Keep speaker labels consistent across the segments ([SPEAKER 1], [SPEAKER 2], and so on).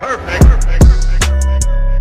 [SPEAKER 1] Perfect. Perfect.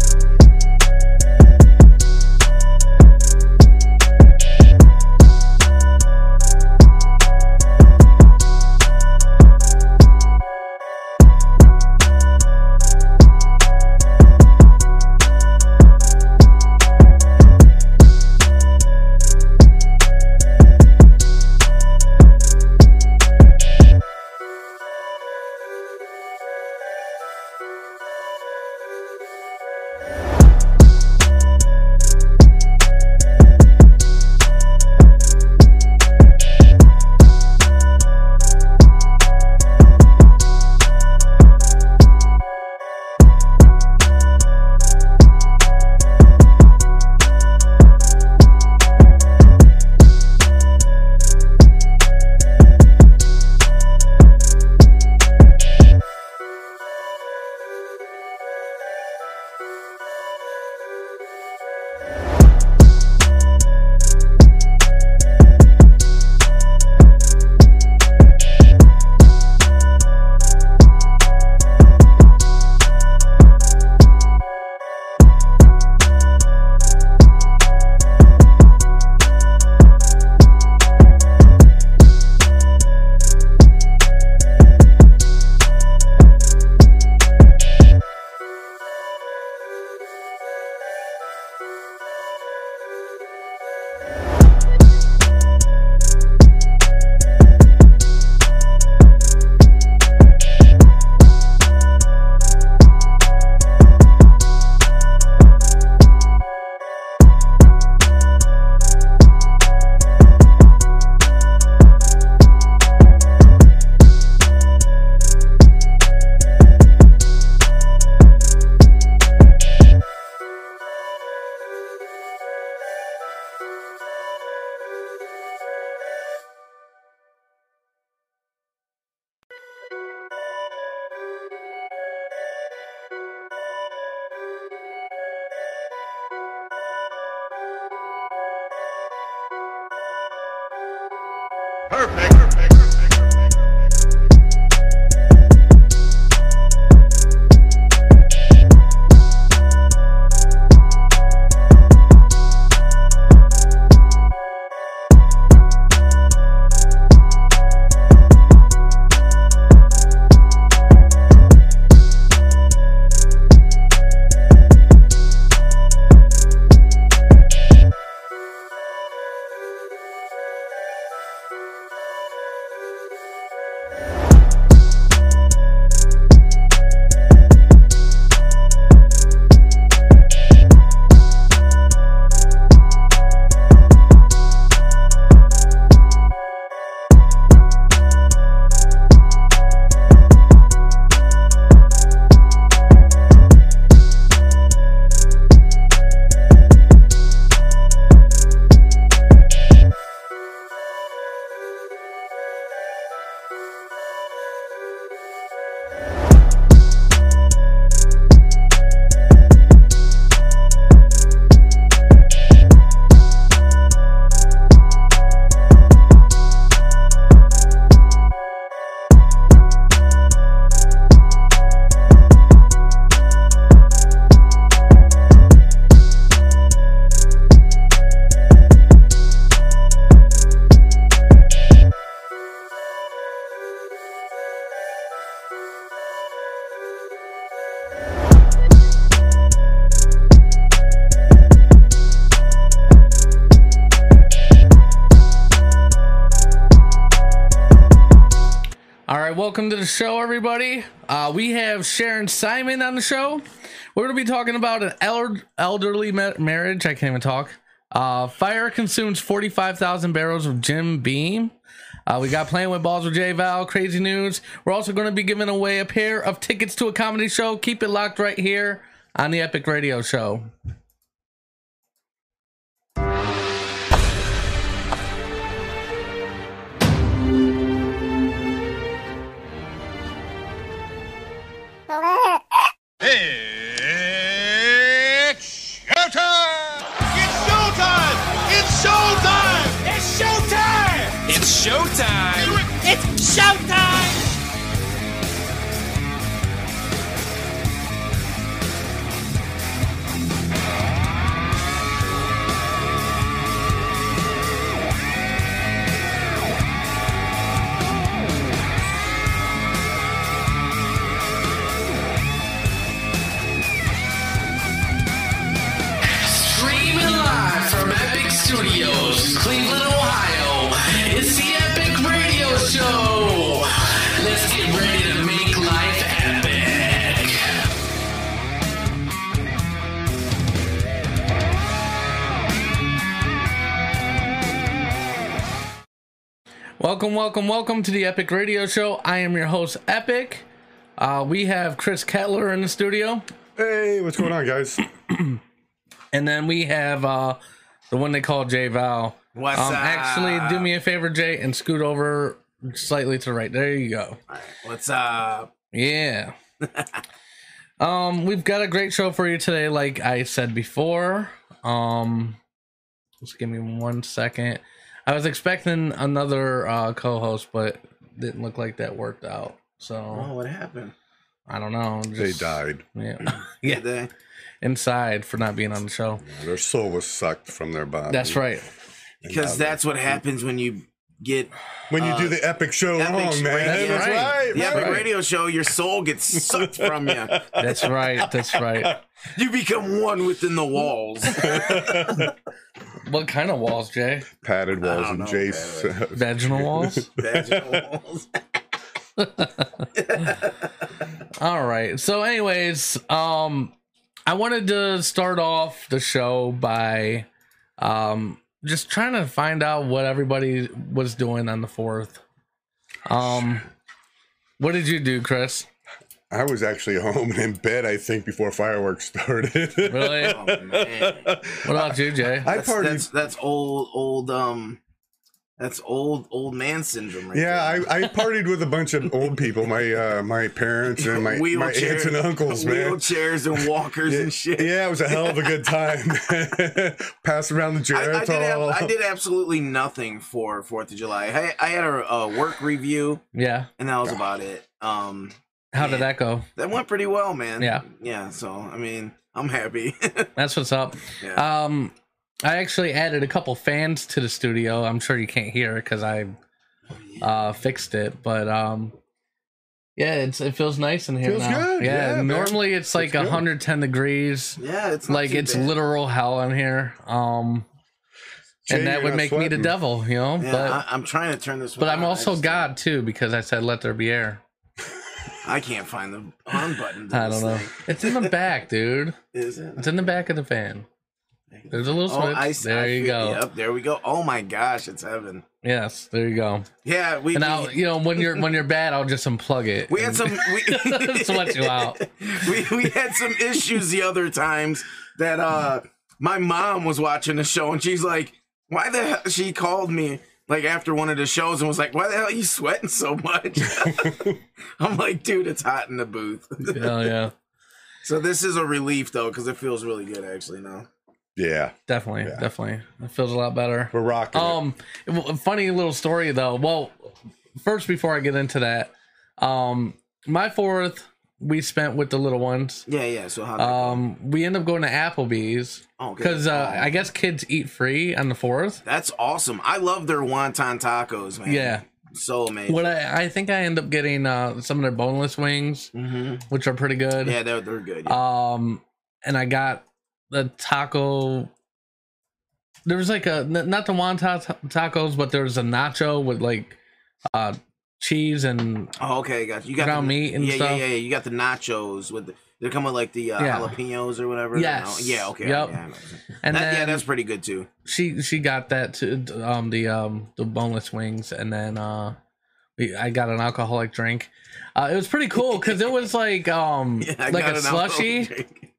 [SPEAKER 1] Perfect. Perfect.
[SPEAKER 2] All right, welcome to the show, everybody. Uh, we have Sharon Simon on the show. We're going to be talking about an el- elderly ma- marriage. I can't even talk. Uh, fire consumes 45,000 barrels of Jim Beam. Uh, we got Playing with Balls with J Val, crazy news. We're also going to be giving away a pair of tickets to a comedy show. Keep it locked right here on the Epic Radio Show.
[SPEAKER 1] It's showtime! It's showtime! It's showtime! It's showtime!
[SPEAKER 3] It's showtime.
[SPEAKER 4] It's showtime!
[SPEAKER 2] Welcome, welcome, welcome to the Epic Radio Show. I am your host, Epic. Uh, we have Chris Kettler in the studio,
[SPEAKER 3] Hey, what's going on, guys?
[SPEAKER 2] and then we have uh, the one they call Jay Val.
[SPEAKER 4] What's
[SPEAKER 2] Um,
[SPEAKER 4] up?
[SPEAKER 2] actually,
[SPEAKER 4] uh,
[SPEAKER 2] do me a favor, Jay, and scoot over slightly to the right. There you go.
[SPEAKER 4] What's up?
[SPEAKER 2] Yeah. um, we've got a great show for you today, like I said before. Um, just give me one second. I was expecting another uh, co-host, but didn't look like that worked out.
[SPEAKER 4] Oh,
[SPEAKER 2] So
[SPEAKER 4] what happened?
[SPEAKER 2] I don't know.
[SPEAKER 3] They
[SPEAKER 2] Just,
[SPEAKER 3] died.
[SPEAKER 2] Yeah,
[SPEAKER 4] Yeah. The,
[SPEAKER 2] inside for not being on the show.
[SPEAKER 3] Their soul was sucked from their body.
[SPEAKER 2] That's right.
[SPEAKER 4] because that's what happens when you get
[SPEAKER 3] When you
[SPEAKER 4] uh,
[SPEAKER 3] do the epic show
[SPEAKER 4] epic
[SPEAKER 3] wrong, man.
[SPEAKER 4] radio.
[SPEAKER 3] That's
[SPEAKER 2] Right.
[SPEAKER 3] right.
[SPEAKER 4] the epic
[SPEAKER 2] right.
[SPEAKER 4] radio show. Your soul gets sucked from you.
[SPEAKER 2] That's right. That's right.
[SPEAKER 4] You become one within the walls.
[SPEAKER 2] What kind of walls, Jay?
[SPEAKER 3] Padded walls and
[SPEAKER 4] know,
[SPEAKER 3] Jace.
[SPEAKER 2] Vaginal walls.
[SPEAKER 4] Vaginal walls.
[SPEAKER 2] All right. So, anyways, um, I wanted to start off the show by, um, just trying to find out what everybody was doing on the fourth. Um, what did you do, Chris?
[SPEAKER 3] I was actually home and in bed, I think, before fireworks started.
[SPEAKER 2] Really?
[SPEAKER 4] Oh man, that's,
[SPEAKER 2] What about you, Jay?
[SPEAKER 3] I partied.
[SPEAKER 4] that's that's old old um, that's old old man syndrome. Right
[SPEAKER 3] yeah,
[SPEAKER 4] there.
[SPEAKER 3] I, I partied with a bunch of old people, my uh, my parents and my, my
[SPEAKER 4] Wheelchair-
[SPEAKER 3] aunts and uncles, man.
[SPEAKER 4] wheelchairs and walkers and shit.
[SPEAKER 3] Yeah, it was a hell of a good time. Pass around the
[SPEAKER 4] I, I, did ab-
[SPEAKER 3] geritol.
[SPEAKER 4] I did absolutely nothing for Fourth of July. I, I had a, a work review,
[SPEAKER 2] Yeah.
[SPEAKER 4] and that was about it. Um,
[SPEAKER 2] How did that go?
[SPEAKER 4] that went pretty well, man.
[SPEAKER 2] Yeah.
[SPEAKER 4] yeah. So I mean, I'm happy.
[SPEAKER 2] That's what's up.
[SPEAKER 4] yeah.
[SPEAKER 2] Um, I actually added a couple fans to the studio. I'm sure you can't hear it because I
[SPEAKER 4] Oh,
[SPEAKER 2] uh, fixed it, but um, yeah, it's it feels nice in here.
[SPEAKER 3] Feels
[SPEAKER 2] now.
[SPEAKER 3] good, yeah,
[SPEAKER 2] Yeah,
[SPEAKER 3] man.
[SPEAKER 2] normally it's like
[SPEAKER 3] Feels good.
[SPEAKER 2] 110 degrees.
[SPEAKER 4] yeah, it's not
[SPEAKER 2] Like
[SPEAKER 4] too
[SPEAKER 2] it's
[SPEAKER 4] bad.
[SPEAKER 2] literal hell in here. Um,
[SPEAKER 3] Jay,
[SPEAKER 2] and that
[SPEAKER 3] you're
[SPEAKER 4] uh,
[SPEAKER 2] would
[SPEAKER 3] not
[SPEAKER 2] make me the
[SPEAKER 3] sweating.
[SPEAKER 2] devil, you know.
[SPEAKER 4] Yeah,
[SPEAKER 2] but
[SPEAKER 4] I, I'm trying to turn this.
[SPEAKER 2] but
[SPEAKER 4] one
[SPEAKER 2] I'm
[SPEAKER 4] on. I
[SPEAKER 2] also
[SPEAKER 4] just-
[SPEAKER 2] God too because I said let there be air.
[SPEAKER 4] I can't find the on button. to
[SPEAKER 2] I
[SPEAKER 4] this
[SPEAKER 2] don't know.
[SPEAKER 4] thing.
[SPEAKER 2] It's in the back, dude.
[SPEAKER 4] Is it?
[SPEAKER 2] It's in the back of the fan. There's a little
[SPEAKER 4] Oh,
[SPEAKER 2] switch.
[SPEAKER 4] I,
[SPEAKER 2] there
[SPEAKER 4] I
[SPEAKER 2] you
[SPEAKER 4] feel-
[SPEAKER 2] go.
[SPEAKER 4] Yep, there we go. Oh my gosh, it's heaven.
[SPEAKER 2] Yes, there you go.
[SPEAKER 4] Yeah, we.
[SPEAKER 2] And
[SPEAKER 4] we-
[SPEAKER 2] I'll, you know, when you're when you're bad, I'll just unplug it.
[SPEAKER 4] We had some we,
[SPEAKER 2] Sweat you out.
[SPEAKER 4] We we had some issues the other times that uh my mom was watching the show and she's like, why the hell she called me like after one of the shows and was like, why the hell are you sweating so much? I'm like, dude, it's hot in the booth.
[SPEAKER 2] Oh yeah,
[SPEAKER 4] so this is a relief though, because it feels really good actually now.
[SPEAKER 3] Yeah,
[SPEAKER 2] definitely,
[SPEAKER 3] Yeah.
[SPEAKER 2] definitely. It feels a lot better.
[SPEAKER 3] we're rocking. it.
[SPEAKER 2] Um, w- funny little story though. Well, first before I get into that, um, my fourth we spent with the little ones.
[SPEAKER 4] Yeah, yeah. So how?
[SPEAKER 2] Um, we end up going to Applebee's
[SPEAKER 4] oh, good.
[SPEAKER 2] because uh, I guess kids eat free on the fourth.
[SPEAKER 4] that's awesome. I love their wonton tacos, man.
[SPEAKER 2] Yeah.
[SPEAKER 4] so amazing.
[SPEAKER 2] What I, I think I end up getting uh, some of their boneless wings,
[SPEAKER 4] hmm
[SPEAKER 2] which are pretty good.
[SPEAKER 4] Yeah, they're they're good. yeah.
[SPEAKER 2] Um, and I got the taco. There was like a n- not the wonton ta- tacos, but there was a nacho with like uh cheese and
[SPEAKER 4] Oh, okay, got you. You got
[SPEAKER 2] Ground meat and
[SPEAKER 4] yeah,
[SPEAKER 2] stuff.
[SPEAKER 4] Yeah, yeah, yeah. You got the nachos with the, they come with like the uh,
[SPEAKER 2] Yeah.
[SPEAKER 4] jalapenos or whatever.
[SPEAKER 2] Yes.
[SPEAKER 4] No? Yeah. Okay.
[SPEAKER 2] Yep.
[SPEAKER 4] Yeah, I know.
[SPEAKER 2] and
[SPEAKER 4] That-
[SPEAKER 2] then
[SPEAKER 4] yeah, that's pretty good too.
[SPEAKER 2] she she got that to um the um the boneless wings and then uh we, I got an alcoholic drink. Uh, it was pretty cool because it was like um
[SPEAKER 4] Yeah, I
[SPEAKER 2] like
[SPEAKER 4] got
[SPEAKER 2] a
[SPEAKER 4] an alcohol
[SPEAKER 2] slushy,
[SPEAKER 4] drink.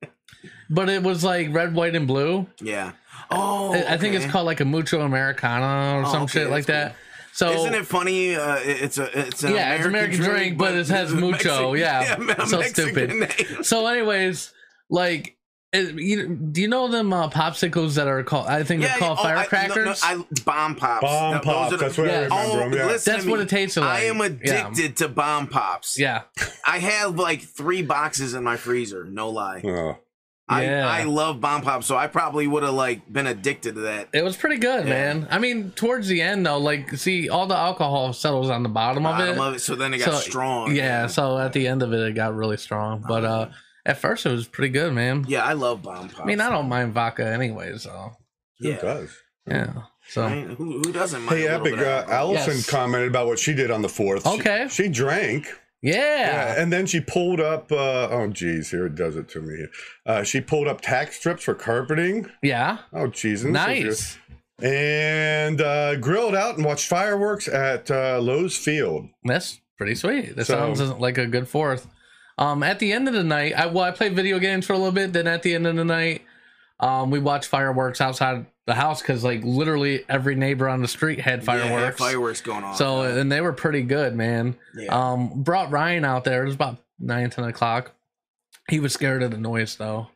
[SPEAKER 2] but it was like red, white, and blue.
[SPEAKER 4] Yeah. Oh.
[SPEAKER 2] I- I think it's
[SPEAKER 4] okay.
[SPEAKER 2] called like a mucho americano or
[SPEAKER 4] Oh,
[SPEAKER 2] some
[SPEAKER 4] okay,
[SPEAKER 2] shit like that.
[SPEAKER 4] that's
[SPEAKER 2] So
[SPEAKER 4] Isn't it funny? Uh, it- it's a it's an
[SPEAKER 2] Yeah, it's
[SPEAKER 4] American
[SPEAKER 2] American
[SPEAKER 4] drink,
[SPEAKER 2] drink, but it has
[SPEAKER 4] it's a
[SPEAKER 2] mucho, yeah.
[SPEAKER 4] a
[SPEAKER 2] So
[SPEAKER 4] Mexican name.
[SPEAKER 2] so anyways like it, you, do you know them uh, popsicles that are called i think
[SPEAKER 4] Yeah,
[SPEAKER 2] they're called
[SPEAKER 4] oh, I- no, no,
[SPEAKER 2] firecrackers
[SPEAKER 4] I, bomb pops.
[SPEAKER 3] Bomb
[SPEAKER 4] Th- those
[SPEAKER 3] pops,
[SPEAKER 4] are the- Oh,
[SPEAKER 3] that's what
[SPEAKER 2] Yeah.
[SPEAKER 3] I remember 'em, yeah.
[SPEAKER 4] listen to
[SPEAKER 2] That's what
[SPEAKER 4] me.
[SPEAKER 2] it tastes like.
[SPEAKER 4] I am
[SPEAKER 2] Yeah.
[SPEAKER 4] addicted to bomb pops.
[SPEAKER 2] yeah
[SPEAKER 4] I have like three boxes in my freezer. No lie.
[SPEAKER 3] Oh.
[SPEAKER 2] Yeah.
[SPEAKER 4] I, I love bomb pop, so I probably would have like been addicted to that.
[SPEAKER 2] it was pretty good
[SPEAKER 4] Yeah.
[SPEAKER 2] man i mean towards the end though like see all the alcohol settles on the bottom of it,
[SPEAKER 4] Bottom of it, so then it got
[SPEAKER 2] So,
[SPEAKER 4] strong. Uh-huh.
[SPEAKER 2] yeah so at the end of it it got really strong but uh at first it was pretty good man
[SPEAKER 4] yeah, I love bomb
[SPEAKER 2] i
[SPEAKER 4] pop.
[SPEAKER 2] mean i don't mind vodka anyway so
[SPEAKER 3] Who
[SPEAKER 4] Yeah.
[SPEAKER 3] does?
[SPEAKER 2] yeah so
[SPEAKER 4] Right? Who, who doesn't mind?
[SPEAKER 3] Hey,
[SPEAKER 4] a little
[SPEAKER 3] Epic,
[SPEAKER 4] bit
[SPEAKER 3] uh,
[SPEAKER 4] of alcohol?
[SPEAKER 3] Allison
[SPEAKER 2] Yes.
[SPEAKER 3] commented about what she did on the 4th. She-
[SPEAKER 2] Okay.
[SPEAKER 3] She, drank.
[SPEAKER 2] yeah,
[SPEAKER 3] Yeah, and then she pulled up, uh, oh, geez, here it does it to me. Uh, she pulled up tack strips for carpeting.
[SPEAKER 2] yeah.
[SPEAKER 3] Oh, geez. and this was
[SPEAKER 2] nice
[SPEAKER 3] and uh, grilled out and watched fireworks at uh, Lowe's Field.
[SPEAKER 2] That's pretty sweet. That
[SPEAKER 3] So-
[SPEAKER 2] sounds like a good fourth. Um, at the end of the night, I well, I played video games for a little bit. Then at the end of the night, um, we watched fireworks outside the house because like literally every neighbor on the street had
[SPEAKER 4] Yeah,
[SPEAKER 2] fireworks.
[SPEAKER 4] fireworks going on.
[SPEAKER 2] So and they were pretty good, man.
[SPEAKER 4] yeah.
[SPEAKER 2] Um, brought Ryan out there. It was about nine, ten o'clock. He was scared of the noise though.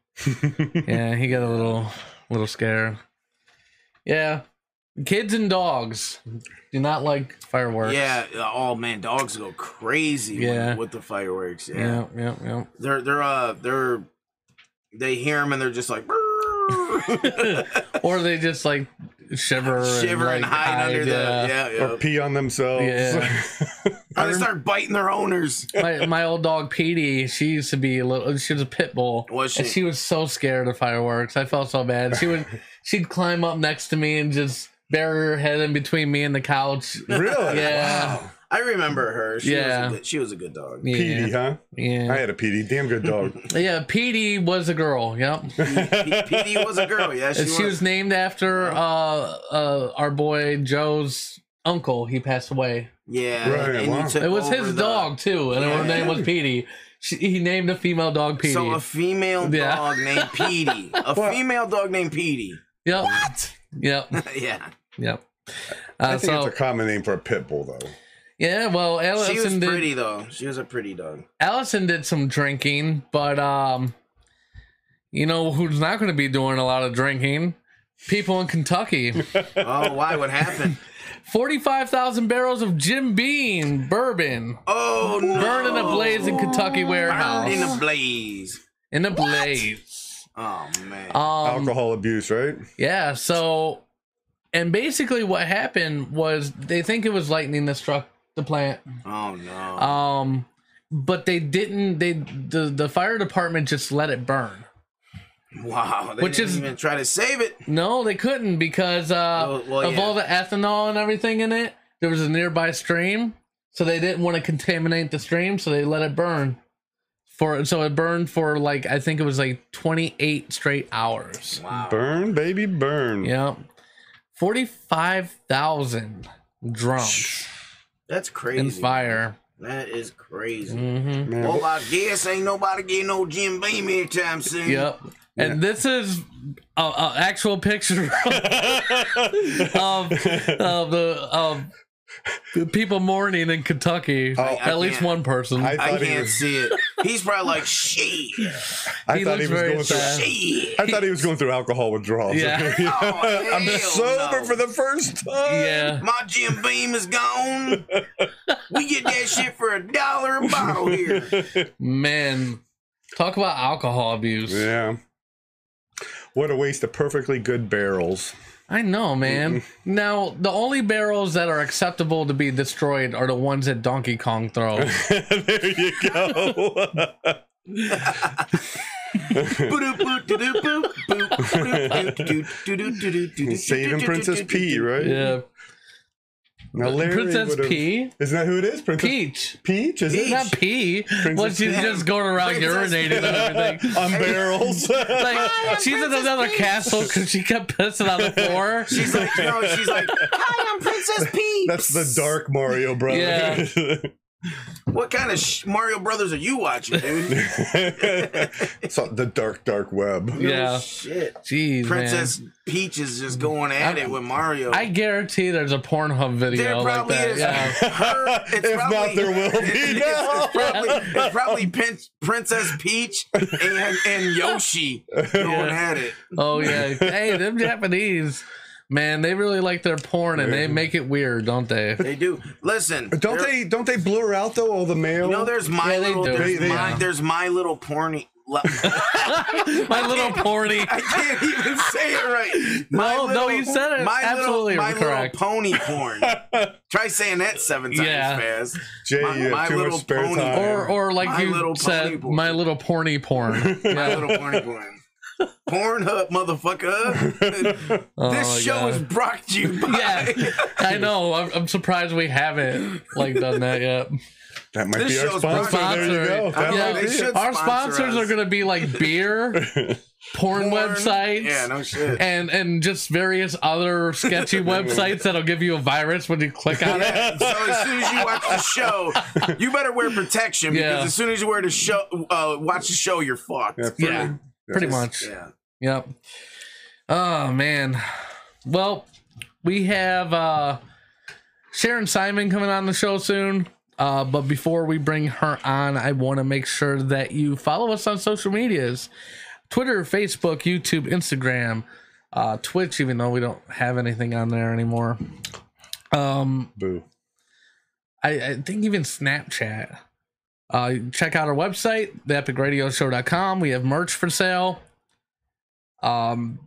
[SPEAKER 2] yeah, he got a little, little scared. Yeah, kids and dogs do not like fireworks.
[SPEAKER 4] yeah. Oh man, dogs go crazy.
[SPEAKER 2] Yeah.
[SPEAKER 4] With, with the fireworks. Yeah.
[SPEAKER 2] yeah, yeah, yeah.
[SPEAKER 4] They're they're uh they're they hear them and they're just like. "Brrr."
[SPEAKER 2] or they just like shiver,
[SPEAKER 4] Shiver and,
[SPEAKER 2] like,
[SPEAKER 4] hide, under the yeah yeah.
[SPEAKER 3] Or pee on themselves.
[SPEAKER 2] Yeah.
[SPEAKER 4] Or they start biting their owners.
[SPEAKER 2] my, my old dog Petey, she used to be a little. She was a pit bull.
[SPEAKER 4] Was
[SPEAKER 2] And
[SPEAKER 4] she?
[SPEAKER 2] she was so scared of fireworks. I felt so bad. She would. she'd climb up next to me and just bury her head in between me and the couch.
[SPEAKER 3] really?
[SPEAKER 2] Yeah.
[SPEAKER 4] I remember her. She
[SPEAKER 2] Yeah.
[SPEAKER 4] was a good, she was a good dog.
[SPEAKER 2] Yeah.
[SPEAKER 3] Petey, huh? I
[SPEAKER 2] Yeah.
[SPEAKER 3] had a Petey. Damn good dog.
[SPEAKER 2] Yeah. Petey was a girl. Yep.
[SPEAKER 4] P- Petey was a girl. Yeah, she,
[SPEAKER 2] And she was named after uh, uh, our boy Joe's uncle. He passed away.
[SPEAKER 4] Yeah,
[SPEAKER 3] Right,
[SPEAKER 4] and he
[SPEAKER 3] wow.
[SPEAKER 4] took
[SPEAKER 2] It was his
[SPEAKER 4] over the-
[SPEAKER 2] dog too, and her
[SPEAKER 4] Yeah.
[SPEAKER 2] name was Petey. She, he named a female dog Petey.
[SPEAKER 4] So a female
[SPEAKER 2] Yeah.
[SPEAKER 4] dog named Petey. A
[SPEAKER 3] Well-
[SPEAKER 4] female dog named Petey.
[SPEAKER 2] Yep. What? Yep.
[SPEAKER 4] yeah.
[SPEAKER 2] Yep.
[SPEAKER 3] I
[SPEAKER 2] Uh,
[SPEAKER 3] think
[SPEAKER 2] so
[SPEAKER 3] it's a common name for a pit bull, though.
[SPEAKER 2] yeah, well,
[SPEAKER 4] She was
[SPEAKER 2] Allison did.
[SPEAKER 4] pretty though. She was a pretty dog.
[SPEAKER 2] Allison did some drinking, but um, you know who's not going to be doing a lot of drinking? People in Kentucky.
[SPEAKER 4] Oh, why? What happened?
[SPEAKER 2] Forty-five thousand barrels of Jim Beam bourbon
[SPEAKER 4] Oh no!
[SPEAKER 2] burned in a blaze in Kentucky
[SPEAKER 4] Burned in Oh. a
[SPEAKER 2] warehouse.
[SPEAKER 4] blaze.
[SPEAKER 2] In a blaze.
[SPEAKER 4] Oh man.
[SPEAKER 2] Um,
[SPEAKER 3] Alcohol abuse, right?
[SPEAKER 2] Yeah, so and basically what happened was they think it was lightning that struck the plant.
[SPEAKER 4] oh no.
[SPEAKER 2] Um but they didn't they the the fire department just let it burn.
[SPEAKER 4] wow. They
[SPEAKER 2] which
[SPEAKER 4] didn't
[SPEAKER 2] is-
[SPEAKER 4] even try to save it.
[SPEAKER 2] No, they couldn't because uh
[SPEAKER 4] Well- well,
[SPEAKER 2] of
[SPEAKER 4] yeah.
[SPEAKER 2] all the ethanol and everything in it, there was a nearby stream, so they didn't want to contaminate the stream, so they let it burn. For so it burned for like I think it was like 28 straight hours.
[SPEAKER 4] Wow.
[SPEAKER 3] Burn, baby, burn.
[SPEAKER 2] Yep. 45,000 drums
[SPEAKER 4] That's crazy.
[SPEAKER 2] in fire.
[SPEAKER 4] That is crazy.
[SPEAKER 2] hmm
[SPEAKER 3] Man,
[SPEAKER 4] Well, I guess ain't nobody getting no Jim Beam anytime soon.
[SPEAKER 2] Yep. And this is a, a actual picture of, of the of the people mourning in Kentucky.
[SPEAKER 3] Oh,
[SPEAKER 4] I
[SPEAKER 2] At least
[SPEAKER 4] can't-
[SPEAKER 2] one person.
[SPEAKER 3] I
[SPEAKER 4] I
[SPEAKER 3] thought he
[SPEAKER 4] can't
[SPEAKER 3] was.
[SPEAKER 4] see it. He's probably like, shit,
[SPEAKER 3] I
[SPEAKER 2] He
[SPEAKER 3] thought he
[SPEAKER 2] looks
[SPEAKER 3] was
[SPEAKER 2] very
[SPEAKER 3] going
[SPEAKER 2] sad.
[SPEAKER 3] through.
[SPEAKER 4] shit.
[SPEAKER 3] I thought he was going through alcohol withdrawals.
[SPEAKER 2] Yeah.
[SPEAKER 4] Oh,
[SPEAKER 3] I'm
[SPEAKER 4] hell
[SPEAKER 3] sober
[SPEAKER 4] no.
[SPEAKER 3] for the first time.
[SPEAKER 2] yeah.
[SPEAKER 4] My Jim Beam is gone. We get that shit for a dollar a bottle here.
[SPEAKER 2] Man. Talk about alcohol abuse.
[SPEAKER 3] Yeah. What a waste of perfectly good barrels.
[SPEAKER 2] I know, man. Now, the only barrels that are acceptable to be destroyed are the ones that Donkey Kong throws.
[SPEAKER 3] there you go. Saving
[SPEAKER 4] Saving
[SPEAKER 3] Princess P, right?
[SPEAKER 2] yeah.
[SPEAKER 3] Now, Larry
[SPEAKER 2] Princess
[SPEAKER 3] would've-
[SPEAKER 2] P.
[SPEAKER 3] Isn't that who it is? Princess
[SPEAKER 2] Peach.
[SPEAKER 3] Peach, is it?
[SPEAKER 2] Not pee. Well, she's
[SPEAKER 3] Peach.
[SPEAKER 2] just going around
[SPEAKER 4] Princess
[SPEAKER 2] urinating on everything.
[SPEAKER 3] On barrels.
[SPEAKER 2] Like she's in
[SPEAKER 4] Princess
[SPEAKER 2] another
[SPEAKER 4] Peach.
[SPEAKER 2] castle because she kept pissing on the floor.
[SPEAKER 4] She's like, no, she's like, hi, I'm Princess P.
[SPEAKER 3] That's the dark Mario brother.
[SPEAKER 4] What kind of sh- Mario Brothers are you watching, dude?
[SPEAKER 3] so the dark, dark web.
[SPEAKER 2] yeah,
[SPEAKER 4] Shit.
[SPEAKER 2] jeez,
[SPEAKER 4] Princess
[SPEAKER 2] man.
[SPEAKER 4] Peach is just going at
[SPEAKER 2] I-
[SPEAKER 4] it with Mario.
[SPEAKER 2] I guarantee there's a Pornhub
[SPEAKER 4] there
[SPEAKER 2] video like
[SPEAKER 4] probably
[SPEAKER 2] that.
[SPEAKER 4] is.
[SPEAKER 2] Yeah.
[SPEAKER 4] Her, it's
[SPEAKER 3] If not,
[SPEAKER 4] probably-
[SPEAKER 3] there will be
[SPEAKER 4] It's,
[SPEAKER 3] now.
[SPEAKER 4] it's probably, it's probably Pin- Princess Peach and, and Yoshi going at it.
[SPEAKER 2] Oh yeah. Hey, them Japanese man, they really like their porn and they make it weird, don't they?
[SPEAKER 4] They do. Listen,
[SPEAKER 3] Don't
[SPEAKER 4] there-
[SPEAKER 3] they? Don't they blur out though all the mail?
[SPEAKER 4] You know, there's my
[SPEAKER 2] Yeah, they
[SPEAKER 4] little.
[SPEAKER 2] do.
[SPEAKER 4] There's,
[SPEAKER 3] They- they-
[SPEAKER 4] my, there's my little porny. li-
[SPEAKER 2] My little porny.
[SPEAKER 4] I can't even say it right. My
[SPEAKER 2] No, no, Oh, you said it
[SPEAKER 4] My
[SPEAKER 2] absolutely
[SPEAKER 4] little, my
[SPEAKER 2] correct.
[SPEAKER 4] little pony porn. Try saying that seven times
[SPEAKER 2] Yeah.
[SPEAKER 4] fast.
[SPEAKER 3] Jay,
[SPEAKER 4] My-
[SPEAKER 3] you have
[SPEAKER 4] my
[SPEAKER 3] too
[SPEAKER 4] little
[SPEAKER 3] much spare
[SPEAKER 4] pony.
[SPEAKER 3] time.
[SPEAKER 2] Or or like
[SPEAKER 4] My
[SPEAKER 2] you
[SPEAKER 4] little pony
[SPEAKER 2] said,
[SPEAKER 4] porn.
[SPEAKER 2] my little porny porn.
[SPEAKER 4] My
[SPEAKER 2] Yeah.
[SPEAKER 4] little porny porn. Pornhub, motherfucker.
[SPEAKER 2] Oh,
[SPEAKER 4] this
[SPEAKER 2] my
[SPEAKER 4] show
[SPEAKER 2] God.
[SPEAKER 4] is brought to you by.
[SPEAKER 2] Yeah, I know. I'm, I'm surprised we haven't like done that yet.
[SPEAKER 3] That might
[SPEAKER 4] This
[SPEAKER 3] be our
[SPEAKER 4] show's
[SPEAKER 3] sponsor.
[SPEAKER 4] brought-
[SPEAKER 3] There you go.
[SPEAKER 4] Sponsor.
[SPEAKER 3] That might
[SPEAKER 4] Yeah. They
[SPEAKER 3] be it.
[SPEAKER 4] should
[SPEAKER 2] Our
[SPEAKER 4] sponsor
[SPEAKER 2] sponsors
[SPEAKER 4] us.
[SPEAKER 2] are going to be like beer, porn,
[SPEAKER 4] Porn.
[SPEAKER 2] websites,
[SPEAKER 4] Yeah, no shit.
[SPEAKER 2] and and just various other sketchy websites that'll give you a virus when you click on it.
[SPEAKER 4] Yeah, so as soon as you watch the show, you better wear protection because
[SPEAKER 2] Yeah.
[SPEAKER 4] as soon as you wear the show, uh, watch the show, you're fucked.
[SPEAKER 3] Yeah,
[SPEAKER 2] Yeah, pretty much.
[SPEAKER 4] Yeah.
[SPEAKER 2] Yep. Oh man. Well, we have uh Sharon Simon coming on the show soon. Uh, but before we bring her on, I want to make sure that you follow us on social medias Twitter, Facebook, YouTube, Instagram, uh, Twitch, even though we don't have anything on there anymore. Um,
[SPEAKER 3] Boo.
[SPEAKER 2] I, I think even Snapchat. Uh, check out our website, theepicradioshow.com. We have merch for sale. Um,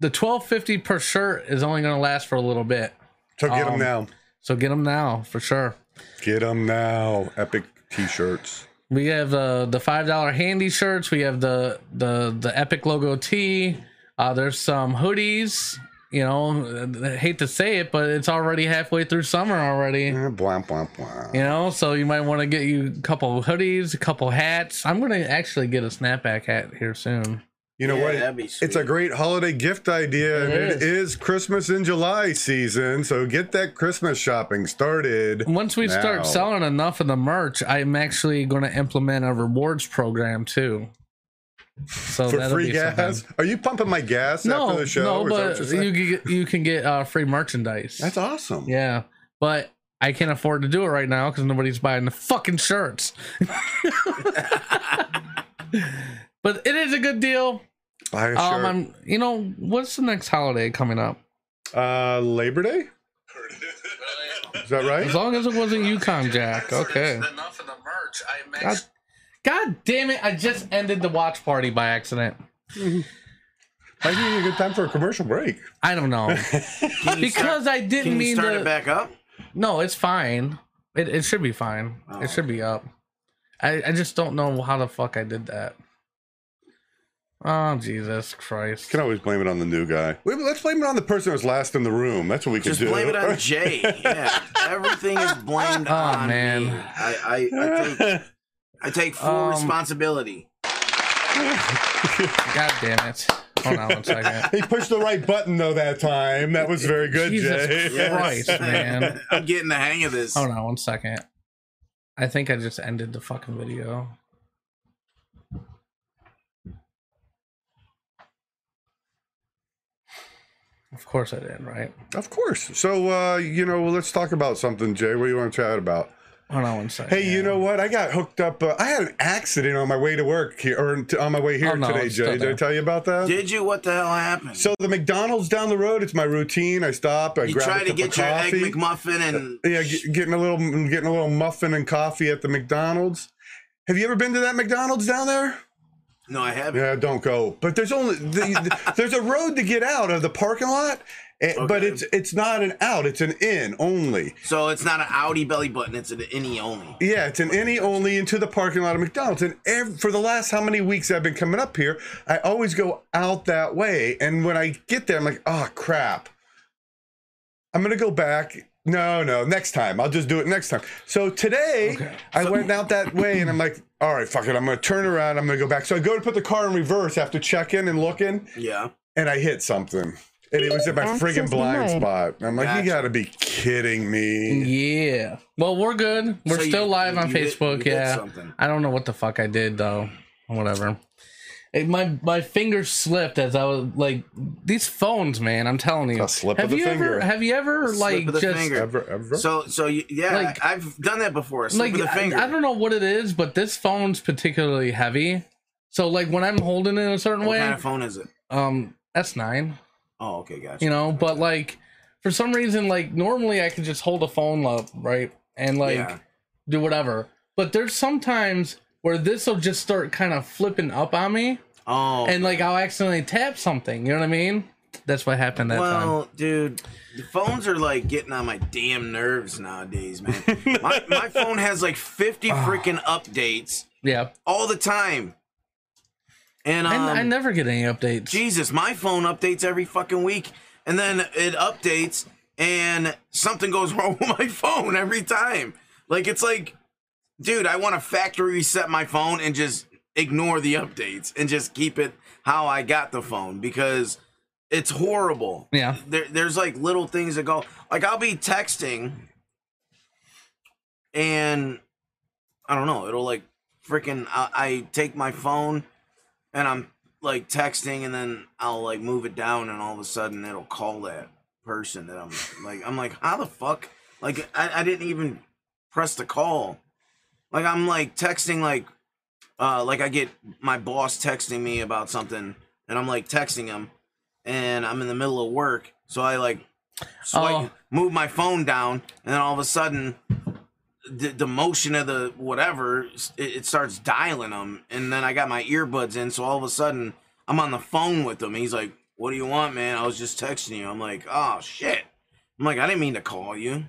[SPEAKER 2] the twelve fifty per shirt is only going to last for a little bit,
[SPEAKER 3] So get
[SPEAKER 2] Um,
[SPEAKER 3] them now.
[SPEAKER 2] so get them now for sure.
[SPEAKER 3] Get them now. Epic t-shirts.
[SPEAKER 2] We have uh, the five dollar handy shirts. We have the the the epic logo tee. Uh, there's some hoodies. You know, I hate to say it, but it's already halfway through summer already.
[SPEAKER 3] Eh, Blah blah blah.
[SPEAKER 2] You know, so you might want to get you a couple hoodies, a couple hats. I'm gonna actually get a snapback hat here soon.
[SPEAKER 3] You know
[SPEAKER 4] Yeah,
[SPEAKER 3] what?
[SPEAKER 4] that'd be
[SPEAKER 3] It's a
[SPEAKER 4] sweet.
[SPEAKER 3] great holiday gift idea, and
[SPEAKER 2] It
[SPEAKER 3] it is Christmas in July season. So get that Christmas shopping started.
[SPEAKER 2] Once we
[SPEAKER 3] now.
[SPEAKER 2] start selling enough of the merch, I'm actually gonna implement a rewards program too. So
[SPEAKER 3] for
[SPEAKER 2] that'll
[SPEAKER 3] free
[SPEAKER 2] be
[SPEAKER 3] gas,
[SPEAKER 2] something.
[SPEAKER 3] are you pumping my gas
[SPEAKER 2] No,
[SPEAKER 3] after the show?
[SPEAKER 2] no,
[SPEAKER 3] Is that what
[SPEAKER 2] but
[SPEAKER 3] you're saying?
[SPEAKER 2] you can get, you can get uh, free merchandise.
[SPEAKER 3] that's awesome.
[SPEAKER 2] yeah, but I can't afford to do it right now because nobody's buying the fucking shirts. but it is a good deal.
[SPEAKER 3] Buy
[SPEAKER 2] Um,
[SPEAKER 3] a shirt.
[SPEAKER 2] I'm, you know, what's the next holiday coming up?
[SPEAKER 3] Uh, Labor Day? Is that right?
[SPEAKER 2] As long as it wasn't Yukon Jack. Okay.
[SPEAKER 5] Enough of the merch. I make
[SPEAKER 2] God, God damn it. I just ended the watch party by accident.
[SPEAKER 3] I think it's a good time for a commercial break.
[SPEAKER 2] I don't know.
[SPEAKER 4] Can you start-
[SPEAKER 2] Because I didn't
[SPEAKER 4] can you
[SPEAKER 2] mean
[SPEAKER 4] start it
[SPEAKER 2] to.
[SPEAKER 4] back up?
[SPEAKER 2] No, it's fine. It, it should be fine.
[SPEAKER 3] Oh.
[SPEAKER 2] It should be up. I, I just don't know how the fuck I did that. Oh, Jesus Christ.
[SPEAKER 3] Can always blame it on the new guy. Wait, but let's blame it on the person who's last in the room. That's what we can
[SPEAKER 4] Just
[SPEAKER 3] do.
[SPEAKER 4] blame it on Jay. Yeah, everything is blamed on
[SPEAKER 2] Ah, man.
[SPEAKER 4] me. I, I, I take I take full
[SPEAKER 2] Um,
[SPEAKER 4] responsibility.
[SPEAKER 2] God damn it. Hold on one second.
[SPEAKER 3] he pushed the right button though that time. That was very good,
[SPEAKER 2] Jesus
[SPEAKER 3] Jay.
[SPEAKER 2] Christ. man.
[SPEAKER 4] I'm getting the hang of this.
[SPEAKER 2] Hold on one second. I think I just ended the fucking video. Of course I did, right?
[SPEAKER 3] Of course. So uh, you know, well, let's talk about something, Jay. What do you want to chat about?
[SPEAKER 2] Hold on one second.
[SPEAKER 3] Hey, you know what? I got hooked up. Uh, I had an accident on my way to work here, or t- on my way here
[SPEAKER 2] Oh, no,
[SPEAKER 3] today,
[SPEAKER 2] it's still
[SPEAKER 3] Jay. Did I
[SPEAKER 2] there.
[SPEAKER 3] tell you about that?
[SPEAKER 4] Did you? What the hell happened?
[SPEAKER 3] so the McDonald's down the road. It's my routine. I stop. I
[SPEAKER 4] you
[SPEAKER 3] grab a
[SPEAKER 4] try to
[SPEAKER 3] cup
[SPEAKER 4] get
[SPEAKER 3] of
[SPEAKER 4] your
[SPEAKER 3] coffee.
[SPEAKER 4] egg McMuffin and
[SPEAKER 3] Yeah, get, getting a little getting a little muffin and coffee at the McDonald's. Have you ever been to that McDonald's down there?
[SPEAKER 4] no, I haven't.
[SPEAKER 3] Yeah, don't go. But there's only the, the- there's a road to get out of the parking lot, eh, but
[SPEAKER 4] Okay.
[SPEAKER 3] it's it's not an out. It's an in only.
[SPEAKER 4] So it's not an Audi belly button. It's an innie only.
[SPEAKER 3] Yeah, it's an any only into the parking lot of McDonald's. And ev for the last how many weeks I've been coming up here, I always go out that way. And when I get there, I'm like, oh crap. I'm gonna go back. No, no, next time. I'll just do it next time. So today I went out that way and I'm like, all right, fuck it. I'm gonna turn around. I'm gonna go back. So I go to put the car in reverse after checking and looking,
[SPEAKER 4] Yeah.
[SPEAKER 3] and I hit something. And it was in my friggin' blind spot. And I'm like,
[SPEAKER 4] Gotcha.
[SPEAKER 3] you gotta be kidding me.
[SPEAKER 2] Yeah. Well, we're good. We're
[SPEAKER 4] So you-
[SPEAKER 2] still live
[SPEAKER 4] you-
[SPEAKER 2] on
[SPEAKER 4] you did-
[SPEAKER 2] Facebook.
[SPEAKER 4] you did
[SPEAKER 2] yeah.
[SPEAKER 4] something.
[SPEAKER 2] I don't know what the fuck I did though. Whatever. It, my my finger slipped as I was like these phones, man. I'm telling you.
[SPEAKER 3] A slip of
[SPEAKER 2] have
[SPEAKER 3] the
[SPEAKER 2] you ever
[SPEAKER 3] finger.
[SPEAKER 2] have you ever
[SPEAKER 4] slip
[SPEAKER 2] like
[SPEAKER 4] of the
[SPEAKER 2] just
[SPEAKER 4] finger.
[SPEAKER 3] Ever, ever.
[SPEAKER 4] So so you, yeah,
[SPEAKER 2] Like-
[SPEAKER 4] I've done that before. Slip
[SPEAKER 2] like
[SPEAKER 4] of the finger.
[SPEAKER 2] I, I don't know what it is, but this phone's particularly heavy. So like when I'm holding it in a certain
[SPEAKER 4] what
[SPEAKER 2] way,
[SPEAKER 4] kind of phone is it?
[SPEAKER 2] um, S9,
[SPEAKER 4] Oh, okay, gotcha.
[SPEAKER 2] you know. But like for some reason, like normally I could just hold a phone up, right, and like
[SPEAKER 4] Yeah.
[SPEAKER 2] do whatever. But there's sometimes where this will just start kind of flipping up on me,
[SPEAKER 4] oh,
[SPEAKER 2] and like I'll accidentally tap something. You know what I mean? That's what happened that time.
[SPEAKER 4] Well, dude, the phones are like getting on my damn nerves nowadays, man. my, my phone has like 50
[SPEAKER 2] Ah.
[SPEAKER 4] freaking updates
[SPEAKER 2] Yeah,
[SPEAKER 4] all the time. And um,
[SPEAKER 2] I, I never get any updates.
[SPEAKER 4] Jesus, my phone updates every fucking week. And then it updates and something goes wrong with my phone every time. Like it's like dude, I want to factory reset my phone and just ignore the updates and just keep it how I got the phone because it's horrible.
[SPEAKER 2] Yeah.
[SPEAKER 4] There, there's like little things that go like I'll be texting and I don't know, it'll like freaking I, I take my phone and I'm like texting and then I'll like move it down and all of a sudden it'll call that person that I'm like I'm like how the fuck like I, I didn't even press the call like I'm like texting like uh like I get my boss texting me about something and I'm like texting him and I'm in the middle of work so I like swipe,
[SPEAKER 2] Oh.
[SPEAKER 4] move my phone down and then all of a sudden the, the motion of the whatever it, it starts dialing them and then i got my earbuds in so all of a sudden i'm on the phone with him he's like what do you want man i was just texting you i'm like oh shit i'm like i didn't mean to call you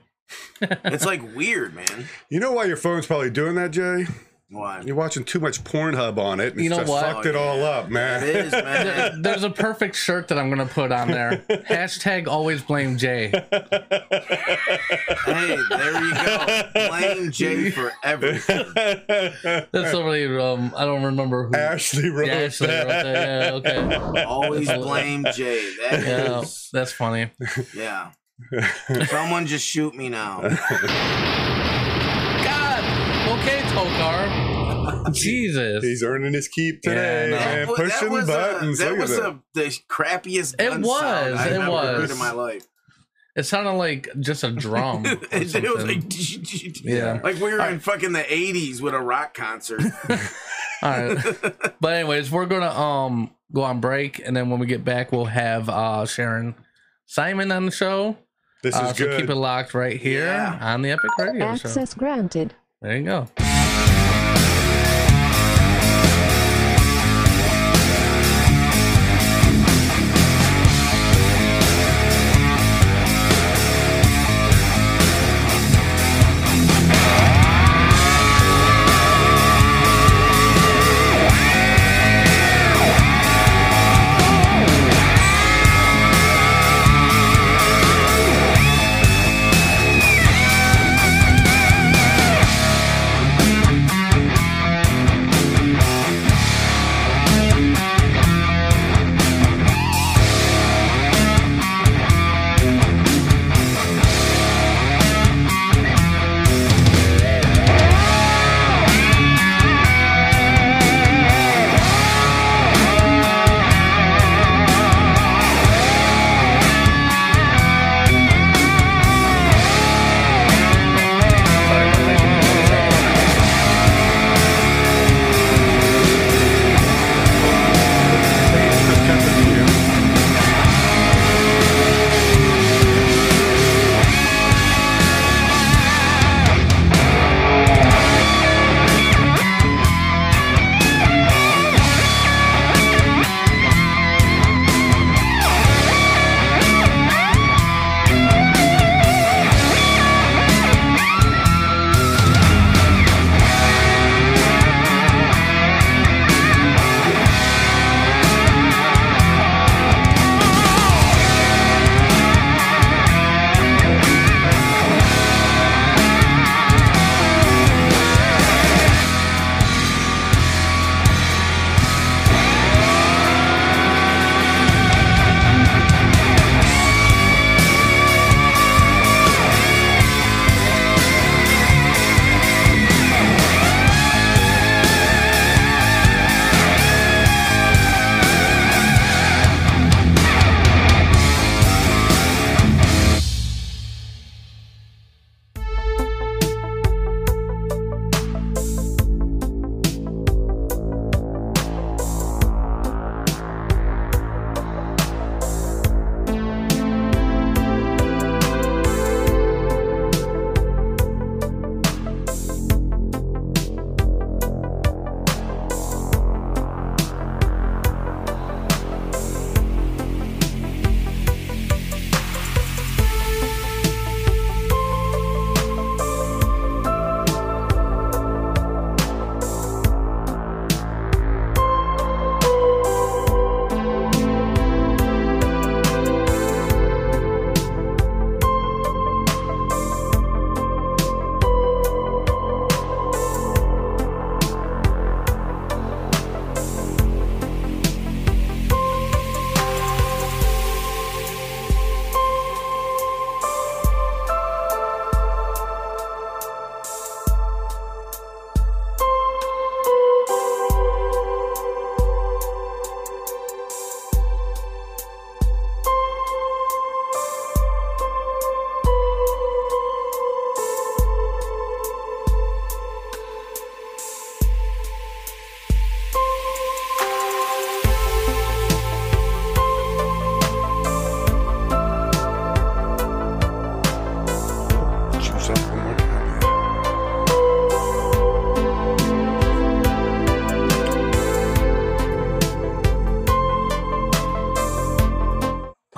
[SPEAKER 4] it's like weird man
[SPEAKER 3] You know why your phone's probably doing that, Jay?
[SPEAKER 4] why
[SPEAKER 3] You're watching too much Pornhub on it. And
[SPEAKER 2] You
[SPEAKER 3] it's
[SPEAKER 2] know
[SPEAKER 3] just
[SPEAKER 2] what?
[SPEAKER 3] fucked it
[SPEAKER 4] Oh,
[SPEAKER 3] all up, man.
[SPEAKER 4] it is man
[SPEAKER 2] There- There's a perfect shirt that I'm gonna put on there. Hashtag always blame Jay.
[SPEAKER 4] hey there you go blame jay for everything
[SPEAKER 2] That's somebody um I don't remember who.
[SPEAKER 3] Ashley wrote
[SPEAKER 2] Yeah, Ashley wrote that.
[SPEAKER 3] that.
[SPEAKER 2] Yeah, okay.
[SPEAKER 4] always blame jay that
[SPEAKER 2] Yeah,
[SPEAKER 4] is
[SPEAKER 2] that's funny.
[SPEAKER 4] yeah someone just shoot me now
[SPEAKER 2] God. Okay, Tokar. Jesus.
[SPEAKER 3] He's earning his keep today,
[SPEAKER 2] Yeah, no.
[SPEAKER 3] man.
[SPEAKER 4] That wa- that
[SPEAKER 3] Pushing
[SPEAKER 4] was a-
[SPEAKER 3] buttons.
[SPEAKER 4] that
[SPEAKER 3] Look at
[SPEAKER 4] was
[SPEAKER 3] that.
[SPEAKER 4] a, the crappiest.
[SPEAKER 2] It
[SPEAKER 4] gun
[SPEAKER 2] was,
[SPEAKER 4] sound I've
[SPEAKER 2] it
[SPEAKER 4] ever
[SPEAKER 2] was.
[SPEAKER 4] Heard in my life.
[SPEAKER 2] It sounded like just a drum. or
[SPEAKER 4] It, it was
[SPEAKER 2] something.
[SPEAKER 4] like,
[SPEAKER 2] Yeah.
[SPEAKER 4] like we were in fucking the '80s with a rock concert.
[SPEAKER 2] All right. But anyways, we're gonna um go on break, and then when we get back, we'll have uh Sharon Simon on the show.
[SPEAKER 3] This
[SPEAKER 2] Uh,
[SPEAKER 3] is
[SPEAKER 2] so
[SPEAKER 3] good.
[SPEAKER 2] keep it locked right here
[SPEAKER 4] Yeah.
[SPEAKER 2] on the Epic Radio Show.
[SPEAKER 6] Access granted.
[SPEAKER 2] There you go.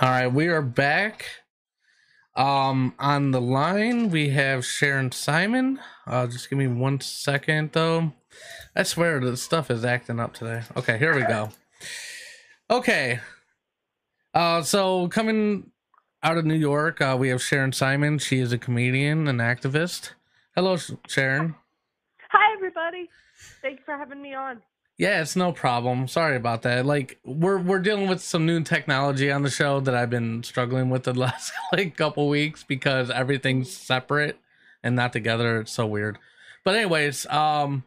[SPEAKER 2] right, we are back. Um, on the line we have Sharon Simon. Uh, just give me one second though. I swear the stuff is acting up today. Okay, here we go. Okay. Uh, so coming out of New York, uh, we have Sharon Simon. She is a comedian and activist. Hello, Sh- Sharon.
[SPEAKER 6] Hi, everybody. Thanks for having me on.
[SPEAKER 2] Yeah, it's no problem. Sorry about that. Like we're we're dealing with some new technology on the show that I've been struggling with the last like couple weeks because everything's separate and not together. It's so weird. But anyways, um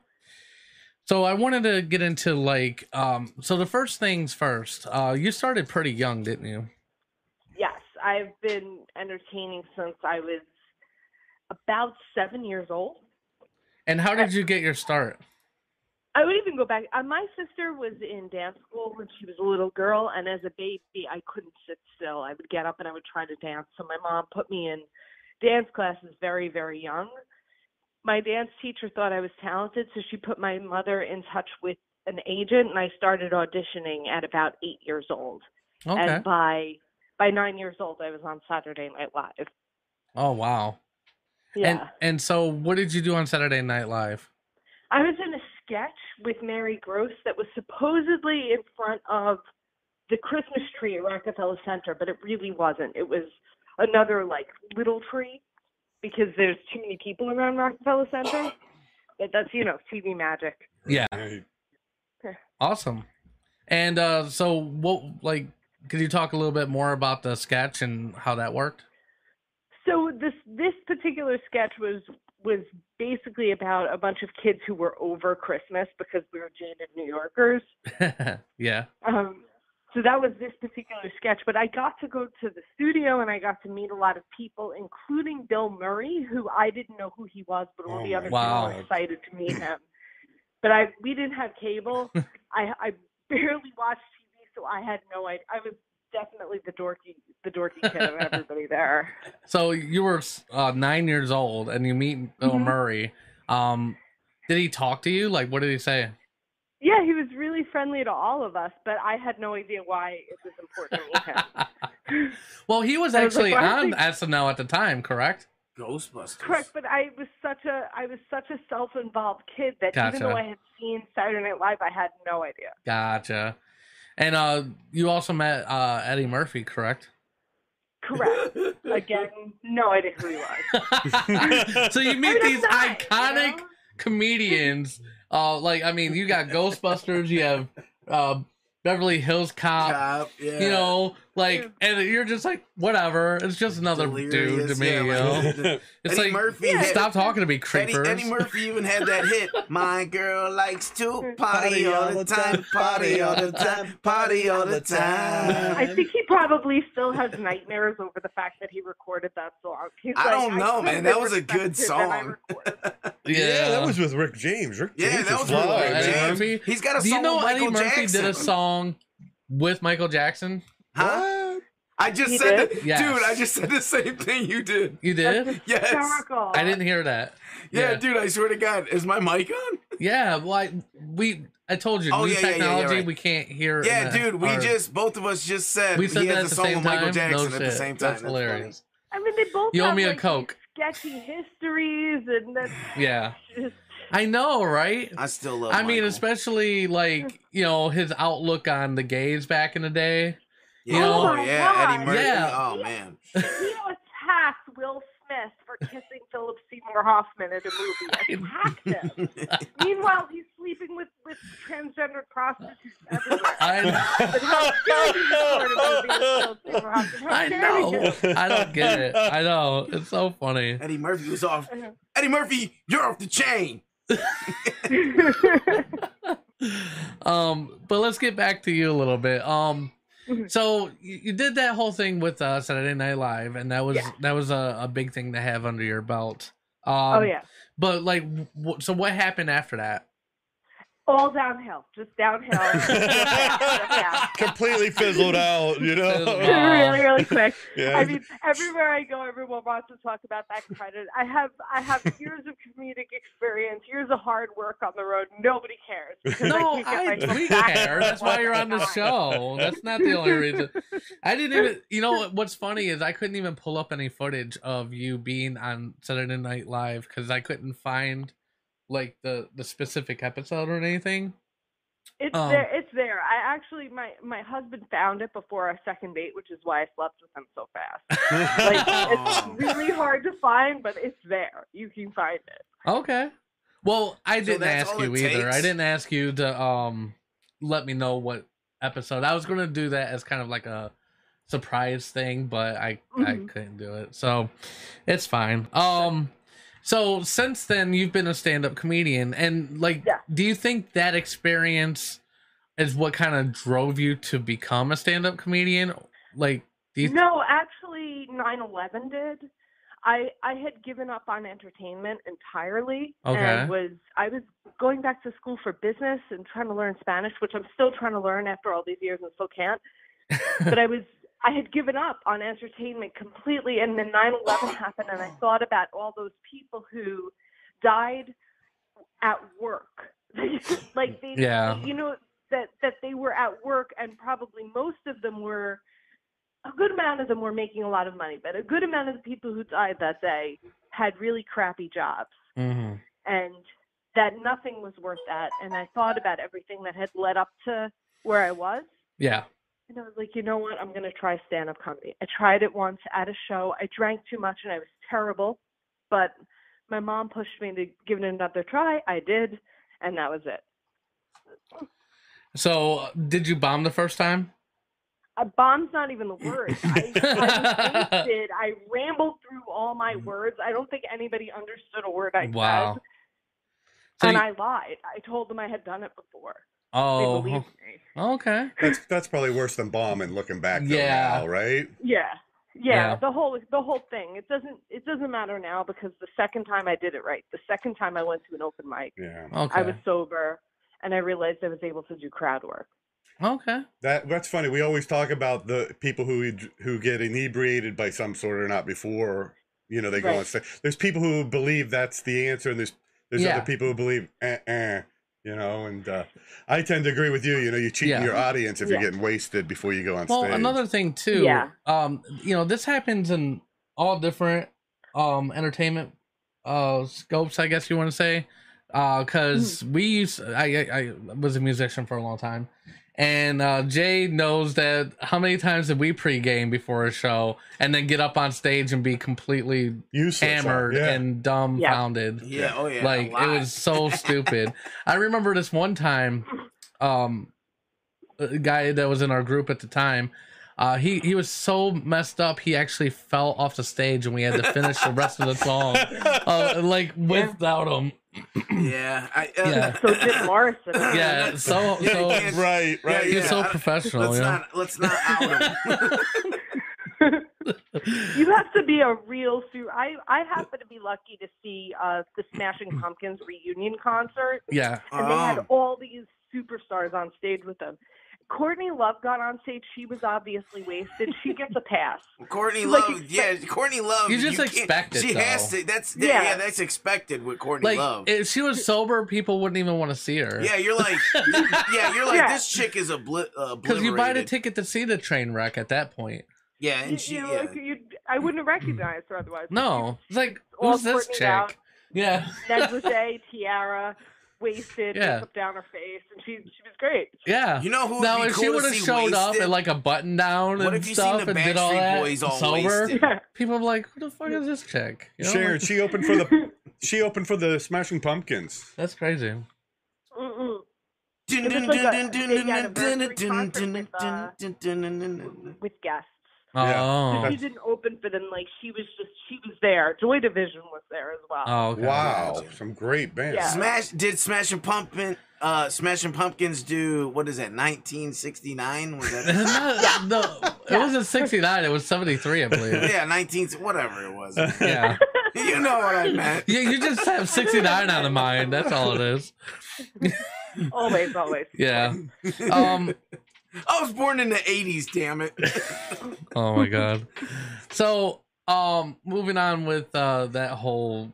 [SPEAKER 2] so I wanted to get into like um so the first things first. Uh you started pretty young, didn't you?
[SPEAKER 6] Yes, I've been entertaining since I was about seven years old.
[SPEAKER 2] And how did you get your start?
[SPEAKER 6] I would even go back. Uh, my sister was in dance school when she was a little girl, and as a baby, I couldn't sit still. I would get up and I would try to dance. So my mom put me in dance classes very, very young. My dance teacher thought I was talented, so she put my mother in touch with an agent, and I started auditioning at about eight years old.
[SPEAKER 2] Okay.
[SPEAKER 6] And by by nine years old, I was on Saturday Night Live.
[SPEAKER 2] Oh wow.
[SPEAKER 6] Yeah.
[SPEAKER 2] And and so what did you do on Saturday Night Live?
[SPEAKER 6] I was in a sketch with Mary Gross that was supposedly in front of the Christmas tree at Rockefeller Center, but it really wasn't. It was another like little tree because there's too many people around Rockefeller Center. But that's you know TV magic.
[SPEAKER 2] Yeah.
[SPEAKER 3] Right.
[SPEAKER 2] Awesome. And uh so what like could you talk a little bit more about the sketch and how that worked?
[SPEAKER 6] So this this particular sketch was was basically about a bunch of kids who were over Christmas because we were jaded New Yorkers.
[SPEAKER 2] yeah.
[SPEAKER 6] Um, so that was this particular sketch, but I got to go to the studio and I got to meet a lot of people, including Bill Murray, who I didn't know who he was, but all
[SPEAKER 3] Oh
[SPEAKER 6] the
[SPEAKER 3] my
[SPEAKER 6] other people
[SPEAKER 2] God.
[SPEAKER 6] were excited to meet him. But I we didn't have cable. I I barely watched TV, so I had no idea. I was definitely the dorky the dorky kid of everybody there.
[SPEAKER 2] So you were uh 9 years old and you meet Bill
[SPEAKER 6] Mhm.
[SPEAKER 2] Murray. Um did he talk to you? Like what did he say?
[SPEAKER 6] Yeah, he was really friendly to all of us, but I had no idea why it was important to meet him.
[SPEAKER 2] well, he was
[SPEAKER 6] I was
[SPEAKER 2] actually
[SPEAKER 6] like, why
[SPEAKER 2] on
[SPEAKER 6] don't
[SPEAKER 2] SNL at the time, correct?
[SPEAKER 4] Ghostbusters.
[SPEAKER 6] Correct, but I was such a I was such a self-involved kid that
[SPEAKER 2] Gotcha.
[SPEAKER 6] even though I had seen Saturday Night Live, I had no idea.
[SPEAKER 2] Gotcha. And uh you also met uh Eddie Murphy, correct?
[SPEAKER 6] Correct. Again, no idea who he was.
[SPEAKER 2] so you
[SPEAKER 6] I
[SPEAKER 2] meet
[SPEAKER 6] mean, I'm
[SPEAKER 2] these
[SPEAKER 6] not, you
[SPEAKER 2] iconic
[SPEAKER 6] know?
[SPEAKER 2] comedians. Uh, like I mean, you got Ghostbusters, you have uh, Beverly Hills Cop,
[SPEAKER 4] Cop, yeah.
[SPEAKER 2] you know, like,
[SPEAKER 6] Yeah.
[SPEAKER 2] and you're just like, whatever. It's just another dude to
[SPEAKER 4] Delirious,
[SPEAKER 2] me,
[SPEAKER 4] yeah,
[SPEAKER 2] you
[SPEAKER 4] like-
[SPEAKER 2] know.
[SPEAKER 4] Eddie
[SPEAKER 2] It's like,
[SPEAKER 4] Murphy.
[SPEAKER 6] Yeah.
[SPEAKER 4] had-
[SPEAKER 2] stop talking to me,
[SPEAKER 4] Eddie,
[SPEAKER 2] creepers.
[SPEAKER 4] Eddie Murphy even had that hit. My girl likes to party all the time, party all the time, party all the time.
[SPEAKER 6] I think he probably still has nightmares over the fact that he recorded that song. He's
[SPEAKER 4] I
[SPEAKER 6] like,
[SPEAKER 4] don't know,
[SPEAKER 6] could've
[SPEAKER 4] man.
[SPEAKER 6] been
[SPEAKER 4] That was a good
[SPEAKER 6] respected and I
[SPEAKER 4] song.
[SPEAKER 6] recorded it."
[SPEAKER 2] yeah.
[SPEAKER 3] that was with Rick James. Rick James
[SPEAKER 4] Yeah, that
[SPEAKER 3] is
[SPEAKER 4] was
[SPEAKER 3] fly,
[SPEAKER 2] Rick
[SPEAKER 4] really
[SPEAKER 2] James.
[SPEAKER 3] man.
[SPEAKER 2] Murphy.
[SPEAKER 4] He's got a
[SPEAKER 2] Do
[SPEAKER 4] song
[SPEAKER 2] you know
[SPEAKER 4] with Michael
[SPEAKER 2] Eddie Murphy
[SPEAKER 4] Jackson.
[SPEAKER 2] did a song with Michael Jackson?
[SPEAKER 4] Huh?
[SPEAKER 3] What?
[SPEAKER 4] I just
[SPEAKER 6] He
[SPEAKER 4] said,
[SPEAKER 6] did?
[SPEAKER 4] that-
[SPEAKER 2] Yes.
[SPEAKER 4] dude, I just said the same thing you did.
[SPEAKER 2] You did?
[SPEAKER 4] Yes.
[SPEAKER 6] Hysterical.
[SPEAKER 2] I didn't hear that.
[SPEAKER 4] Yeah,
[SPEAKER 2] yeah.
[SPEAKER 4] dude, I swear to God, is my mic on?
[SPEAKER 2] Yeah, well, I, we. I told you,
[SPEAKER 4] Oh,
[SPEAKER 2] new
[SPEAKER 4] yeah, yeah, yeah,
[SPEAKER 2] technology.
[SPEAKER 4] right.
[SPEAKER 2] We can't hear.
[SPEAKER 4] Yeah,
[SPEAKER 2] in the-
[SPEAKER 4] dude, we
[SPEAKER 2] our-
[SPEAKER 4] just both of us just said
[SPEAKER 2] we said
[SPEAKER 4] he
[SPEAKER 2] that at
[SPEAKER 4] has a
[SPEAKER 2] the
[SPEAKER 4] song
[SPEAKER 2] same
[SPEAKER 4] with
[SPEAKER 2] time.
[SPEAKER 4] Michael Jackson
[SPEAKER 2] no
[SPEAKER 4] at the
[SPEAKER 2] shit.
[SPEAKER 4] same time.
[SPEAKER 2] That's
[SPEAKER 4] funny.
[SPEAKER 2] hilarious.
[SPEAKER 6] I mean, they both
[SPEAKER 2] You owe
[SPEAKER 6] have,
[SPEAKER 2] me a
[SPEAKER 6] like,
[SPEAKER 2] Coke.
[SPEAKER 6] sketchy histories, and that's
[SPEAKER 2] Yeah,
[SPEAKER 6] just
[SPEAKER 2] I know, right?
[SPEAKER 4] I still love.
[SPEAKER 2] I mean,
[SPEAKER 4] Michael.
[SPEAKER 2] especially like you know his outlook on the gays back in the day.
[SPEAKER 4] yeah,
[SPEAKER 2] know-
[SPEAKER 4] oh, yeah, Eddie Murphy.
[SPEAKER 2] Yeah.
[SPEAKER 4] Oh man,
[SPEAKER 6] he attacked Will Smith for kissing Philip Seymour Hoffman in a movie. Attacked him. Meanwhile, he's sleeping with, with transgendered prostitutes everywhere.
[SPEAKER 2] I
[SPEAKER 6] But how dare you record a movie with Philip Seymour Hoffman? How
[SPEAKER 2] I
[SPEAKER 6] dare
[SPEAKER 2] know.
[SPEAKER 6] you?
[SPEAKER 2] I don't get it. I know. It's so funny.
[SPEAKER 4] Eddie Murphy was off.
[SPEAKER 6] Uh-huh.
[SPEAKER 4] Eddie Murphy, you're off the chain.
[SPEAKER 2] um, but let's get back to you a little bit. Um,
[SPEAKER 6] Mm-hmm.
[SPEAKER 2] so you, you did that whole thing with uh, Saturday Night Live, and that was
[SPEAKER 6] Yeah.
[SPEAKER 2] that was a, a big thing to have under your belt. Um,
[SPEAKER 6] Oh yeah.
[SPEAKER 2] But like, w- so what happened after that?
[SPEAKER 6] all downhill, just downhill. Yeah.
[SPEAKER 3] Completely fizzled out, you know?
[SPEAKER 2] Fizzled.
[SPEAKER 6] really, really quick.
[SPEAKER 3] Yeah.
[SPEAKER 6] I mean, everywhere I go, everyone wants to talk about that credit. I have, I have years of comedic experience, years of hard work on the road. Nobody cares. because
[SPEAKER 2] No,
[SPEAKER 6] keep getting
[SPEAKER 2] I,
[SPEAKER 6] myself
[SPEAKER 2] we
[SPEAKER 6] back
[SPEAKER 2] care. That's why you're on the show. That's not the only reason. I didn't even. You know what- what's funny is I couldn't even pull up any footage of you being on Saturday Night Live because I couldn't find like the the specific episode or anything.
[SPEAKER 6] It's
[SPEAKER 2] Um,
[SPEAKER 6] there. It's there. I actually, my my husband found it before our second date, which is why I slept with him so fast. Like, it's
[SPEAKER 2] Oh.
[SPEAKER 6] really hard to find, but it's there. You can find it.
[SPEAKER 2] Okay. Well, I didn't
[SPEAKER 4] that's
[SPEAKER 2] ask
[SPEAKER 4] all
[SPEAKER 2] you
[SPEAKER 4] it
[SPEAKER 2] either. I
[SPEAKER 4] takes?
[SPEAKER 2] didn't ask you to um let me know what episode. I was gonna do that as kind of like a surprise thing, but I I
[SPEAKER 6] Mhm.
[SPEAKER 2] couldn't do it. So it's fine. Um so since then you've been a stand up comedian and like
[SPEAKER 6] Yeah.
[SPEAKER 2] do you think that experience is what kind of drove you to become a stand up comedian? Like do you
[SPEAKER 6] no, actually, 9/11 did. I I had given up on entertainment entirely,
[SPEAKER 2] Okay.
[SPEAKER 6] and was I was going back to school for business and trying to learn Spanish, which I'm still trying to learn after all these years and still can't. but I was I had given up on entertainment completely, and then 9/11 happened, and I thought about all those people who died at work, like they,
[SPEAKER 2] Yeah.
[SPEAKER 6] you know, that that they were at work, and probably most of them were. A good amount of them were making a lot of money, but a good amount of the people who died that day had really crappy jobs
[SPEAKER 2] Mhm.
[SPEAKER 6] and that nothing was worth that. And I thought about everything that had led up to where I was.
[SPEAKER 2] Yeah.
[SPEAKER 6] And I was like, you know what? I'm going to try stand up comedy. I tried it once at a show. I drank too much and I was terrible, but my mom pushed me to give it another try. I did, and that was it.
[SPEAKER 2] So did you bomb the first time?
[SPEAKER 6] A bomb's not even the word. I, I, wasted. I rambled through all my words. I don't think anybody understood a word I
[SPEAKER 2] Mm. Wow.
[SPEAKER 6] said.
[SPEAKER 2] So
[SPEAKER 6] and
[SPEAKER 2] you-
[SPEAKER 6] I lied. I told them I had done it before. They
[SPEAKER 2] oh,
[SPEAKER 6] believed me.
[SPEAKER 2] okay.
[SPEAKER 3] That's, that's probably worse than bombing looking back though
[SPEAKER 2] Yeah.
[SPEAKER 3] now, right?
[SPEAKER 6] Yeah. Yeah,
[SPEAKER 2] Yeah.
[SPEAKER 6] the whole the whole thing. It doesn't it doesn't matter now because the second time I did it right. The second time I went to an open mic,
[SPEAKER 3] Yeah.
[SPEAKER 2] Okay.
[SPEAKER 6] I was sober and I realized I was able to do crowd work.
[SPEAKER 2] Okay.
[SPEAKER 3] That that's funny. We always talk about the people who who get inebriated by some sort or not before you know they go on
[SPEAKER 6] Right.
[SPEAKER 3] stage. There's people who believe that's the answer, and there's there's
[SPEAKER 2] Yeah.
[SPEAKER 3] other people who believe, eh, eh, you know. And uh, I tend to agree with you. You know, you cheat
[SPEAKER 2] Yeah.
[SPEAKER 3] your audience if
[SPEAKER 6] Yeah.
[SPEAKER 3] you're getting wasted before you go on
[SPEAKER 2] Well,
[SPEAKER 3] stage.
[SPEAKER 2] another thing too.
[SPEAKER 6] Yeah.
[SPEAKER 2] Um, you know, this happens in all different um entertainment uh scopes, I guess you want to say. Uh, cause we used I, I I was a musician for a long time, and uh, Jay knows that how many times did we pregame before a show and then get up on stage and be completely
[SPEAKER 3] useless.
[SPEAKER 2] hammered
[SPEAKER 3] yeah.
[SPEAKER 2] and dumbfounded.
[SPEAKER 4] Yeah. Oh yeah. a
[SPEAKER 2] like it
[SPEAKER 4] lot.
[SPEAKER 2] was so stupid i remember this one time um a guy that was in our group at the time uh he he was so messed up he actually fell off the stage and we had to finish the rest of the song uh, like without him
[SPEAKER 4] Yeah. I, uh,
[SPEAKER 2] Yeah.
[SPEAKER 6] So did Morrison.
[SPEAKER 2] yeah so
[SPEAKER 4] Yeah,
[SPEAKER 2] so
[SPEAKER 4] yeah,
[SPEAKER 3] right, right.
[SPEAKER 2] he's
[SPEAKER 4] yeah.
[SPEAKER 2] so
[SPEAKER 4] I-
[SPEAKER 2] professional
[SPEAKER 4] Let's
[SPEAKER 2] you know?
[SPEAKER 4] not. Let's not out him.
[SPEAKER 6] You have to be a real su- I I happen to be lucky to see uh the Smashing Pumpkins reunion concert
[SPEAKER 2] yeah
[SPEAKER 6] and they had
[SPEAKER 2] Oh.
[SPEAKER 4] Um,
[SPEAKER 6] all these superstars on stage with them. Courtney Love got on stage. She was obviously wasted. She gets a pass.
[SPEAKER 4] Courtney
[SPEAKER 6] Like,
[SPEAKER 4] Love, yeah, Courtney Love.
[SPEAKER 2] You just
[SPEAKER 4] can't-
[SPEAKER 2] expect it,
[SPEAKER 4] She has
[SPEAKER 2] though.
[SPEAKER 4] to. That's yeah.
[SPEAKER 6] Yeah.
[SPEAKER 4] yeah, that's expected with Courtney Love.
[SPEAKER 2] like if she was sober people wouldn't even want to see her
[SPEAKER 4] yeah, you're like, yeah, you're like,
[SPEAKER 6] Yeah.
[SPEAKER 4] this chick is a obli- uh,
[SPEAKER 2] because you buy the
[SPEAKER 4] obliterated.
[SPEAKER 2] ticket to see the train wreck at that point
[SPEAKER 4] Yeah,
[SPEAKER 6] You-
[SPEAKER 4] and she,
[SPEAKER 6] you
[SPEAKER 4] yeah.
[SPEAKER 6] look- you'd- I wouldn't have recognized her otherwise. but
[SPEAKER 2] no it's like
[SPEAKER 6] all
[SPEAKER 2] who's this
[SPEAKER 6] Courtneyed
[SPEAKER 2] chick
[SPEAKER 6] out.
[SPEAKER 2] yeah
[SPEAKER 6] she- Negligee, tiara, wasted,
[SPEAKER 2] Yeah.
[SPEAKER 6] makeup down her face, and she she was great.
[SPEAKER 2] yeah
[SPEAKER 4] You know who would
[SPEAKER 2] Now,
[SPEAKER 4] be
[SPEAKER 2] if
[SPEAKER 4] cool
[SPEAKER 2] she
[SPEAKER 4] to
[SPEAKER 2] would have
[SPEAKER 4] see
[SPEAKER 2] showed up
[SPEAKER 4] wasted?
[SPEAKER 2] in like a button down
[SPEAKER 4] What
[SPEAKER 2] and
[SPEAKER 4] if you seen
[SPEAKER 2] stuff
[SPEAKER 4] the
[SPEAKER 2] and did all
[SPEAKER 4] Backstreet
[SPEAKER 2] that
[SPEAKER 4] Boys all
[SPEAKER 2] sober,
[SPEAKER 4] wasted?
[SPEAKER 6] Yeah.
[SPEAKER 2] people be like, "Who the fuck is this chick?" You know, like,
[SPEAKER 3] Sharon, she opened for the she opened for the Smashing Pumpkins.
[SPEAKER 2] that's crazy.
[SPEAKER 6] Mm-mm.
[SPEAKER 4] Dun,
[SPEAKER 6] It was
[SPEAKER 4] dun, dun,
[SPEAKER 6] like a-
[SPEAKER 4] dun,
[SPEAKER 6] they
[SPEAKER 4] dun,
[SPEAKER 6] had a
[SPEAKER 4] dun,
[SPEAKER 6] Mercury
[SPEAKER 4] dun,
[SPEAKER 6] concert
[SPEAKER 4] dun,
[SPEAKER 6] with,
[SPEAKER 4] dun,
[SPEAKER 6] uh,
[SPEAKER 4] dun, dun, dun, dun, dun.
[SPEAKER 6] With uh, guests.
[SPEAKER 2] Oh,
[SPEAKER 6] So she didn't open for them. Like she was just she was there. Joy Division was there as well.
[SPEAKER 2] oh, okay.
[SPEAKER 3] Wow,
[SPEAKER 4] Gotcha.
[SPEAKER 3] some great bands.
[SPEAKER 6] Yeah.
[SPEAKER 4] Smash did Smashing Pumpkin uh Smashing Pumpkins do what is that 1969 was
[SPEAKER 2] It's
[SPEAKER 4] that
[SPEAKER 2] not- no, it wasn't sixty nine. It was seventy three, I believe.
[SPEAKER 4] Yeah, 19 whatever it was.
[SPEAKER 2] Yeah,
[SPEAKER 4] you know what I meant.
[SPEAKER 2] yeah. You just have sixty nine on the mind. That's all it is.
[SPEAKER 6] always, always.
[SPEAKER 2] Yeah. Um.
[SPEAKER 4] I was born in the 80s, damn it.
[SPEAKER 2] Oh my god. So, um, moving on with uh that whole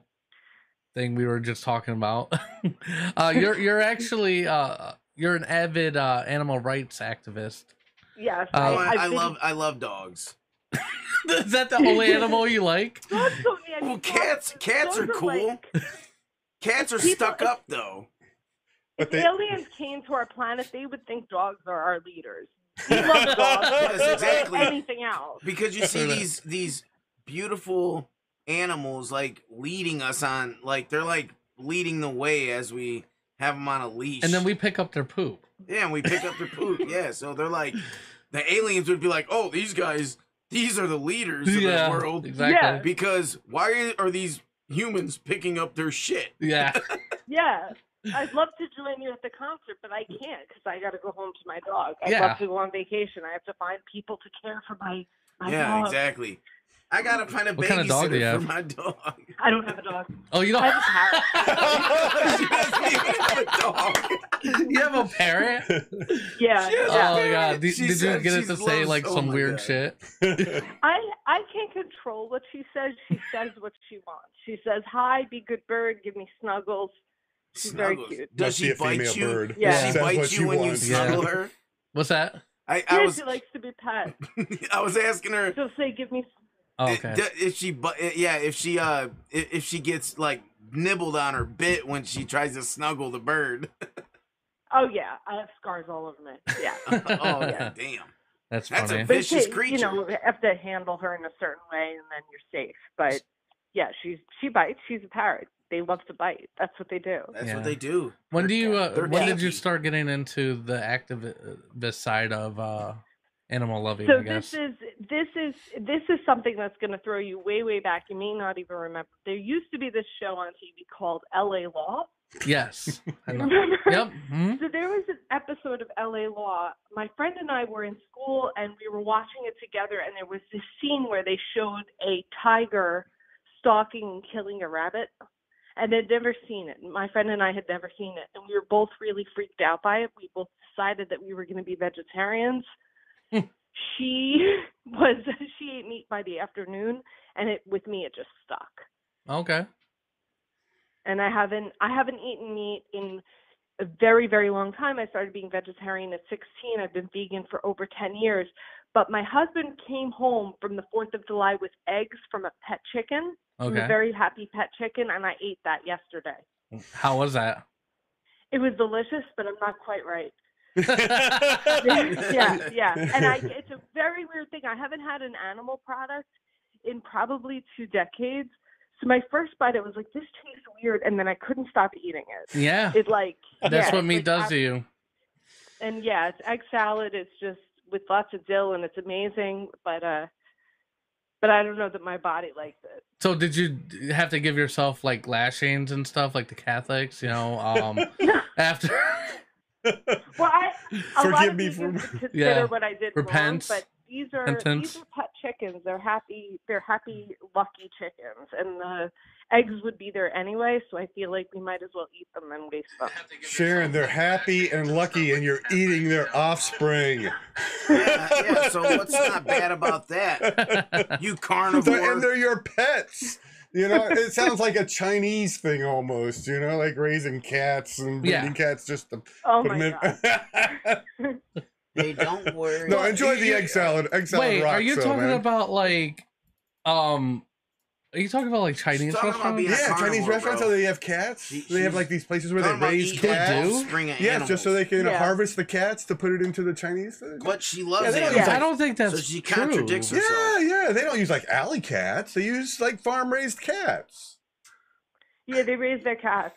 [SPEAKER 2] thing we were just talking about. uh, you're you're actually uh you're an avid uh animal rights activist.
[SPEAKER 6] Yes,
[SPEAKER 2] Oh, I-
[SPEAKER 4] I, I
[SPEAKER 6] I've been-
[SPEAKER 4] love I love dogs.
[SPEAKER 2] Is that the only animal you like?
[SPEAKER 6] Dogs don't need-
[SPEAKER 4] Well, cats cats
[SPEAKER 6] dogs
[SPEAKER 4] are cool.
[SPEAKER 6] like-
[SPEAKER 4] Cats are
[SPEAKER 6] People-
[SPEAKER 4] stuck up though.
[SPEAKER 3] But
[SPEAKER 6] if
[SPEAKER 3] they,
[SPEAKER 6] aliens came to our planet, they would think dogs are our leaders. We love dogs.
[SPEAKER 4] Yes, exactly.
[SPEAKER 6] Anything else?
[SPEAKER 4] Because you see these these beautiful animals like leading us on like they're like leading the way as we have them on a leash.
[SPEAKER 2] And then we pick up their poop.
[SPEAKER 4] Yeah, and we pick up their poop. Yeah, so they're like the aliens would be like, "Oh, these guys, these are the leaders of
[SPEAKER 2] yeah.
[SPEAKER 4] the world."
[SPEAKER 6] Yeah.
[SPEAKER 2] Exactly.
[SPEAKER 4] Because why are these humans picking up their shit?
[SPEAKER 2] Yeah.
[SPEAKER 6] Yeah. I'd love to join you at the concert, but I can't because I got to go home to my dog. I'd
[SPEAKER 2] Yeah.
[SPEAKER 6] love to go on vacation. I have to find people to care for my, my
[SPEAKER 4] yeah,
[SPEAKER 6] dog.
[SPEAKER 4] exactly. I gotta find a
[SPEAKER 2] What
[SPEAKER 4] babysitter
[SPEAKER 2] kind of dog do you have?
[SPEAKER 4] for my dog.
[SPEAKER 6] I don't have a dog.
[SPEAKER 2] Oh, you
[SPEAKER 6] I
[SPEAKER 2] don't.
[SPEAKER 6] have a parrot.
[SPEAKER 4] she doesn't even have a dog.
[SPEAKER 2] You have a parrot?
[SPEAKER 6] yeah.
[SPEAKER 4] She has a
[SPEAKER 2] Oh my
[SPEAKER 4] parrot.
[SPEAKER 2] god! Did,
[SPEAKER 4] She
[SPEAKER 2] did you
[SPEAKER 4] said
[SPEAKER 2] get it
[SPEAKER 4] she
[SPEAKER 2] to say
[SPEAKER 4] loves-
[SPEAKER 2] like
[SPEAKER 4] oh
[SPEAKER 2] some
[SPEAKER 4] my
[SPEAKER 2] weird
[SPEAKER 4] God.
[SPEAKER 2] shit?
[SPEAKER 6] I I can't control what she says. She says what she wants. She says, "Hi, be good bird, give me snuggles." She's very
[SPEAKER 4] Snuggles.
[SPEAKER 6] cute.
[SPEAKER 4] Does
[SPEAKER 3] Must
[SPEAKER 4] she
[SPEAKER 3] be a
[SPEAKER 4] bite
[SPEAKER 3] female
[SPEAKER 4] you?
[SPEAKER 3] bird.
[SPEAKER 6] Yeah.
[SPEAKER 4] Does she
[SPEAKER 3] Says what
[SPEAKER 4] bite
[SPEAKER 3] she
[SPEAKER 4] you when you
[SPEAKER 3] wants.
[SPEAKER 4] snuggle
[SPEAKER 2] Yeah.
[SPEAKER 4] her?
[SPEAKER 2] What's that?
[SPEAKER 4] I, I
[SPEAKER 6] Yeah,
[SPEAKER 4] was
[SPEAKER 6] she likes to be pet.
[SPEAKER 4] I was asking her
[SPEAKER 6] She'll say, "Give me."
[SPEAKER 2] Oh,
[SPEAKER 4] It-
[SPEAKER 2] okay.
[SPEAKER 4] d- If she, bu- eh, yeah, if she, uh, i- if she gets like nibbled on or bit when she tries to snuggle the bird.
[SPEAKER 6] Oh yeah, I have scars all over me. Yeah.
[SPEAKER 4] oh yeah, damn.
[SPEAKER 2] That's
[SPEAKER 4] That's
[SPEAKER 2] funny.
[SPEAKER 4] a
[SPEAKER 6] They
[SPEAKER 4] Vicious
[SPEAKER 6] say, You know,
[SPEAKER 4] creature.
[SPEAKER 6] have to handle her in a certain way, and then you're safe. But yeah, she's she bites. She's a parrot. They love to bite. That's what they do.
[SPEAKER 4] That's
[SPEAKER 2] Yeah.
[SPEAKER 4] what they do.
[SPEAKER 2] when do you? Uh,
[SPEAKER 4] They're
[SPEAKER 2] when did you
[SPEAKER 4] campy.
[SPEAKER 2] start getting into the activist side of uh, animal loving?
[SPEAKER 6] So
[SPEAKER 2] I
[SPEAKER 6] this
[SPEAKER 2] guess.
[SPEAKER 6] is this is this is something that's going to throw you way way back. You may not even remember. There used to be this show on TV called L.A. Law.
[SPEAKER 2] yes. I know.
[SPEAKER 6] Remember?
[SPEAKER 2] Yep. hmm
[SPEAKER 6] So there was an episode of LA Law. My friend and I were in school and we were watching it together, and there was this scene where they showed a tiger stalking and killing a rabbit. And they'd never seen it. My friend and I had never seen it. And we were both really freaked out by it. We both decided that we were going to be vegetarians. she was, she ate meat by the afternoon, and it with me, it just stuck
[SPEAKER 2] Okay.
[SPEAKER 6] and I haven't I haven't eaten meat in a very very long time. I started being vegetarian at 16. I've been vegan for over 10 years. But my husband came home from the 4th of July with eggs from a pet chicken, from a
[SPEAKER 2] Okay.
[SPEAKER 6] very happy pet chicken, and I ate that yesterday.
[SPEAKER 2] How was that?
[SPEAKER 6] It was delicious, but I'm not quite right.
[SPEAKER 4] Yeah.
[SPEAKER 6] yeah, yeah. And I, it's a very weird thing. I haven't had an animal product in probably two decades. So my first bite, I was like, this tastes weird, and then I couldn't stop eating it.
[SPEAKER 2] Yeah.
[SPEAKER 6] It like
[SPEAKER 2] That's
[SPEAKER 6] yeah,
[SPEAKER 2] what
[SPEAKER 6] it's,
[SPEAKER 2] meat
[SPEAKER 6] like,
[SPEAKER 2] does
[SPEAKER 6] ab-
[SPEAKER 2] to you.
[SPEAKER 6] and yeah, it's egg salad. It's just with lots of dill, and it's amazing. But uh, but I don't know that my body likes it.
[SPEAKER 2] So did you d- have to give yourself like lashings and stuff like the Catholics? You know, um, after
[SPEAKER 6] Well, I a lot
[SPEAKER 3] Forgive
[SPEAKER 6] of
[SPEAKER 3] me
[SPEAKER 6] me
[SPEAKER 3] for my-
[SPEAKER 6] consider
[SPEAKER 2] Yeah.
[SPEAKER 6] what I did
[SPEAKER 2] Repent.
[SPEAKER 6] wrong, but these are
[SPEAKER 2] Repentance.
[SPEAKER 6] these are pet chickens. They're happy. They're happy, lucky chickens, and the eggs would be there anyway. So I feel like we might as well eat them than waste them.
[SPEAKER 3] Sharon, they're happy and lucky, and you're eating their offspring.
[SPEAKER 4] Yeah, yeah, so what's not bad about that? You
[SPEAKER 3] They're-
[SPEAKER 4] carnivore.
[SPEAKER 3] and they're your pets. You know, it sounds like a Chinese thing almost. You know, like raising cats and breeding
[SPEAKER 2] Yeah.
[SPEAKER 3] cats just to
[SPEAKER 6] Oh
[SPEAKER 3] put
[SPEAKER 6] my
[SPEAKER 3] them
[SPEAKER 6] god!
[SPEAKER 3] in.
[SPEAKER 4] They don't worry.
[SPEAKER 3] no, enjoy the egg salad. Egg salad
[SPEAKER 2] wait,
[SPEAKER 3] rocks,
[SPEAKER 2] are you
[SPEAKER 3] though,
[SPEAKER 2] talking
[SPEAKER 3] man.
[SPEAKER 2] about like, um, are you talking about like Chinese
[SPEAKER 4] talking about
[SPEAKER 2] restaurants?
[SPEAKER 4] being a
[SPEAKER 3] Yeah, Chinese
[SPEAKER 4] carnivore,
[SPEAKER 3] restaurants.
[SPEAKER 4] bro.
[SPEAKER 3] How they have cats.
[SPEAKER 4] She-
[SPEAKER 3] they have
[SPEAKER 4] she's
[SPEAKER 3] like these places where they
[SPEAKER 4] Talking about
[SPEAKER 3] raise
[SPEAKER 4] eating
[SPEAKER 3] cats.
[SPEAKER 4] offspring of
[SPEAKER 3] Yes, just so they
[SPEAKER 4] animals.
[SPEAKER 3] can
[SPEAKER 6] Yeah.
[SPEAKER 3] harvest the cats to put it into the Chinese food.
[SPEAKER 4] But she loves
[SPEAKER 3] Yeah, they don't
[SPEAKER 4] animals.
[SPEAKER 3] use
[SPEAKER 2] I don't think that's
[SPEAKER 4] So she
[SPEAKER 2] true.
[SPEAKER 4] contradicts
[SPEAKER 3] Yeah,
[SPEAKER 4] herself.
[SPEAKER 3] yeah. They don't use like alley cats. They use like farm raised cats.
[SPEAKER 6] Yeah, they raise their cats.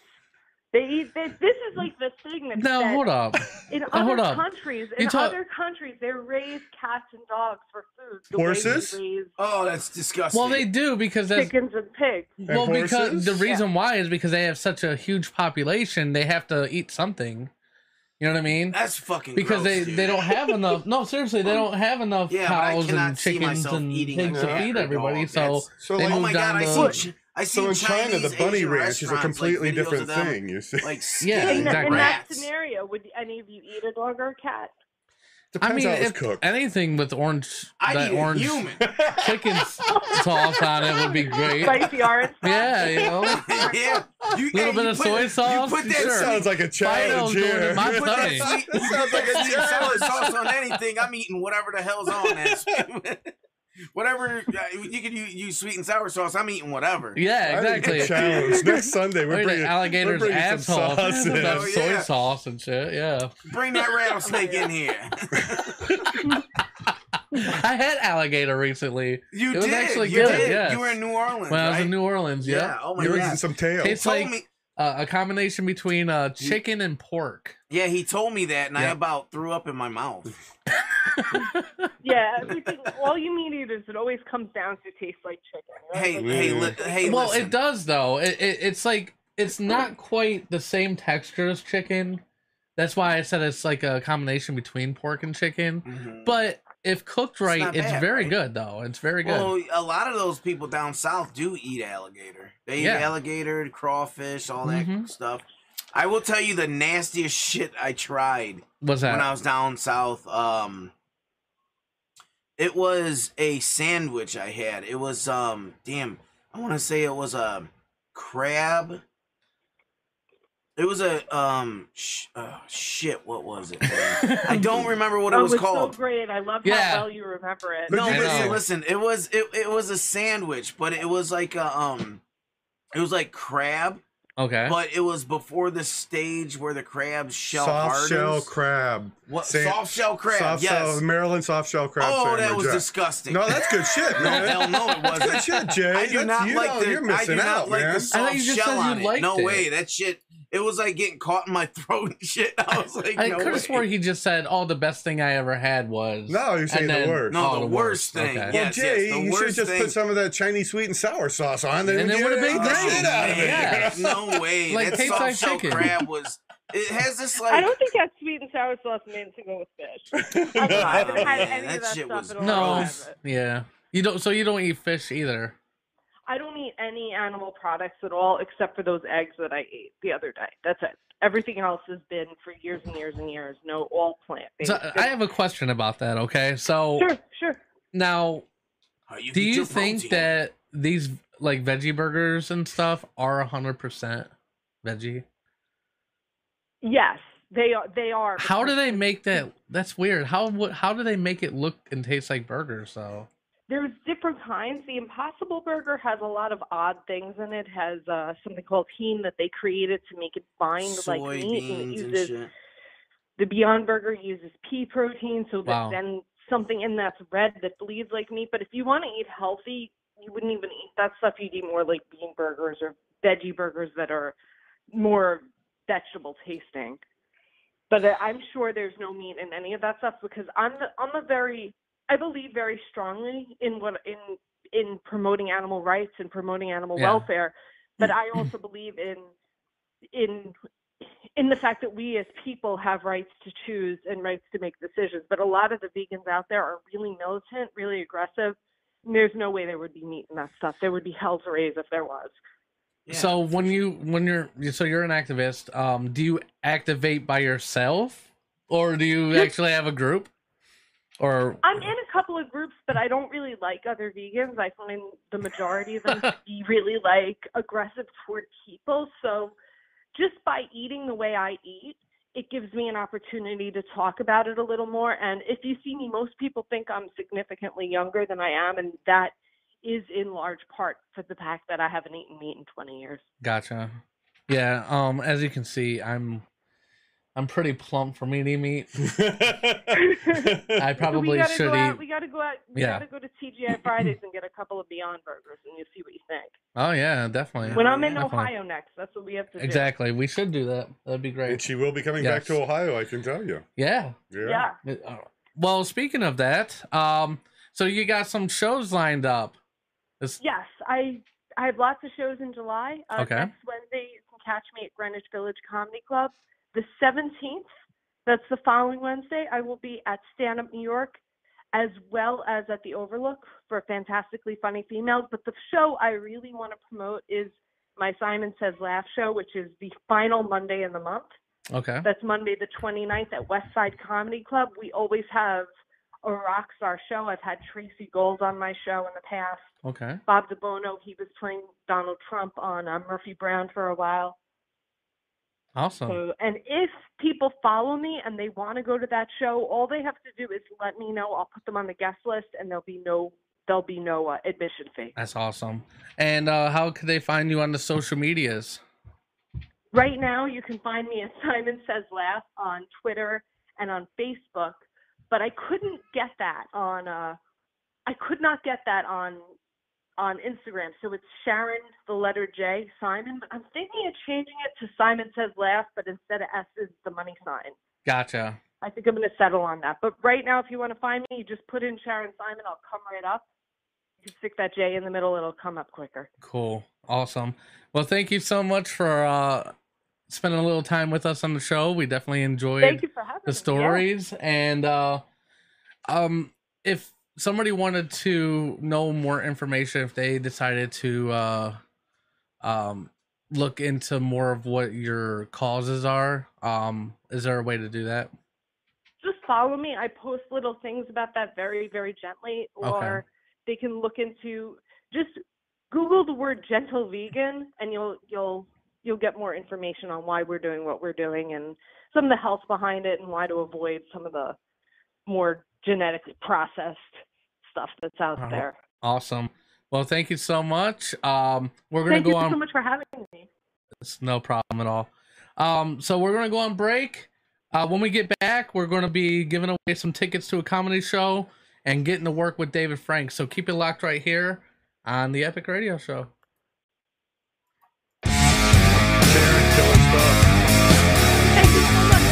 [SPEAKER 6] They eat. They, this is like the thing that's
[SPEAKER 2] Now
[SPEAKER 6] that
[SPEAKER 2] hold up.
[SPEAKER 6] In
[SPEAKER 2] Now, hold
[SPEAKER 6] other
[SPEAKER 2] up.
[SPEAKER 6] countries,
[SPEAKER 2] You
[SPEAKER 6] in
[SPEAKER 2] talk-
[SPEAKER 6] other countries, they raise cats and dogs for food. the way we
[SPEAKER 3] Horses?
[SPEAKER 6] raise
[SPEAKER 4] Oh, that's disgusting.
[SPEAKER 2] Well, they do because that's
[SPEAKER 6] chickens and pigs.
[SPEAKER 2] well because
[SPEAKER 3] horses?
[SPEAKER 2] the reason why is because they have such a huge population, they have to eat something. You know what I mean?
[SPEAKER 4] That's fucking
[SPEAKER 2] because
[SPEAKER 4] gross,
[SPEAKER 2] they
[SPEAKER 4] dude.
[SPEAKER 2] they don't have enough. No, seriously, they don't have enough
[SPEAKER 4] Yeah, but I
[SPEAKER 2] cows
[SPEAKER 4] cannot
[SPEAKER 2] and
[SPEAKER 4] see
[SPEAKER 2] chickens
[SPEAKER 4] myself
[SPEAKER 2] and
[SPEAKER 4] eating a
[SPEAKER 2] things to
[SPEAKER 4] cat or
[SPEAKER 2] feed
[SPEAKER 4] dog.
[SPEAKER 2] everybody. So
[SPEAKER 4] That's-
[SPEAKER 3] So
[SPEAKER 2] they
[SPEAKER 3] like,
[SPEAKER 4] Oh my
[SPEAKER 2] moved
[SPEAKER 4] god,
[SPEAKER 2] on
[SPEAKER 4] I
[SPEAKER 2] to-
[SPEAKER 4] see. chi- I see
[SPEAKER 3] So in China, the bunny ranch is a completely different thing. You see,
[SPEAKER 4] Like
[SPEAKER 2] Yeah,
[SPEAKER 4] skinning
[SPEAKER 6] in,
[SPEAKER 2] exactly.
[SPEAKER 6] that, in that
[SPEAKER 4] rats.
[SPEAKER 6] scenario, would any of you eat a dog or a cat?
[SPEAKER 2] I
[SPEAKER 3] depends
[SPEAKER 2] mean,
[SPEAKER 3] how it's
[SPEAKER 2] if
[SPEAKER 3] cooked.
[SPEAKER 2] anything with orange,
[SPEAKER 4] I
[SPEAKER 2] that
[SPEAKER 4] eat a
[SPEAKER 2] orange
[SPEAKER 4] human.
[SPEAKER 2] chicken sauce on it would be great.
[SPEAKER 6] Spicy orange. sauce?
[SPEAKER 2] Yeah, you know.
[SPEAKER 4] yeah, you,
[SPEAKER 2] Little
[SPEAKER 4] and
[SPEAKER 2] bit
[SPEAKER 4] you
[SPEAKER 2] of
[SPEAKER 4] put-
[SPEAKER 2] soy sauce,
[SPEAKER 4] You put that
[SPEAKER 2] sure.
[SPEAKER 4] sweet-
[SPEAKER 3] Sounds like a
[SPEAKER 2] Fido's
[SPEAKER 3] challenge
[SPEAKER 2] going to
[SPEAKER 3] here.
[SPEAKER 2] my
[SPEAKER 4] put that
[SPEAKER 2] Sorry.
[SPEAKER 4] sweet- you put
[SPEAKER 3] Sounds
[SPEAKER 4] that
[SPEAKER 3] like a
[SPEAKER 4] sweet sour
[SPEAKER 3] challenge.
[SPEAKER 4] sauce on anything. I'm eating whatever the hell's on that. whatever uh, you can u- use sweet and sour sauce. I'm eating whatever.
[SPEAKER 2] Yeah,
[SPEAKER 3] I think
[SPEAKER 2] exactly.
[SPEAKER 3] a challenge. Next Sunday,
[SPEAKER 2] Or
[SPEAKER 3] we're
[SPEAKER 2] the
[SPEAKER 3] bringing we're
[SPEAKER 2] alligator's
[SPEAKER 3] bringing some
[SPEAKER 2] asshole.
[SPEAKER 3] sauce in.
[SPEAKER 2] That
[SPEAKER 4] Oh,
[SPEAKER 2] soy
[SPEAKER 4] yeah.
[SPEAKER 2] sauce and shit. Yeah,
[SPEAKER 4] Bring that rattlesnake in here.
[SPEAKER 2] I had alligator recently
[SPEAKER 4] You
[SPEAKER 2] It was
[SPEAKER 4] did.
[SPEAKER 2] actually
[SPEAKER 4] you
[SPEAKER 2] good,
[SPEAKER 4] did.
[SPEAKER 2] yes.
[SPEAKER 4] You were in New Orleans.
[SPEAKER 2] when I was
[SPEAKER 4] right?
[SPEAKER 2] in New Orleans.
[SPEAKER 4] Yeah.
[SPEAKER 2] Yeah,
[SPEAKER 4] Oh my
[SPEAKER 3] You're
[SPEAKER 4] god.
[SPEAKER 3] eating some tail.
[SPEAKER 4] He
[SPEAKER 2] Tastes
[SPEAKER 4] told
[SPEAKER 2] like
[SPEAKER 4] me-
[SPEAKER 2] uh, a combination between uh, chicken and pork.
[SPEAKER 4] yeah, he told me that, and I
[SPEAKER 2] Yeah.
[SPEAKER 4] about threw up in my mouth.
[SPEAKER 6] Yeah, everything. all you meat eaters, it always comes down to taste like chicken. right?
[SPEAKER 4] Hey,
[SPEAKER 6] Like,
[SPEAKER 4] hey, li- hey!
[SPEAKER 2] well,
[SPEAKER 4] listen.
[SPEAKER 2] it does though. It, it, it's like it's not quite the same texture as chicken. That's why I said it's like a combination between pork and chicken.
[SPEAKER 4] Mhm.
[SPEAKER 2] But if cooked right,
[SPEAKER 4] not
[SPEAKER 2] it's,
[SPEAKER 4] bad,
[SPEAKER 2] very
[SPEAKER 4] right?
[SPEAKER 2] good though. It's very good.
[SPEAKER 4] Well, a lot of those people down south do eat alligator. They eat
[SPEAKER 2] Yeah.
[SPEAKER 4] alligator, crawfish, all that
[SPEAKER 2] Mhm.
[SPEAKER 4] stuff. I will tell you the nastiest shit I tried
[SPEAKER 2] What's that?
[SPEAKER 4] when I was down south. Um, it was a sandwich I had. It was um, damn, I want to say it was a crab. It was a um, sh- oh, shit. What was it? man? I don't remember what
[SPEAKER 6] oh,
[SPEAKER 4] it was
[SPEAKER 6] it's
[SPEAKER 4] called.
[SPEAKER 6] so great. I love
[SPEAKER 2] Yeah.
[SPEAKER 6] how well you remember it.
[SPEAKER 4] No,
[SPEAKER 2] I
[SPEAKER 4] listen,
[SPEAKER 2] know.
[SPEAKER 4] listen. It was it, it was a sandwich, but it was like a um it was like crab,
[SPEAKER 2] okay.
[SPEAKER 4] but it was before the stage where the crab shell
[SPEAKER 3] soft
[SPEAKER 4] hardens.
[SPEAKER 3] shell crab.
[SPEAKER 4] What
[SPEAKER 3] San-
[SPEAKER 4] soft shell crab?
[SPEAKER 3] Soft
[SPEAKER 4] yes.
[SPEAKER 3] shell, Maryland soft shell crab.
[SPEAKER 4] oh, that
[SPEAKER 3] sandwich,
[SPEAKER 4] was
[SPEAKER 3] yeah.
[SPEAKER 4] disgusting.
[SPEAKER 3] No, that's good shit,
[SPEAKER 4] no,
[SPEAKER 3] man.
[SPEAKER 4] hell no, it
[SPEAKER 3] That's good
[SPEAKER 4] wasn't.
[SPEAKER 3] shit, Jay.
[SPEAKER 4] I do
[SPEAKER 3] That's-
[SPEAKER 4] not
[SPEAKER 3] you
[SPEAKER 4] like
[SPEAKER 3] know,
[SPEAKER 4] the.
[SPEAKER 3] You're
[SPEAKER 4] I do
[SPEAKER 3] missing
[SPEAKER 4] not
[SPEAKER 3] out,
[SPEAKER 4] like
[SPEAKER 3] man.
[SPEAKER 4] the
[SPEAKER 2] I thought
[SPEAKER 4] soft
[SPEAKER 2] you just
[SPEAKER 4] shell
[SPEAKER 2] said you
[SPEAKER 4] on it.
[SPEAKER 2] liked
[SPEAKER 4] No
[SPEAKER 2] it.
[SPEAKER 4] way, that shit. It was like getting caught in my throat and shit. I was like,
[SPEAKER 2] I
[SPEAKER 4] no
[SPEAKER 2] could
[SPEAKER 4] way.
[SPEAKER 2] have swore he just said, "Oh, the best thing I ever had was."
[SPEAKER 3] No, you're
[SPEAKER 2] and
[SPEAKER 3] saying the
[SPEAKER 2] then-
[SPEAKER 3] worst.
[SPEAKER 4] No,
[SPEAKER 2] oh,
[SPEAKER 4] the worst thing.
[SPEAKER 2] Okay.
[SPEAKER 3] well,
[SPEAKER 4] Yes, yes,
[SPEAKER 3] Jay,
[SPEAKER 4] the
[SPEAKER 3] you should
[SPEAKER 4] worst
[SPEAKER 3] just
[SPEAKER 4] thing-
[SPEAKER 3] put some of that Chinese sweet and sour sauce on there.
[SPEAKER 2] And it
[SPEAKER 3] you
[SPEAKER 2] would've been
[SPEAKER 3] get all the
[SPEAKER 2] great.
[SPEAKER 3] shit out of it.
[SPEAKER 2] Yeah.
[SPEAKER 4] No way.
[SPEAKER 2] Like,
[SPEAKER 4] that
[SPEAKER 2] tastes
[SPEAKER 4] soft
[SPEAKER 2] like
[SPEAKER 4] shell
[SPEAKER 2] chicken.
[SPEAKER 4] crab was. It has this like.
[SPEAKER 6] I don't think that sweet and sour sauce meant to go with fish. I
[SPEAKER 4] No.
[SPEAKER 6] haven't had any
[SPEAKER 4] That
[SPEAKER 6] of that
[SPEAKER 4] shit
[SPEAKER 6] stuff
[SPEAKER 4] was
[SPEAKER 6] at all.
[SPEAKER 2] No.
[SPEAKER 6] whatsoever.
[SPEAKER 2] Yeah. You don't. So you don't eat fish either.
[SPEAKER 6] I don't eat any animal products at all except for those eggs that I ate the other day. That's it. Everything else has been for years and years and years. No, all plant based.
[SPEAKER 2] So I have a question about that. Okay. So
[SPEAKER 6] sure, sure.
[SPEAKER 2] now,
[SPEAKER 4] How you
[SPEAKER 2] do
[SPEAKER 4] eat
[SPEAKER 2] you
[SPEAKER 4] your
[SPEAKER 2] think
[SPEAKER 4] protein.
[SPEAKER 2] that these like veggie burgers and stuff are hundred percent veggie?
[SPEAKER 6] Yes, they are. They are.
[SPEAKER 2] How do
[SPEAKER 6] because
[SPEAKER 2] they make that? That's weird. How would how do they make it look and taste like burgers? though?
[SPEAKER 6] There's different kinds. The Impossible Burger has a lot of odd things in it. Has uh, something called heme that they created to make it bind like meat, and it
[SPEAKER 4] soybeans and
[SPEAKER 6] uses
[SPEAKER 4] shit?
[SPEAKER 6] the Beyond Burger uses pea protein, so that
[SPEAKER 2] Wow.
[SPEAKER 6] then something in that's red that bleeds like meat. But if you want to eat healthy, you wouldn't even eat that stuff. You'd eat more like bean burgers or veggie burgers that are more vegetable tasting. But I- I'm sure there's no meat in any of that stuff because I'm the, I'm a very I believe very strongly in what in in promoting animal rights and promoting animal
[SPEAKER 2] Yeah.
[SPEAKER 6] welfare, but I also believe in in in the fact that we as people have rights to choose and rights to make decisions. But a lot of the vegans out there are really militant, really aggressive. and There's no way there would be meat in that stuff. There would be hell to raise if there was.
[SPEAKER 4] Yeah.
[SPEAKER 2] So when you when you're so you're an activist, um, do you activate by yourself, or do you actually have a group? Or
[SPEAKER 6] I'm in a couple of groups, but I don't really like other vegans. I find the majority of them to be really like aggressive toward people. So just by eating the way I eat, it gives me an opportunity to talk about it a little more. And if you see me, most people think I'm significantly younger than I am, and that is in large part for the fact that I haven't eaten meat in 20 years.
[SPEAKER 2] Gotcha. Yeah. Um. As you can see, I'm I'm pretty plump for eating meat. I
[SPEAKER 6] So we
[SPEAKER 2] probably
[SPEAKER 6] gotta
[SPEAKER 2] should
[SPEAKER 6] go out.
[SPEAKER 2] eat.
[SPEAKER 6] We gotta go out. We
[SPEAKER 2] Yeah.
[SPEAKER 6] gotta go to TGI Fridays and get a couple of Beyond Burgers, and you see what you think.
[SPEAKER 2] Oh yeah, definitely.
[SPEAKER 6] When I'm in
[SPEAKER 2] Definitely.
[SPEAKER 6] Ohio next, that's what we have to do.
[SPEAKER 2] Exactly. We should do that. That'd be
[SPEAKER 3] And
[SPEAKER 2] great.
[SPEAKER 3] she will be coming
[SPEAKER 2] Yes.
[SPEAKER 3] back to Ohio, I can tell you.
[SPEAKER 2] Yeah.
[SPEAKER 3] Yeah.
[SPEAKER 6] Yeah.
[SPEAKER 2] It- uh, Well, speaking of that, um, so you got some shows lined up. This-
[SPEAKER 6] Yes, I I have lots of shows in July. Uh,
[SPEAKER 2] Okay.
[SPEAKER 6] Next Wednesday, you can catch me at Greenwich Village Comedy Club. The 17th, that's the following Wednesday, I will be at Stand Up New York as well as at the Overlook for fantastically funny females. But the show I really want to promote is my Simon Says Laugh show, which is the final Monday in the month.
[SPEAKER 2] Okay.
[SPEAKER 6] That's Monday the 29th at Westside Comedy Club. We always have a rock star show. I've had Tracy Gold on my show in the past.
[SPEAKER 2] Okay.
[SPEAKER 6] Bob DeBono, he was playing Donald Trump on uh, Murphy Brown for a while.
[SPEAKER 2] Awesome.
[SPEAKER 6] So, and if people follow me and they want to go to that show, all they have to do is let me know. I'll put them on the guest list, and there'll be no there'll be no uh, admission fee.
[SPEAKER 2] That's awesome. And uh, how could they find you on the social medias?
[SPEAKER 6] Right now, you can find me at Simon Says Laugh on Twitter and on Facebook, but I couldn't get that on. Uh, I could not get that on on Instagram. So it's Sharon, the letter J, Simon. But I'm thinking of changing it to Simon Says Laugh, but instead of S is the money sign.
[SPEAKER 2] Gotcha.
[SPEAKER 6] I think I'm going to settle on that. But right now, if you want to find me, you just put in Sharon Simon. I'll come right up. You can stick that J in the middle; it'll come up quicker.
[SPEAKER 2] Cool. Awesome. Well, thank you so much for uh, spending a little time with us on the show. We definitely enjoyed
[SPEAKER 6] Thank you for having
[SPEAKER 2] the
[SPEAKER 6] me. Yeah.
[SPEAKER 2] stories and uh um if somebody wanted to know more information if they decided to uh um look into more of what your causes are um is there a way to do that
[SPEAKER 6] Just follow me. I post little things about that very, very gently, or they can look into just Google the word "gentle vegan" and you'll you'll you'll get more information on why we're doing what we're doing and some of the health behind it and why to avoid some of the more genetically processed stuff that's out
[SPEAKER 2] All right.
[SPEAKER 6] there.
[SPEAKER 2] awesome well thank you so much um we're gonna
[SPEAKER 6] Thank
[SPEAKER 2] go
[SPEAKER 6] you
[SPEAKER 2] on
[SPEAKER 6] so much for having me.
[SPEAKER 2] It's no problem at all. Um, so we're gonna go on break. Uh, when we get back, we're gonna be giving away some tickets to a comedy show and getting to work with David Frank. So keep it locked right here on the Epic Radio Show.
[SPEAKER 3] Sharon, killing stuff.
[SPEAKER 6] Thank you so much.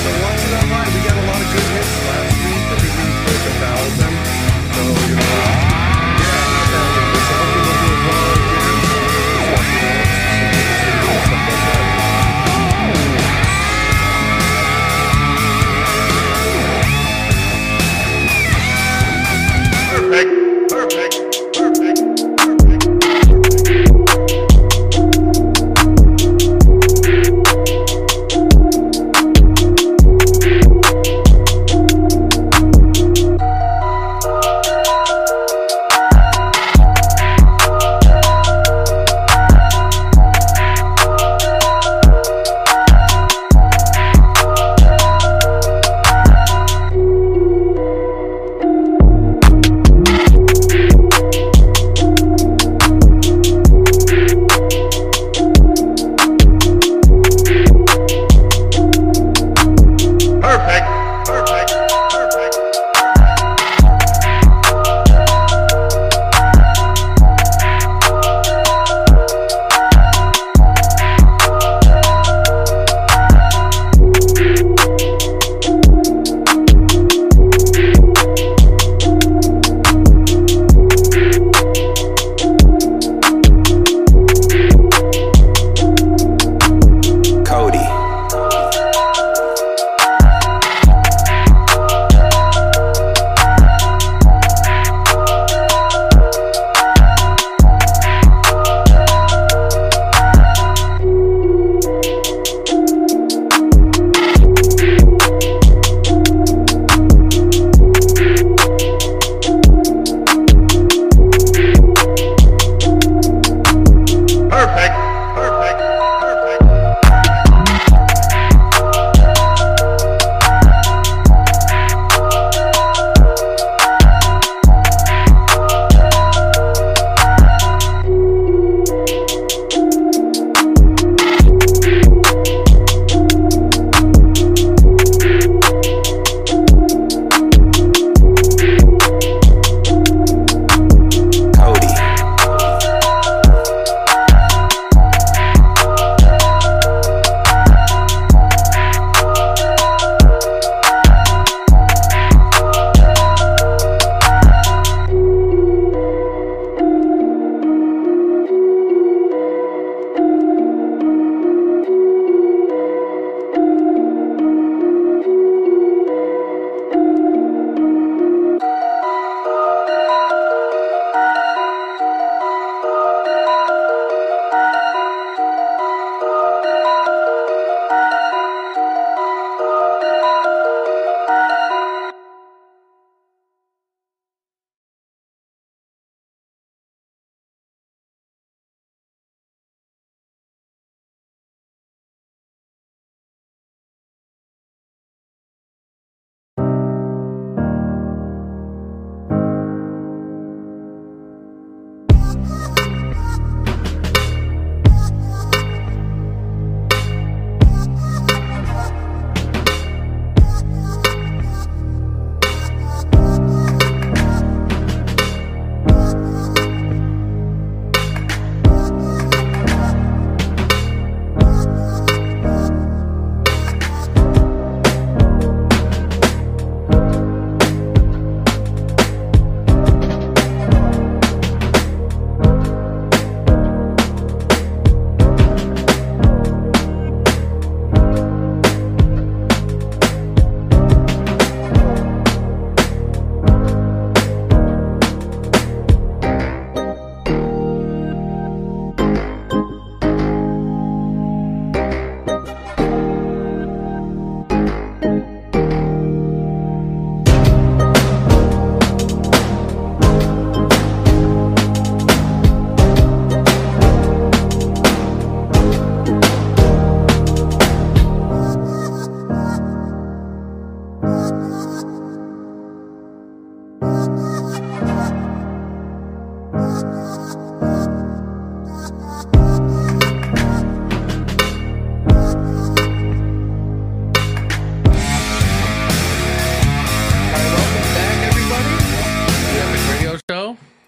[SPEAKER 3] So watch it online. We got a lot of good hits last week. I think we broke a thousand. So, you know, yeah, not that many. So hopefully we'll do it well here.
[SPEAKER 1] Perfect. Perfect. Perfect. Perfect. Perfect.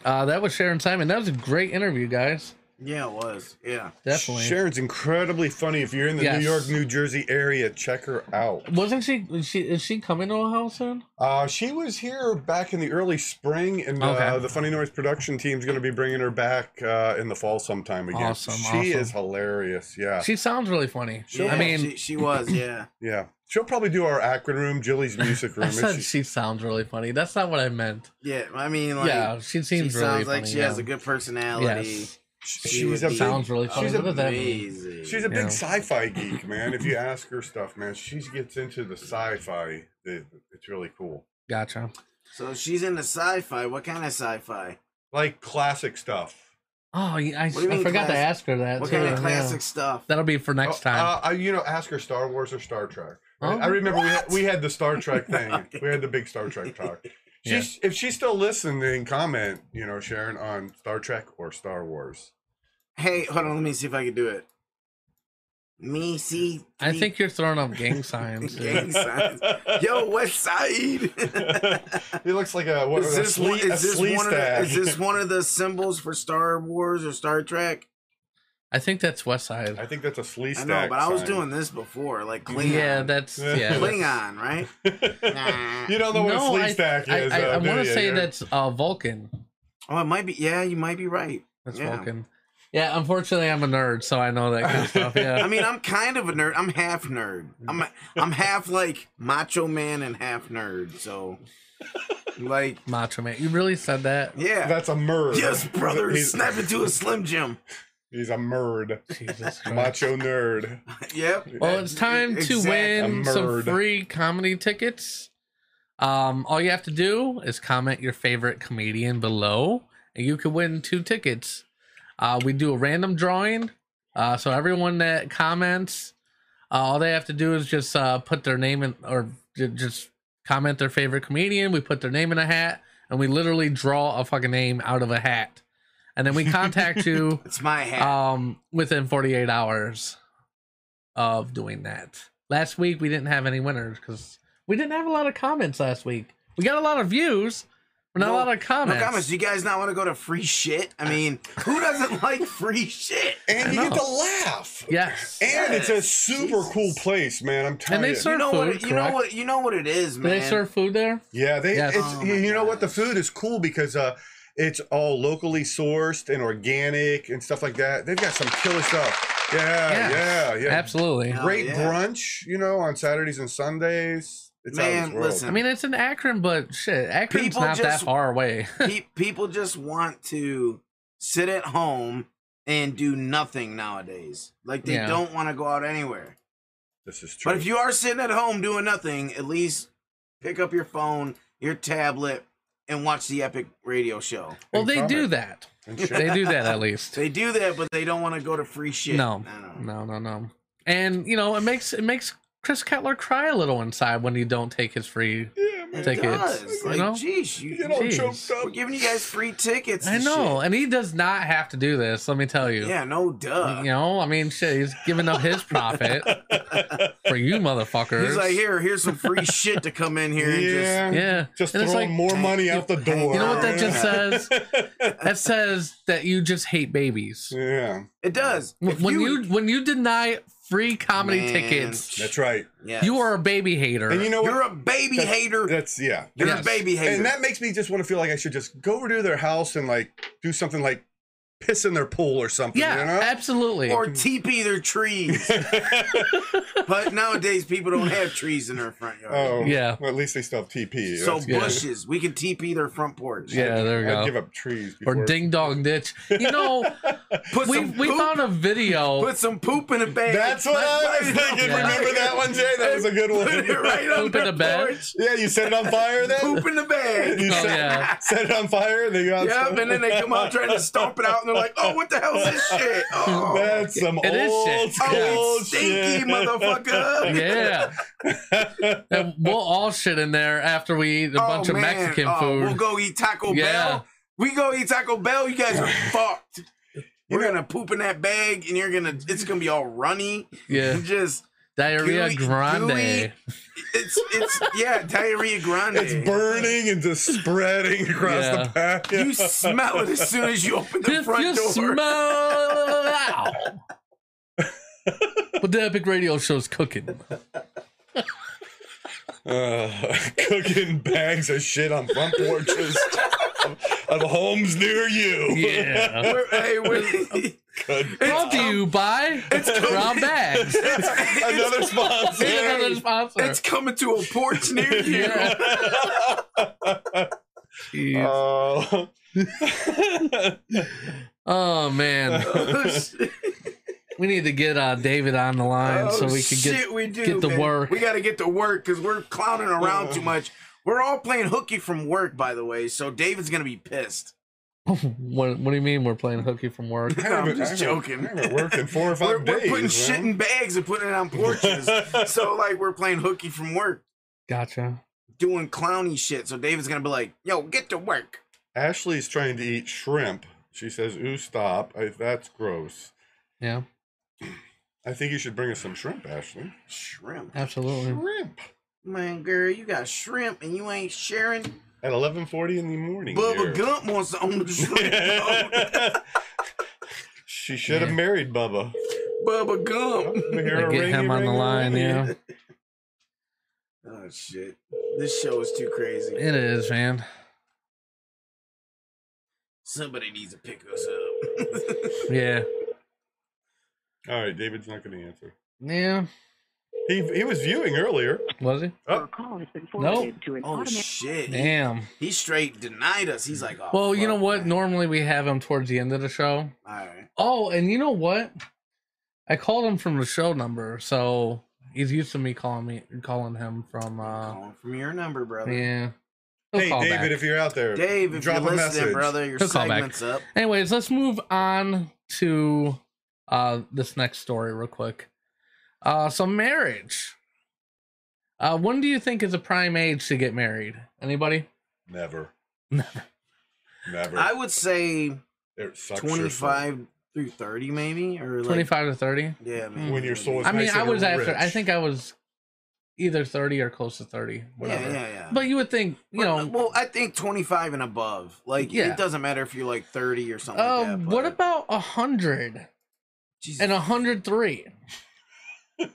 [SPEAKER 2] Uh, that was Sharon Simon. That was a great interview, guys.
[SPEAKER 4] Yeah, it was. Yeah.
[SPEAKER 2] Definitely.
[SPEAKER 3] Sharon's incredibly funny. If you're in the
[SPEAKER 2] Yes.
[SPEAKER 3] New York, New Jersey area, check her out.
[SPEAKER 2] Wasn't she? Is she is she coming to Ohio soon?
[SPEAKER 3] Uh, she was here back in the early spring, and uh,
[SPEAKER 2] Okay.
[SPEAKER 3] the Funny Noise production team's going to be bringing her back uh, in the fall sometime again.
[SPEAKER 2] Awesome,
[SPEAKER 3] she
[SPEAKER 2] awesome.
[SPEAKER 3] is hilarious. Yeah,
[SPEAKER 2] She sounds really funny.
[SPEAKER 4] She-
[SPEAKER 2] I mean,
[SPEAKER 4] Uh, she, she was. Yeah.
[SPEAKER 3] yeah. She'll probably do our Akron room, Jilly's music room.
[SPEAKER 2] I
[SPEAKER 3] if
[SPEAKER 2] said
[SPEAKER 3] she-
[SPEAKER 2] she sounds really funny. That's not what I meant.
[SPEAKER 4] Yeah. I mean, like,
[SPEAKER 2] yeah, she
[SPEAKER 4] she
[SPEAKER 2] seems really
[SPEAKER 4] sounds
[SPEAKER 2] funny.
[SPEAKER 4] like she has a good personality.
[SPEAKER 2] Yes,
[SPEAKER 4] She
[SPEAKER 3] she's
[SPEAKER 4] would
[SPEAKER 3] a
[SPEAKER 4] be-
[SPEAKER 3] big,
[SPEAKER 2] sounds really funny.
[SPEAKER 3] she's
[SPEAKER 2] What does that mean?
[SPEAKER 4] amazing.
[SPEAKER 3] she's
[SPEAKER 2] Yeah.
[SPEAKER 3] a big sci-fi geek, man. If you ask her stuff, man, she gets into the sci-fi. It- it's really cool,
[SPEAKER 2] Gotcha.
[SPEAKER 4] so she's into sci-fi. What kind of sci-fi?
[SPEAKER 3] like classic stuff.
[SPEAKER 2] Oh, yeah, I, I
[SPEAKER 4] What do you mean
[SPEAKER 2] forgot to
[SPEAKER 4] class-
[SPEAKER 2] ask her that.
[SPEAKER 4] What kind
[SPEAKER 2] too,
[SPEAKER 4] of
[SPEAKER 2] yeah.
[SPEAKER 4] classic stuff?
[SPEAKER 2] That'll be for next
[SPEAKER 3] Oh,
[SPEAKER 2] time.
[SPEAKER 3] Uh, I, you know, ask her Star Wars or Star Trek. I-
[SPEAKER 2] Oh,
[SPEAKER 3] I remember we had, we had the Star Trek thing. we had the big Star Trek talk. She's, If she's still listening, comment, you know, Sharon, on Star Trek or Star Wars.
[SPEAKER 4] Hey, hold on. Let me see if I can do it. Me see.
[SPEAKER 2] I think you're throwing up gang signs. dude.
[SPEAKER 4] Gang signs. Yo, West Side.
[SPEAKER 3] He looks like a, what,
[SPEAKER 4] is
[SPEAKER 3] a
[SPEAKER 4] this
[SPEAKER 3] sle-
[SPEAKER 4] one?
[SPEAKER 3] a
[SPEAKER 4] Is this
[SPEAKER 3] sleaze
[SPEAKER 4] one, of the,
[SPEAKER 3] tag.
[SPEAKER 4] is this one of the symbols for Star Wars or Star Trek?
[SPEAKER 2] I think that's West Side.
[SPEAKER 3] I think that's a sleaze
[SPEAKER 4] I know,
[SPEAKER 3] tag
[SPEAKER 4] but I was
[SPEAKER 3] sign.
[SPEAKER 4] doing this before, like Klingon.
[SPEAKER 2] Yeah, that's
[SPEAKER 3] Yeah.
[SPEAKER 2] yeah. that's-
[SPEAKER 4] Klingon, right? Nah.
[SPEAKER 3] You don't know what a
[SPEAKER 2] I,
[SPEAKER 3] sleaze tag
[SPEAKER 2] I,
[SPEAKER 3] is.
[SPEAKER 2] I,
[SPEAKER 3] uh,
[SPEAKER 2] I want
[SPEAKER 3] do
[SPEAKER 2] to
[SPEAKER 3] you?
[SPEAKER 2] say
[SPEAKER 3] You're-
[SPEAKER 2] that's uh, Vulcan.
[SPEAKER 4] Oh, it might be. Yeah, you might be right.
[SPEAKER 2] That's
[SPEAKER 4] Yeah.
[SPEAKER 2] Vulcan. Yeah, unfortunately, I'm a nerd, so I know that kind of stuff. Yeah.
[SPEAKER 4] I mean, I'm kind of a nerd. I'm half nerd. I'm I'm half like macho man and half nerd. So, like,
[SPEAKER 2] Macho Man. You really said that?
[SPEAKER 4] yeah.
[SPEAKER 3] That's a murd.
[SPEAKER 4] yes, brother.
[SPEAKER 3] He's,
[SPEAKER 4] Snap into a slim jim.
[SPEAKER 3] he's a murd.
[SPEAKER 2] Jesus Christ.
[SPEAKER 3] Macho nerd.
[SPEAKER 4] Yep.
[SPEAKER 2] Well, it's time to
[SPEAKER 4] Exact-
[SPEAKER 2] win
[SPEAKER 3] A
[SPEAKER 2] some
[SPEAKER 3] nerd.
[SPEAKER 2] free comedy tickets. Um, all you have to do is comment your favorite comedian below, and you can win two tickets. Uh, we do a random drawing. Uh, so everyone that comments, uh, all they have to do is just uh, put their name in or ju- just comment their favorite comedian. We put their name in a hat, and we literally draw a fucking name out of a hat, and then we contact you
[SPEAKER 4] It's my hat.
[SPEAKER 2] um within 48 hours of doing that last week we didn't have any winners because we didn't have a lot of comments last week we got a lot of views but not
[SPEAKER 4] No-
[SPEAKER 2] a lot of
[SPEAKER 4] no
[SPEAKER 2] comments,
[SPEAKER 4] comments. You guys not want to go to free shit? I mean, who doesn't like free shit?
[SPEAKER 3] And you get
[SPEAKER 2] know.
[SPEAKER 3] to laugh.
[SPEAKER 2] yes
[SPEAKER 3] And it's a super
[SPEAKER 4] Jesus.
[SPEAKER 3] cool place, man. I'm telling
[SPEAKER 2] and they
[SPEAKER 3] you.
[SPEAKER 2] serve
[SPEAKER 4] You know
[SPEAKER 2] food
[SPEAKER 4] what? it- You know
[SPEAKER 2] correct?
[SPEAKER 4] what? You know what it is,
[SPEAKER 2] Do
[SPEAKER 4] man.
[SPEAKER 2] they serve food there
[SPEAKER 3] Yeah, they.
[SPEAKER 2] Yes.
[SPEAKER 3] It's,
[SPEAKER 4] Oh
[SPEAKER 3] you
[SPEAKER 4] my
[SPEAKER 3] you know what? The
[SPEAKER 4] gosh.
[SPEAKER 3] food is cool because uh, it's all locally sourced and organic and stuff like that. They've got some killer stuff. Yeah,
[SPEAKER 2] Yes.
[SPEAKER 3] yeah, yeah.
[SPEAKER 2] absolutely
[SPEAKER 4] Yeah.
[SPEAKER 3] Great
[SPEAKER 4] Oh,
[SPEAKER 3] brunch, you know, on Saturdays and Sundays. It's out of
[SPEAKER 4] Man,
[SPEAKER 3] this world.
[SPEAKER 2] i
[SPEAKER 4] listen.
[SPEAKER 2] mean it's in akron but shit akron's
[SPEAKER 4] People
[SPEAKER 2] not that
[SPEAKER 4] just-
[SPEAKER 2] far away
[SPEAKER 4] Pe- people just want to sit at home and do nothing nowadays. Like they
[SPEAKER 2] Yeah.
[SPEAKER 4] don't want to go out anywhere.
[SPEAKER 3] this is true.
[SPEAKER 4] But if you are sitting at home doing nothing, at least pick up your phone, your tablet, and watch the epic radio show.
[SPEAKER 2] well they do
[SPEAKER 3] comment.
[SPEAKER 2] that
[SPEAKER 3] And share.
[SPEAKER 2] they do that at least
[SPEAKER 4] They do that, but they don't want to go to free shit.
[SPEAKER 2] No,
[SPEAKER 4] I don't know.
[SPEAKER 2] no, no, no. And you know, it makes it makes Chris Kettler cry a little inside when you don't take his free.
[SPEAKER 3] yeah, man.
[SPEAKER 4] It
[SPEAKER 2] Tickets,
[SPEAKER 4] does.
[SPEAKER 2] you
[SPEAKER 4] Like,
[SPEAKER 2] know?
[SPEAKER 4] geez, you,
[SPEAKER 3] You get all
[SPEAKER 2] Jeez.
[SPEAKER 3] choked
[SPEAKER 4] we're
[SPEAKER 3] up.
[SPEAKER 4] giving you guys free tickets.
[SPEAKER 2] I
[SPEAKER 4] and
[SPEAKER 2] know, and he does not have to do this. Let me tell
[SPEAKER 4] shit.
[SPEAKER 2] you.
[SPEAKER 4] Yeah, no duh.
[SPEAKER 2] You know, I mean, shit, he's giving up his profit for you motherfuckers.
[SPEAKER 4] He's like, here, here's some free shit to come in here and just
[SPEAKER 3] Yeah,
[SPEAKER 2] yeah,
[SPEAKER 3] just
[SPEAKER 2] And
[SPEAKER 3] throwing
[SPEAKER 2] it's like-
[SPEAKER 3] more money out the door.
[SPEAKER 2] You know what that just
[SPEAKER 3] man.
[SPEAKER 2] says? that says that you just hate babies.
[SPEAKER 3] Yeah,
[SPEAKER 4] It does.
[SPEAKER 2] When
[SPEAKER 4] If
[SPEAKER 2] you, when you deny free comedy
[SPEAKER 4] Man,
[SPEAKER 2] tickets,
[SPEAKER 3] that's right.
[SPEAKER 4] yes.
[SPEAKER 2] you are a baby hater.
[SPEAKER 3] And you know what?
[SPEAKER 4] you're a baby
[SPEAKER 3] That's-
[SPEAKER 4] hater.
[SPEAKER 3] That's yeah.
[SPEAKER 4] you're
[SPEAKER 2] Yes.
[SPEAKER 4] a baby hater.
[SPEAKER 3] And that makes me just want to feel like I should just go over to their house and like do something like piss in their pool or something.
[SPEAKER 2] yeah,
[SPEAKER 3] you know?
[SPEAKER 2] absolutely.
[SPEAKER 4] or teepee their trees. but nowadays people don't have trees in their front yard.
[SPEAKER 3] oh,
[SPEAKER 2] Yeah.
[SPEAKER 3] Well, at least they still have TP.
[SPEAKER 4] so
[SPEAKER 3] That's-
[SPEAKER 2] good.
[SPEAKER 4] bushes, we can teepee their front porch.
[SPEAKER 2] yeah, there we
[SPEAKER 3] I'd
[SPEAKER 2] go.
[SPEAKER 3] give up trees. Before.
[SPEAKER 2] Or ding dong ditch. You know,
[SPEAKER 4] Put
[SPEAKER 2] we
[SPEAKER 4] some
[SPEAKER 2] we
[SPEAKER 4] poop,
[SPEAKER 2] found a video.
[SPEAKER 4] put some poop in a bag.
[SPEAKER 3] That's what I was thinking.
[SPEAKER 2] Yeah.
[SPEAKER 3] Remember that one, Jay? That was a good
[SPEAKER 4] Put it
[SPEAKER 3] one.
[SPEAKER 4] right on
[SPEAKER 2] Poop in
[SPEAKER 4] their
[SPEAKER 2] a bag?
[SPEAKER 4] porch.
[SPEAKER 3] Yeah, you set it on fire then.
[SPEAKER 4] Poop in the bag.
[SPEAKER 3] You
[SPEAKER 2] Oh,
[SPEAKER 3] set,
[SPEAKER 2] yeah.
[SPEAKER 3] set it on fire and then you got
[SPEAKER 4] Yep, and then they come out trying to stomp it out, and they're like, "Oh, what the hell is this shit? Oh,
[SPEAKER 3] That's some
[SPEAKER 2] It is
[SPEAKER 3] old
[SPEAKER 2] shit.
[SPEAKER 3] school
[SPEAKER 4] oh stinky
[SPEAKER 3] shit.
[SPEAKER 4] motherfucker!"
[SPEAKER 2] yeah. and we'll all shit in there after we eat a bunch of Mexican
[SPEAKER 4] Oh,
[SPEAKER 2] food.
[SPEAKER 4] We'll go eat Taco
[SPEAKER 2] Yeah.
[SPEAKER 4] Bell. We go eat Taco Bell. You guys are fucked. We're gonna poop in that bag, and you're gonna. It's gonna be all runny.
[SPEAKER 2] yeah.
[SPEAKER 4] Just
[SPEAKER 2] Diarrhea
[SPEAKER 4] gooey-
[SPEAKER 2] grande.
[SPEAKER 4] gooey. it's it's yeah, diarrhea grande.
[SPEAKER 3] It's burning and just spreading across
[SPEAKER 2] Yeah.
[SPEAKER 3] the patio.
[SPEAKER 4] You smell it as soon as you open the
[SPEAKER 2] If
[SPEAKER 4] front
[SPEAKER 2] you
[SPEAKER 4] door.
[SPEAKER 2] smell But the Epic Radio Show's cooking.
[SPEAKER 3] Uh, cooking bags of shit on front porches of, of homes near you.
[SPEAKER 2] Yeah.
[SPEAKER 4] We're- hey, we're-
[SPEAKER 3] Good.
[SPEAKER 2] Brought to you by Rob Bags.
[SPEAKER 3] Another sponsor.
[SPEAKER 2] Another sponsor.
[SPEAKER 4] it's coming to a porch near you.
[SPEAKER 2] Yeah. Jeez.
[SPEAKER 4] uh,
[SPEAKER 3] Oh.
[SPEAKER 2] oh man, we need to get uh, David on the line
[SPEAKER 4] Oh,
[SPEAKER 2] so we can get
[SPEAKER 4] shit, we do,
[SPEAKER 2] get the
[SPEAKER 4] man.
[SPEAKER 2] work.
[SPEAKER 4] We got to get to work because we're clowning around
[SPEAKER 3] Uh-huh.
[SPEAKER 4] too much. We're all playing hooky from work, by the way. So David's gonna be pissed.
[SPEAKER 2] what, what do you mean we're playing hooky from work?
[SPEAKER 4] No, I'm
[SPEAKER 3] haven't-
[SPEAKER 4] just
[SPEAKER 3] I haven't-
[SPEAKER 4] joking.
[SPEAKER 3] I haven't worked in four or 5
[SPEAKER 4] We're, we're
[SPEAKER 3] days.
[SPEAKER 4] putting shit
[SPEAKER 3] man.
[SPEAKER 4] in bags and putting it on porches. so like we're playing hooky from work,
[SPEAKER 2] Gotcha.
[SPEAKER 4] doing clowny shit. So David's gonna be like, "Yo, get to work."
[SPEAKER 3] Ashley's trying to eat shrimp. She says, "Ooh, stop! I, that's gross."
[SPEAKER 2] Yeah,
[SPEAKER 3] I think you should bring us some shrimp, Ashley.
[SPEAKER 4] Shrimp,
[SPEAKER 2] absolutely.
[SPEAKER 3] Shrimp
[SPEAKER 4] man, girl, you got shrimp and you ain't sharing.
[SPEAKER 3] at eleven forty in the morning.
[SPEAKER 4] Bubba
[SPEAKER 3] here.
[SPEAKER 4] Gump wants to own the shrimp.
[SPEAKER 3] she should have
[SPEAKER 2] Yeah.
[SPEAKER 3] married Bubba.
[SPEAKER 4] Bubba Gump.
[SPEAKER 3] We hear
[SPEAKER 2] Gotta
[SPEAKER 3] a
[SPEAKER 2] get
[SPEAKER 3] ringy,
[SPEAKER 2] him on the
[SPEAKER 3] ringy,
[SPEAKER 2] line.
[SPEAKER 3] ringy.
[SPEAKER 2] Yeah,
[SPEAKER 4] Oh shit! This show is too crazy.
[SPEAKER 2] it is, man.
[SPEAKER 4] Somebody needs to pick us up. Oh,
[SPEAKER 2] Yeah,
[SPEAKER 3] All right, David's not going to answer.
[SPEAKER 2] yeah.
[SPEAKER 3] He he was viewing earlier.
[SPEAKER 2] Was he?
[SPEAKER 3] Oh.
[SPEAKER 7] call has been
[SPEAKER 2] forwarded
[SPEAKER 7] to an
[SPEAKER 4] oh shit! He,
[SPEAKER 2] Damn.
[SPEAKER 4] he straight denied us. He's like, oh,
[SPEAKER 2] Well, you
[SPEAKER 4] fuck,
[SPEAKER 2] know what?
[SPEAKER 4] man.
[SPEAKER 2] Normally we have him towards the end of the show.
[SPEAKER 4] All right.
[SPEAKER 2] Oh, and you know what? I called him from the show number, so he's used to me calling me calling him from. uh
[SPEAKER 4] Calling from your number, brother.
[SPEAKER 2] Yeah. He'll
[SPEAKER 3] Hey,
[SPEAKER 2] call
[SPEAKER 3] David,
[SPEAKER 2] back.
[SPEAKER 3] if you're out there,
[SPEAKER 4] Dave, if
[SPEAKER 3] Drop
[SPEAKER 4] you're
[SPEAKER 3] a
[SPEAKER 4] listening,
[SPEAKER 3] message.
[SPEAKER 4] brother, your
[SPEAKER 2] He'll call back.
[SPEAKER 4] segment's up.
[SPEAKER 2] Anyways, let's move on to uh this next story real quick. Uh so marriage. Uh when do you think is a prime age to get married? Anybody?
[SPEAKER 3] never,
[SPEAKER 2] Never.
[SPEAKER 3] never.
[SPEAKER 4] I would say
[SPEAKER 3] It sucks your soul.
[SPEAKER 4] 25 through 30, maybe or like,
[SPEAKER 2] 25 to 30?
[SPEAKER 4] Yeah, man.
[SPEAKER 3] When your soul is
[SPEAKER 2] I mean,
[SPEAKER 3] nice
[SPEAKER 2] I
[SPEAKER 3] and
[SPEAKER 2] was after
[SPEAKER 3] rich.
[SPEAKER 2] I think I was either 30 or close to 30,
[SPEAKER 4] yeah,
[SPEAKER 2] whatever.
[SPEAKER 4] yeah, yeah.
[SPEAKER 2] But you would think, you know,
[SPEAKER 4] well, I think 25 and above. Like,
[SPEAKER 2] Yeah.
[SPEAKER 4] it doesn't matter if you're like 30 or something. like
[SPEAKER 2] uh,
[SPEAKER 4] that,
[SPEAKER 2] what
[SPEAKER 4] but-
[SPEAKER 2] about a 100
[SPEAKER 4] Jesus.
[SPEAKER 2] and uh, a 103?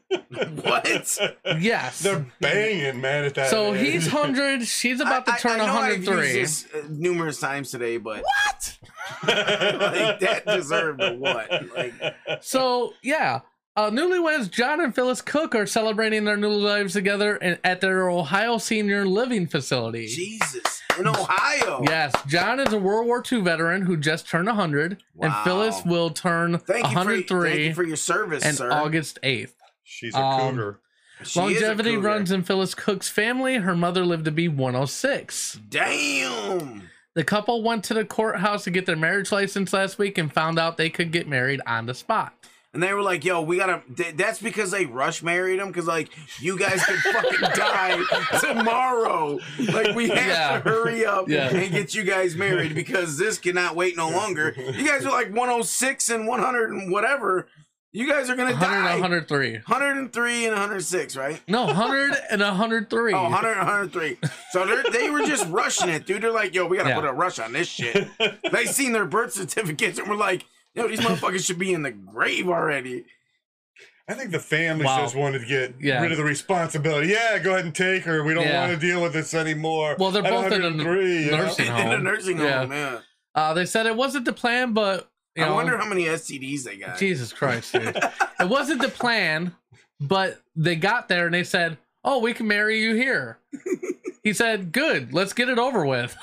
[SPEAKER 4] what?
[SPEAKER 2] Yes.
[SPEAKER 3] They're banging, man. At that.
[SPEAKER 2] so
[SPEAKER 3] age.
[SPEAKER 2] he's 100, she's about to turn
[SPEAKER 4] know I've used
[SPEAKER 2] 103.
[SPEAKER 4] this, uh, numerous times today, but what? like that deserved a what? Like
[SPEAKER 2] So yeah, uh, newlyweds John and Phyllis Cook are celebrating their new lives together in, at their Ohio senior living facility.
[SPEAKER 4] Jesus in Ohio.
[SPEAKER 2] Yes, John is a World War II veteran who just turned 100,
[SPEAKER 4] Wow.
[SPEAKER 2] and Phyllis will turn
[SPEAKER 4] Thank you, for,
[SPEAKER 2] 103
[SPEAKER 4] thank you for your service,
[SPEAKER 2] and
[SPEAKER 4] sir.
[SPEAKER 2] August 8th.
[SPEAKER 3] she's a
[SPEAKER 2] Um,
[SPEAKER 3] cougar.
[SPEAKER 4] She is a
[SPEAKER 2] Longevity
[SPEAKER 4] cougar.
[SPEAKER 2] runs in Phyllis Cook's family. Her mother lived to be 106.
[SPEAKER 4] Damn.
[SPEAKER 2] The couple went to the courthouse to get their marriage license last week and found out they could get married on the spot.
[SPEAKER 4] And they were like, "Yo, we gotta." th- that's because they rush married him, because like you guys could fucking die tomorrow. Like we have
[SPEAKER 2] Yeah.
[SPEAKER 4] to hurry up
[SPEAKER 2] Yeah.
[SPEAKER 4] and get you guys married because this cannot wait no longer. You guys are like 106 and 100 and whatever. You guys are gonna
[SPEAKER 2] 100 and
[SPEAKER 4] die.
[SPEAKER 2] 103.
[SPEAKER 4] 103 and 106, right?
[SPEAKER 2] No, 100 and 103.
[SPEAKER 4] Oh, 100 and 103. So they're, they were just rushing it, dude. They're like, yo, we got to
[SPEAKER 2] Yeah.
[SPEAKER 4] put a rush on this shit. they seen their birth certificates and were like, yo, these motherfuckers should be in the grave already.
[SPEAKER 3] I think the family
[SPEAKER 2] Wow.
[SPEAKER 3] just wanted to get
[SPEAKER 2] Yeah.
[SPEAKER 3] rid of the responsibility. Yeah, go ahead and take her. We don't
[SPEAKER 2] Yeah.
[SPEAKER 3] want to deal with this anymore.
[SPEAKER 2] Well, they're
[SPEAKER 3] At
[SPEAKER 2] both in a
[SPEAKER 3] 103, you know?
[SPEAKER 2] nursing home.
[SPEAKER 4] In a nursing home,
[SPEAKER 2] Yeah.
[SPEAKER 4] man.
[SPEAKER 2] Uh, they said it wasn't the plan, but you
[SPEAKER 4] I
[SPEAKER 2] know,
[SPEAKER 4] wonder how many STDs they got.
[SPEAKER 2] Jesus Christ, dude. it wasn't the plan, but they got there and they said, "Oh, we can marry you here." he said, "Good, let's get it over with."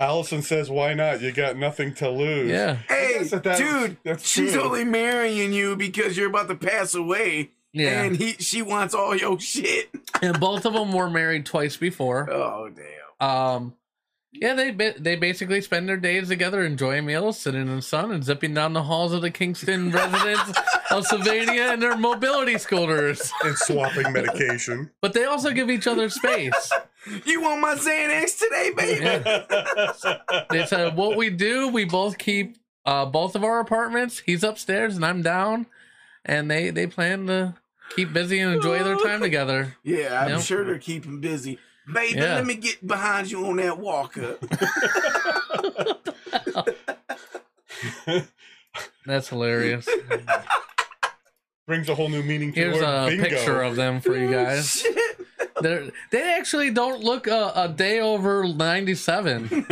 [SPEAKER 3] Allison says, "Why not? You got nothing to lose."
[SPEAKER 2] Yeah,
[SPEAKER 3] I
[SPEAKER 4] Hey,
[SPEAKER 3] guess that that's-
[SPEAKER 4] dude,
[SPEAKER 3] that's
[SPEAKER 4] she's
[SPEAKER 3] true.
[SPEAKER 4] only marrying you because you're about to pass away.
[SPEAKER 2] yeah.
[SPEAKER 4] And
[SPEAKER 2] And,
[SPEAKER 4] he, she wants all your shit.
[SPEAKER 2] both of them were married twice before.
[SPEAKER 4] Oh, damn.
[SPEAKER 2] Um, yeah, they ba- they basically spend their days together, enjoying meals, sitting in the sun, and zipping down the halls of the Kingston residence of Sylvania in their mobility scooters.
[SPEAKER 3] and swapping medication.
[SPEAKER 2] But they also give each other space.
[SPEAKER 4] You want my Xanax today, baby?
[SPEAKER 2] Yeah. they said what we do we both keep uh both of our apartments he's upstairs and i'm down and they they plan to Keep busy and enjoy their time together.
[SPEAKER 4] Yeah, I'm
[SPEAKER 2] Yep.
[SPEAKER 4] sure they're keeping busy. Baby,
[SPEAKER 2] Yeah.
[SPEAKER 4] let me get behind you on that walk up.
[SPEAKER 2] That's hilarious.
[SPEAKER 3] Brings a whole new meaning to
[SPEAKER 2] Here's
[SPEAKER 3] the word
[SPEAKER 2] a
[SPEAKER 3] bingo.
[SPEAKER 2] picture of them for you guys.
[SPEAKER 4] Oh, Shit.
[SPEAKER 2] They're, they actually don't look a, a day over 97.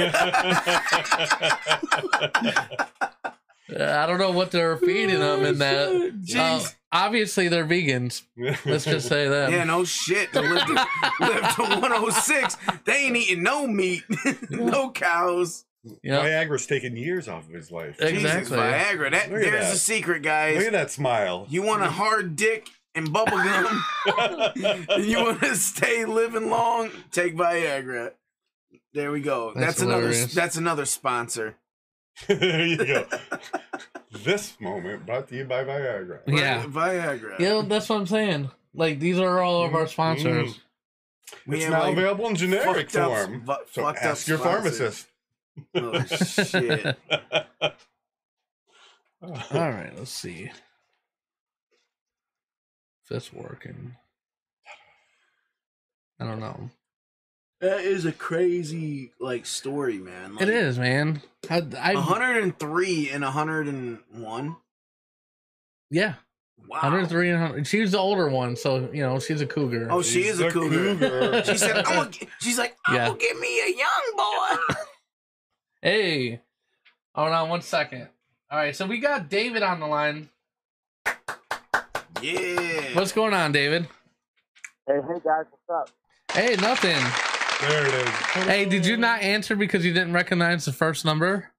[SPEAKER 2] Uh, I don't know what they're feeding them in that. Uh,
[SPEAKER 4] Jeez.
[SPEAKER 2] obviously, they're vegans. Let's just say that.
[SPEAKER 4] Yeah, no shit. They lived to, lived to 106. They ain't eating no meat, no cows.
[SPEAKER 2] Yep.
[SPEAKER 3] Viagra's taken years off of his life.
[SPEAKER 4] Jesus,
[SPEAKER 2] Exactly.
[SPEAKER 4] Viagra. That,
[SPEAKER 3] Look at
[SPEAKER 4] there's
[SPEAKER 3] that.
[SPEAKER 4] the secret,
[SPEAKER 3] Look
[SPEAKER 4] guys.
[SPEAKER 3] at that smile.
[SPEAKER 4] You want a hard dick and bubble gum, and you want to stay living long, take Viagra. There we go.
[SPEAKER 2] That's
[SPEAKER 4] That's, another.
[SPEAKER 2] hilarious.
[SPEAKER 4] That's another sponsor.
[SPEAKER 3] there you go. this moment brought to you by Viagra.
[SPEAKER 2] Yeah.
[SPEAKER 4] Viagra.
[SPEAKER 2] You know, that's what I'm saying. Like, these are all of our sponsors.
[SPEAKER 4] We
[SPEAKER 3] It's
[SPEAKER 4] have,
[SPEAKER 3] now
[SPEAKER 4] like,
[SPEAKER 3] available in generic
[SPEAKER 4] fucked up-
[SPEAKER 3] form.
[SPEAKER 4] fu-
[SPEAKER 3] so
[SPEAKER 4] fucked up
[SPEAKER 3] ask your
[SPEAKER 4] sponsors.
[SPEAKER 3] pharmacist.
[SPEAKER 4] Oh shit!
[SPEAKER 2] All right, let's see. If that's working. I don't know.
[SPEAKER 4] That is a crazy like story, man.
[SPEAKER 2] It is, man. I, I
[SPEAKER 4] 103 and 101.
[SPEAKER 2] yeah,
[SPEAKER 4] Wow.
[SPEAKER 2] 103 and 100. She's the older one, so you know she's a cougar.
[SPEAKER 4] Oh, she
[SPEAKER 3] He's
[SPEAKER 4] is a
[SPEAKER 3] the
[SPEAKER 4] cougar.
[SPEAKER 3] cougar.
[SPEAKER 4] She said, I'm gonna, g- "She's like, I'm
[SPEAKER 2] Yeah.
[SPEAKER 4] gonna get me a young boy."
[SPEAKER 2] Hey, hold on one second. All right, so we got David on the line.
[SPEAKER 4] Yeah.
[SPEAKER 2] What's going on, David?
[SPEAKER 7] Hey, hey guys, what's up?
[SPEAKER 2] Hey, nothing.
[SPEAKER 3] There it is.
[SPEAKER 2] Hey, did you not answer because you didn't recognize the first number?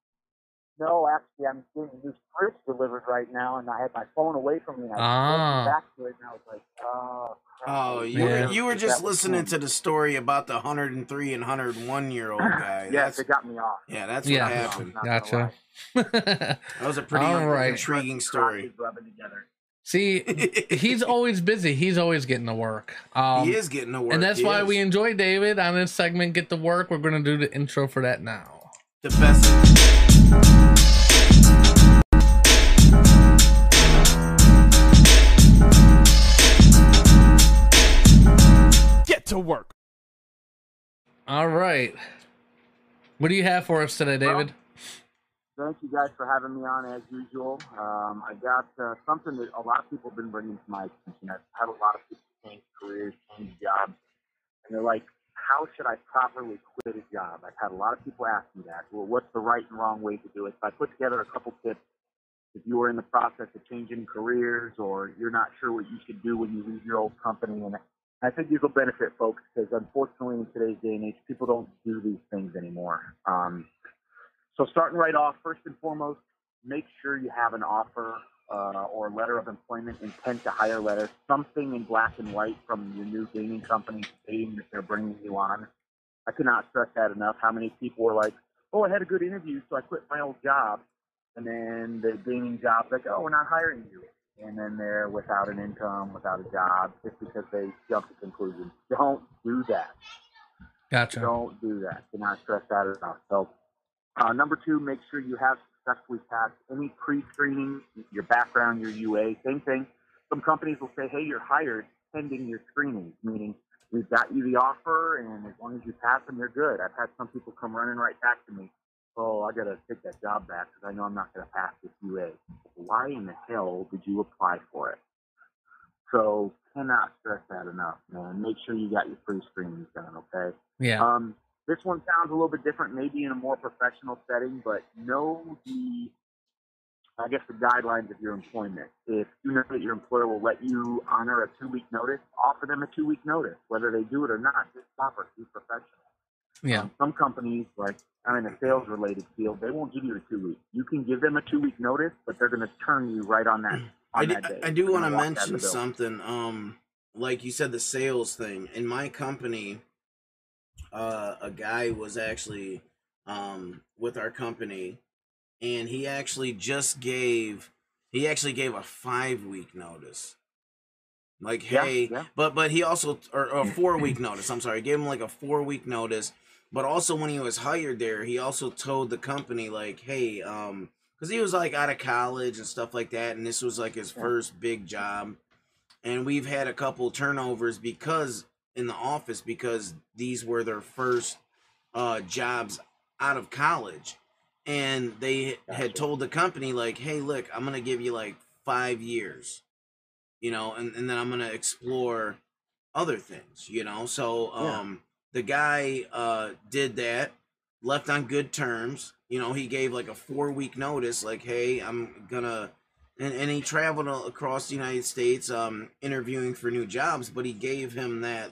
[SPEAKER 7] No, actually, I'm getting this purse delivered right now, and I had my phone away from me. and I
[SPEAKER 2] Ah.
[SPEAKER 7] looked back to it, and I was like, oh. crap.
[SPEAKER 4] Oh, you
[SPEAKER 2] Yeah.
[SPEAKER 4] were, you were just
[SPEAKER 7] That was
[SPEAKER 4] listening
[SPEAKER 7] him.
[SPEAKER 4] to the story about the 103 and 101 year old guy.
[SPEAKER 7] Yes,
[SPEAKER 4] That's,
[SPEAKER 7] it got me off.
[SPEAKER 4] yeah, that's what
[SPEAKER 2] Yeah.
[SPEAKER 4] happened.
[SPEAKER 7] Not gonna
[SPEAKER 2] Gotcha.
[SPEAKER 7] lie.
[SPEAKER 4] That was a pretty
[SPEAKER 2] All right.
[SPEAKER 4] intriguing
[SPEAKER 7] Crotches
[SPEAKER 4] story.
[SPEAKER 7] Rubbing together.
[SPEAKER 2] See,
[SPEAKER 4] he
[SPEAKER 2] he's always busy. He's always getting to work. Um,
[SPEAKER 4] is getting to work.
[SPEAKER 2] and that's
[SPEAKER 4] He
[SPEAKER 2] why
[SPEAKER 4] is
[SPEAKER 2] we enjoy David on this segment. Get to work. We're gonna do the intro for that now.
[SPEAKER 4] the best.
[SPEAKER 2] All right. What do you have for us today, David?
[SPEAKER 7] Thank you guys for having me on as usual. Um, I got uh, something that a lot of people have been bringing to my attention. I've had a lot of people change careers, change jobs, and they're like, how should I properly quit a job? I've had a lot of people ask me that. Well, what's the right and wrong way to do it? So I put together a couple tips. If you are in the process of changing careers or you're not sure what you should do when you leave your old company, and I think these will benefit folks because unfortunately in today's day and age, people don't do these things anymore. Um, so starting right off, first and foremost, make sure you have an offer uh, or letter of employment, intent to hire letter, something in black and white from your new gaming company stating that they're bringing you on. I could not stress that enough. How many people were like, "Oh, I had a good interview, so I quit my old job," and then the gaming job's like, "Oh, we're not hiring you," and then they're without an income, without a job, just because they jumped to conclusions. Don't do that.
[SPEAKER 2] Gotcha.
[SPEAKER 7] Don't do that. Cannot stress that enough. So, uh, number two, make sure you have successfully passed any pre-screening, your background, your UA. Same thing. Some companies will say, "Hey, you're hired pending your screening," meaning we've got you the offer, and as long as you pass them, you're good. I've had some people come running right back to me. Oh, I gotta take that job back because I know I'm not gonna pass this UA. Why in the hell did you apply for it? So cannot stress that enough, man. Make sure you got your pre-screenings done, okay?
[SPEAKER 2] Yeah.
[SPEAKER 7] Um, this one sounds a little bit different, maybe in a more professional setting, but know the, I guess, the guidelines of your employment. If you know that your employer will let you honor a two-week notice, offer them a two-week notice, whether they do it or not. Just proper, be professional.
[SPEAKER 2] Yeah.
[SPEAKER 7] Um, some companies, like I'm in a sales related field, they won't give you a two week. You can give them a two week notice, but they're going to turn you right on that. On
[SPEAKER 4] I do,
[SPEAKER 7] that day.
[SPEAKER 4] I do
[SPEAKER 7] They're
[SPEAKER 4] want to
[SPEAKER 7] gonna walk out of
[SPEAKER 4] mention
[SPEAKER 7] the building.
[SPEAKER 4] something. Um, like you said, the sales thing in my company, uh, a guy was actually um with our company, and he actually just gave he actually gave a five week notice. Like,
[SPEAKER 7] Yeah,
[SPEAKER 4] hey,
[SPEAKER 7] yeah.
[SPEAKER 4] but but he also or a four week notice. I'm sorry, gave him like a four week notice. But also when he was hired there, he also told the company like, hey, um, because he was like out of college and stuff like that, and this was like his first big job. and we've had a couple turnovers because in the office because these were their first uh, jobs out of college, and they had told the company like, "Hey, look, I'm gonna give you like five years, you know, and and then I'm gonna explore other things, you know." So
[SPEAKER 7] Yeah.
[SPEAKER 4] um, the guy uh, did that, left on good terms. You know, he gave like a four week notice, like, "Hey, I'm gonna." and, and he traveled a- across the United States, um, interviewing for new jobs. But he gave him that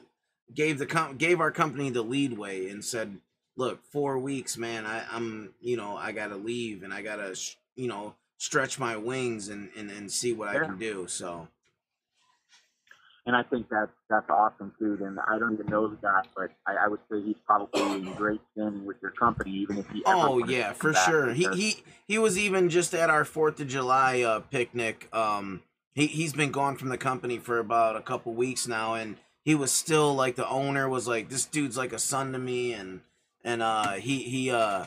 [SPEAKER 4] gave the com- gave our company the leadway and said, "Look, four weeks, man. I, I'm you know I gotta leave and I gotta sh- you know stretch my wings and and, and see what I
[SPEAKER 7] Yeah.
[SPEAKER 4] can do." So
[SPEAKER 7] and I think that that's awesome, dude. And I don't even know the guy, but I, I would say he's probably in great standing with your company, even if he. Ever
[SPEAKER 4] oh
[SPEAKER 7] wanted to
[SPEAKER 4] yeah,
[SPEAKER 7] come
[SPEAKER 4] for
[SPEAKER 7] back,
[SPEAKER 4] sure. He
[SPEAKER 7] because-
[SPEAKER 4] he he was even just at our Fourth of July uh, picnic. Um, he he's been gone from the company for about a couple weeks now, and he was still like the owner was like this dude's like a son to me, and and uh he he uh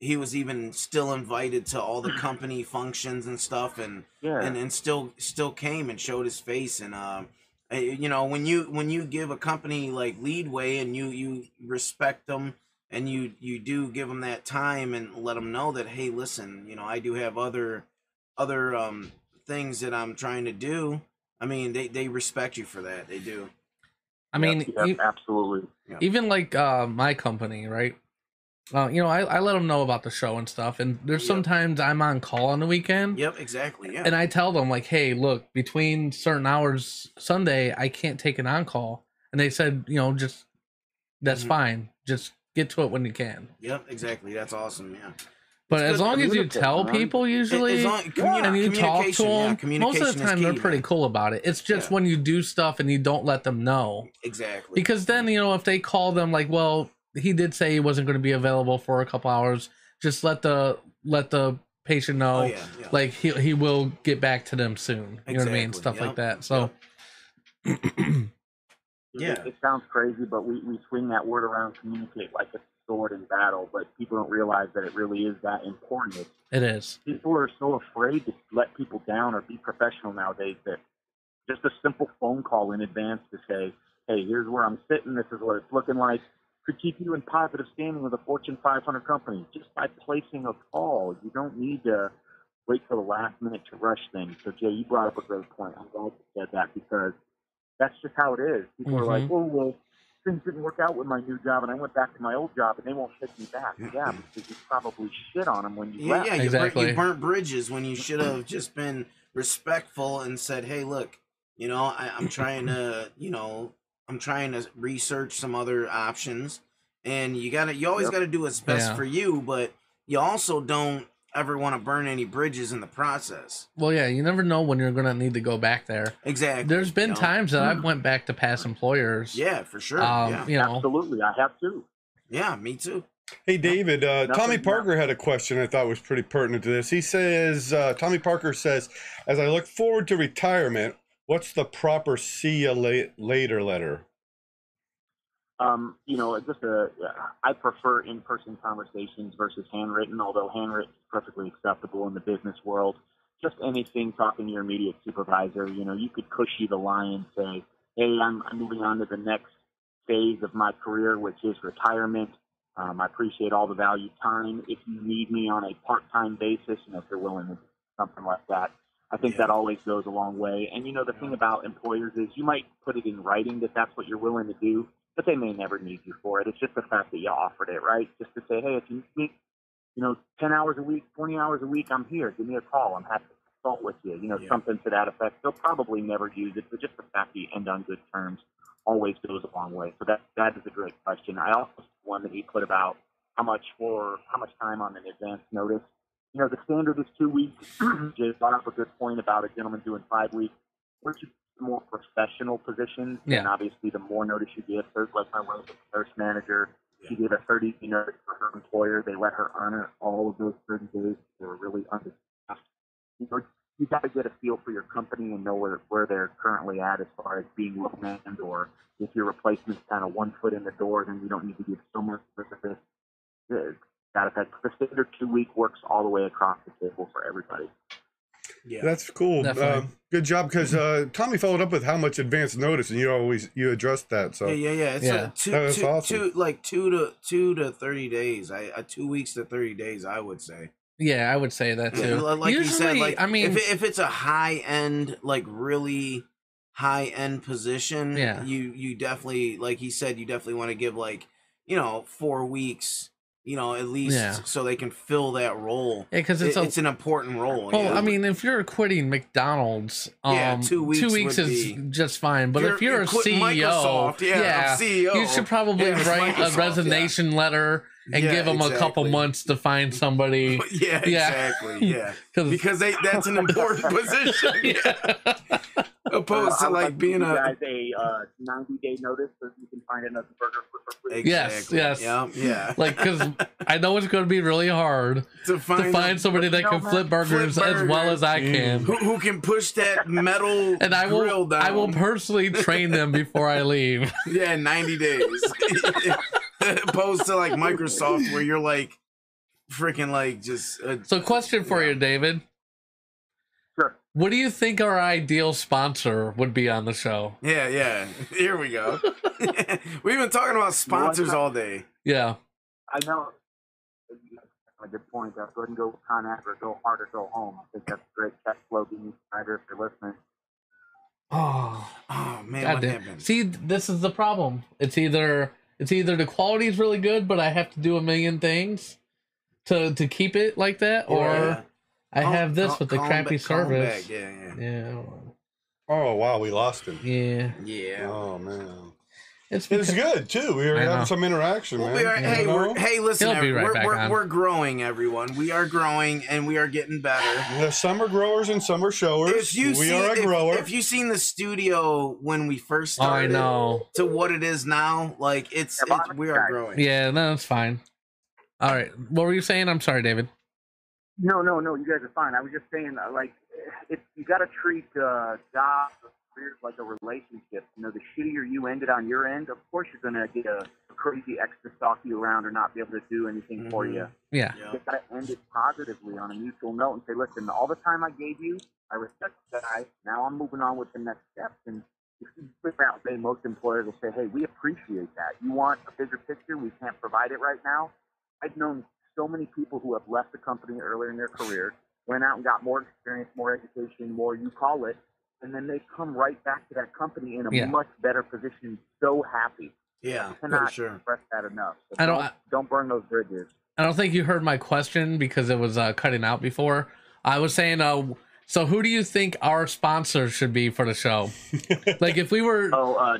[SPEAKER 4] he was even still invited to all the company functions and stuff, and
[SPEAKER 7] yeah,
[SPEAKER 4] and and still still came and showed his face and um uh, you know when you when you give a company like leadway and you you respect them and you you do give them that time and let them know that hey listen you know i do have other other um things that i'm trying to do i mean they they respect you for that they do
[SPEAKER 2] I mean,
[SPEAKER 7] Yep, yep,
[SPEAKER 2] e-
[SPEAKER 7] absolutely.
[SPEAKER 2] even like uh, my company, right? Uh, you know, I, I let them know about the show and stuff. And there's
[SPEAKER 4] Yep.
[SPEAKER 2] sometimes I'm on call on the weekend.
[SPEAKER 4] yep exactly yeah
[SPEAKER 2] and I tell them like, "Hey, look, between certain hours Sunday, I can't take an on call." And they said, "You know, just that's
[SPEAKER 4] Mhm.
[SPEAKER 2] fine. Just get to it when you can."
[SPEAKER 4] yep exactly that's awesome yeah
[SPEAKER 2] But
[SPEAKER 4] It's
[SPEAKER 2] as
[SPEAKER 4] good
[SPEAKER 2] long as you
[SPEAKER 7] communicate,
[SPEAKER 2] tell
[SPEAKER 7] man.
[SPEAKER 2] people, usually,
[SPEAKER 4] as long, communi-
[SPEAKER 2] and you talk to
[SPEAKER 4] communication, yeah,
[SPEAKER 2] them, most
[SPEAKER 4] communication
[SPEAKER 2] of
[SPEAKER 4] is
[SPEAKER 2] the time they're
[SPEAKER 4] key,
[SPEAKER 2] pretty
[SPEAKER 4] man.
[SPEAKER 2] cool about it. It's just
[SPEAKER 4] Yeah.
[SPEAKER 2] when you do stuff and you don't let them know,
[SPEAKER 4] exactly
[SPEAKER 2] because then you know if they call them like, "Well, he did say he wasn't going to be available for a couple hours," just let the let the patient know.
[SPEAKER 4] oh yeah, yeah.
[SPEAKER 2] Like he he will get back to them soon. You know what I mean?
[SPEAKER 4] Exactly,
[SPEAKER 2] Stuff like
[SPEAKER 4] yep,
[SPEAKER 2] that. So
[SPEAKER 4] Yeah.
[SPEAKER 7] It, it sounds crazy, but we, we swing that word around, communicate like a sword in battle, but people don't realize that it really is that important. It's,
[SPEAKER 2] it is.
[SPEAKER 7] people are so afraid to let people down or be professional nowadays that just a simple phone call in advance to say, hey, here's where I'm sitting, this is what it's looking like, could keep you in positive standing with a Fortune 500 company just by placing a call. You don't need to wait for the last minute to rush things. So, Jay, you brought up a great point. I'm glad you said that because that's just how it is. People are
[SPEAKER 4] Mm-hmm.
[SPEAKER 7] like, oh, well, things didn't work out with my new job, and I went back to my old job, and they won't take me back. Yeah, because you probably shit on them when you
[SPEAKER 4] Yeah,
[SPEAKER 7] left.
[SPEAKER 4] yeah,
[SPEAKER 2] Exactly.
[SPEAKER 4] you, burnt, you burnt bridges when you should have just been respectful and said, "Hey, look, you know, I, I'm trying to, you know, I'm trying to research some other options, and you gotta, you always
[SPEAKER 7] Yep.
[SPEAKER 4] gotta do what's best
[SPEAKER 2] Yeah.
[SPEAKER 4] for you, but you also don't ever want to burn any bridges in the process."
[SPEAKER 2] Well, yeah, you never know when you're gonna need to go back there.
[SPEAKER 4] Exactly.
[SPEAKER 2] There's been
[SPEAKER 4] you know?
[SPEAKER 2] times that I've went back to past employers.
[SPEAKER 4] Yeah, for sure.
[SPEAKER 2] Um,
[SPEAKER 4] yeah.
[SPEAKER 2] you know,
[SPEAKER 7] Absolutely, I have too.
[SPEAKER 4] yeah, me too.
[SPEAKER 3] Hey, David, uh,
[SPEAKER 7] Nothing-
[SPEAKER 3] Tommy
[SPEAKER 7] no-
[SPEAKER 3] Parker had a question I thought was pretty pertinent to this. He says, uh, Tommy Parker says, as I look forward to retirement, what's the proper see you la- later letter?
[SPEAKER 7] Um, you know, it's just a, I prefer in-person conversations versus handwritten, although handwritten is perfectly acceptable in the business world. Just anything talking to your immediate supervisor, you know, you could cushy the line and say, hey, I'm, I'm moving on to the next phase of my career, which is retirement. Um, I appreciate all the valued time. If you need me on a part-time basis, you know, if you're willing to do something like that, I think
[SPEAKER 4] Yeah.
[SPEAKER 7] that always goes a long way. And you know, the thing about employers is you might put it in writing that that's what you're willing to do, but they may never need you for it. It's just the fact that you offered it, right? Just to say, hey, if you need, you know, 10 hours a week, 20 hours a week, I'm here. Give me a call. I'm happy to consult with you. You know,
[SPEAKER 4] Yeah.
[SPEAKER 7] something to that effect. They'll probably never use it, but just the fact that you end on good terms always goes a long way. So that that is a great question. I also see one that he put about how much for how much time on an advance notice. You know, the standard is two weeks. Jay brought up a good point about a gentleman doing five weeks. Which is more professional positions, and
[SPEAKER 2] Yeah.
[SPEAKER 7] obviously the more notice you give, there's like my wife's a nurse manager. She gave a 30 day notice for her employer. They let her honor all of those 30 days. They were really understaffed. You know, you got to get a feel for your company and know where, where they're currently at as far as being low manned or if your replacement's kind of one foot in the door, then you don't need to give so much service. That effect. The standard two week works all the way across the table for everybody.
[SPEAKER 4] Yeah.
[SPEAKER 3] That's cool.
[SPEAKER 2] Definitely.
[SPEAKER 3] Um, good job, because uh, Tommy followed up with how much advance notice, and you always you addressed that. So
[SPEAKER 4] yeah, yeah, yeah. It's
[SPEAKER 2] Yeah.
[SPEAKER 4] like two,
[SPEAKER 3] That was
[SPEAKER 4] two-
[SPEAKER 3] awesome.
[SPEAKER 4] two- like two to two to thirty days. I uh, two weeks to thirty days. I would say.
[SPEAKER 2] Yeah, I would say that too.
[SPEAKER 4] Like
[SPEAKER 2] Usually,
[SPEAKER 4] you said, like
[SPEAKER 2] I mean,
[SPEAKER 4] if, it, if it's a high end, like really high end position,
[SPEAKER 2] Yeah.
[SPEAKER 4] you you definitely like he said, you definitely want to give like you know four weeks, you know at least,
[SPEAKER 2] Yeah.
[SPEAKER 4] so they can fill that role.
[SPEAKER 2] yeah, because it's
[SPEAKER 4] It-
[SPEAKER 2] a.
[SPEAKER 4] it's an important role.
[SPEAKER 2] well,
[SPEAKER 4] you know?
[SPEAKER 2] I mean, if you're quitting McDonald's, um,
[SPEAKER 4] Yeah, two weeks would
[SPEAKER 2] is
[SPEAKER 4] be-
[SPEAKER 2] just fine. But if you're, a
[SPEAKER 4] quitting
[SPEAKER 2] CEO,
[SPEAKER 4] Microsoft, yeah, I'm E CEO.
[SPEAKER 2] you should probably
[SPEAKER 4] Yeah, it's
[SPEAKER 2] write
[SPEAKER 4] Microsoft,
[SPEAKER 2] a resignation letter and
[SPEAKER 4] Yeah,
[SPEAKER 2] give them a couple
[SPEAKER 4] exactly.
[SPEAKER 2] months to find somebody.
[SPEAKER 4] Yeah,
[SPEAKER 2] Yeah.
[SPEAKER 4] exactly. Yeah,
[SPEAKER 2] 'Cause-
[SPEAKER 4] because they that's an important position. Opposed
[SPEAKER 7] I
[SPEAKER 4] to
[SPEAKER 7] would
[SPEAKER 4] like
[SPEAKER 7] to
[SPEAKER 4] being
[SPEAKER 7] give you
[SPEAKER 4] a
[SPEAKER 7] guys a uh, 90 day notice so that you can find another burger for free.
[SPEAKER 2] Yes,
[SPEAKER 4] Exactly.
[SPEAKER 2] yes.
[SPEAKER 4] Yep, yeah.
[SPEAKER 2] like, because I know it's going to be really hard
[SPEAKER 4] to
[SPEAKER 2] to find somebody that can
[SPEAKER 7] no,
[SPEAKER 2] flip burgers
[SPEAKER 4] flip
[SPEAKER 2] as well
[SPEAKER 4] burgers.
[SPEAKER 2] as I can.
[SPEAKER 4] who, who can push that metal
[SPEAKER 2] And I
[SPEAKER 4] grill
[SPEAKER 2] will,
[SPEAKER 4] down.
[SPEAKER 2] I will personally train them before I leave.
[SPEAKER 4] yeah, ninety days. Opposed to like Microsoft, where you're like freaking like just uh,
[SPEAKER 2] So, question for you, David.
[SPEAKER 7] Sure.
[SPEAKER 2] What do you think our ideal sponsor would be on the show?
[SPEAKER 4] yeah, yeah. Here we go. We've been talking about sponsors all day.
[SPEAKER 2] Yeah.
[SPEAKER 7] I know. A good point. Uh, go ahead and go with Con Agra. Go hard or go home. I think that's a great tech slogan, Snyder, if you're listening.
[SPEAKER 2] Oh,
[SPEAKER 4] Oh man, what happened?
[SPEAKER 2] See, this is the problem. It's either it's either the quality is really good, but I have to do a million things to to keep it like that, or
[SPEAKER 4] Yeah.
[SPEAKER 2] I
[SPEAKER 4] Calm-
[SPEAKER 2] have this
[SPEAKER 4] cal-
[SPEAKER 2] with the
[SPEAKER 4] calm
[SPEAKER 2] crappy
[SPEAKER 4] ba- calm
[SPEAKER 2] service.
[SPEAKER 4] back, Yeah,
[SPEAKER 2] Yeah.
[SPEAKER 3] oh wow, we lost him.
[SPEAKER 2] Yeah.
[SPEAKER 4] yeah, yeah.
[SPEAKER 3] Oh man,
[SPEAKER 2] It's
[SPEAKER 3] it was
[SPEAKER 2] because-
[SPEAKER 3] good too. We were
[SPEAKER 2] I know.
[SPEAKER 3] having some interaction,
[SPEAKER 4] Well,
[SPEAKER 3] man.
[SPEAKER 4] we are,
[SPEAKER 3] you
[SPEAKER 4] hey,
[SPEAKER 3] know?
[SPEAKER 4] we're, hey, listen,
[SPEAKER 2] He'll be
[SPEAKER 4] every-
[SPEAKER 2] right
[SPEAKER 4] we're,
[SPEAKER 2] back
[SPEAKER 4] we're,
[SPEAKER 2] on.
[SPEAKER 4] we're growing, everyone. We are growing, and we are getting better.
[SPEAKER 3] The summer growers and summer showers.
[SPEAKER 4] If you
[SPEAKER 3] we
[SPEAKER 4] see,
[SPEAKER 3] are a
[SPEAKER 4] if,
[SPEAKER 3] grower.
[SPEAKER 4] if you seen the studio when we first
[SPEAKER 2] Oh, I
[SPEAKER 4] started
[SPEAKER 2] know.
[SPEAKER 4] to what it is now, like it's,
[SPEAKER 7] Yeah,
[SPEAKER 4] it's we are growing.
[SPEAKER 2] Yeah, no, that's fine. All right. What were you saying? I'm sorry, David.
[SPEAKER 7] No, no, no. You guys are fine. I was just saying, uh, like, if you got to treat uh, jobs or careers like a relationship. You know, the shittier you ended on your end, of course you're gonna get a crazy extra stalky around or not be able to do anything for
[SPEAKER 4] Mhm.
[SPEAKER 7] you.
[SPEAKER 2] Yeah.
[SPEAKER 7] You got to end it positively on a mutual note and say, listen, all the time I gave you, I respect that. I Now I'm moving on with the next steps. And if you flip out, say most employers will say, hey, we appreciate that. You want a bigger picture? We can't provide it right now. I've known so many people who have left the company earlier in their career, went out and got more experience, more education, more you call it, and then they come right back to that company in a
[SPEAKER 2] Yeah.
[SPEAKER 7] much better position, so happy.
[SPEAKER 4] Yeah, for
[SPEAKER 7] Cannot
[SPEAKER 4] sure.
[SPEAKER 7] express that enough. So
[SPEAKER 2] I don't-
[SPEAKER 7] don't burn those bridges.
[SPEAKER 2] I don't think you heard my question because it was uh, cutting out before. I was saying, uh, so who do you think our sponsor should be for the show? like, if we were,
[SPEAKER 7] Oh, uh,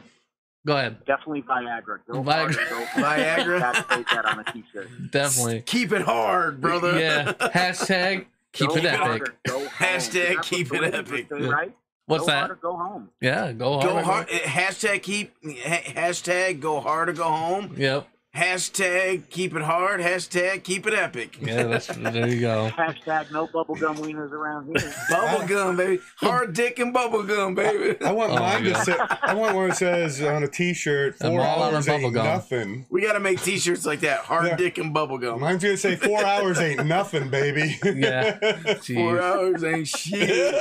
[SPEAKER 2] go ahead,
[SPEAKER 7] Definitely Viagra. Go
[SPEAKER 2] Viagra.
[SPEAKER 7] Viagra. Go Viagra. That's that on a t-shirt.
[SPEAKER 2] definitely.
[SPEAKER 4] Keep it hard, brother.
[SPEAKER 2] Yeah. Hashtag keep
[SPEAKER 7] Go
[SPEAKER 2] it epic.
[SPEAKER 7] harder, go home.
[SPEAKER 4] Hashtag
[SPEAKER 7] That's
[SPEAKER 4] keep
[SPEAKER 7] what
[SPEAKER 4] it
[SPEAKER 7] the Blues
[SPEAKER 4] epic.
[SPEAKER 7] would say, Right?
[SPEAKER 2] What's
[SPEAKER 7] go
[SPEAKER 2] that?
[SPEAKER 7] Harder, go home.
[SPEAKER 2] Yeah, go hard.
[SPEAKER 4] Go hard. Hashtag keep. ha- Hashtag go hard or go home.
[SPEAKER 2] Yep.
[SPEAKER 4] Hashtag keep it hard. Hashtag keep it epic.
[SPEAKER 2] Yeah, that's, there you go.
[SPEAKER 7] Hashtag no bubblegum wieners around here.
[SPEAKER 4] Bubble gum, baby. Hard dick and bubble gum, baby.
[SPEAKER 3] I want
[SPEAKER 2] Oh,
[SPEAKER 3] mine
[SPEAKER 2] yeah.
[SPEAKER 3] to say. I want one that says on a T-shirt,
[SPEAKER 2] I'm
[SPEAKER 3] four
[SPEAKER 2] all out of
[SPEAKER 3] hours ain't
[SPEAKER 2] bubblegum."
[SPEAKER 3] nothing.
[SPEAKER 4] We gotta make T-shirts like that. Hard
[SPEAKER 3] Yeah.
[SPEAKER 4] dick and bubble gum.
[SPEAKER 3] Mine's gonna say four hours ain't nothing, baby.
[SPEAKER 2] Yeah.
[SPEAKER 4] Four
[SPEAKER 2] Jeez.
[SPEAKER 4] hours ain't shit.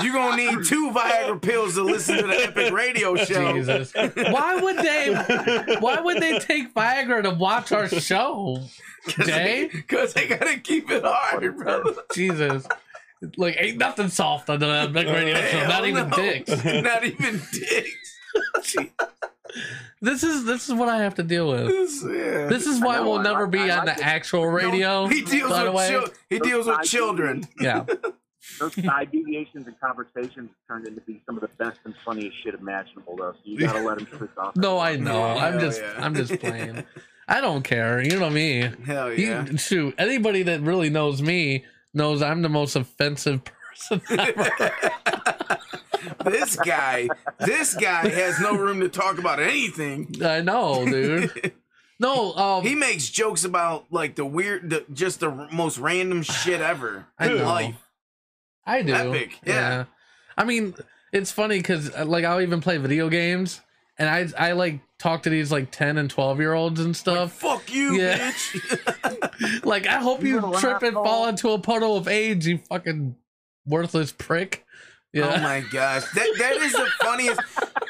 [SPEAKER 4] You gonna need two Viagra pills to listen to the Epic Radio Show.
[SPEAKER 2] Jesus. Why would they? Why would they take Viagra to watch our show? Jay?
[SPEAKER 4] Cause they gotta keep it hard, brother.
[SPEAKER 2] Jesus. Like ain't nothing soft on the big radio show.
[SPEAKER 4] Hell
[SPEAKER 2] Not even
[SPEAKER 4] oh no.
[SPEAKER 2] dicks.
[SPEAKER 4] Not even dicks.
[SPEAKER 2] This is this is what I have to deal with.
[SPEAKER 4] This- yeah.
[SPEAKER 2] This is why
[SPEAKER 7] know,
[SPEAKER 2] we'll
[SPEAKER 7] I
[SPEAKER 2] never
[SPEAKER 7] like-
[SPEAKER 2] be
[SPEAKER 7] I
[SPEAKER 2] on
[SPEAKER 7] like
[SPEAKER 2] the
[SPEAKER 7] it.
[SPEAKER 2] actual radio.
[SPEAKER 4] he deals
[SPEAKER 2] by the
[SPEAKER 4] with
[SPEAKER 2] way.
[SPEAKER 4] chil- he deals with children.
[SPEAKER 2] Yeah.
[SPEAKER 7] Those side deviations and conversations turned into be some of the best and funniest shit imaginable, though. So you gotta let them slip off.
[SPEAKER 2] No, I know.
[SPEAKER 4] Yeah,
[SPEAKER 2] I'm
[SPEAKER 4] hell
[SPEAKER 2] just
[SPEAKER 4] yeah.
[SPEAKER 2] I'm just playing. I don't care. You know me.
[SPEAKER 4] Hell
[SPEAKER 2] You-
[SPEAKER 4] yeah.
[SPEAKER 2] shoot, anybody that really knows me knows I'm the most offensive person ever.
[SPEAKER 4] this guy, this guy has no room to talk about anything.
[SPEAKER 2] I know, dude. No, um,
[SPEAKER 4] He makes jokes about like the weird, the, just the most random shit ever.
[SPEAKER 2] I know.
[SPEAKER 4] Like,
[SPEAKER 2] I do.
[SPEAKER 4] Epic, yeah.
[SPEAKER 2] I mean, it's funny because like I'll even play video games, and I I like talk to these like ten and twelve year olds and stuff.
[SPEAKER 4] fuck you,
[SPEAKER 2] Yeah.
[SPEAKER 4] bitch.
[SPEAKER 2] Like I hope you
[SPEAKER 7] Little
[SPEAKER 2] trip and
[SPEAKER 7] asshole.
[SPEAKER 2] fall into a puddle of age, you fucking worthless prick. Yeah.
[SPEAKER 4] Oh my gosh. That that is the funniest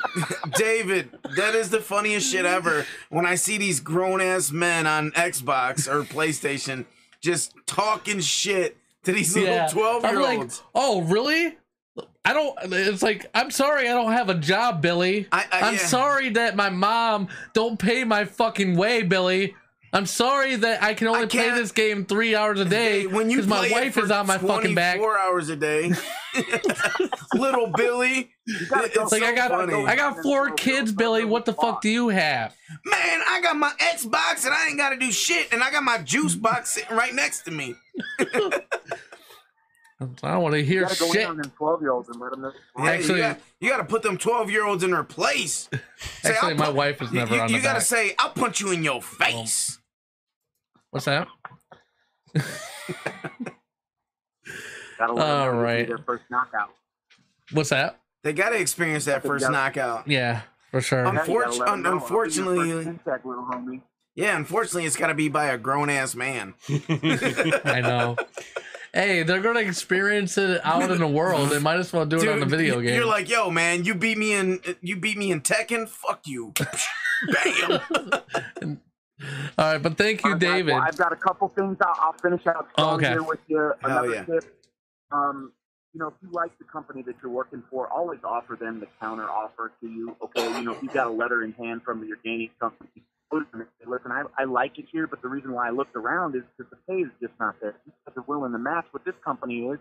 [SPEAKER 4] David, that is the funniest shit ever. When I see these grown ass men on Xbox or PlayStation just talking shit to these
[SPEAKER 2] Yeah.
[SPEAKER 4] little twelve
[SPEAKER 2] I'm
[SPEAKER 4] year
[SPEAKER 2] like,
[SPEAKER 4] olds.
[SPEAKER 2] oh really? I don't. It's like I'm sorry I don't have a job, Billy.
[SPEAKER 4] I- I-
[SPEAKER 2] am
[SPEAKER 4] Uh, yeah.
[SPEAKER 2] sorry that my mom don't pay my fucking way, Billy. I'm sorry that I can only play
[SPEAKER 4] can't-
[SPEAKER 2] this game three hours a day
[SPEAKER 4] when you
[SPEAKER 2] because my wife is on my fucking back.
[SPEAKER 4] Four hours a day. little Billy. It's
[SPEAKER 2] It's like I got
[SPEAKER 4] funny.
[SPEAKER 2] I got four kids, Billy. What the fuck do you have?
[SPEAKER 4] Man, I got my Xbox and I ain't gotta do shit, and I got my juice box sitting right next to me.
[SPEAKER 2] I don't want to
[SPEAKER 7] You
[SPEAKER 2] hear
[SPEAKER 7] gotta go
[SPEAKER 2] shit.
[SPEAKER 7] in on them 12 year olds and let them know.
[SPEAKER 4] Hey,
[SPEAKER 2] Actually-
[SPEAKER 4] you, got, to put them 12 year olds in their place. Say,
[SPEAKER 2] Actually,
[SPEAKER 4] I'll
[SPEAKER 2] my
[SPEAKER 4] pu-
[SPEAKER 2] wife is
[SPEAKER 4] You-
[SPEAKER 2] never
[SPEAKER 4] you,
[SPEAKER 2] on
[SPEAKER 4] you
[SPEAKER 2] the
[SPEAKER 4] gotta
[SPEAKER 2] back.
[SPEAKER 4] say, I'll punch you in your face.
[SPEAKER 2] What's that?
[SPEAKER 7] Gotta let
[SPEAKER 2] All
[SPEAKER 7] them know
[SPEAKER 2] right.
[SPEAKER 7] right. their first knockout.
[SPEAKER 2] What's that?
[SPEAKER 4] They gotta experience that first
[SPEAKER 7] gotta-
[SPEAKER 4] knockout.
[SPEAKER 2] Yeah, for sure.
[SPEAKER 4] I'm-
[SPEAKER 7] Now you gotta let
[SPEAKER 4] Unfortun-
[SPEAKER 7] them know, I'll be your first
[SPEAKER 4] unfortunately-
[SPEAKER 7] fintech, little homie.
[SPEAKER 4] Yeah, unfortunately, it's gotta be by a grown ass man.
[SPEAKER 2] I know. Hey, they're gonna experience it out in the world. They might as well do it on the video
[SPEAKER 4] you-
[SPEAKER 2] game.
[SPEAKER 4] You're like, yo, man, you beat me in, you beat me in Tekken. Fuck you. Bam.
[SPEAKER 2] All right, but thank you,
[SPEAKER 7] All right, guys,
[SPEAKER 2] David. Oh,
[SPEAKER 7] well, I've got a couple things. I'll, I'll finish out strong
[SPEAKER 2] Okay.
[SPEAKER 7] here with you. Another
[SPEAKER 4] yeah.
[SPEAKER 7] tip. Um, you know, if you like the company that you're working for, always offer them the counter offer to you. Okay, you know, if you've got a letter in hand from your gaming company, go to them and say, listen, I, I like it here, but the reason why I looked around is because the pay is just not there. If they're willing to match what this company is,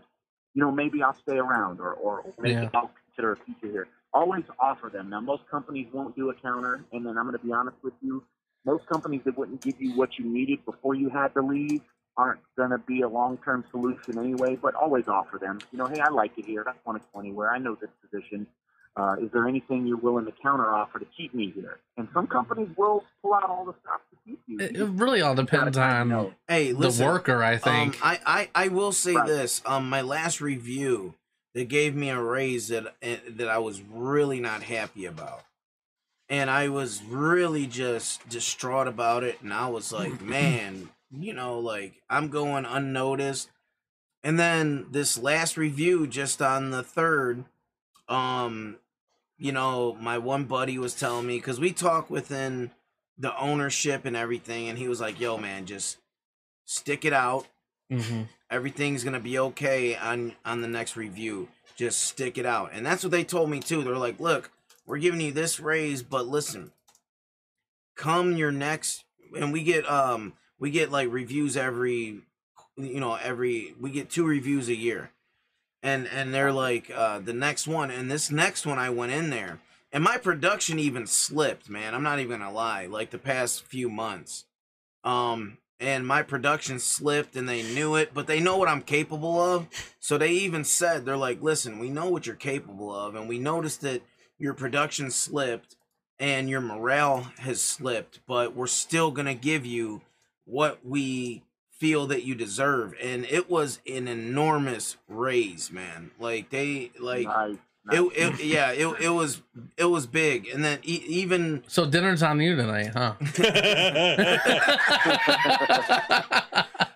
[SPEAKER 7] you know, maybe I'll stay around or, or maybe
[SPEAKER 2] Yeah.
[SPEAKER 7] I'll consider a future here. Always offer them. Now, most companies won't do a counter, and then I'm going to be honest with you, most companies that wouldn't give you what you needed before you had to leave aren't going to be a long-term solution anyway, but always offer them. You know, hey, I like it here. I don't want to go anywhere. I know this position. Uh, is there anything you're willing to counteroffer to keep me here? And some companies will pull out all the stops to keep you.
[SPEAKER 2] It it really all depends
[SPEAKER 7] kinda
[SPEAKER 2] on
[SPEAKER 7] know.
[SPEAKER 4] Hey,
[SPEAKER 2] the
[SPEAKER 4] listen,
[SPEAKER 2] worker, I
[SPEAKER 4] Um,
[SPEAKER 2] think.
[SPEAKER 4] I, I, I will say
[SPEAKER 7] Right.
[SPEAKER 4] this. Um, my last review, they gave me a raise that eh, that I was really not happy about, and I was really just distraught about it. And I was like, man, you know, like I'm going unnoticed. And then this last review, just on the third, um, you know, my one buddy was telling me because we talk within the ownership and everything, and he was like, "Yo, man, just." Stick it out
[SPEAKER 2] Mhm.
[SPEAKER 4] everything's gonna be okay on on the next review just stick it out and that's what they told me too they're like look we're giving you this raise but listen come your next and we get um we get like reviews every you know every we get two reviews a year and and they're like uh the next one and this next one i went in there and my production even slipped man i'm not even gonna lie like the past few months um and my production slipped and they knew it but they know what i'm capable of so they even said they're like listen we know what you're capable of and we noticed that your production slipped and your morale has slipped but we're still gonna give you what we feel that you deserve and it was an enormous raise man like they like
[SPEAKER 7] Nice, nice.
[SPEAKER 4] it, it yeah it, it was it was big and then e- even
[SPEAKER 2] So dinner's on you tonight, huh?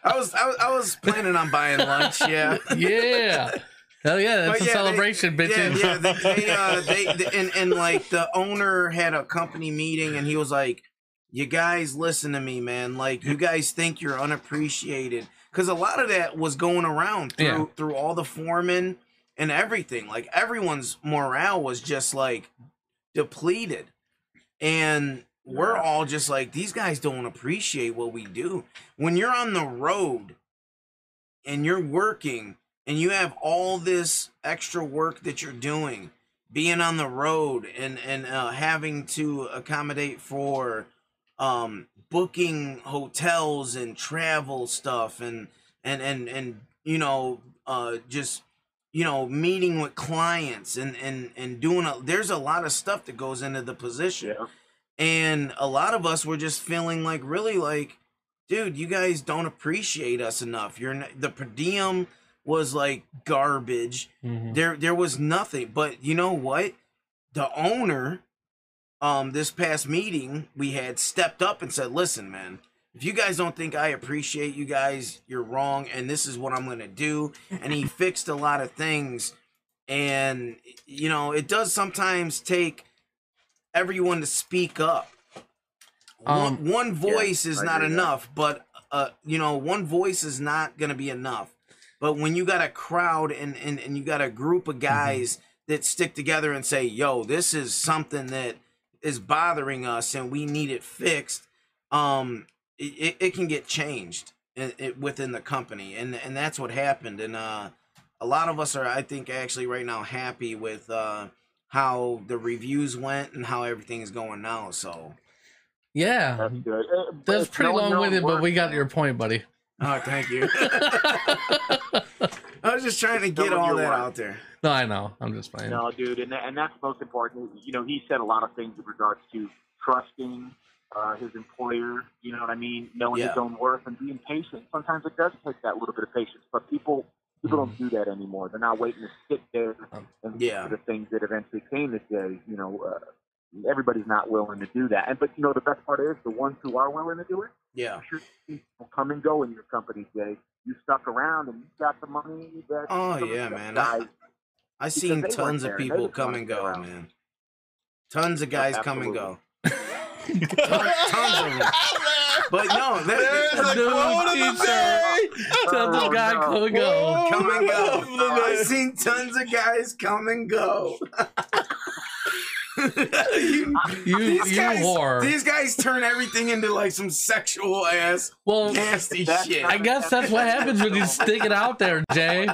[SPEAKER 4] I was, I was I was planning on buying lunch yeah
[SPEAKER 2] yeah. Hell yeah, that's
[SPEAKER 4] But
[SPEAKER 2] a
[SPEAKER 4] yeah, they-
[SPEAKER 2] celebration,
[SPEAKER 4] Yeah,
[SPEAKER 2] bitches.
[SPEAKER 4] yeah. They, they, uh, they, they- and, and like the owner had a company meeting, and he was like, "You guys, listen to me, man. Like, you guys think you're unappreciated because a lot of that was going around through
[SPEAKER 2] Yeah.
[SPEAKER 4] through all the foremen and everything. Like, everyone's morale was just like depleted, and." We're all just like these guys don't appreciate what we do. When you're on the road and you're working and you have all this extra work that you're doing being on the road and and uh, having to accommodate for um booking hotels and travel stuff and and and and you know uh just you know meeting with clients and and and doing a, there's a lot of stuff that goes into the position
[SPEAKER 7] Yeah.
[SPEAKER 4] and a lot of us were just feeling like really like dude you guys don't appreciate us enough you're n the per diem was like garbage
[SPEAKER 2] Mhm.
[SPEAKER 4] there there was nothing but you know what the owner um this past meeting we had stepped up and said listen man if you guys don't think I appreciate you guys, you're wrong, and this is what I'm gonna do. And he fixed a lot of things, and you know it does sometimes take everyone to speak up.
[SPEAKER 2] Um,
[SPEAKER 4] one, one voice is
[SPEAKER 7] I
[SPEAKER 4] not
[SPEAKER 7] agree with that.
[SPEAKER 4] enough, but uh, you know, one voice is not gonna be enough. But when you got a crowd and and, and you got a group of guys that stick together and say, "Yo, this is something that is bothering us, and we need it fixed," um, it, it, it can get changed in, it, within the company, and and that's what happened. And uh, a lot of us are, I think, actually right now happy with uh how the reviews went and how everything is going now. So,
[SPEAKER 2] Yeah,
[SPEAKER 7] That's good. Uh, but
[SPEAKER 2] that's
[SPEAKER 7] it's
[SPEAKER 2] pretty
[SPEAKER 7] no
[SPEAKER 2] long winded,
[SPEAKER 7] known
[SPEAKER 2] but we
[SPEAKER 7] work,
[SPEAKER 2] got
[SPEAKER 7] man.
[SPEAKER 2] your point, buddy.
[SPEAKER 4] oh, thank you. I was just trying to get
[SPEAKER 7] Someone
[SPEAKER 4] all
[SPEAKER 7] you're
[SPEAKER 4] that
[SPEAKER 7] watching.
[SPEAKER 4] out there.
[SPEAKER 2] No, I know. I'm just playing.
[SPEAKER 7] No, dude, and that, and that's most important. You know, he said a lot of things in regards to trusting uh, his employer. You know what I mean? Knowing
[SPEAKER 4] Yeah.
[SPEAKER 7] his own worth and being patient. Sometimes it does take that little bit of patience, but people people don't do that anymore. They're not waiting to sit there and
[SPEAKER 4] Mm-hmm. Um, Yeah.
[SPEAKER 7] for the things that eventually came this day. You know, uh, everybody's not willing to do that. And but you know, the best part is the ones who are willing to do it
[SPEAKER 4] Yeah.
[SPEAKER 7] will come and go in your company, Jay. You stuck around and you got the money that.
[SPEAKER 4] Oh,
[SPEAKER 7] some of
[SPEAKER 4] yeah,
[SPEAKER 7] the
[SPEAKER 4] man.
[SPEAKER 7] guys
[SPEAKER 4] I seen
[SPEAKER 7] they
[SPEAKER 4] tons
[SPEAKER 7] weren't
[SPEAKER 4] of
[SPEAKER 7] there. They
[SPEAKER 4] people
[SPEAKER 7] just
[SPEAKER 4] come
[SPEAKER 7] wanted
[SPEAKER 4] and
[SPEAKER 7] to
[SPEAKER 4] go,
[SPEAKER 7] go out.
[SPEAKER 4] man. Tons of guys come and go.
[SPEAKER 7] absolutely.
[SPEAKER 4] Ton- tons of them. But no, that,
[SPEAKER 3] There's a
[SPEAKER 2] No
[SPEAKER 3] quote of the
[SPEAKER 2] teacher.
[SPEAKER 3] day.
[SPEAKER 2] Tell the
[SPEAKER 7] Oh,
[SPEAKER 2] guy
[SPEAKER 7] no.
[SPEAKER 2] come and go.
[SPEAKER 3] Whoa.
[SPEAKER 4] come and
[SPEAKER 3] Quote
[SPEAKER 4] go.
[SPEAKER 3] of the
[SPEAKER 4] I
[SPEAKER 3] day.
[SPEAKER 4] seen tons of guys come and go. You-
[SPEAKER 2] You
[SPEAKER 4] these
[SPEAKER 2] you
[SPEAKER 4] guys,
[SPEAKER 2] whore.
[SPEAKER 4] These guys turn everything into like some sexual ass
[SPEAKER 2] well,
[SPEAKER 4] nasty
[SPEAKER 7] That's
[SPEAKER 4] shit.
[SPEAKER 2] I guess that's what happens when you stick it out there, Jay.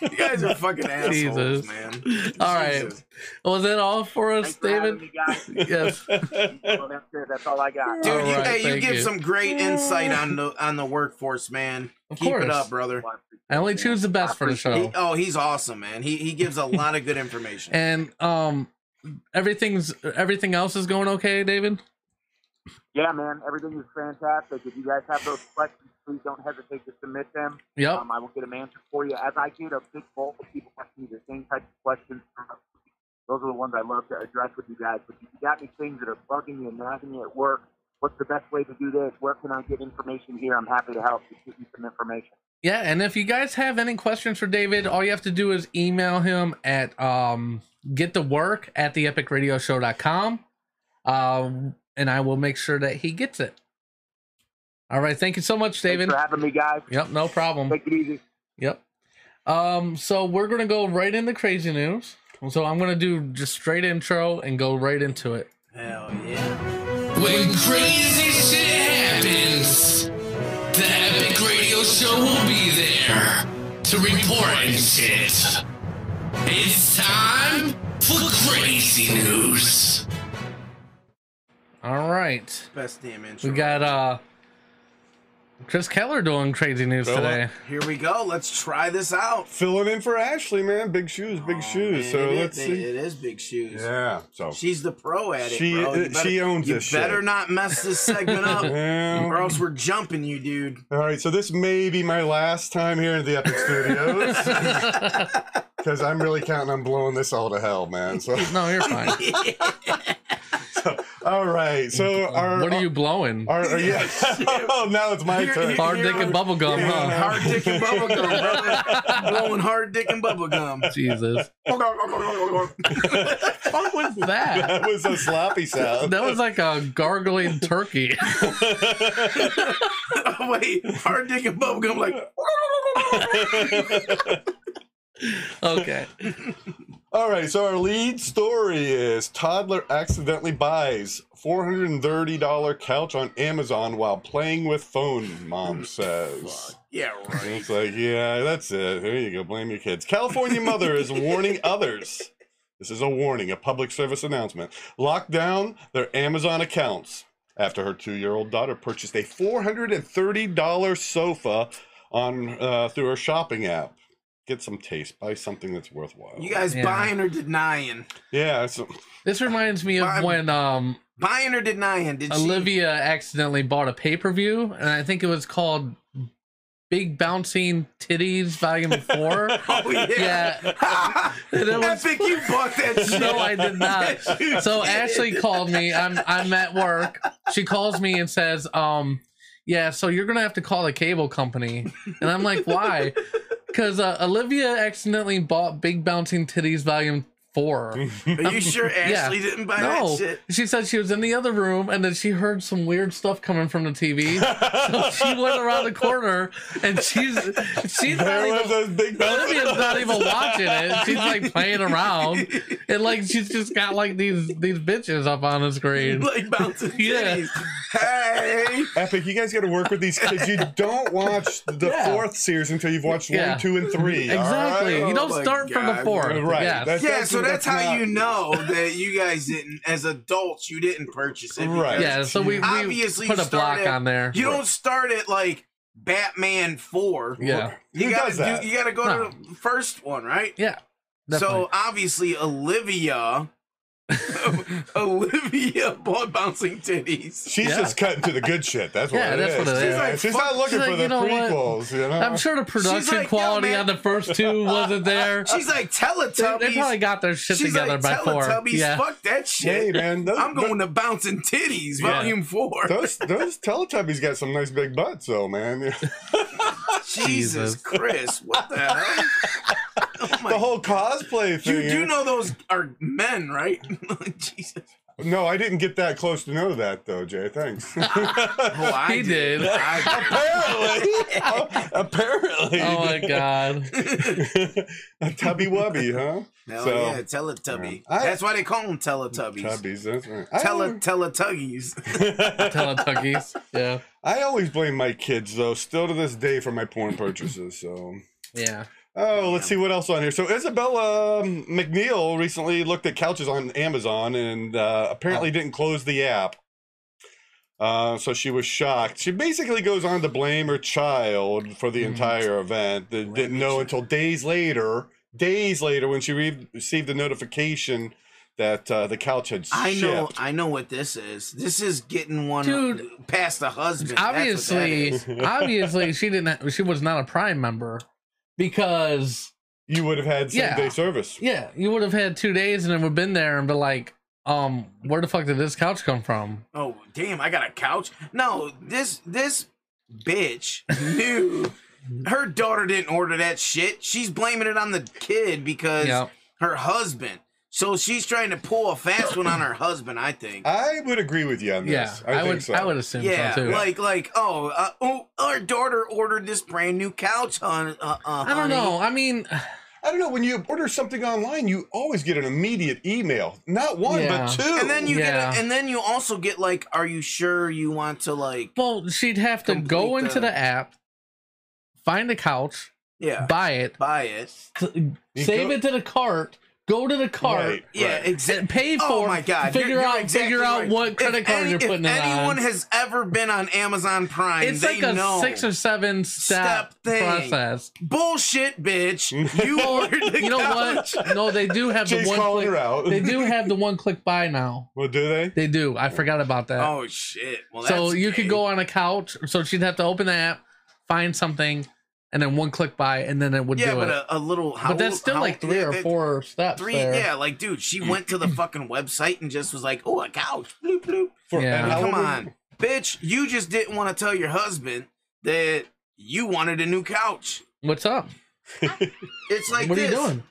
[SPEAKER 4] you guys are fucking assholes,
[SPEAKER 2] Jesus.
[SPEAKER 4] man.
[SPEAKER 2] All right.
[SPEAKER 4] Jesus.
[SPEAKER 2] Was that all for us,
[SPEAKER 7] Thanks for having
[SPEAKER 2] David?
[SPEAKER 7] me, guys.
[SPEAKER 2] Yes.
[SPEAKER 7] well, that's it. That's all I got.
[SPEAKER 4] Dude,
[SPEAKER 2] All
[SPEAKER 4] you,
[SPEAKER 2] right,
[SPEAKER 4] hey, you
[SPEAKER 2] thank
[SPEAKER 4] give
[SPEAKER 2] you.
[SPEAKER 4] some great insight on the on the workforce, man.
[SPEAKER 2] Of
[SPEAKER 4] Keep
[SPEAKER 2] course.
[SPEAKER 4] it up, brother.
[SPEAKER 2] I only choose the best for the
[SPEAKER 4] He,
[SPEAKER 2] show.
[SPEAKER 4] oh, he's awesome, man. He he gives a lot of good information.
[SPEAKER 2] And um everything's everything else is going okay, David?
[SPEAKER 7] Yeah, man, everything is fantastic. If you guys have those questions, please don't hesitate to submit them.
[SPEAKER 2] Yep.
[SPEAKER 7] Um, I will get them answered for you. As I get a big bulk of people asking me the same type of questions, those are the ones I love to address with you guys. But if you got any things that are bugging you and nagging you at work, what's the best way to do this? Where can I get information here? I'm happy to help. Just get you some information.
[SPEAKER 2] Yeah, and if you guys have any questions for David, all you have to do is email him at um get the work at the epicradioshow.com. Um and I will make sure that he gets it. All right, thank you so much, David.
[SPEAKER 7] Thanks for having me, guys.
[SPEAKER 2] Yep, no problem.
[SPEAKER 7] Take it easy.
[SPEAKER 2] Yep. Um, so we're gonna go right into crazy news. So I'm gonna do just straight intro and go right into it.
[SPEAKER 4] Hell yeah.
[SPEAKER 8] When crazy shit happens, the Epic Radio Show will be there to report and shit. It's time for crazy news.
[SPEAKER 2] All right,
[SPEAKER 4] Best damn intro.
[SPEAKER 2] we got uh Chris Keller doing crazy news
[SPEAKER 3] Well,
[SPEAKER 2] today.
[SPEAKER 4] Here we go. Let's try this out.
[SPEAKER 3] Filling in for Ashley, man. Big shoes, big
[SPEAKER 4] Oh,
[SPEAKER 3] shoes.
[SPEAKER 4] man,
[SPEAKER 3] so
[SPEAKER 4] it is-
[SPEAKER 3] let's see.
[SPEAKER 4] It is big shoes.
[SPEAKER 3] Yeah. So.
[SPEAKER 4] She's the pro at it.
[SPEAKER 3] She-
[SPEAKER 4] bro. You
[SPEAKER 3] uh, she owns
[SPEAKER 4] You
[SPEAKER 3] this
[SPEAKER 4] better
[SPEAKER 3] shit.
[SPEAKER 4] not mess this segment up,
[SPEAKER 3] Yeah.
[SPEAKER 4] or else we're jumping you, dude.
[SPEAKER 3] All right, so this may be my last time here at the Epic Studios because I'm really counting on blowing this all to hell, man. So,
[SPEAKER 2] No, you're fine.
[SPEAKER 3] all right, so our
[SPEAKER 2] what are you blowing?
[SPEAKER 3] Our, our- yeah. oh, now it's my
[SPEAKER 4] Here-
[SPEAKER 3] turn.
[SPEAKER 4] here-
[SPEAKER 2] Hard dick and bubble gum,
[SPEAKER 4] Yeah,
[SPEAKER 2] huh?
[SPEAKER 4] hard dick and bubble gum, brother. Blowing hard dick and bubble gum.
[SPEAKER 2] Jesus, what was that?
[SPEAKER 3] That was a sloppy sound.
[SPEAKER 2] That was like a gargling turkey.
[SPEAKER 4] Wait, hard dick and bubble gum. Like,
[SPEAKER 2] Okay.
[SPEAKER 3] All right, so our lead story is toddler accidentally buys $430 couch on Amazon while playing with phone, mom says.
[SPEAKER 4] yeah,
[SPEAKER 3] And
[SPEAKER 4] right.
[SPEAKER 3] It's like, yeah, that's it. Here you go. Blame your kids. California mother is warning others. This is a warning, a public service announcement. Lock down their Amazon accounts after her two-year-old daughter purchased a $430 sofa on uh, through her shopping app. Get some taste. Buy something that's worthwhile.
[SPEAKER 4] You guys
[SPEAKER 2] Yeah.
[SPEAKER 4] buying or denying?
[SPEAKER 3] yeah. So,
[SPEAKER 2] This reminds me of
[SPEAKER 4] Mom-
[SPEAKER 2] when um
[SPEAKER 4] Buying or denying? Did she?
[SPEAKER 2] Olivia accidentally bought a pay per view, and I think it was called Big Bouncing Titties Volume 4.
[SPEAKER 4] Oh yeah.
[SPEAKER 2] yeah. And it was-
[SPEAKER 4] Epic, you bought that shit.
[SPEAKER 2] no, I did not.
[SPEAKER 4] Yes, you
[SPEAKER 2] So
[SPEAKER 4] did.
[SPEAKER 2] Ashley called me. I'm I'm at work. She calls me and says, um, yeah, so you're gonna have to call the cable company. And I'm like, why? Because uh, Olivia accidentally bought Big Bouncing Titties Volume Four.
[SPEAKER 4] Are you sure Ashley didn't buy
[SPEAKER 2] No,
[SPEAKER 4] that shit?
[SPEAKER 2] she said she was in the other room and then she heard some weird stuff coming from the TV. so she went around the corner and she's she's not
[SPEAKER 3] There was
[SPEAKER 2] even,
[SPEAKER 3] those big
[SPEAKER 2] Olivia's not even watching it. She's like playing around, and like she's just got like these these bitches up on the screen.
[SPEAKER 4] Like bouncing
[SPEAKER 2] Yeah.
[SPEAKER 4] titties. Hey.
[SPEAKER 3] Epic, you guys got to work with these kids. You don't watch the
[SPEAKER 2] Yeah.
[SPEAKER 3] fourth series until you've watched
[SPEAKER 2] Yeah.
[SPEAKER 3] one, two, and three. all
[SPEAKER 2] Exactly.
[SPEAKER 3] right?
[SPEAKER 2] You don't
[SPEAKER 4] Oh my
[SPEAKER 2] start from the
[SPEAKER 4] God.
[SPEAKER 2] fourth.
[SPEAKER 3] Right.
[SPEAKER 2] Yes.
[SPEAKER 3] That's-
[SPEAKER 4] Yeah, so
[SPEAKER 3] that's
[SPEAKER 4] that's, how
[SPEAKER 3] not-
[SPEAKER 4] you know that you guys didn't, as adults, you didn't purchase it.
[SPEAKER 3] Right.
[SPEAKER 4] because
[SPEAKER 2] yeah. So we, we
[SPEAKER 4] Obviously,
[SPEAKER 2] put
[SPEAKER 4] you
[SPEAKER 2] a block
[SPEAKER 4] started-
[SPEAKER 2] on there.
[SPEAKER 4] You don't start at like Batman Four.
[SPEAKER 2] Yeah.
[SPEAKER 4] You
[SPEAKER 3] Who
[SPEAKER 4] gotta
[SPEAKER 3] does that?
[SPEAKER 4] do. You gotta go
[SPEAKER 2] No.
[SPEAKER 4] to the first one, right?
[SPEAKER 2] Yeah. Definitely.
[SPEAKER 4] So obviously, Olivia, Olivia bought bouncing titties.
[SPEAKER 3] She's
[SPEAKER 2] Yeah.
[SPEAKER 3] just cutting to the good shit. That's what
[SPEAKER 2] Yeah,
[SPEAKER 3] it
[SPEAKER 2] that's
[SPEAKER 3] is.
[SPEAKER 2] what it is.
[SPEAKER 3] Yeah,
[SPEAKER 4] She's
[SPEAKER 3] She's not looking
[SPEAKER 2] she's
[SPEAKER 3] for
[SPEAKER 2] like,
[SPEAKER 3] the
[SPEAKER 2] you know what?
[SPEAKER 3] prequels. You know?
[SPEAKER 2] I'm sure the production
[SPEAKER 4] uh, like, yo,
[SPEAKER 2] quality
[SPEAKER 4] man. uh,
[SPEAKER 2] on the first two wasn't there.
[SPEAKER 4] She's like
[SPEAKER 2] they,
[SPEAKER 4] Teletubbies.
[SPEAKER 2] they probably got their shit
[SPEAKER 4] She's
[SPEAKER 2] together
[SPEAKER 4] like
[SPEAKER 2] by four.
[SPEAKER 4] Teletubbies.
[SPEAKER 2] Yeah.
[SPEAKER 4] Fuck that shit.
[SPEAKER 3] Hey, man, those-
[SPEAKER 4] I'm going to bouncing titties,
[SPEAKER 2] Yeah.
[SPEAKER 4] volume four.
[SPEAKER 3] Those those Teletubbies got some nice big butts, though, man.
[SPEAKER 2] Oh
[SPEAKER 4] Jesus
[SPEAKER 2] Jesus.
[SPEAKER 4] Chris, what the hell? Oh my
[SPEAKER 3] the whole cosplay thing.
[SPEAKER 4] You do
[SPEAKER 3] eh?
[SPEAKER 4] know those are men, right? Jesus.
[SPEAKER 3] No, I didn't get that close to know that though, Jay. Thanks.
[SPEAKER 4] Oh, I
[SPEAKER 2] He did.
[SPEAKER 4] I
[SPEAKER 3] apparently, apparently,
[SPEAKER 2] Oh my god.
[SPEAKER 3] a tubby wubby, huh?
[SPEAKER 4] Hell
[SPEAKER 3] So-
[SPEAKER 4] yeah, Teletubby.
[SPEAKER 3] I-
[SPEAKER 4] That's why they call them Teletubbies.
[SPEAKER 3] Tubbies, that's right.
[SPEAKER 4] Tele
[SPEAKER 3] I,
[SPEAKER 4] Teletuggies.
[SPEAKER 2] Teletubbies. Yeah.
[SPEAKER 3] I always blame my kids though, still to this day, for my porn purchases. So.
[SPEAKER 2] Yeah.
[SPEAKER 3] Oh, let's see what else on here. So Isabella um, McNeil recently looked at couches on Amazon and uh,
[SPEAKER 2] Oh.
[SPEAKER 3] apparently didn't close the app. Uh, so she was shocked. She basically goes on to blame her child for
[SPEAKER 2] Mm-hmm.
[SPEAKER 3] the entire event. That didn't know until days later. Days later, when she re- received a notification that uh, the couch had shipped.
[SPEAKER 4] I know I know what this is. This is getting one
[SPEAKER 2] Dude.
[SPEAKER 4] past the husband. That's what that
[SPEAKER 2] obviously
[SPEAKER 4] is.
[SPEAKER 2] obviously she didn't ha- she was not a prime member because
[SPEAKER 3] you would have had same
[SPEAKER 2] Yeah.
[SPEAKER 3] day service.
[SPEAKER 2] yeah you would have had two days and then would have been there and be like um where the fuck did this couch come from
[SPEAKER 4] Oh damn, I got a couch. No, this this bitch knew her daughter didn't order that shit. She's blaming it on the kid because
[SPEAKER 2] Yep.
[SPEAKER 4] her husband. So she's trying to pull a fast one on her husband, I think.
[SPEAKER 3] I would agree with you on this.
[SPEAKER 2] yeah i,
[SPEAKER 3] think
[SPEAKER 2] would
[SPEAKER 3] so.
[SPEAKER 2] i would assume
[SPEAKER 4] yeah,
[SPEAKER 2] so too
[SPEAKER 4] like like oh, uh, oh, our daughter ordered this brand new couch on. Uh, uh,
[SPEAKER 2] i don't know i mean
[SPEAKER 3] I don't know. When you order something online, you always get an immediate email. Not one,
[SPEAKER 2] Yeah.
[SPEAKER 3] but two.
[SPEAKER 4] And then you
[SPEAKER 2] Yeah.
[SPEAKER 4] get, a, and then you also get like, are you sure you want to like,
[SPEAKER 2] well she'd have to go
[SPEAKER 4] Complete
[SPEAKER 2] into
[SPEAKER 4] the-
[SPEAKER 2] the app find a couch
[SPEAKER 4] yeah,
[SPEAKER 2] buy it
[SPEAKER 4] buy it,
[SPEAKER 3] You
[SPEAKER 2] save
[SPEAKER 3] go-
[SPEAKER 2] it to the cart go to the cart
[SPEAKER 3] Right.
[SPEAKER 4] yeah, exactly.
[SPEAKER 2] and pay for
[SPEAKER 4] Oh
[SPEAKER 2] it,
[SPEAKER 4] my god!
[SPEAKER 2] figure
[SPEAKER 4] You're- you're
[SPEAKER 2] out
[SPEAKER 4] exactly
[SPEAKER 2] figure out
[SPEAKER 4] right.
[SPEAKER 2] what credit
[SPEAKER 4] If
[SPEAKER 2] card
[SPEAKER 4] any-
[SPEAKER 2] you're putting
[SPEAKER 4] If
[SPEAKER 2] it on
[SPEAKER 4] anyone has ever been on Amazon Prime,
[SPEAKER 2] it's
[SPEAKER 4] they
[SPEAKER 2] like a
[SPEAKER 4] know.
[SPEAKER 2] six or seven step,
[SPEAKER 4] Step thing.
[SPEAKER 2] process.
[SPEAKER 4] bullshit, bitch. You ordered the
[SPEAKER 2] You know
[SPEAKER 4] couch.
[SPEAKER 2] what? No, they do have the
[SPEAKER 3] Jay's
[SPEAKER 2] one
[SPEAKER 3] calling
[SPEAKER 2] click.
[SPEAKER 3] her out.
[SPEAKER 2] They do have the one click buy now.
[SPEAKER 3] Well, do they?
[SPEAKER 2] They do. I forgot about that.
[SPEAKER 4] Oh shit! Well,
[SPEAKER 2] so
[SPEAKER 4] that's
[SPEAKER 2] you
[SPEAKER 4] gay.
[SPEAKER 2] could go on a couch. So she'd have to open the app, find something, and then one click buy, and then it would
[SPEAKER 4] Yeah,
[SPEAKER 2] do
[SPEAKER 4] but
[SPEAKER 2] it.
[SPEAKER 4] a, a little. How,
[SPEAKER 2] but that's
[SPEAKER 4] old-
[SPEAKER 2] still
[SPEAKER 4] how-
[SPEAKER 2] like three
[SPEAKER 4] yeah,
[SPEAKER 2] or
[SPEAKER 4] that-
[SPEAKER 2] four steps.
[SPEAKER 4] Three,
[SPEAKER 2] there.
[SPEAKER 4] yeah, like dude, she went to the fucking website and just was like, "Oh, a couch, bloop bloop."
[SPEAKER 3] For,
[SPEAKER 2] Yeah.
[SPEAKER 3] and how
[SPEAKER 4] Come
[SPEAKER 3] old was-
[SPEAKER 4] on, bitch, you just didn't want to tell your husband that you wanted a new couch.
[SPEAKER 2] What's up?
[SPEAKER 4] It's like
[SPEAKER 2] what
[SPEAKER 4] this.
[SPEAKER 2] are you doing?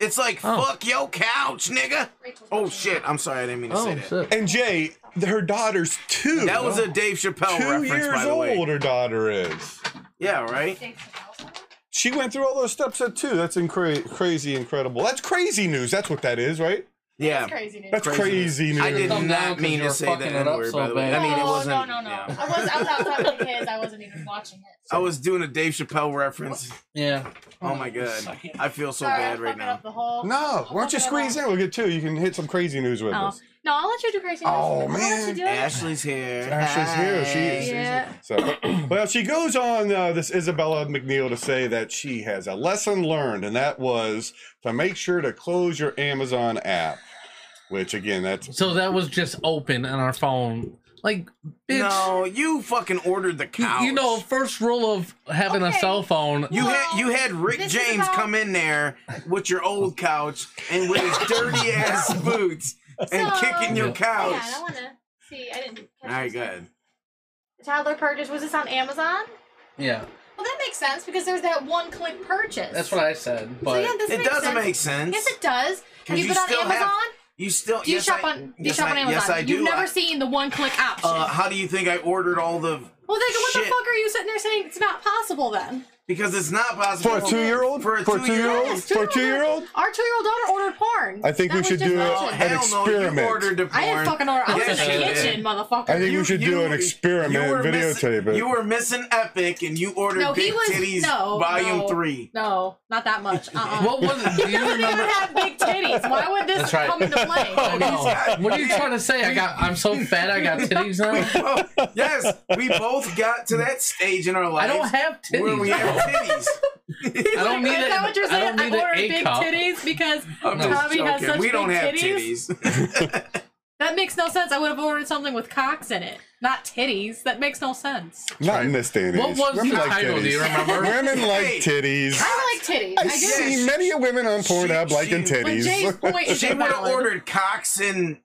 [SPEAKER 4] It's like
[SPEAKER 2] Oh.
[SPEAKER 4] fuck your couch, nigga. Oh shit! I'm sorry, I didn't mean to say
[SPEAKER 2] Oh
[SPEAKER 4] that.
[SPEAKER 2] shit!
[SPEAKER 3] And Jay, her daughter's two.
[SPEAKER 4] That was a Dave Chappelle
[SPEAKER 3] two
[SPEAKER 4] reference,
[SPEAKER 3] years
[SPEAKER 4] by the
[SPEAKER 3] old.
[SPEAKER 4] way.
[SPEAKER 3] Her daughter is.
[SPEAKER 4] Yeah, right.
[SPEAKER 3] She went through all those steps at two. That's incre- crazy, incredible. That's crazy news. That's what that is, right?
[SPEAKER 4] Yeah,
[SPEAKER 3] That's
[SPEAKER 4] Crazy
[SPEAKER 3] crazy, news.
[SPEAKER 4] I did
[SPEAKER 2] Calm down,
[SPEAKER 4] not
[SPEAKER 2] 'cause
[SPEAKER 4] mean
[SPEAKER 2] you
[SPEAKER 4] to
[SPEAKER 2] were
[SPEAKER 4] say the
[SPEAKER 2] fucking it up
[SPEAKER 4] N word.
[SPEAKER 2] so
[SPEAKER 4] by the way,
[SPEAKER 2] bad.
[SPEAKER 4] I mean it
[SPEAKER 9] no,
[SPEAKER 4] wasn't.
[SPEAKER 9] no, no, no.
[SPEAKER 4] yeah.
[SPEAKER 9] I was I was outside with the kids. I wasn't even watching it.
[SPEAKER 4] I was doing a Dave Chappelle reference.
[SPEAKER 2] Yeah.
[SPEAKER 4] Oh my god, I feel so
[SPEAKER 9] Sorry,
[SPEAKER 4] bad
[SPEAKER 9] I'm
[SPEAKER 4] right
[SPEAKER 9] fucking
[SPEAKER 4] now.
[SPEAKER 9] Up the whole,
[SPEAKER 3] No,
[SPEAKER 9] I'm
[SPEAKER 3] why don't you
[SPEAKER 9] fucking
[SPEAKER 3] squeeze
[SPEAKER 9] up
[SPEAKER 3] in? We'll get two. You can hit some crazy news with
[SPEAKER 9] the whole-
[SPEAKER 3] us.
[SPEAKER 9] Oh. No, I'll let you do crazy.
[SPEAKER 3] Oh,
[SPEAKER 9] I'll let you
[SPEAKER 3] man.
[SPEAKER 9] do it.
[SPEAKER 4] Ashley's here.
[SPEAKER 3] Ashley's here. She
[SPEAKER 4] Hi.
[SPEAKER 3] is.
[SPEAKER 9] Yeah.
[SPEAKER 3] So, well, she goes on uh, this Isabella McNeil to say that she has a lesson learned, and that was to make sure to close your Amazon app. Which again, that's
[SPEAKER 2] So that was just open on our phone. Like, bitch,
[SPEAKER 4] No, you fucking ordered the
[SPEAKER 2] you,
[SPEAKER 4] couch.
[SPEAKER 2] you know, first rule of having a
[SPEAKER 9] Okay.
[SPEAKER 2] cell phone.
[SPEAKER 4] You had
[SPEAKER 9] Well,
[SPEAKER 4] you had Rick
[SPEAKER 9] this is
[SPEAKER 4] James
[SPEAKER 9] about-
[SPEAKER 4] come in there with your old couch and with his dirty ass boots and
[SPEAKER 9] So-
[SPEAKER 4] kicking your couch.
[SPEAKER 9] Yeah, I want to see. I didn't.
[SPEAKER 4] All right, good.
[SPEAKER 9] Toddler purchase was this on Amazon?
[SPEAKER 2] yeah,
[SPEAKER 9] Well, that makes sense because there's that one click purchase.
[SPEAKER 2] that's what I said.
[SPEAKER 9] So
[SPEAKER 2] But
[SPEAKER 9] yeah, this
[SPEAKER 4] It
[SPEAKER 9] makes
[SPEAKER 4] doesn't
[SPEAKER 9] sense.
[SPEAKER 4] make sense.
[SPEAKER 9] Yes, it does. Have
[SPEAKER 4] You
[SPEAKER 9] you, been on
[SPEAKER 4] still
[SPEAKER 9] Amazon?
[SPEAKER 4] have- You still
[SPEAKER 9] do you
[SPEAKER 4] yes,
[SPEAKER 9] shop
[SPEAKER 4] I-
[SPEAKER 9] on do you
[SPEAKER 4] yes,
[SPEAKER 9] shop
[SPEAKER 4] I-
[SPEAKER 9] on Amazon?
[SPEAKER 4] Yes, I do.
[SPEAKER 9] You've never
[SPEAKER 4] I-
[SPEAKER 9] seen the one click option.
[SPEAKER 4] Uh, how do you think I ordered all the?
[SPEAKER 9] well, then what
[SPEAKER 4] shit.
[SPEAKER 9] the fuck are you sitting there saying it's not possible then?
[SPEAKER 4] Because it's not possible
[SPEAKER 3] For a two-year-old?
[SPEAKER 4] For a
[SPEAKER 3] For a
[SPEAKER 4] two-year-old.
[SPEAKER 3] two-year-old? For a two-year-old?
[SPEAKER 9] Our two-year-old daughter ordered porn.
[SPEAKER 3] I think
[SPEAKER 9] That
[SPEAKER 3] we
[SPEAKER 9] was
[SPEAKER 3] should
[SPEAKER 9] just
[SPEAKER 3] do
[SPEAKER 9] an
[SPEAKER 3] a-
[SPEAKER 9] option.
[SPEAKER 3] an
[SPEAKER 4] Hell no, you
[SPEAKER 3] experiment.
[SPEAKER 4] ordered the porn.
[SPEAKER 9] I didn't fucking order. I was
[SPEAKER 4] Yes,
[SPEAKER 9] in the
[SPEAKER 4] you did.
[SPEAKER 9] kitchen, motherfucker.
[SPEAKER 3] I think we should do an experiment,
[SPEAKER 4] you were
[SPEAKER 3] videotape
[SPEAKER 4] missing,
[SPEAKER 3] it.
[SPEAKER 4] You were missing Epic, and you ordered
[SPEAKER 9] no,
[SPEAKER 4] Big
[SPEAKER 9] he was
[SPEAKER 4] Titties
[SPEAKER 9] no
[SPEAKER 4] Volume
[SPEAKER 9] no,
[SPEAKER 4] Three.
[SPEAKER 9] No, not that much. Uh-uh.
[SPEAKER 2] what was it? Do
[SPEAKER 9] he
[SPEAKER 2] you
[SPEAKER 9] doesn't
[SPEAKER 2] remember?
[SPEAKER 9] even have big titties. Why would this
[SPEAKER 2] That's right.
[SPEAKER 9] come into play?
[SPEAKER 2] I know. What are you trying to say? I got. I'm so fat. I got titties now.
[SPEAKER 4] Oh, yes, we both got to that stage in our
[SPEAKER 2] I
[SPEAKER 4] lives.
[SPEAKER 2] don't have
[SPEAKER 4] where
[SPEAKER 2] titties.
[SPEAKER 4] we have titties.
[SPEAKER 2] I don't need
[SPEAKER 9] Is
[SPEAKER 2] it.
[SPEAKER 9] that what you're
[SPEAKER 2] I
[SPEAKER 9] saying?
[SPEAKER 2] don't
[SPEAKER 9] I,
[SPEAKER 2] need
[SPEAKER 9] ordered
[SPEAKER 2] an A
[SPEAKER 9] big
[SPEAKER 2] cup.
[SPEAKER 9] titties because
[SPEAKER 4] I'm just
[SPEAKER 9] Tommy has
[SPEAKER 4] joking.
[SPEAKER 9] such
[SPEAKER 4] we
[SPEAKER 9] big
[SPEAKER 4] don't have
[SPEAKER 9] titties.
[SPEAKER 4] titties.
[SPEAKER 9] That makes no sense. I would have ordered something with cocks in it, not titties. That makes no sense.
[SPEAKER 3] Not in this day and age.
[SPEAKER 2] What was
[SPEAKER 3] Women
[SPEAKER 2] the
[SPEAKER 3] like
[SPEAKER 2] title? Do you
[SPEAKER 3] titties.
[SPEAKER 2] remember?
[SPEAKER 3] Women like
[SPEAKER 4] Hey.
[SPEAKER 3] titties.
[SPEAKER 9] I like titties. I,
[SPEAKER 3] I
[SPEAKER 9] do.
[SPEAKER 3] see many women on
[SPEAKER 4] She-
[SPEAKER 3] Pornhub
[SPEAKER 4] she-
[SPEAKER 3] liking
[SPEAKER 9] But Jay's
[SPEAKER 3] titties.
[SPEAKER 9] point is
[SPEAKER 4] she would have
[SPEAKER 9] valid.
[SPEAKER 4] ordered cocks and.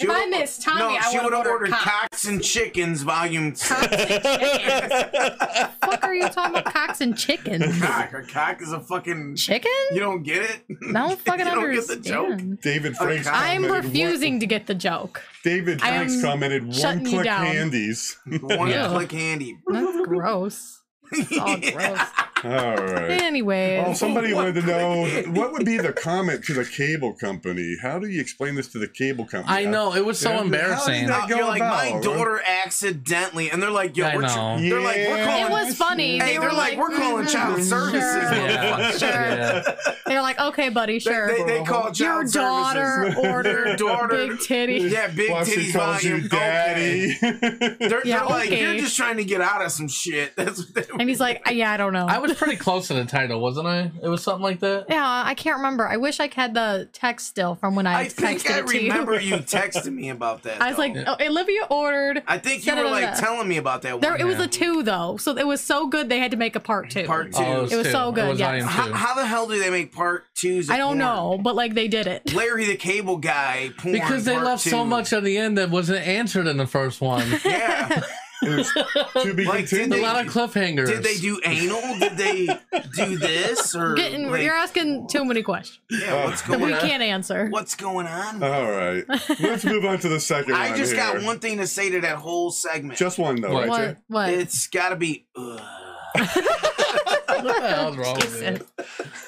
[SPEAKER 4] she
[SPEAKER 9] If I
[SPEAKER 4] would've-
[SPEAKER 9] missed Tommy,
[SPEAKER 4] no,
[SPEAKER 9] I
[SPEAKER 4] she
[SPEAKER 9] would've
[SPEAKER 4] would've
[SPEAKER 9] ordered
[SPEAKER 4] ordered
[SPEAKER 9] cocks.
[SPEAKER 4] and chickens, volume two.
[SPEAKER 9] Cocks and chickens. fuck are you talking about? Cocks and chickens?
[SPEAKER 4] cock. A cock is a fucking.
[SPEAKER 9] Chicken?
[SPEAKER 4] You don't get it.
[SPEAKER 9] I don't fucking
[SPEAKER 4] you don't Get the joke.
[SPEAKER 9] understand.
[SPEAKER 3] David Franks.
[SPEAKER 4] I'm
[SPEAKER 9] I'm
[SPEAKER 3] commented, "What-
[SPEAKER 9] refusing to get the joke.
[SPEAKER 3] David
[SPEAKER 9] I
[SPEAKER 3] Franks
[SPEAKER 9] am
[SPEAKER 3] commented one
[SPEAKER 9] shutting you
[SPEAKER 3] click
[SPEAKER 9] down."
[SPEAKER 3] handies.
[SPEAKER 4] One
[SPEAKER 2] Yeah.
[SPEAKER 4] click handy.
[SPEAKER 9] That's gross. It's all gross.
[SPEAKER 3] All right.
[SPEAKER 9] Anyways.
[SPEAKER 3] Oh, somebody
[SPEAKER 4] One
[SPEAKER 3] wanted to
[SPEAKER 4] click
[SPEAKER 3] know
[SPEAKER 4] handy.
[SPEAKER 3] what would be the comment to the cable company? How do you explain this to the cable company?
[SPEAKER 2] I know it was so
[SPEAKER 3] How did
[SPEAKER 2] embarrassing.
[SPEAKER 3] that-
[SPEAKER 4] Uh, You're
[SPEAKER 3] Go
[SPEAKER 4] like
[SPEAKER 3] about,
[SPEAKER 4] my
[SPEAKER 3] right?
[SPEAKER 4] daughter accidentally, and they're like, yo,
[SPEAKER 2] I
[SPEAKER 4] we're tr-
[SPEAKER 2] know.
[SPEAKER 4] they're like, we're
[SPEAKER 3] Yeah.
[SPEAKER 4] calling.
[SPEAKER 9] It was
[SPEAKER 4] Hey,
[SPEAKER 9] funny. they
[SPEAKER 4] they
[SPEAKER 9] were
[SPEAKER 4] are like, we're calling
[SPEAKER 9] "Mhm,
[SPEAKER 4] child services.
[SPEAKER 9] Sure.
[SPEAKER 2] Yeah.
[SPEAKER 9] Sure.
[SPEAKER 2] Yeah.
[SPEAKER 9] They're like, okay, buddy, sure.
[SPEAKER 4] They, they call child
[SPEAKER 9] Your
[SPEAKER 4] services.
[SPEAKER 9] daughter ordered
[SPEAKER 4] daughter-
[SPEAKER 9] big titty.
[SPEAKER 4] Yeah, big
[SPEAKER 3] Plus,
[SPEAKER 4] titties
[SPEAKER 3] he calls
[SPEAKER 4] volume.
[SPEAKER 3] you daddy.
[SPEAKER 4] Okay. They're,
[SPEAKER 9] Yeah,
[SPEAKER 4] they're like,
[SPEAKER 9] okay.
[SPEAKER 4] you're just trying to get out of some shit. That's what they
[SPEAKER 9] And he's like, yeah, I don't know.
[SPEAKER 2] I was pretty close to the title, wasn't I? It was something like that.
[SPEAKER 9] yeah, I can't remember. I wish I had the text still from when I,
[SPEAKER 4] I
[SPEAKER 9] texted
[SPEAKER 4] think I
[SPEAKER 9] it to you.
[SPEAKER 4] remember you texted me about that.
[SPEAKER 9] I was like,
[SPEAKER 4] though.
[SPEAKER 9] oh, Olivia ordered.
[SPEAKER 4] I think you were like
[SPEAKER 9] da-da-da-da.
[SPEAKER 4] telling me about that one.
[SPEAKER 9] There, it was a two though, so it was so good they had to make a part two.
[SPEAKER 4] part two.
[SPEAKER 2] Oh,
[SPEAKER 9] It was
[SPEAKER 2] two.
[SPEAKER 9] so good,
[SPEAKER 2] It was
[SPEAKER 9] yes.
[SPEAKER 2] volume
[SPEAKER 4] how,
[SPEAKER 2] two.
[SPEAKER 4] how the hell do they make part twos? of
[SPEAKER 9] I
[SPEAKER 4] porn?
[SPEAKER 9] don't know, but like they did it.
[SPEAKER 4] Larry the Cable Guy porn.
[SPEAKER 2] Because they
[SPEAKER 4] part
[SPEAKER 2] left so
[SPEAKER 4] two.
[SPEAKER 2] much on the end that wasn't answered in the first one.
[SPEAKER 4] Yeah.
[SPEAKER 3] to be
[SPEAKER 4] Like, did
[SPEAKER 2] A
[SPEAKER 3] continued.
[SPEAKER 4] they-
[SPEAKER 2] lot of cliffhangers.
[SPEAKER 4] Did they do anal? Did they do this or
[SPEAKER 9] Getting,
[SPEAKER 4] like,
[SPEAKER 9] you're asking too many questions
[SPEAKER 4] yeah, what's
[SPEAKER 9] that
[SPEAKER 4] going
[SPEAKER 9] we
[SPEAKER 4] on?
[SPEAKER 9] can't answer.
[SPEAKER 4] What's going on?
[SPEAKER 3] All right. Let's move on to the second one.
[SPEAKER 4] I just got
[SPEAKER 3] here.
[SPEAKER 4] one thing to say to that whole segment.
[SPEAKER 3] Just one, though.
[SPEAKER 2] What?
[SPEAKER 3] right, Jay?
[SPEAKER 9] What? What?
[SPEAKER 4] it's got to be. Ugh.
[SPEAKER 2] What the hell's wrong with
[SPEAKER 9] Jesus.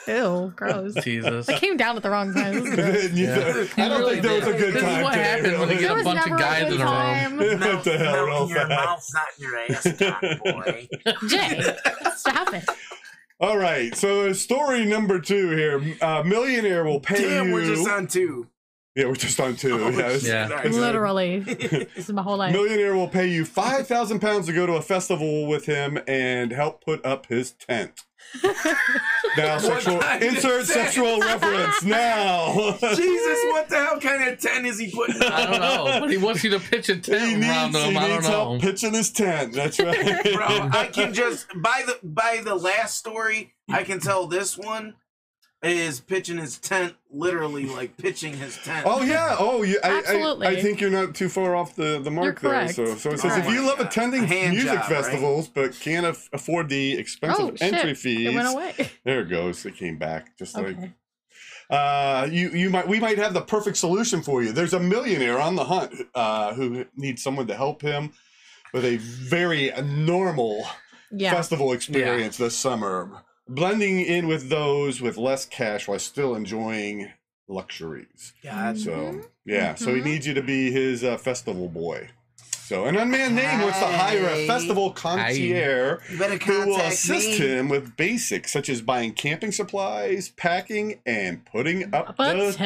[SPEAKER 2] it?
[SPEAKER 9] Ew, gross.
[SPEAKER 2] Jesus.
[SPEAKER 9] I came down at the wrong time. This is gross.
[SPEAKER 3] You don't- I don't
[SPEAKER 2] really
[SPEAKER 3] think that was a
[SPEAKER 2] did.
[SPEAKER 3] good
[SPEAKER 2] This is
[SPEAKER 3] time.
[SPEAKER 2] what
[SPEAKER 3] Jay.
[SPEAKER 2] happened when you
[SPEAKER 9] There
[SPEAKER 2] get a
[SPEAKER 9] was
[SPEAKER 2] bunch of
[SPEAKER 9] never
[SPEAKER 2] guys
[SPEAKER 9] a
[SPEAKER 2] in
[SPEAKER 9] good
[SPEAKER 2] a row.
[SPEAKER 9] time.
[SPEAKER 3] What the hell,
[SPEAKER 4] Melt
[SPEAKER 3] real
[SPEAKER 4] in your
[SPEAKER 3] fast.
[SPEAKER 4] mouth's not in your ass, cock boy.
[SPEAKER 9] Jay, stop it.
[SPEAKER 3] All right, so story number two here. Uh, millionaire will pay
[SPEAKER 4] Damn,
[SPEAKER 3] you.
[SPEAKER 4] we're just on two.
[SPEAKER 3] yeah, we're just on two.
[SPEAKER 4] Oh,
[SPEAKER 3] yes.
[SPEAKER 4] shit.
[SPEAKER 2] Yeah.
[SPEAKER 4] All right.
[SPEAKER 9] Literally. This is my whole life.
[SPEAKER 3] Millionaire will pay you five thousand pounds to go to a festival with him and help put up his tent. now, sexual
[SPEAKER 4] kind of
[SPEAKER 3] insert
[SPEAKER 4] tent?
[SPEAKER 3] sexual reference now.
[SPEAKER 4] Jesus, what the hell kind of tent is he putting
[SPEAKER 2] I
[SPEAKER 4] on?
[SPEAKER 2] don't know. He wants you to pitch a
[SPEAKER 3] he
[SPEAKER 2] tent around
[SPEAKER 3] needs, he
[SPEAKER 2] him. I don't
[SPEAKER 3] needs help
[SPEAKER 2] know.
[SPEAKER 3] pitching his tent. That's right.
[SPEAKER 4] Bro, I can just by the by the last story, I can tell this one is pitching his tent, literally like pitching his tent.
[SPEAKER 3] Oh yeah! Oh, yeah! I,
[SPEAKER 9] Absolutely.
[SPEAKER 3] I, I think you're not too far off the, the mark there.
[SPEAKER 9] correct.
[SPEAKER 3] So, so it says
[SPEAKER 9] All
[SPEAKER 3] if you
[SPEAKER 4] right.
[SPEAKER 3] love attending
[SPEAKER 4] Hand
[SPEAKER 3] music
[SPEAKER 4] job, right?
[SPEAKER 3] festivals but can't af- afford the expensive
[SPEAKER 9] Oh, shit.
[SPEAKER 3] entry fees,
[SPEAKER 9] It went away.
[SPEAKER 3] there it goes. It came back just like
[SPEAKER 9] Okay.
[SPEAKER 3] uh, you you might we might have the perfect solution for you. There's a millionaire on the hunt uh, who needs someone to help him with a very normal
[SPEAKER 9] Yeah.
[SPEAKER 3] festival experience this summer, blending in with those with less cash while still enjoying luxuries.
[SPEAKER 4] God.
[SPEAKER 9] Mm-hmm.
[SPEAKER 3] So yeah, so he needs you to be his uh, festival boy. So an unmanned name wants to hire a
[SPEAKER 4] Hey.
[SPEAKER 3] festival concierge
[SPEAKER 4] You better contact
[SPEAKER 3] who will assist
[SPEAKER 4] me.
[SPEAKER 3] him with basics such as buying camping supplies, packing, and putting up
[SPEAKER 9] Up a
[SPEAKER 3] the tent.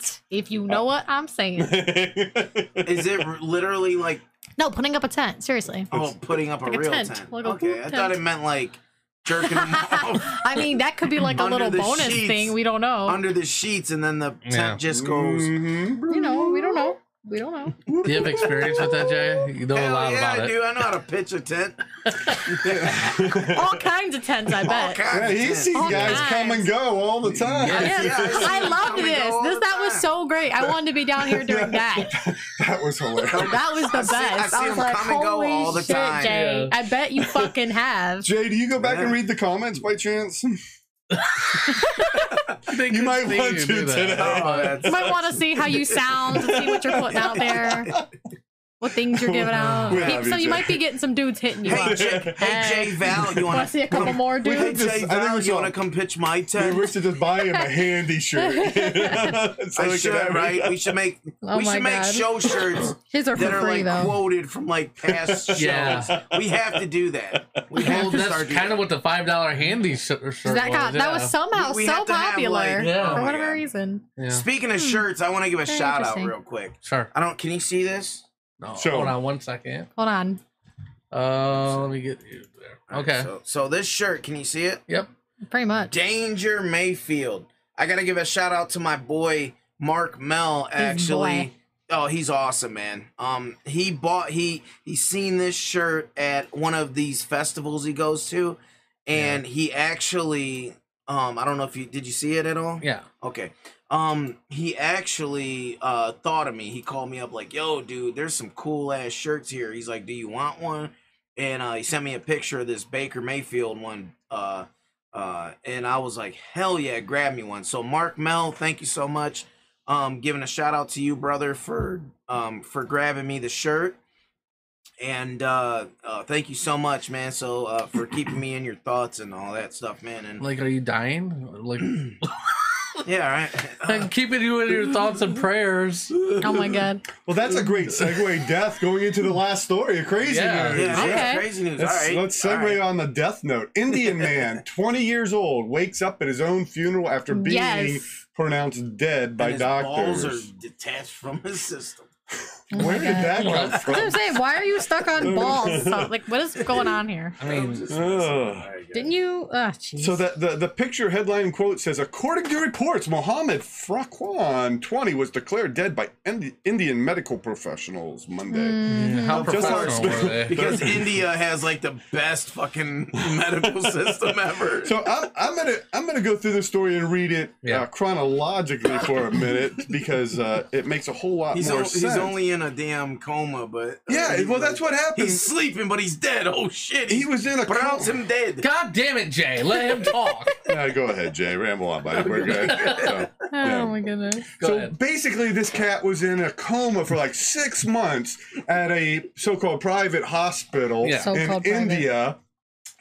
[SPEAKER 9] tent. If you know what I'm saying.
[SPEAKER 4] Is it r- literally like
[SPEAKER 9] No, putting up a tent. Seriously.
[SPEAKER 4] oh putting up a
[SPEAKER 9] Like a
[SPEAKER 4] real
[SPEAKER 9] tent,
[SPEAKER 4] tent?
[SPEAKER 9] like a
[SPEAKER 4] okay,
[SPEAKER 9] poop
[SPEAKER 4] I thought
[SPEAKER 9] tent.
[SPEAKER 4] it meant like jerking him off
[SPEAKER 9] I mean, that could be like a
[SPEAKER 4] Under
[SPEAKER 9] little
[SPEAKER 4] the
[SPEAKER 9] bonus
[SPEAKER 4] sheets.
[SPEAKER 9] Oh. thing. We don't know.
[SPEAKER 4] under the sheets, and then the tent
[SPEAKER 2] Yeah.
[SPEAKER 3] Mm.
[SPEAKER 4] just goes.
[SPEAKER 9] you Mm-hmm. know, we don't know. We don't know.
[SPEAKER 2] Do you have experience with that, Jay? You know a
[SPEAKER 4] Hell
[SPEAKER 2] lot
[SPEAKER 4] yeah,
[SPEAKER 2] about
[SPEAKER 4] I
[SPEAKER 2] it.
[SPEAKER 4] do. I know how to pitch a tent.
[SPEAKER 9] All kinds of tens, I
[SPEAKER 4] All
[SPEAKER 9] bet.
[SPEAKER 4] kinds
[SPEAKER 3] Yeah,
[SPEAKER 4] of
[SPEAKER 3] he's
[SPEAKER 4] tents.
[SPEAKER 3] seen
[SPEAKER 9] All
[SPEAKER 3] guys
[SPEAKER 9] kinds.
[SPEAKER 3] come and go all the time.
[SPEAKER 9] Yes,
[SPEAKER 4] Yeah.
[SPEAKER 9] I loved
[SPEAKER 4] Come and
[SPEAKER 9] this.
[SPEAKER 4] go all
[SPEAKER 9] This
[SPEAKER 4] the
[SPEAKER 9] that was
[SPEAKER 4] time.
[SPEAKER 9] so great. I wanted to be down here during that.
[SPEAKER 3] That was hilarious.
[SPEAKER 9] That was the
[SPEAKER 4] I see- I
[SPEAKER 9] best.
[SPEAKER 4] see
[SPEAKER 9] I, was
[SPEAKER 4] him
[SPEAKER 9] like,
[SPEAKER 4] come and go
[SPEAKER 9] holy
[SPEAKER 4] all the
[SPEAKER 9] shit,
[SPEAKER 4] time."
[SPEAKER 9] Jay.
[SPEAKER 2] Yeah.
[SPEAKER 9] I bet you fucking have.
[SPEAKER 3] Jay, do you go back and
[SPEAKER 4] Yeah.
[SPEAKER 3] read the comments by chance?
[SPEAKER 2] They
[SPEAKER 3] You
[SPEAKER 2] could
[SPEAKER 3] might
[SPEAKER 2] see
[SPEAKER 3] want
[SPEAKER 2] you
[SPEAKER 3] to
[SPEAKER 2] do that.
[SPEAKER 3] today.
[SPEAKER 4] Oh, that's
[SPEAKER 9] You might want to see how you sound and see what you're putting out there. What things you're giving out.
[SPEAKER 3] We
[SPEAKER 9] He-
[SPEAKER 3] love you,
[SPEAKER 9] so you
[SPEAKER 3] Jay.
[SPEAKER 9] might be getting some dudes hitting you
[SPEAKER 4] Hey,
[SPEAKER 9] up.
[SPEAKER 4] Jay, hey, Jay Val, you
[SPEAKER 9] Want
[SPEAKER 4] want
[SPEAKER 9] to see a couple more
[SPEAKER 3] we
[SPEAKER 9] dudes?
[SPEAKER 3] had
[SPEAKER 4] Jay
[SPEAKER 3] this- I think
[SPEAKER 4] Val,
[SPEAKER 3] we
[SPEAKER 4] you
[SPEAKER 3] saw-
[SPEAKER 4] want to come pitch my
[SPEAKER 3] Maybe we
[SPEAKER 4] tent?
[SPEAKER 3] should just buy him a handy shirt. So he
[SPEAKER 4] I
[SPEAKER 3] could
[SPEAKER 4] should,
[SPEAKER 3] have it.
[SPEAKER 4] right? We should make
[SPEAKER 9] Oh
[SPEAKER 4] we
[SPEAKER 9] my
[SPEAKER 4] should make
[SPEAKER 9] God.
[SPEAKER 4] show shirts
[SPEAKER 9] His are for
[SPEAKER 4] that are
[SPEAKER 9] free
[SPEAKER 4] like
[SPEAKER 9] though.
[SPEAKER 4] quoted from like past shows.
[SPEAKER 2] Yeah.
[SPEAKER 4] We have to do that. We have
[SPEAKER 2] Well,
[SPEAKER 4] to
[SPEAKER 2] that's
[SPEAKER 4] start doing
[SPEAKER 2] kind of what the five dollar handy sh- shirt was.
[SPEAKER 9] that got that was somehow
[SPEAKER 4] We- we
[SPEAKER 9] so
[SPEAKER 4] have to have,
[SPEAKER 9] popular
[SPEAKER 4] like-
[SPEAKER 2] Yeah.
[SPEAKER 9] for
[SPEAKER 4] Oh my
[SPEAKER 9] whatever
[SPEAKER 4] God.
[SPEAKER 9] reason.
[SPEAKER 2] yeah.
[SPEAKER 4] Speaking of shirts, I want to give a
[SPEAKER 9] Hmm. Very
[SPEAKER 4] shout out
[SPEAKER 9] interesting.
[SPEAKER 4] real quick.
[SPEAKER 2] Sure.
[SPEAKER 4] I don't. Can you see this?
[SPEAKER 2] No,
[SPEAKER 3] Sure.
[SPEAKER 2] hold on one second.
[SPEAKER 9] Hold on.
[SPEAKER 2] Uh, let me get you there. Okay.
[SPEAKER 4] So, so this shirt, can you see it?
[SPEAKER 2] Yep.
[SPEAKER 9] Pretty much.
[SPEAKER 4] Danger Mayfield. I gotta give a shout out to my boy Mark Mel. Actually,
[SPEAKER 9] boy.
[SPEAKER 4] oh, he's awesome, man. Um, he bought he he seen this shirt at one of these festivals he goes to, and he actually um I don't know if you did you see it at all.
[SPEAKER 2] Yeah.
[SPEAKER 4] Okay. Um, he actually uh thought of me. He called me up like, "Yo, dude, there's some cool ass shirts here." He's like, "Do you want one?" And uh, he sent me a picture of this Baker Mayfield one. Uh, uh, and I was like, "Hell yeah, grab me one." So Mark Mel, thank you so much. Um, giving a shout out to you, brother, for um for grabbing me the shirt. And uh, uh, thank you so much, man. So uh, for keeping me in your thoughts and all that stuff, man. And
[SPEAKER 2] Like, are you dying? Like,
[SPEAKER 4] yeah, all right.
[SPEAKER 2] I'm keeping you in your thoughts and prayers.
[SPEAKER 9] Oh my god.
[SPEAKER 3] Well, that's a great segue, Death, going into the last story of Crazy
[SPEAKER 2] Yeah.
[SPEAKER 3] News.
[SPEAKER 4] Yeah,
[SPEAKER 9] Okay.
[SPEAKER 4] that's crazy news.
[SPEAKER 3] Let's,
[SPEAKER 4] All right.
[SPEAKER 3] let's
[SPEAKER 4] all
[SPEAKER 3] segue
[SPEAKER 4] right.
[SPEAKER 3] on the death note. Indian man, 20 years old, wakes up at his own funeral after being
[SPEAKER 9] Yes.
[SPEAKER 3] pronounced dead by
[SPEAKER 4] And his
[SPEAKER 3] doctors.
[SPEAKER 4] Balls are detached from his system.
[SPEAKER 9] Oh my
[SPEAKER 3] Where did
[SPEAKER 9] God.
[SPEAKER 3] that come from?
[SPEAKER 9] That's what I'm saying. Why are you stuck on balls? So, like, what is going on here?
[SPEAKER 2] I mean,
[SPEAKER 3] Ugh.
[SPEAKER 9] Didn't you? Oh, jeez.
[SPEAKER 3] So the, the, the picture headline quote says, according to reports, Mohammed Frakwan, 20, was declared dead by Indi- Indian medical professionals Monday.
[SPEAKER 2] how
[SPEAKER 3] Just like-
[SPEAKER 2] professional were they?
[SPEAKER 4] Because India has like the best fucking medical system ever.
[SPEAKER 3] So I'm, I'm gonna I'm gonna go through the story and read it
[SPEAKER 2] Yeah.
[SPEAKER 3] uh, chronologically for a minute because uh, it makes a whole lot
[SPEAKER 4] he's,
[SPEAKER 3] more
[SPEAKER 4] on-
[SPEAKER 3] sense.
[SPEAKER 4] he's only in a damn coma, but uh,
[SPEAKER 3] yeah,
[SPEAKER 4] he's
[SPEAKER 3] well that's
[SPEAKER 4] like-
[SPEAKER 3] what happened.
[SPEAKER 4] He's sleeping, but he's dead. Oh shit!
[SPEAKER 3] He was in a
[SPEAKER 4] pronounce
[SPEAKER 3] coma.
[SPEAKER 4] him dead.
[SPEAKER 2] God damn it, Jay! Let him talk.
[SPEAKER 3] Yeah, go ahead, Jay. Ramble on, buddy. We're good. So, yeah.
[SPEAKER 9] oh my goodness.
[SPEAKER 2] Go
[SPEAKER 3] So
[SPEAKER 2] ahead.
[SPEAKER 3] basically, this cat was in a coma for like six months at a so-called private hospital
[SPEAKER 2] Yeah.
[SPEAKER 3] in
[SPEAKER 9] So-called private.
[SPEAKER 3] India,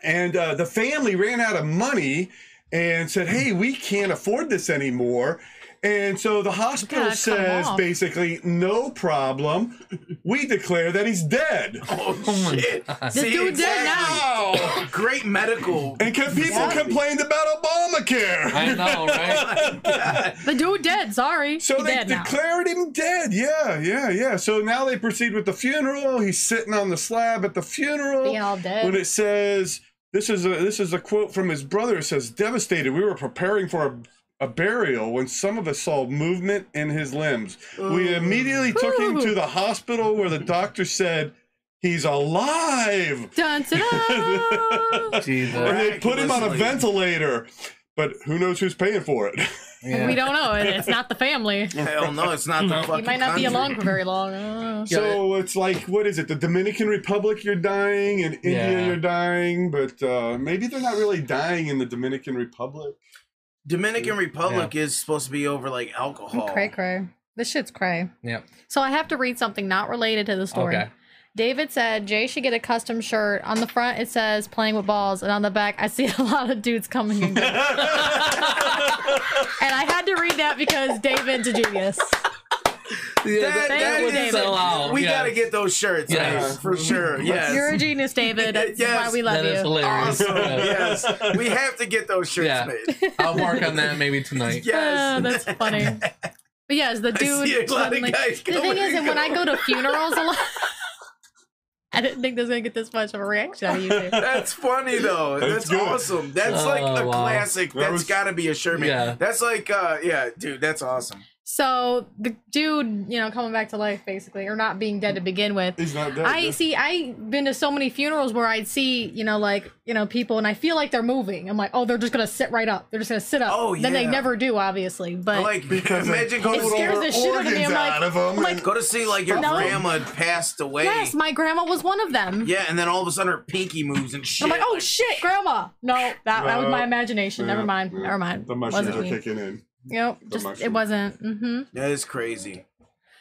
[SPEAKER 3] and uh, the family ran out of money and said, "Hey, we can't afford this anymore." And so the hospital
[SPEAKER 9] gotta cut him
[SPEAKER 3] says,
[SPEAKER 9] off.
[SPEAKER 3] basically, no problem. We declare that he's dead.
[SPEAKER 4] Oh,
[SPEAKER 2] my
[SPEAKER 4] shit!
[SPEAKER 9] This dude's dead now.
[SPEAKER 4] Great medical.
[SPEAKER 3] And can people
[SPEAKER 4] Yeah.
[SPEAKER 3] complained about Obamacare?
[SPEAKER 2] I know, right?
[SPEAKER 9] The dude dead. Sorry.
[SPEAKER 3] So
[SPEAKER 9] he
[SPEAKER 3] they
[SPEAKER 9] dead now.
[SPEAKER 3] declared him dead. Yeah, yeah, yeah. So now they proceed with the funeral. He's sitting on the slab at the funeral.
[SPEAKER 9] Being all dead.
[SPEAKER 3] When it says this is a this is a quote from his brother. It says, "Devastated, we were preparing for a, a burial when some of us saw movement in his limbs. We immediately took him
[SPEAKER 9] Ooh.
[SPEAKER 3] to the hospital where the doctor said." He's alive!
[SPEAKER 9] Dun, ta-da!
[SPEAKER 2] Jesus.
[SPEAKER 3] And they put him on a
[SPEAKER 4] Miraculously.
[SPEAKER 3] ventilator, but who knows who's paying for it?
[SPEAKER 2] Yeah.
[SPEAKER 9] We don't know. and It's not the family. He
[SPEAKER 4] Hell no, it's not the fucking.
[SPEAKER 9] might not be
[SPEAKER 4] country.
[SPEAKER 9] along for very long. Uh,
[SPEAKER 3] So it's like, what is it? The Dominican Republic, you're dying, and India,
[SPEAKER 2] Yeah.
[SPEAKER 3] you're dying, but uh, maybe they're not really dying in the Dominican Republic.
[SPEAKER 4] Dominican Republic is supposed to be over like alcohol.
[SPEAKER 9] cray cray. This shit's cray.
[SPEAKER 2] Yeah.
[SPEAKER 9] So I have to read something not related to the story.
[SPEAKER 2] Okay.
[SPEAKER 9] David said Jay should get a custom shirt. On the front it says playing with balls, and on the back I see a lot of dudes coming and going. and I had to read that because David's a genius.
[SPEAKER 2] Yeah, that,
[SPEAKER 9] Thank
[SPEAKER 2] that
[SPEAKER 9] you,
[SPEAKER 2] would
[SPEAKER 9] David.
[SPEAKER 2] sell out.
[SPEAKER 4] We
[SPEAKER 2] yeah.
[SPEAKER 4] gotta get those shirts,
[SPEAKER 2] Oh, Yes.
[SPEAKER 4] man, for sure. Yes.
[SPEAKER 9] You're a genius, David. That's
[SPEAKER 4] Yes,
[SPEAKER 9] why we love
[SPEAKER 2] That is
[SPEAKER 9] you.
[SPEAKER 2] hilarious. Yeah.
[SPEAKER 4] yes, we have to get those shirts
[SPEAKER 2] Yeah.
[SPEAKER 4] made.
[SPEAKER 2] I'll work on that maybe tonight.
[SPEAKER 9] Oh,
[SPEAKER 4] Yes,
[SPEAKER 9] that's funny. But yes, the dude.
[SPEAKER 4] see a lot of
[SPEAKER 9] suddenly-
[SPEAKER 4] guys
[SPEAKER 9] the
[SPEAKER 4] coming
[SPEAKER 9] thing is,
[SPEAKER 4] and
[SPEAKER 9] and when I go to funerals a lot, I didn't think there's gonna get this much of a reaction out of you. Two.
[SPEAKER 4] that's funny though. That's,
[SPEAKER 3] good.
[SPEAKER 4] awesome. That's like
[SPEAKER 2] Oh,
[SPEAKER 4] a
[SPEAKER 2] wow.
[SPEAKER 4] classic.
[SPEAKER 3] That
[SPEAKER 4] That's
[SPEAKER 3] was-
[SPEAKER 4] got to be a shirt. made.
[SPEAKER 2] Yeah.
[SPEAKER 4] That's like, uh, yeah, dude, that's awesome.
[SPEAKER 9] So the dude, you know, coming back to life basically, or not being dead to begin with.
[SPEAKER 3] He's not dead.
[SPEAKER 9] I
[SPEAKER 3] yeah.
[SPEAKER 9] see. I've been to so many funerals where I'd see, you know, like you know, people, and I feel like they're moving. I'm like, oh, they're just gonna sit right up. They're just gonna sit up.
[SPEAKER 4] Oh,
[SPEAKER 9] Then they
[SPEAKER 4] yeah.
[SPEAKER 9] never do, obviously. But
[SPEAKER 4] Like
[SPEAKER 3] Because
[SPEAKER 4] because
[SPEAKER 3] they
[SPEAKER 4] imagine going
[SPEAKER 9] it
[SPEAKER 3] pulled
[SPEAKER 9] scares
[SPEAKER 3] all
[SPEAKER 9] the
[SPEAKER 3] their
[SPEAKER 9] shit out of me.
[SPEAKER 3] organs
[SPEAKER 9] I'm like-
[SPEAKER 3] out of 'em
[SPEAKER 9] I'm like, oh
[SPEAKER 3] and-
[SPEAKER 4] go to see like your
[SPEAKER 9] No.
[SPEAKER 4] grandma had passed away.
[SPEAKER 9] yes, my grandma was one of them.
[SPEAKER 4] yeah, and then all of a sudden her pinky moves and shit.
[SPEAKER 9] I'm like, oh shit, grandma. No, that, that was
[SPEAKER 3] No,
[SPEAKER 9] my imagination. never
[SPEAKER 3] Yeah,
[SPEAKER 9] mind.
[SPEAKER 3] yeah.
[SPEAKER 9] Never mind.
[SPEAKER 3] The mushrooms
[SPEAKER 9] wasn't
[SPEAKER 3] are
[SPEAKER 9] me.
[SPEAKER 3] kicking in.
[SPEAKER 9] Yep. Just it
[SPEAKER 3] mushrooms.
[SPEAKER 9] wasn't. Mm-hmm.
[SPEAKER 4] that is crazy.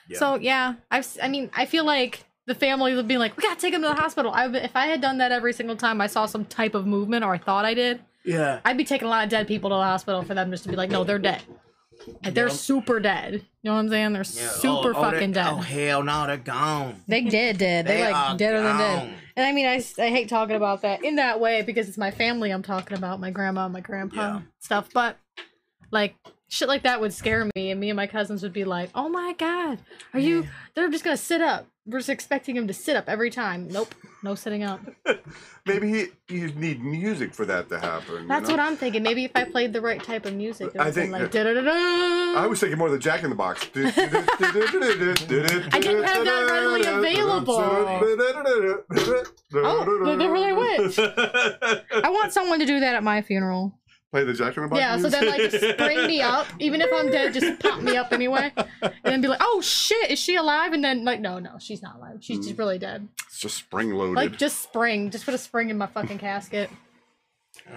[SPEAKER 4] Yeah.
[SPEAKER 9] So yeah, I've. s- I mean, I feel like the family would be like, we gotta take him to the hospital. I, would- if I had done that every single time I saw some type of movement or I thought I did,
[SPEAKER 4] Yeah.
[SPEAKER 9] I'd be taking a lot of dead people to the hospital for them just to be like, no, they're dead. Like, they're super dead. You know what I'm saying? They're
[SPEAKER 4] Yeah, oh,
[SPEAKER 9] super
[SPEAKER 4] oh,
[SPEAKER 9] fucking
[SPEAKER 4] they-
[SPEAKER 9] dead.
[SPEAKER 4] Oh hell no, they're gone.
[SPEAKER 9] They did, did. They,
[SPEAKER 4] They
[SPEAKER 9] like
[SPEAKER 4] are
[SPEAKER 9] deader
[SPEAKER 4] gone.
[SPEAKER 9] than dead. And I mean, I, s- I hate talking about that in that way because it's my family I'm talking about, my grandma, my grandpa,
[SPEAKER 4] Yeah.
[SPEAKER 9] stuff. But like shit like that would scare me, and me and my cousins would be like, "Oh my god, are you? They're just gonna sit up. We're just expecting him to sit up every time. Nope, no sitting up.
[SPEAKER 3] Maybe he, you need music for that to happen.
[SPEAKER 9] That's
[SPEAKER 3] you
[SPEAKER 9] what
[SPEAKER 3] know?
[SPEAKER 9] I'm thinking. Maybe if I played the right type of music, it
[SPEAKER 3] I
[SPEAKER 9] would have been
[SPEAKER 3] think
[SPEAKER 9] like
[SPEAKER 3] that-
[SPEAKER 9] da da da
[SPEAKER 3] I
[SPEAKER 9] da.
[SPEAKER 3] was thinking more of the Jack in the Box. I
[SPEAKER 9] I
[SPEAKER 3] didn't
[SPEAKER 9] didn't have that readily available. Oh, but there they went. I want someone to do that at my funeral.
[SPEAKER 3] Play the Jack in the Box.
[SPEAKER 9] Yeah, so then like just bring me up, even if I'm dead, just pop me up anyway, and then be like, "Oh shit, is she alive?" And then like, "No, no, she's not alive. She's just really dead."
[SPEAKER 3] It's just spring loaded.
[SPEAKER 9] Like, just spring, just put a spring in my fucking casket.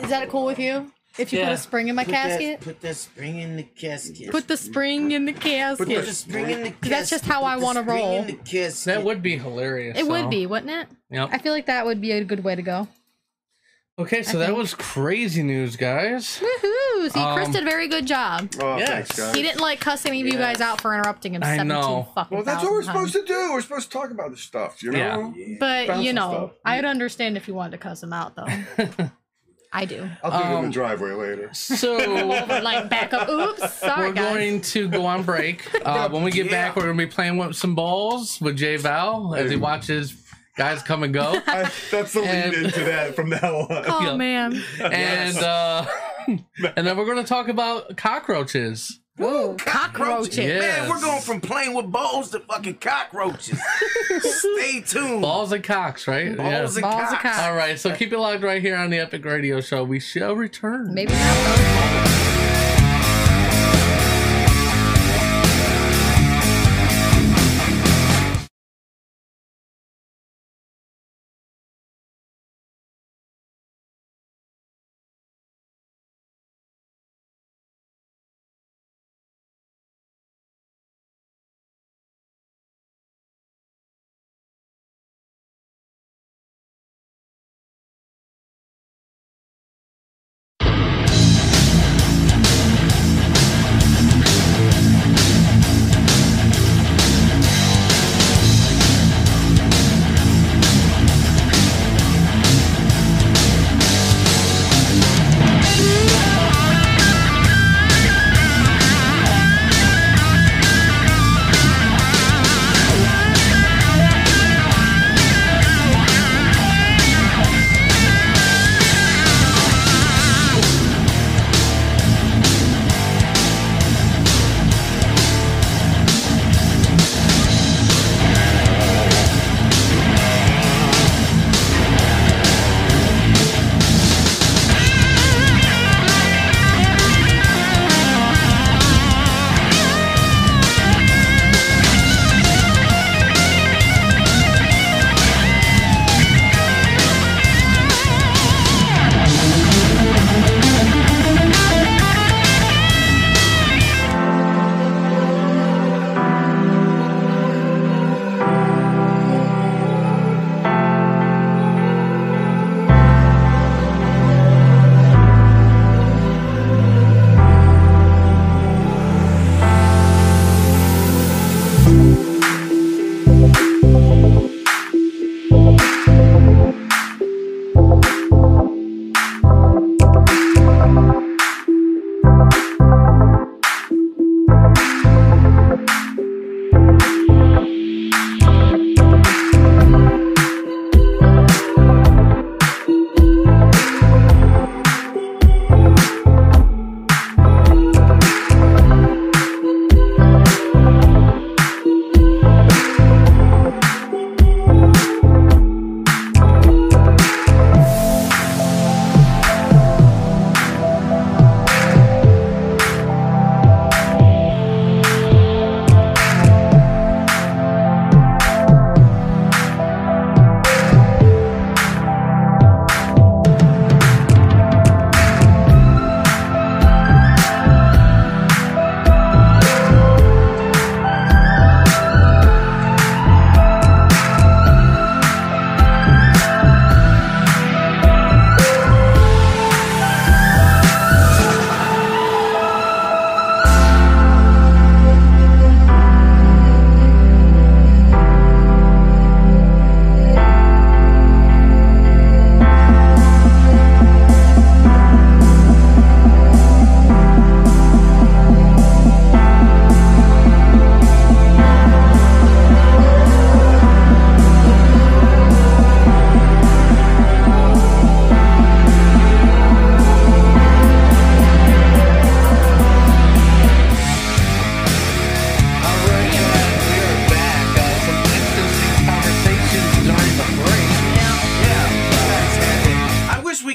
[SPEAKER 9] Is that cool with you? If you put
[SPEAKER 4] Yeah.
[SPEAKER 9] a spring in my
[SPEAKER 4] put
[SPEAKER 9] casket,
[SPEAKER 4] That, put that spring in the casket.
[SPEAKER 9] put the spring in the casket.
[SPEAKER 4] Put the spring in the casket.
[SPEAKER 9] That's just how
[SPEAKER 4] Put
[SPEAKER 9] I
[SPEAKER 4] the
[SPEAKER 9] wanna
[SPEAKER 4] spring
[SPEAKER 9] roll.
[SPEAKER 4] In the casket.
[SPEAKER 2] That would be hilarious.
[SPEAKER 9] it would
[SPEAKER 2] though.
[SPEAKER 9] be, wouldn't it?
[SPEAKER 2] Yep.
[SPEAKER 9] I feel like that would be a good way to go.
[SPEAKER 2] Okay, so that
[SPEAKER 9] think-
[SPEAKER 2] was crazy news, guys.
[SPEAKER 9] Woohoo! See, Chris
[SPEAKER 2] Um,
[SPEAKER 9] did a very good job.
[SPEAKER 3] oh,
[SPEAKER 2] Yes.
[SPEAKER 3] thanks, guys.
[SPEAKER 9] He didn't like cuss any of you guys out for interrupting him.
[SPEAKER 2] I
[SPEAKER 9] 17
[SPEAKER 2] know.
[SPEAKER 9] Fucking
[SPEAKER 3] Well, that's what we're supposed
[SPEAKER 9] times.
[SPEAKER 3] to do. We're supposed to talk about this stuff, you know?
[SPEAKER 9] But
[SPEAKER 3] Bounce
[SPEAKER 9] you
[SPEAKER 3] and
[SPEAKER 9] know,
[SPEAKER 3] stuff.
[SPEAKER 9] I'd understand if you wanted to cuss him out though. I do.
[SPEAKER 3] I'll do it in
[SPEAKER 2] Um,
[SPEAKER 3] the driveway later.
[SPEAKER 2] So
[SPEAKER 9] But like back up. Oops, sorry
[SPEAKER 2] we're
[SPEAKER 9] guys.
[SPEAKER 2] going to go on break. Uh, when we get
[SPEAKER 4] Yeah.
[SPEAKER 2] back, we're going to be playing with some balls with Jay Val as he watches guys come and go.
[SPEAKER 3] I, that's the lead
[SPEAKER 2] and-
[SPEAKER 3] into that from now on.
[SPEAKER 9] Oh
[SPEAKER 2] Yeah.
[SPEAKER 9] man.
[SPEAKER 2] and uh, and then we're going to talk about cockroaches.
[SPEAKER 9] Whoa, cockroaches.
[SPEAKER 2] Yeah.
[SPEAKER 4] Man, we're going from playing with balls to fucking cockroaches. Stay tuned.
[SPEAKER 2] Balls and cocks, right?
[SPEAKER 4] Balls and
[SPEAKER 9] Balls of
[SPEAKER 4] cocks.
[SPEAKER 9] cock.
[SPEAKER 2] All right, so keep it locked right here on the Epic Radio Show. We shall return.
[SPEAKER 9] Maybe not though.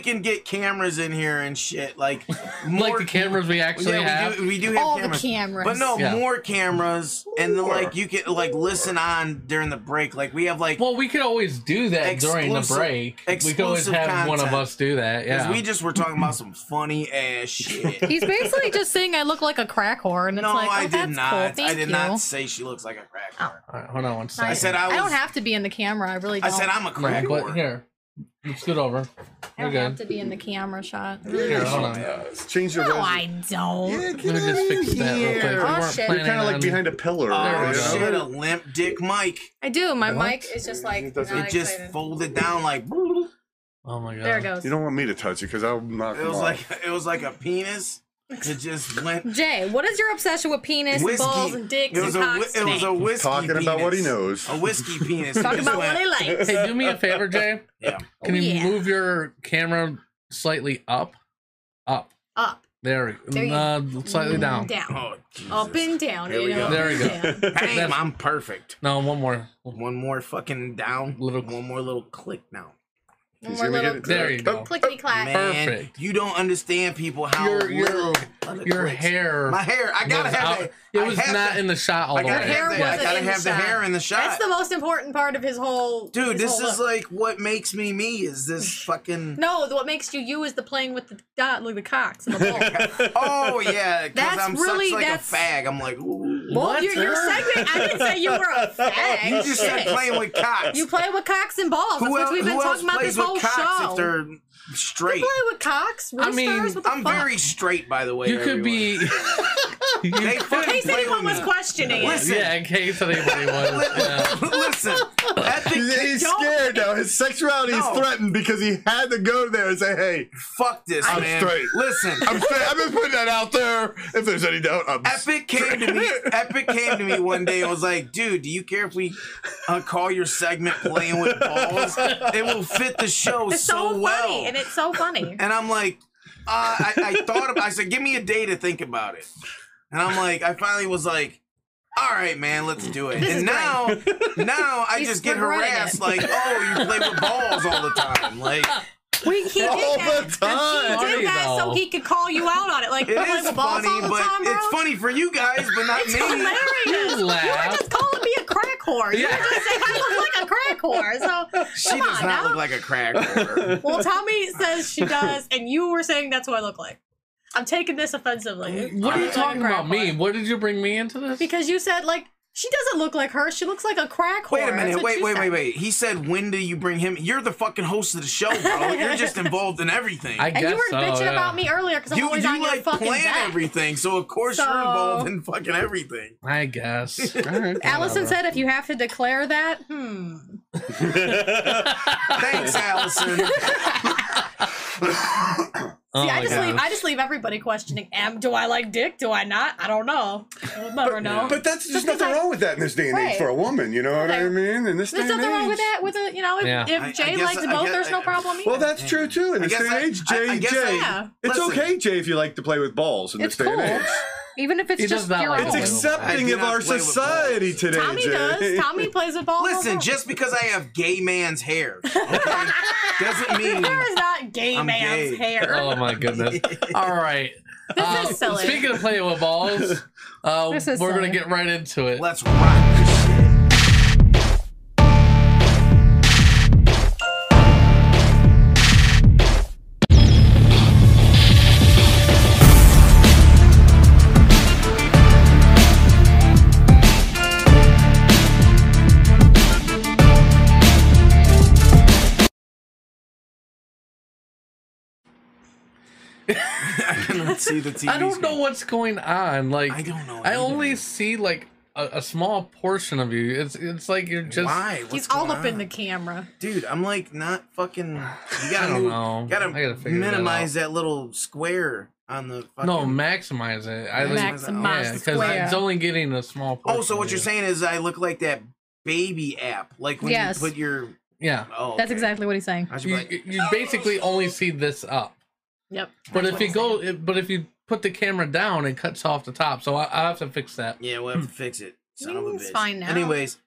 [SPEAKER 4] can get cameras in here and shit. Like more
[SPEAKER 2] like the cameras we actually
[SPEAKER 4] yeah,
[SPEAKER 2] have.
[SPEAKER 4] we do, we do have
[SPEAKER 9] All the
[SPEAKER 4] cameras.
[SPEAKER 9] cameras.
[SPEAKER 4] But no,
[SPEAKER 2] Yeah.
[SPEAKER 4] more cameras, and then like you can like listen on during the break. Like we have like
[SPEAKER 2] Well, we could always do that during the
[SPEAKER 4] Exclusive-
[SPEAKER 2] break. We could always
[SPEAKER 4] exclusive
[SPEAKER 2] have one of
[SPEAKER 4] content.
[SPEAKER 2] us do that.
[SPEAKER 4] 'cause
[SPEAKER 2] Yeah.
[SPEAKER 4] we just were talking about some funny ass shit.
[SPEAKER 9] He's basically just saying I look like a crack whore, and it's
[SPEAKER 4] no,
[SPEAKER 9] like, oh,
[SPEAKER 4] I did
[SPEAKER 9] that's
[SPEAKER 4] not.
[SPEAKER 9] cool.
[SPEAKER 4] I
[SPEAKER 9] Thank
[SPEAKER 4] did
[SPEAKER 9] you.
[SPEAKER 4] not say she looks like a crack whore.
[SPEAKER 2] All right, hold on one second.
[SPEAKER 9] I
[SPEAKER 4] I said I
[SPEAKER 9] I
[SPEAKER 4] was.
[SPEAKER 9] don't have to be in the camera. I really
[SPEAKER 4] I
[SPEAKER 9] don't.
[SPEAKER 4] said I'm a crack
[SPEAKER 2] No, but
[SPEAKER 4] whore.
[SPEAKER 2] here, let's scoot over.
[SPEAKER 9] I
[SPEAKER 2] We're
[SPEAKER 9] don't have
[SPEAKER 2] good.
[SPEAKER 9] to be in the camera shot.
[SPEAKER 2] Here, hold on.
[SPEAKER 3] Let's change the
[SPEAKER 9] No, I
[SPEAKER 3] resolution.
[SPEAKER 9] don't.
[SPEAKER 3] Yeah,
[SPEAKER 2] Let
[SPEAKER 3] get
[SPEAKER 2] me just
[SPEAKER 3] out of
[SPEAKER 2] fix that real
[SPEAKER 3] here.
[SPEAKER 2] quick. We
[SPEAKER 9] Oh,
[SPEAKER 2] weren't
[SPEAKER 9] shit.
[SPEAKER 3] You're
[SPEAKER 2] planning
[SPEAKER 3] kind of
[SPEAKER 2] on-
[SPEAKER 3] like behind a pillar.
[SPEAKER 4] Oh
[SPEAKER 3] you know?
[SPEAKER 4] shit! A limp dick mic.
[SPEAKER 9] I do. My
[SPEAKER 2] What?
[SPEAKER 9] mic is just like
[SPEAKER 3] It doesn't-
[SPEAKER 9] not
[SPEAKER 4] It just
[SPEAKER 9] excited.
[SPEAKER 4] folded down like.
[SPEAKER 2] Oh my god.
[SPEAKER 9] There it goes.
[SPEAKER 3] You don't want me to touch it because I'll knock
[SPEAKER 4] It
[SPEAKER 3] them
[SPEAKER 4] was
[SPEAKER 3] off.
[SPEAKER 4] like it was like a penis. It just went
[SPEAKER 9] Jay, what is your obsession with penis, and
[SPEAKER 4] whiskey.
[SPEAKER 9] balls, and dicks,
[SPEAKER 4] it was
[SPEAKER 9] and
[SPEAKER 4] a
[SPEAKER 9] cocks?
[SPEAKER 4] whi- it was a whiskey
[SPEAKER 3] talking
[SPEAKER 4] penis.
[SPEAKER 3] about what he knows.
[SPEAKER 4] A whiskey penis. It
[SPEAKER 9] Talk
[SPEAKER 4] just
[SPEAKER 9] about what
[SPEAKER 4] went-
[SPEAKER 9] I like.
[SPEAKER 2] Hey, do me a favor, Jay.
[SPEAKER 4] Yeah.
[SPEAKER 2] Can you
[SPEAKER 9] Oh, Yeah.
[SPEAKER 2] move your camera slightly up? Up.
[SPEAKER 9] Up,
[SPEAKER 2] There.
[SPEAKER 9] There you- Mm.
[SPEAKER 2] uh, slightly down.
[SPEAKER 9] down,
[SPEAKER 4] Oh, Jesus.
[SPEAKER 9] up and down.
[SPEAKER 4] Here
[SPEAKER 9] you
[SPEAKER 4] we
[SPEAKER 9] know,
[SPEAKER 4] go.
[SPEAKER 9] up
[SPEAKER 2] There we
[SPEAKER 9] and down.
[SPEAKER 4] Bam, I'm perfect.
[SPEAKER 2] No, one more.
[SPEAKER 4] One more fucking down.
[SPEAKER 2] Little-
[SPEAKER 4] one more little click now.
[SPEAKER 9] One
[SPEAKER 3] He's
[SPEAKER 9] more
[SPEAKER 3] gonna
[SPEAKER 9] little
[SPEAKER 3] get it.
[SPEAKER 2] There you go.
[SPEAKER 3] Oh,
[SPEAKER 9] clickety clack.
[SPEAKER 4] Man,
[SPEAKER 2] Perfect.
[SPEAKER 4] you don't understand people how
[SPEAKER 2] Your- your-
[SPEAKER 4] little other
[SPEAKER 2] Your
[SPEAKER 4] clicks.
[SPEAKER 2] hair.
[SPEAKER 4] My hair. I gotta
[SPEAKER 2] was
[SPEAKER 4] have
[SPEAKER 2] out-
[SPEAKER 4] that.
[SPEAKER 2] It
[SPEAKER 4] I
[SPEAKER 2] was
[SPEAKER 4] have
[SPEAKER 2] not
[SPEAKER 4] that-
[SPEAKER 2] in the shot all
[SPEAKER 4] I
[SPEAKER 2] the
[SPEAKER 4] gotta
[SPEAKER 9] Your hair
[SPEAKER 4] have,
[SPEAKER 2] way.
[SPEAKER 4] that. I
[SPEAKER 9] wasn't
[SPEAKER 4] gotta
[SPEAKER 9] in the
[SPEAKER 4] have the,
[SPEAKER 9] shot.
[SPEAKER 4] hair in the shot.
[SPEAKER 9] That's the most important part of his whole.
[SPEAKER 4] Dude,
[SPEAKER 9] his
[SPEAKER 4] this
[SPEAKER 9] whole
[SPEAKER 4] is
[SPEAKER 9] look.
[SPEAKER 4] like what makes me me. Is this fucking?
[SPEAKER 9] No, what makes you you is the playing with the dot, like the cocks and the ball.
[SPEAKER 4] Oh yeah, because
[SPEAKER 9] That's
[SPEAKER 4] I'm
[SPEAKER 9] really-
[SPEAKER 4] such like
[SPEAKER 9] that's-
[SPEAKER 4] a fag. I'm like, ooh.
[SPEAKER 9] well, your, your segment. I didn't say you were a fag.
[SPEAKER 4] you just said
[SPEAKER 9] Shit.
[SPEAKER 4] playing with cocks.
[SPEAKER 9] You play with cocks and balls. That's
[SPEAKER 4] who
[SPEAKER 9] what
[SPEAKER 4] el-
[SPEAKER 9] we've been
[SPEAKER 4] who else
[SPEAKER 9] talking about
[SPEAKER 4] plays
[SPEAKER 9] this whole
[SPEAKER 4] with cocks
[SPEAKER 9] show.
[SPEAKER 4] if they're straight?
[SPEAKER 9] play with cocks,
[SPEAKER 2] I mean,
[SPEAKER 9] stars, what the
[SPEAKER 4] I'm
[SPEAKER 9] fuck?
[SPEAKER 4] very straight, by the way.
[SPEAKER 2] You could
[SPEAKER 4] everyone.
[SPEAKER 2] be.
[SPEAKER 4] They
[SPEAKER 9] In
[SPEAKER 4] fucking
[SPEAKER 9] case
[SPEAKER 4] play
[SPEAKER 9] anyone
[SPEAKER 4] with
[SPEAKER 9] was
[SPEAKER 4] me.
[SPEAKER 9] questioning it.
[SPEAKER 4] Listen.
[SPEAKER 2] yeah, in case anybody was. Yeah.
[SPEAKER 4] Listen, at
[SPEAKER 3] He's,
[SPEAKER 4] the
[SPEAKER 3] he's
[SPEAKER 9] Don't-
[SPEAKER 3] scared now. His sexuality
[SPEAKER 4] No.
[SPEAKER 3] is threatened because he had to go there and say, "Hey,
[SPEAKER 4] fuck this,
[SPEAKER 3] I'm
[SPEAKER 4] man.
[SPEAKER 3] straight.
[SPEAKER 4] Listen,
[SPEAKER 3] I'm straight. I've been putting that out there. If there's any doubt, I'm
[SPEAKER 4] Epic came to me. Epic came to me one day and was like, "Dude, do you care if we uh, call your segment playing with balls? It will fit the show
[SPEAKER 9] It's so, funny,
[SPEAKER 4] well."
[SPEAKER 9] and it's so funny.
[SPEAKER 4] And I'm like, uh, I, I thought about. I said, give me a day to think about it. And I'm like, I finally was like, all right, man, let's do it.
[SPEAKER 9] is
[SPEAKER 4] and now, now I
[SPEAKER 9] He's
[SPEAKER 4] just get
[SPEAKER 9] regretting it.
[SPEAKER 4] harassed. Like, oh, you play with balls all the time. Like,
[SPEAKER 9] we he did
[SPEAKER 3] all
[SPEAKER 9] that.
[SPEAKER 3] the time.
[SPEAKER 9] He
[SPEAKER 2] Funny,
[SPEAKER 9] did that so
[SPEAKER 2] though.
[SPEAKER 9] he could call you out on it. Like
[SPEAKER 4] it
[SPEAKER 9] play
[SPEAKER 4] is
[SPEAKER 9] with balls all
[SPEAKER 4] funny,
[SPEAKER 9] the
[SPEAKER 4] but
[SPEAKER 9] time, bro.
[SPEAKER 4] it's funny for you guys, but not
[SPEAKER 9] It's
[SPEAKER 4] me.
[SPEAKER 9] hilarious.
[SPEAKER 2] You laugh.
[SPEAKER 9] You were just calling me a crack whore. You
[SPEAKER 2] Yeah.
[SPEAKER 9] were just saying I look like a crack whore. So
[SPEAKER 4] She
[SPEAKER 9] come
[SPEAKER 4] does
[SPEAKER 9] on
[SPEAKER 4] not
[SPEAKER 9] now.
[SPEAKER 4] look like a cracker.
[SPEAKER 9] well, Tommy says she does, and you were saying that's what I look like. I'm taking this
[SPEAKER 4] Oh,
[SPEAKER 2] What
[SPEAKER 9] offensively.
[SPEAKER 2] are
[SPEAKER 9] I
[SPEAKER 2] you
[SPEAKER 9] look like a
[SPEAKER 2] talking about
[SPEAKER 9] crack
[SPEAKER 2] me?
[SPEAKER 9] whore.
[SPEAKER 2] What did you bring me into this?
[SPEAKER 9] Because you said like she doesn't look like her. She looks like a crack whore.
[SPEAKER 4] Wait a
[SPEAKER 9] That's
[SPEAKER 4] minute.
[SPEAKER 9] what
[SPEAKER 4] Wait,
[SPEAKER 9] you
[SPEAKER 4] wait,
[SPEAKER 9] said.
[SPEAKER 4] wait, wait. He said, when do you bring him? You're the fucking host of the show, bro. You're just involved in everything.
[SPEAKER 2] I
[SPEAKER 9] And
[SPEAKER 2] guess
[SPEAKER 9] you were
[SPEAKER 2] so,
[SPEAKER 9] bitching
[SPEAKER 2] yeah.
[SPEAKER 9] about me earlier because I'm
[SPEAKER 4] you
[SPEAKER 9] always on
[SPEAKER 4] you
[SPEAKER 9] your
[SPEAKER 4] like
[SPEAKER 9] fucking
[SPEAKER 4] plan
[SPEAKER 9] back.
[SPEAKER 4] everything, so of course
[SPEAKER 9] So-
[SPEAKER 4] you're involved in fucking everything.
[SPEAKER 2] I guess. All right,
[SPEAKER 9] Allison
[SPEAKER 2] whatever.
[SPEAKER 9] said, if you have to declare that, hmm.
[SPEAKER 4] Thanks, Allison.
[SPEAKER 2] Oh
[SPEAKER 9] See, I
[SPEAKER 2] my
[SPEAKER 9] just leave.
[SPEAKER 2] God.
[SPEAKER 9] I just leave everybody questioning. Am do I like dick? Do I not? I don't know. We'll never know.
[SPEAKER 3] But that's just
[SPEAKER 9] Just 'cause
[SPEAKER 3] nothing
[SPEAKER 9] I-
[SPEAKER 3] wrong with that in this day and age
[SPEAKER 9] Right.
[SPEAKER 3] for a woman. You know what I
[SPEAKER 9] there-
[SPEAKER 3] mean? In this
[SPEAKER 9] There's
[SPEAKER 3] day and
[SPEAKER 9] nothing wrong with
[SPEAKER 3] age.
[SPEAKER 9] that. With a you know, if,
[SPEAKER 2] Yeah.
[SPEAKER 9] if
[SPEAKER 4] I- I
[SPEAKER 9] Jay
[SPEAKER 4] guess-
[SPEAKER 9] likes
[SPEAKER 4] I
[SPEAKER 9] both,
[SPEAKER 4] guess-
[SPEAKER 9] there's no
[SPEAKER 4] I-
[SPEAKER 9] problem either.
[SPEAKER 3] Well, that's true too. In
[SPEAKER 4] I
[SPEAKER 3] this
[SPEAKER 4] guess
[SPEAKER 3] day and
[SPEAKER 4] I-
[SPEAKER 3] age,
[SPEAKER 4] I-
[SPEAKER 3] Jay,
[SPEAKER 4] I guess
[SPEAKER 3] Jay,
[SPEAKER 4] I-
[SPEAKER 9] Yeah.
[SPEAKER 3] it's
[SPEAKER 4] Listen.
[SPEAKER 3] okay, Jay, if you like to play with balls in
[SPEAKER 9] it's
[SPEAKER 3] this day
[SPEAKER 9] cool,
[SPEAKER 3] and age.
[SPEAKER 9] even if it's
[SPEAKER 2] He does
[SPEAKER 9] just
[SPEAKER 2] not
[SPEAKER 9] your
[SPEAKER 2] like
[SPEAKER 9] own.
[SPEAKER 2] it.
[SPEAKER 3] It's
[SPEAKER 2] Totally.
[SPEAKER 4] I
[SPEAKER 3] accepting
[SPEAKER 4] do
[SPEAKER 3] of
[SPEAKER 4] not
[SPEAKER 3] our
[SPEAKER 4] play with
[SPEAKER 3] society today,
[SPEAKER 9] Tommy
[SPEAKER 3] Jay.
[SPEAKER 9] does. Tommy plays with balls.
[SPEAKER 4] Listen, just because I have gay man's hair okay, doesn't mean
[SPEAKER 9] there is not gay
[SPEAKER 4] I'm
[SPEAKER 9] man's
[SPEAKER 4] gay.
[SPEAKER 9] hair.
[SPEAKER 2] Oh my goodness. All right.
[SPEAKER 9] This
[SPEAKER 2] Uh,
[SPEAKER 9] is silly.
[SPEAKER 2] Speaking of playing with balls, uh, we're
[SPEAKER 9] This is
[SPEAKER 2] going to
[SPEAKER 9] silly.
[SPEAKER 2] get right into it.
[SPEAKER 4] let's rock this shit. I cannot see the TV.
[SPEAKER 2] I don't know what's going on. Like
[SPEAKER 4] I don't know
[SPEAKER 2] I
[SPEAKER 4] either.
[SPEAKER 2] only see like a, a small portion of you. It's it's like you're just.
[SPEAKER 4] Why? What's
[SPEAKER 9] He's all
[SPEAKER 4] going
[SPEAKER 9] up in
[SPEAKER 4] on?
[SPEAKER 9] the camera.
[SPEAKER 4] Dude, I'm like not fucking. You gotta
[SPEAKER 2] I don't
[SPEAKER 4] move-
[SPEAKER 2] know.
[SPEAKER 4] Gotta
[SPEAKER 2] I gotta figure that
[SPEAKER 4] minimize that, little square on the. Fucking...
[SPEAKER 2] No, maximize it. I like,
[SPEAKER 4] Maximize
[SPEAKER 9] Maximize
[SPEAKER 2] yeah,
[SPEAKER 9] the
[SPEAKER 2] because
[SPEAKER 9] square.
[SPEAKER 2] it's only getting a small. portion
[SPEAKER 4] Oh, so what
[SPEAKER 2] of
[SPEAKER 4] you're
[SPEAKER 2] you.
[SPEAKER 4] saying is I look like that baby app, like when
[SPEAKER 9] Yes.
[SPEAKER 4] you put your.
[SPEAKER 2] Yeah,
[SPEAKER 4] Oh,
[SPEAKER 9] That's
[SPEAKER 4] okay.
[SPEAKER 9] exactly what he's saying.
[SPEAKER 4] I should be
[SPEAKER 2] you,
[SPEAKER 4] like,
[SPEAKER 2] you you basically only see this up.
[SPEAKER 9] Yep.
[SPEAKER 2] But if you go, it, but if you put the camera down, it cuts off the top. So I, I have to fix that.
[SPEAKER 4] yeah, we'll have to fix it. Son of a
[SPEAKER 9] It's
[SPEAKER 4] bitch.
[SPEAKER 9] fine now.
[SPEAKER 4] Anyways,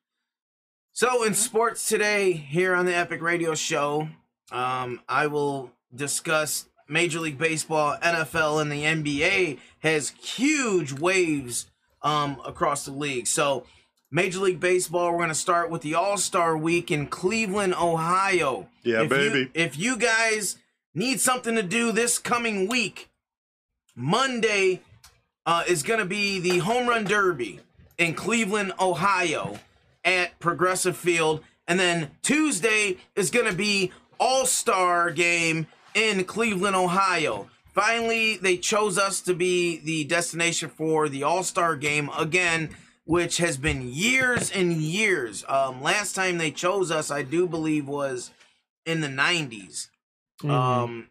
[SPEAKER 4] so in sports today, here on the Epic Radio Show, um, I will discussed Major League Baseball, NFL, and the NBA has huge waves um, across the league. So, Major League Baseball, we're going to start with the All Star Week in Cleveland, Ohio.
[SPEAKER 3] Yeah,
[SPEAKER 4] If you-
[SPEAKER 3] baby.
[SPEAKER 4] if you guys need something to do this coming week, Monday uh, is going to be the Home Run Derby in Cleveland, Ohio at Progressive Field. And then Tuesday is going to be All Star Game in Cleveland, Ohio. Finally, they chose us to be the destination for the All Star Game again, which has been years and years. Um, last time they chose us, I do believe, was in the 90s. Um,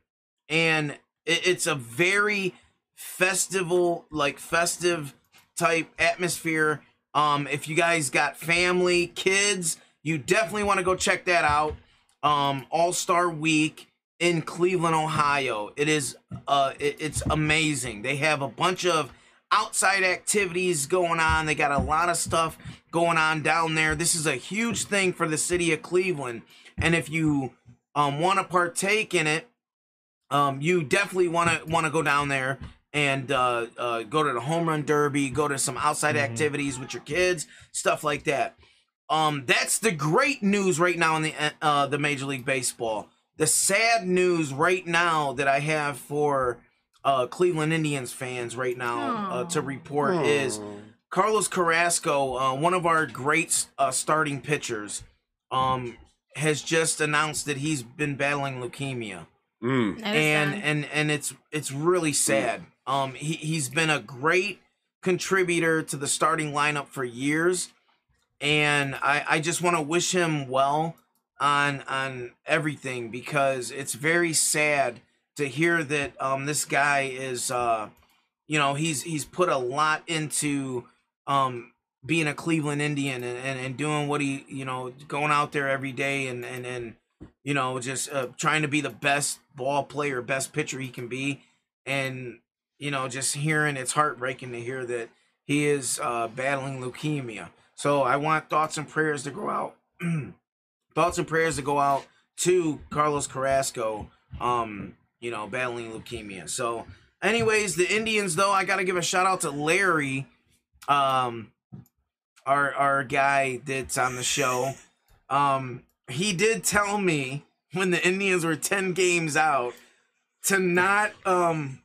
[SPEAKER 4] and it, it's a very festival, like festive type atmosphere. Um, if you guys got family, kids, you definitely want to go check that out. Um, All Star Week in Cleveland, Ohio. It is, uh, it- it's amazing. They have a bunch of outside activities going on. They got a lot of stuff going on down there. This is a huge thing for the city of Cleveland, and if you um, want to partake in it, um, you definitely want to want to go down there and uh, uh, go to the home run derby, go to some outside activities with your kids, stuff like that. Um, that's the great news right now in the uh, the Major League Baseball. The sad news right now that I have for uh, Cleveland Indians fans right now uh, to report is Carlos Carrasco, uh, one of our great uh, starting pitchers, um, has just announced that he's been battling leukemia
[SPEAKER 3] Mm.
[SPEAKER 9] That is
[SPEAKER 4] and
[SPEAKER 9] sad.
[SPEAKER 4] and and it's it's really sad. Um, he he's been a great contributor to the starting lineup for years, and I I just want to wish him well on on everything because it's very sad to hear that um this guy is uh you know he's he's put a lot into um being a Cleveland Indian and, and, and doing what he you know going out there every day and and and you know just uh, trying to be the best ball player best pitcher he can be and you know just hearing it's heartbreaking to hear that he is uh, battling leukemia so I want thoughts and prayers to go out thoughts and prayers to go out to Carlos Carrasco, um, you know, battling leukemia. So, anyways, the Indians though, I gotta give a shout out to Larry, um, our our guy that's on the show. Um, he did tell me when the Indians were ten games out to not um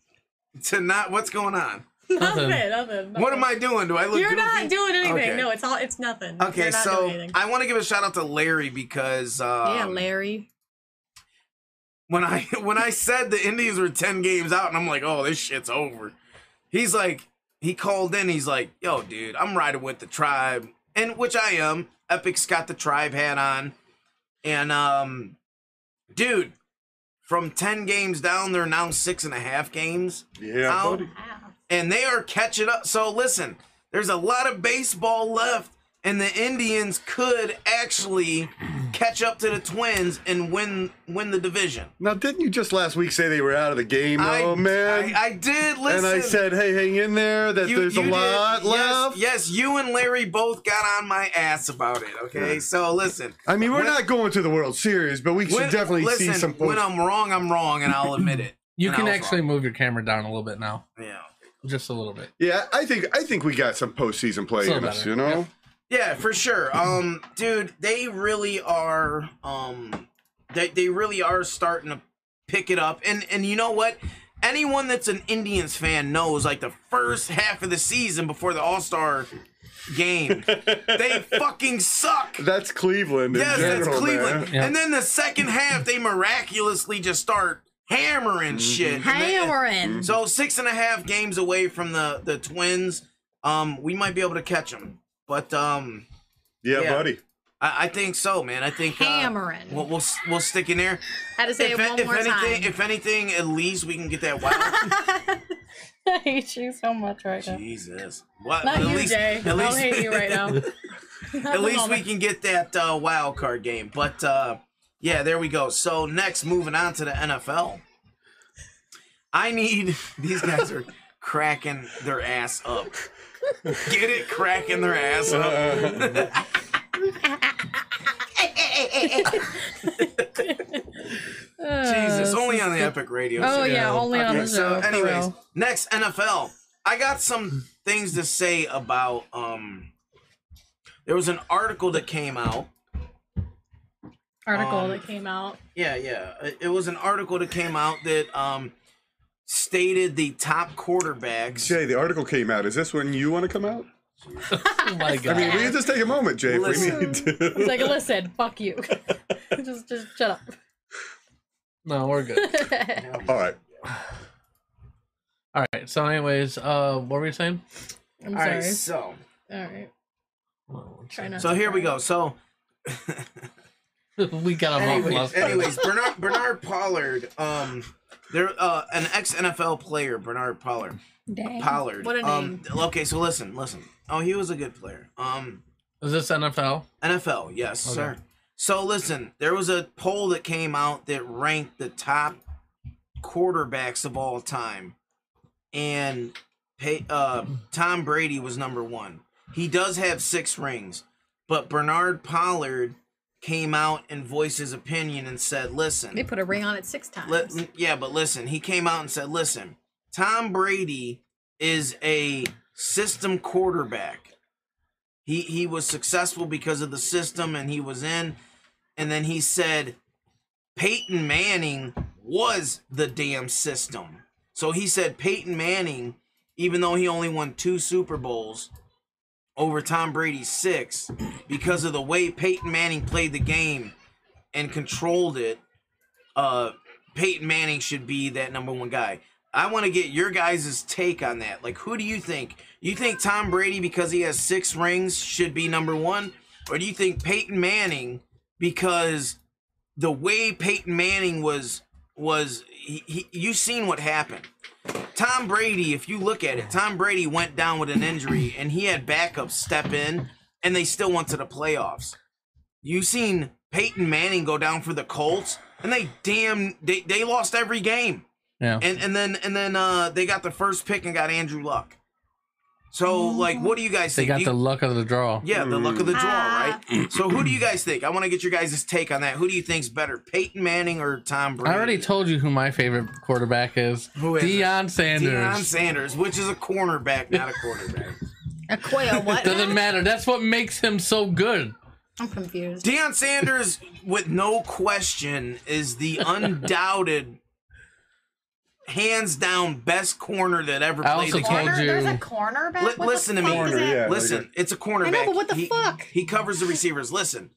[SPEAKER 4] to not what's going on.
[SPEAKER 2] Nothing.
[SPEAKER 10] Nothing. Nothing.
[SPEAKER 4] What am I doing? Do I look?
[SPEAKER 10] You're
[SPEAKER 4] goofy?
[SPEAKER 10] not doing anything.
[SPEAKER 4] Okay.
[SPEAKER 10] No, it's all. It's nothing.
[SPEAKER 4] Okay,
[SPEAKER 10] You're not doing
[SPEAKER 4] so
[SPEAKER 10] anything.
[SPEAKER 4] I want to give a shout out to Larry because um,
[SPEAKER 9] yeah, Larry.
[SPEAKER 4] when I when I said the Indians were ten games out, and I'm like, oh, this shit's over. He's like, he called in. He's like, yo, dude, I'm riding with the tribe, and which I am. Epic's got the tribe hat on, and um, dude, from ten games down, they're now six and a half games
[SPEAKER 3] Yeah,
[SPEAKER 4] out,
[SPEAKER 3] buddy.
[SPEAKER 4] and they are catching up. So listen, there's a lot of baseball left, and the Indians could actually catch up to the Twins and win win the division.
[SPEAKER 3] Now, didn't you just last week say they were out of the game? oh man!
[SPEAKER 4] I, I did listen.
[SPEAKER 3] and I said, hey, hang in there. That there's a
[SPEAKER 4] did.
[SPEAKER 3] lot
[SPEAKER 4] Yes,
[SPEAKER 3] left.
[SPEAKER 4] Yes, you and Larry both got on my ass about it. Okay, so listen.
[SPEAKER 3] I mean, we're
[SPEAKER 4] When-
[SPEAKER 3] not going to the World Series, but we should definitely
[SPEAKER 4] listen,
[SPEAKER 3] see some.
[SPEAKER 4] When
[SPEAKER 3] post-
[SPEAKER 4] I'm wrong, I'm wrong, and I'll admit it.
[SPEAKER 2] You
[SPEAKER 4] And
[SPEAKER 2] can
[SPEAKER 4] I was
[SPEAKER 2] actually
[SPEAKER 4] wrong.
[SPEAKER 2] move your camera down a little bit now,
[SPEAKER 4] yeah,
[SPEAKER 2] just a little bit.
[SPEAKER 3] yeah, I think I think we got some postseason play
[SPEAKER 2] Still
[SPEAKER 3] in us.
[SPEAKER 2] better.
[SPEAKER 3] You know,
[SPEAKER 4] yeah, for sure. Um, dude, they really are. Um, they they really are starting to pick it up, and and you know what? Anyone that's an Indians fan knows, like the first half of the season before the All Star game, they fucking suck.
[SPEAKER 3] that's Cleveland. in
[SPEAKER 4] Yes, that's
[SPEAKER 3] general,
[SPEAKER 4] Cleveland.
[SPEAKER 3] man.
[SPEAKER 2] Yeah.
[SPEAKER 4] And then the second half, they miraculously just start
[SPEAKER 3] Mm-hmm.
[SPEAKER 4] hammering shit.
[SPEAKER 9] Hammering.
[SPEAKER 4] So six and a half games away from the the Twins, um, we might be able to catch them. But um,
[SPEAKER 3] Yeah,
[SPEAKER 4] Yeah.
[SPEAKER 3] buddy.
[SPEAKER 4] I, I think so, man. I think uh,
[SPEAKER 9] Hammering.
[SPEAKER 4] We'll, we'll we'll stick in there.
[SPEAKER 9] Had to say
[SPEAKER 4] If,
[SPEAKER 9] it one
[SPEAKER 4] if
[SPEAKER 9] more
[SPEAKER 4] anything,
[SPEAKER 9] time.
[SPEAKER 4] if anything, at least we can get that wild.
[SPEAKER 10] I hate you so much right now.
[SPEAKER 4] Jesus, what?
[SPEAKER 10] Not
[SPEAKER 4] at
[SPEAKER 10] you,
[SPEAKER 4] least,
[SPEAKER 10] Jay.
[SPEAKER 4] At least,
[SPEAKER 10] I'll hate you right now.
[SPEAKER 4] at least we can get that uh, wild card game. But uh, yeah, there we go. So next, moving on to the NFL. I need these guys are cracking their ass up. Get it, cracking their ass up. Jesus, only on the epic Epic Radio.
[SPEAKER 9] Oh,
[SPEAKER 4] Show.
[SPEAKER 9] yeah, only on the
[SPEAKER 4] So,
[SPEAKER 9] show, for
[SPEAKER 4] anyways,
[SPEAKER 9] real.
[SPEAKER 4] next NFL. I got some things to say about. um There was an article that came out.
[SPEAKER 9] article
[SPEAKER 4] Um,
[SPEAKER 9] that came out.
[SPEAKER 4] Yeah, yeah. It- It was an article that came out that um stated the top quarterbacks.
[SPEAKER 3] Jay, the article came out. Is this when you want to come out?
[SPEAKER 2] Oh my
[SPEAKER 3] I mean, we can just take a moment, Jay. if we
[SPEAKER 4] Listen.
[SPEAKER 3] need to.
[SPEAKER 9] He's like, listen, fuck you. just, just shut up.
[SPEAKER 2] No, we're good.
[SPEAKER 3] All right.
[SPEAKER 2] All right. So, anyways, uh, what were you saying?
[SPEAKER 9] I'm
[SPEAKER 4] All
[SPEAKER 9] sorry.
[SPEAKER 4] right, so
[SPEAKER 9] All right. Try not
[SPEAKER 4] so
[SPEAKER 9] to
[SPEAKER 4] here we
[SPEAKER 9] cry.
[SPEAKER 4] go. So
[SPEAKER 2] we got him off.
[SPEAKER 4] anyways, anyways Bernard Bernard Pollard, um, there uh, an ex NFL player, Bernard Pollard.
[SPEAKER 9] Dang.
[SPEAKER 4] Pollard.
[SPEAKER 10] What a
[SPEAKER 4] Um, okay, so listen, listen. Oh, he was a good player. Um,
[SPEAKER 2] Is this NFL?
[SPEAKER 4] NFL, yes, sir. So listen, there was a poll that came out that ranked the top quarterbacks of all time, and Pa- uh, Tom Brady was number one. He does have six rings, but Bernard Pollard came out and voiced his opinion and said, "Listen,
[SPEAKER 10] They put a ring on it six times.
[SPEAKER 4] Let, yeah, but listen, he came out and said, "Listen, Tom Brady is a system quarterback. He he was successful because of the system and he was in." And then he said, "Peyton Manning was the damn system." So he said Peyton Manning, even though he only won two Super Bowls over Tom Brady's six, because of the way Peyton Manning played the game and controlled it, uh Peyton Manning should be that number one guy. I want to get your guys' take on that. Like, who do you think? You think Tom Brady, because he has six rings, should be number one? Or do you think Peyton Manning, because the way Peyton Manning was, was he, he, you seen what happened. Tom Brady, if you look at it, Tom Brady went down with an injury and he had backups step in and they still went to the playoffs. You seen Peyton Manning go down for the Colts, and they damn they, they lost every game.
[SPEAKER 2] Yeah.
[SPEAKER 4] And and then and then uh they got the first pick and got Andrew Luck. So like what do you guys
[SPEAKER 2] They
[SPEAKER 4] think?
[SPEAKER 2] got
[SPEAKER 4] Do
[SPEAKER 2] the
[SPEAKER 4] you-
[SPEAKER 2] luck of the draw.
[SPEAKER 4] yeah, the luck of the draw,
[SPEAKER 10] Ah.
[SPEAKER 4] right? So who do you guys think? I want to get your guys' take on that. Who do you think's better, Peyton Manning or Tom Brady?
[SPEAKER 2] I already told you who my favorite quarterback is.
[SPEAKER 4] Who is it?
[SPEAKER 2] Deion Sanders.
[SPEAKER 4] Deion Sanders, which is a cornerback, not a quarterback.
[SPEAKER 10] a quail. What?
[SPEAKER 2] Doesn't matter. That's what makes him so good.
[SPEAKER 10] I'm confused.
[SPEAKER 4] Deion Sanders, with no question, is the undoubted, hands down best corner that ever
[SPEAKER 2] I
[SPEAKER 4] played.
[SPEAKER 2] also told
[SPEAKER 4] the game.
[SPEAKER 10] Corner?
[SPEAKER 2] you.
[SPEAKER 10] There's a corner back.
[SPEAKER 4] Li-
[SPEAKER 10] What the
[SPEAKER 4] listen to me.
[SPEAKER 10] fuck is that?
[SPEAKER 3] Yeah.
[SPEAKER 4] Listen, it's a cornerback.
[SPEAKER 10] I know, but what the
[SPEAKER 4] he,
[SPEAKER 10] fuck?
[SPEAKER 4] He covers the receivers. Listen,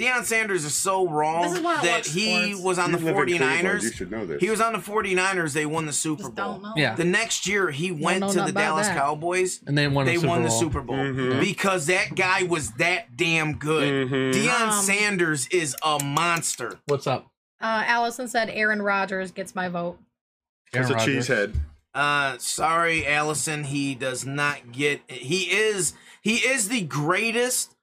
[SPEAKER 4] Deion Sanders is so wrong
[SPEAKER 10] This is why I
[SPEAKER 4] that
[SPEAKER 10] watch
[SPEAKER 4] he
[SPEAKER 10] sports.
[SPEAKER 4] was on
[SPEAKER 3] You
[SPEAKER 4] the
[SPEAKER 3] live in Cleveland,
[SPEAKER 4] 49ers.
[SPEAKER 3] You should know this.
[SPEAKER 4] He was on the 49ers. They won the Super
[SPEAKER 10] Just
[SPEAKER 4] Bowl.
[SPEAKER 10] don't know.
[SPEAKER 2] Yeah.
[SPEAKER 4] The next year, he went
[SPEAKER 9] know
[SPEAKER 4] to the
[SPEAKER 9] nothing about
[SPEAKER 4] Dallas
[SPEAKER 9] that.
[SPEAKER 4] Cowboys.
[SPEAKER 2] And they won the
[SPEAKER 4] they
[SPEAKER 2] Super
[SPEAKER 4] won the
[SPEAKER 2] Bowl.
[SPEAKER 4] Super Bowl
[SPEAKER 3] Mm-hmm.
[SPEAKER 4] because that guy was that damn good. Deion
[SPEAKER 2] Um,
[SPEAKER 4] Sanders is a monster.
[SPEAKER 2] What's up?
[SPEAKER 9] Uh, Allison said Aaron Rodgers gets my vote.
[SPEAKER 3] That's a
[SPEAKER 2] Aaron Rodgers.
[SPEAKER 3] cheesehead.
[SPEAKER 4] Uh, sorry, Allison, he does not get. He is he is the greatest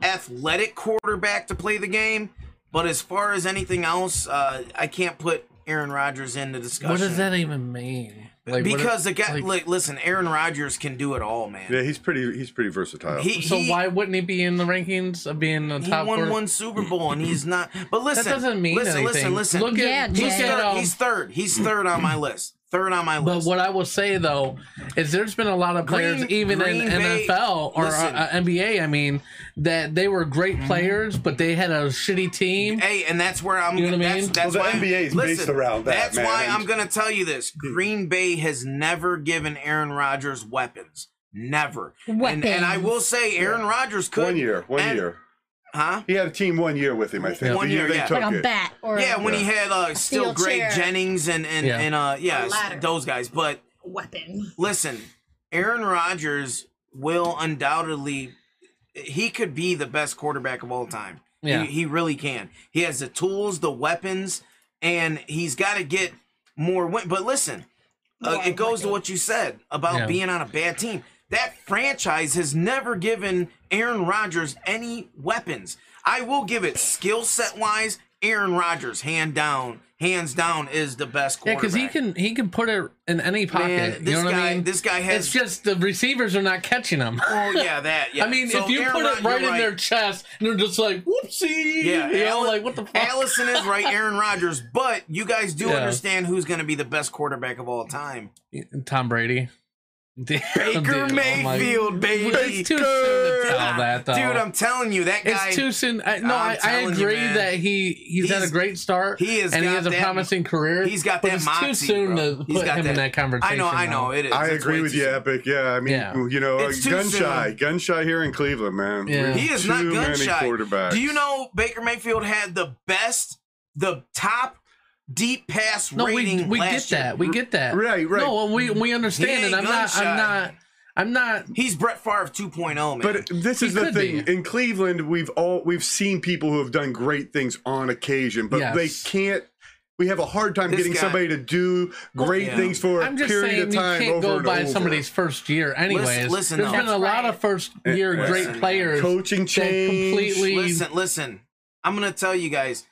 [SPEAKER 4] athletic quarterback to play the game, but as far as anything else, uh, I can't put Aaron Rodgers in the discussion.
[SPEAKER 2] What does that even mean? Like, what is-
[SPEAKER 4] because the guy,
[SPEAKER 2] like-
[SPEAKER 4] like, listen, Aaron Rodgers can do it all, man.
[SPEAKER 3] Yeah, he's pretty. He's pretty versatile.
[SPEAKER 4] He,
[SPEAKER 2] so
[SPEAKER 4] he-
[SPEAKER 2] why wouldn't he be in the rankings of being the
[SPEAKER 4] he
[SPEAKER 2] top?
[SPEAKER 4] won
[SPEAKER 2] quarter-
[SPEAKER 4] one Super Bowl and he's not? But listen,
[SPEAKER 2] That doesn't mean
[SPEAKER 4] listen,
[SPEAKER 2] anything.
[SPEAKER 4] listen, listen.
[SPEAKER 2] Look
[SPEAKER 9] Yeah,
[SPEAKER 2] at, look
[SPEAKER 9] Jay.
[SPEAKER 2] at
[SPEAKER 4] third-
[SPEAKER 2] um,
[SPEAKER 4] he's third. He's third on my list. Third on my
[SPEAKER 2] But
[SPEAKER 4] list.
[SPEAKER 2] what I will say though is there's been a lot of players,
[SPEAKER 4] Green-
[SPEAKER 2] even
[SPEAKER 4] Green
[SPEAKER 2] in
[SPEAKER 4] Bay-
[SPEAKER 2] NFL or
[SPEAKER 4] listen. Mm-hmm.
[SPEAKER 2] uh, NBA, I mean, that they were great players, but they had a shitty team.
[SPEAKER 4] Hey, and that's where I'm.
[SPEAKER 2] You know what I
[SPEAKER 4] that's,
[SPEAKER 2] mean?
[SPEAKER 4] that's
[SPEAKER 3] Well,
[SPEAKER 4] why
[SPEAKER 3] the NBA is based around that,
[SPEAKER 4] That's
[SPEAKER 3] man. Hmm.
[SPEAKER 4] why I'm gonna tell you this: Green Bay has never given Aaron Rodgers weapons. Never. And- And, I
[SPEAKER 9] Weapons.
[SPEAKER 4] will say, Aaron Rodgers could
[SPEAKER 3] one year. One
[SPEAKER 4] and-
[SPEAKER 3] year.
[SPEAKER 4] huh?
[SPEAKER 3] He had a team one year with him. I think.
[SPEAKER 4] One
[SPEAKER 3] the
[SPEAKER 4] year,
[SPEAKER 3] They
[SPEAKER 4] yeah.
[SPEAKER 3] took
[SPEAKER 9] Like a
[SPEAKER 3] it.
[SPEAKER 9] bat or
[SPEAKER 4] Yeah, when he had uh,
[SPEAKER 10] steel
[SPEAKER 4] still Greg
[SPEAKER 10] chair.
[SPEAKER 4] Jennings and and
[SPEAKER 2] Yeah.
[SPEAKER 4] and uh, yeah,
[SPEAKER 10] ladder.
[SPEAKER 4] those guys. But
[SPEAKER 10] Weapon.
[SPEAKER 4] listen, Aaron Rodgers will undoubtedly he could be the best quarterback of all time.
[SPEAKER 2] Yeah.
[SPEAKER 4] He, he really can. He has the tools, the weapons, and he's got to get more win. But listen, uh, it goes to what you said about
[SPEAKER 2] Yeah.
[SPEAKER 4] being on a bad team. That franchise has never given Aaron Rodgers any weapons. I will give it skill set wise, Aaron Rodgers hand down, hands down is the best
[SPEAKER 2] Yeah,
[SPEAKER 4] quarterback.
[SPEAKER 2] because he can he can put it in any pocket.
[SPEAKER 4] this
[SPEAKER 2] you know what
[SPEAKER 4] guy-
[SPEAKER 2] I mean?
[SPEAKER 4] this guy has-
[SPEAKER 2] It's just the receivers are not catching him.
[SPEAKER 4] Oh yeah, that. Yeah.
[SPEAKER 2] I mean,
[SPEAKER 4] So
[SPEAKER 2] if you
[SPEAKER 4] Aaron
[SPEAKER 2] put
[SPEAKER 4] Rod-
[SPEAKER 2] it
[SPEAKER 4] you're
[SPEAKER 2] right in their chest, and they're just like, "Whoopsie!"
[SPEAKER 4] Yeah,
[SPEAKER 2] you know,
[SPEAKER 4] Allen-
[SPEAKER 2] like what the fuck?
[SPEAKER 4] Allison is right, Aaron Rodgers, but you guys do
[SPEAKER 2] Yeah.
[SPEAKER 4] understand who's going to be the best quarterback of all time.
[SPEAKER 2] Tom Brady, Damn, dude,
[SPEAKER 4] Baker
[SPEAKER 2] oh my-
[SPEAKER 4] Mayfield, baby.
[SPEAKER 2] It's too soon to tell that, though.
[SPEAKER 4] Dude, I'm telling you, that guy.
[SPEAKER 2] It's too soon. I, no,
[SPEAKER 4] I'm
[SPEAKER 2] I, I
[SPEAKER 4] telling you,
[SPEAKER 2] agree
[SPEAKER 4] man.
[SPEAKER 2] that he he's, had a
[SPEAKER 4] He's-
[SPEAKER 2] great start.
[SPEAKER 4] he has
[SPEAKER 2] and he
[SPEAKER 4] got
[SPEAKER 2] has a
[SPEAKER 4] that-
[SPEAKER 2] promising career.
[SPEAKER 4] he's got
[SPEAKER 2] but
[SPEAKER 4] that
[SPEAKER 2] it's too
[SPEAKER 4] moxie,
[SPEAKER 2] soon
[SPEAKER 4] bro.
[SPEAKER 2] to
[SPEAKER 4] He's
[SPEAKER 2] put
[SPEAKER 4] got
[SPEAKER 2] him in
[SPEAKER 4] that-
[SPEAKER 2] that conversation.
[SPEAKER 4] I know, I
[SPEAKER 2] though.
[SPEAKER 4] know. It is.
[SPEAKER 3] I
[SPEAKER 4] It's
[SPEAKER 3] agree
[SPEAKER 4] way
[SPEAKER 3] with
[SPEAKER 4] too
[SPEAKER 3] you,
[SPEAKER 4] soon.
[SPEAKER 3] Epic. Yeah, I mean,
[SPEAKER 2] Yeah.
[SPEAKER 3] you know, uh,
[SPEAKER 4] It's too
[SPEAKER 3] gun
[SPEAKER 4] soon.
[SPEAKER 3] shy, gun shy here in Cleveland, man.
[SPEAKER 2] Yeah.
[SPEAKER 3] We have
[SPEAKER 4] He is not
[SPEAKER 3] too
[SPEAKER 4] gun
[SPEAKER 3] many
[SPEAKER 4] shy.
[SPEAKER 3] Quarterbacks.
[SPEAKER 4] Do you know Baker Mayfield had the best, the top deep pass
[SPEAKER 2] No, we
[SPEAKER 4] rating
[SPEAKER 2] we
[SPEAKER 4] last
[SPEAKER 2] get that.
[SPEAKER 4] year?
[SPEAKER 2] We get that.
[SPEAKER 3] Right, right.
[SPEAKER 2] No, we we understand,
[SPEAKER 4] He
[SPEAKER 2] and I'm
[SPEAKER 4] ain't
[SPEAKER 2] not.
[SPEAKER 4] gun-shy.
[SPEAKER 2] I'm not. I'm not.
[SPEAKER 4] He's Brett Favre 2.0, man.
[SPEAKER 3] But this
[SPEAKER 2] He
[SPEAKER 3] is the
[SPEAKER 2] could
[SPEAKER 3] thing.
[SPEAKER 2] be.
[SPEAKER 3] In Cleveland, we've all we've seen people who have done great things on occasion, but
[SPEAKER 2] Yes.
[SPEAKER 3] they can't. We have a hard time
[SPEAKER 4] This
[SPEAKER 3] getting
[SPEAKER 4] guy-
[SPEAKER 3] somebody to do great
[SPEAKER 4] yeah.
[SPEAKER 3] things for a
[SPEAKER 2] I'm just
[SPEAKER 3] period
[SPEAKER 2] saying
[SPEAKER 3] of
[SPEAKER 2] you
[SPEAKER 3] time
[SPEAKER 2] can't
[SPEAKER 3] over
[SPEAKER 2] go
[SPEAKER 3] and
[SPEAKER 2] by
[SPEAKER 3] over.
[SPEAKER 2] somebody's first year. Anyways,
[SPEAKER 4] listen,
[SPEAKER 2] there's
[SPEAKER 4] though.
[SPEAKER 2] been a
[SPEAKER 10] That's
[SPEAKER 2] lot
[SPEAKER 10] right.
[SPEAKER 2] of first year
[SPEAKER 3] Listen.
[SPEAKER 2] great players.
[SPEAKER 3] coaching
[SPEAKER 2] that
[SPEAKER 3] change.
[SPEAKER 2] completely-
[SPEAKER 4] listen, listen. I'm gonna tell you guys.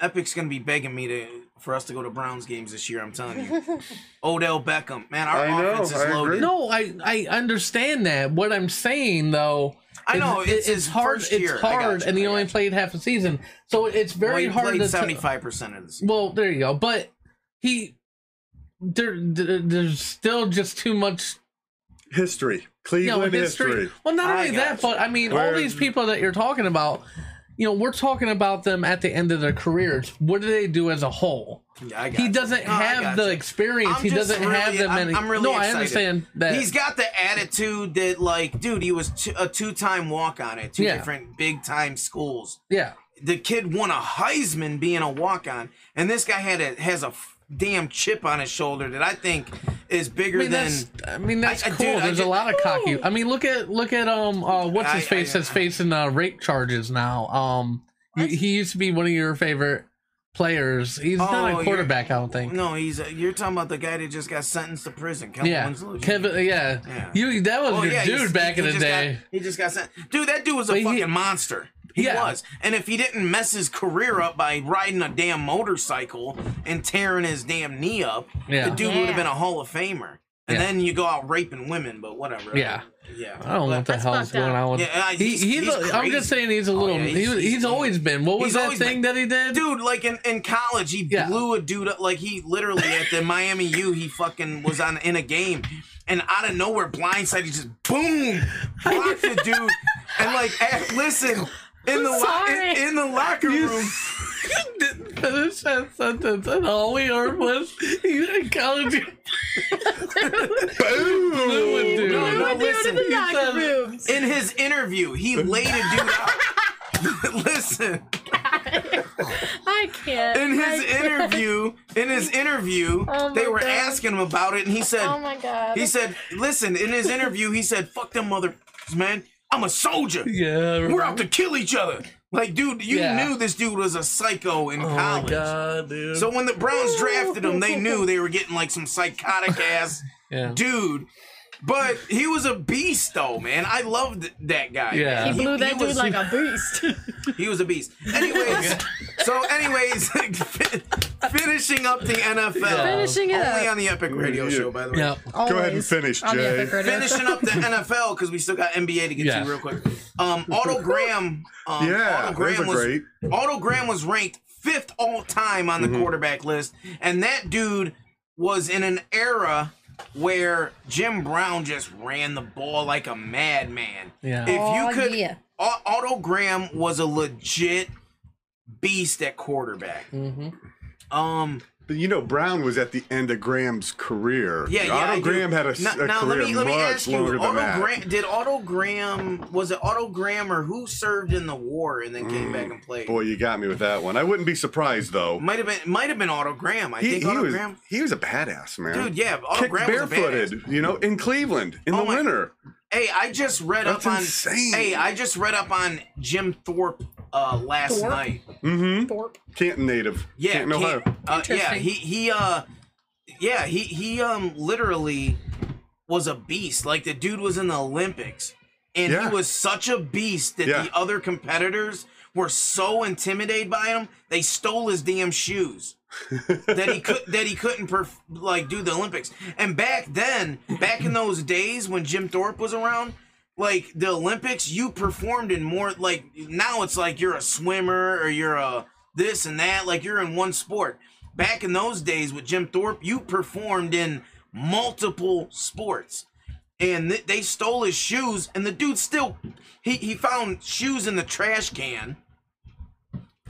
[SPEAKER 4] Epic's gonna be begging me to for us to go to Browns games this year. I'm telling you, Odell Beckham, man, our
[SPEAKER 3] I know,
[SPEAKER 4] offense is
[SPEAKER 3] I agree.
[SPEAKER 4] loaded.
[SPEAKER 2] No, I I understand that. What I'm saying though,
[SPEAKER 4] I
[SPEAKER 2] is
[SPEAKER 4] know,
[SPEAKER 2] it-
[SPEAKER 4] it's his
[SPEAKER 2] hard.
[SPEAKER 4] first
[SPEAKER 2] it's
[SPEAKER 4] year. I got
[SPEAKER 2] hard,
[SPEAKER 4] you,
[SPEAKER 2] and he
[SPEAKER 4] I
[SPEAKER 2] only
[SPEAKER 4] got you.
[SPEAKER 2] played half a season, so it's very
[SPEAKER 4] well, he
[SPEAKER 2] hard
[SPEAKER 4] played
[SPEAKER 2] to.
[SPEAKER 4] seventy five percent of the season.
[SPEAKER 2] well, there you go. But he, there, there- there's still just too much
[SPEAKER 3] history,
[SPEAKER 2] you know,
[SPEAKER 3] Cleveland
[SPEAKER 2] history.
[SPEAKER 3] history.
[SPEAKER 2] Well, not
[SPEAKER 4] I
[SPEAKER 2] only that,
[SPEAKER 4] gotcha.
[SPEAKER 2] but I mean, all
[SPEAKER 3] Where-
[SPEAKER 2] these people that you're talking about, you know, we're talking about them at the end of their careers. What do they do as a whole?
[SPEAKER 4] I got
[SPEAKER 2] He
[SPEAKER 4] you.
[SPEAKER 2] doesn't
[SPEAKER 4] No, Oh, I got
[SPEAKER 2] have the
[SPEAKER 4] you.
[SPEAKER 2] experience.
[SPEAKER 4] I'm
[SPEAKER 2] he
[SPEAKER 4] just
[SPEAKER 2] doesn't
[SPEAKER 4] really-
[SPEAKER 2] have the
[SPEAKER 4] I'm-
[SPEAKER 2] many.
[SPEAKER 4] I'm really
[SPEAKER 2] no, I
[SPEAKER 4] excited.
[SPEAKER 2] understand that.
[SPEAKER 4] He's got the attitude that, like, dude, he was t- a two time walk on at two
[SPEAKER 2] Yeah.
[SPEAKER 4] different big time schools.
[SPEAKER 2] yeah.
[SPEAKER 4] The kid won a Heisman being a walk on, and this guy had a has a f- damn chip on his shoulder that I think is bigger
[SPEAKER 2] I mean,
[SPEAKER 4] than.
[SPEAKER 2] that's, I mean, that's
[SPEAKER 4] I- I-
[SPEAKER 2] cool.
[SPEAKER 4] dude, I
[SPEAKER 2] There's a
[SPEAKER 4] ju-
[SPEAKER 2] lot of cocky. I mean, look at look at um uh what's his
[SPEAKER 4] I-
[SPEAKER 2] face
[SPEAKER 4] I-
[SPEAKER 2] that's facing uh, rape charges now. Um, he, he used to be one of your favorite players. He's
[SPEAKER 4] Oh,
[SPEAKER 2] not a
[SPEAKER 4] you're-
[SPEAKER 2] quarterback, I don't think.
[SPEAKER 4] No, he's you're talking about the guy that just got sentenced to prison. Kevin
[SPEAKER 2] yeah,
[SPEAKER 4] Winslow.
[SPEAKER 2] Kevin. uh, Yeah.
[SPEAKER 4] Yeah.
[SPEAKER 2] you that was
[SPEAKER 4] Oh,
[SPEAKER 2] your
[SPEAKER 4] yeah, he's-
[SPEAKER 2] dude back
[SPEAKER 4] he
[SPEAKER 2] in the
[SPEAKER 4] just got-
[SPEAKER 2] day.
[SPEAKER 4] he just got sent. Dude, that dude was a
[SPEAKER 2] But he-
[SPEAKER 4] fucking monster. He
[SPEAKER 2] Yeah.
[SPEAKER 4] was. And if he didn't mess his career up by riding a damn motorcycle and tearing his damn knee up,
[SPEAKER 2] Yeah.
[SPEAKER 4] the dude would have
[SPEAKER 10] Yeah.
[SPEAKER 4] been a Hall of Famer. And
[SPEAKER 2] Yeah.
[SPEAKER 4] then you go out raping women, but whatever.
[SPEAKER 2] Yeah.
[SPEAKER 4] Yeah.
[SPEAKER 2] I don't know what the
[SPEAKER 9] That's
[SPEAKER 2] hell is
[SPEAKER 9] fucked
[SPEAKER 2] going
[SPEAKER 9] up.
[SPEAKER 2] on with.
[SPEAKER 4] Yeah, I-
[SPEAKER 2] he,
[SPEAKER 4] he's-
[SPEAKER 2] he's,
[SPEAKER 4] he's
[SPEAKER 2] a- I'm just
[SPEAKER 4] crazy.
[SPEAKER 2] saying he's a
[SPEAKER 4] Oh,
[SPEAKER 2] little.
[SPEAKER 4] yeah,
[SPEAKER 2] he
[SPEAKER 4] he's-
[SPEAKER 2] was- he's,
[SPEAKER 4] he's-
[SPEAKER 2] always been. What was
[SPEAKER 4] he's
[SPEAKER 2] that
[SPEAKER 4] always
[SPEAKER 2] thing
[SPEAKER 4] been-
[SPEAKER 2] that he did?
[SPEAKER 4] Dude, like in, in college, he
[SPEAKER 2] Yeah.
[SPEAKER 4] blew a dude up. Like he literally at the Miami U, he fucking was on in a game, and out of nowhere, blindside, he just boom blocked the dude, and like eh, listen. In the, lo- in,
[SPEAKER 9] sorry.
[SPEAKER 4] in the locker
[SPEAKER 2] You
[SPEAKER 4] room,
[SPEAKER 2] didn't finish that sentence, and all we heard was he's in college. Blew a dude.
[SPEAKER 4] No, no, listen.
[SPEAKER 2] He said-
[SPEAKER 4] in his interview, he laid a dude out. listen,
[SPEAKER 9] I can't.
[SPEAKER 4] in his
[SPEAKER 9] I can't.
[SPEAKER 4] interview, in his interview,
[SPEAKER 9] Oh my
[SPEAKER 4] they were
[SPEAKER 9] God.
[SPEAKER 4] asking him about it, and he said,
[SPEAKER 10] Oh my god.
[SPEAKER 4] he said, listen, in his interview, he said, fuck them motherfuckers, man. I'm a soldier.
[SPEAKER 2] Yeah,
[SPEAKER 4] We're out to kill each other. Like, dude, you
[SPEAKER 2] Yeah.
[SPEAKER 4] knew this dude was a psycho in
[SPEAKER 2] Oh my
[SPEAKER 4] college.
[SPEAKER 2] god, dude.
[SPEAKER 4] So when the Browns drafted him, they knew they were getting like some psychotic ass
[SPEAKER 2] yeah.
[SPEAKER 4] dude. But he was a beast, though, man. I loved that guy.
[SPEAKER 2] Yeah.
[SPEAKER 9] He blew that dude
[SPEAKER 4] was-
[SPEAKER 9] like a beast.
[SPEAKER 4] He was a beast. Anyways, so anyways, fin- finishing up the NFL.
[SPEAKER 9] Finishing it
[SPEAKER 4] Only
[SPEAKER 9] up.
[SPEAKER 4] on the Epic Radio Show, by the way.
[SPEAKER 2] yeah.
[SPEAKER 3] Go ahead and finish,
[SPEAKER 9] on the
[SPEAKER 3] Jay.
[SPEAKER 9] Epic Radio.
[SPEAKER 4] Finishing up the NFL because we still got NBA to get
[SPEAKER 2] Yeah.
[SPEAKER 4] to real quick. Um, Auto Graham. Um,
[SPEAKER 3] Yeah,
[SPEAKER 4] Auto Graham
[SPEAKER 3] those are
[SPEAKER 4] was
[SPEAKER 3] great.
[SPEAKER 4] Auto Graham was ranked fifth all time on the
[SPEAKER 3] Mm-hmm.
[SPEAKER 4] quarterback list, and that dude was in an era where Jim Brown just ran the ball like a madman.
[SPEAKER 2] Yeah.
[SPEAKER 10] Oh,
[SPEAKER 4] If you could,
[SPEAKER 10] yeah.
[SPEAKER 4] Au- Auto Graham was a legit beast at quarterback.
[SPEAKER 2] Mm-hmm.
[SPEAKER 4] Um.
[SPEAKER 3] But you know, Brown was at the end of Graham's career.
[SPEAKER 4] Yeah, yeah. I
[SPEAKER 3] Otto
[SPEAKER 4] do.
[SPEAKER 3] Graham had a, s-
[SPEAKER 4] Now-
[SPEAKER 3] a
[SPEAKER 4] now,
[SPEAKER 3] career
[SPEAKER 4] let me, let me
[SPEAKER 3] much
[SPEAKER 4] ask you,
[SPEAKER 3] longer than
[SPEAKER 4] Otto
[SPEAKER 3] that.
[SPEAKER 4] Gra- did Otto Graham was it Otto Graham or who served in the war and then came back and played?
[SPEAKER 3] Mm, Boy, you got me with that one. I wouldn't be surprised though.
[SPEAKER 4] Might have been might have been Otto Graham. I
[SPEAKER 3] He,
[SPEAKER 4] think
[SPEAKER 3] he
[SPEAKER 4] Otto
[SPEAKER 3] was
[SPEAKER 4] Graham.
[SPEAKER 3] he was a badass man.
[SPEAKER 4] Dude, yeah, Otto
[SPEAKER 3] kicked
[SPEAKER 4] Graham was a
[SPEAKER 3] barefooted. you know, in Cleveland in
[SPEAKER 4] Oh
[SPEAKER 3] the
[SPEAKER 4] my-
[SPEAKER 3] winter.
[SPEAKER 4] Hey, I just read
[SPEAKER 3] That's
[SPEAKER 4] up on
[SPEAKER 3] insane.
[SPEAKER 4] Hey, I just read up on Jim Thorpe uh last night.
[SPEAKER 3] Mm-hmm.
[SPEAKER 10] Thorpe.
[SPEAKER 3] Canton native.
[SPEAKER 4] Yeah,
[SPEAKER 3] Canton, Ohio.
[SPEAKER 4] can't- uh, yeah,
[SPEAKER 10] Interesting.
[SPEAKER 4] he he uh, yeah, he he um literally was a beast. Like the dude was in the Olympics, and
[SPEAKER 3] Yeah.
[SPEAKER 4] he was such a beast that
[SPEAKER 3] Yeah.
[SPEAKER 4] the other competitors were so intimidated by him, they stole his damn shoes. that he could that he couldn't perf- like do the Olympics. And back then, back in those days when Jim Thorpe was around, like the Olympics, you performed in more like now it's like you're a swimmer or you're a this and that, like you're in one sport. Back in those days with Jim Thorpe, you performed in multiple sports and th- they stole his shoes and the dude still he, he found shoes in the trash can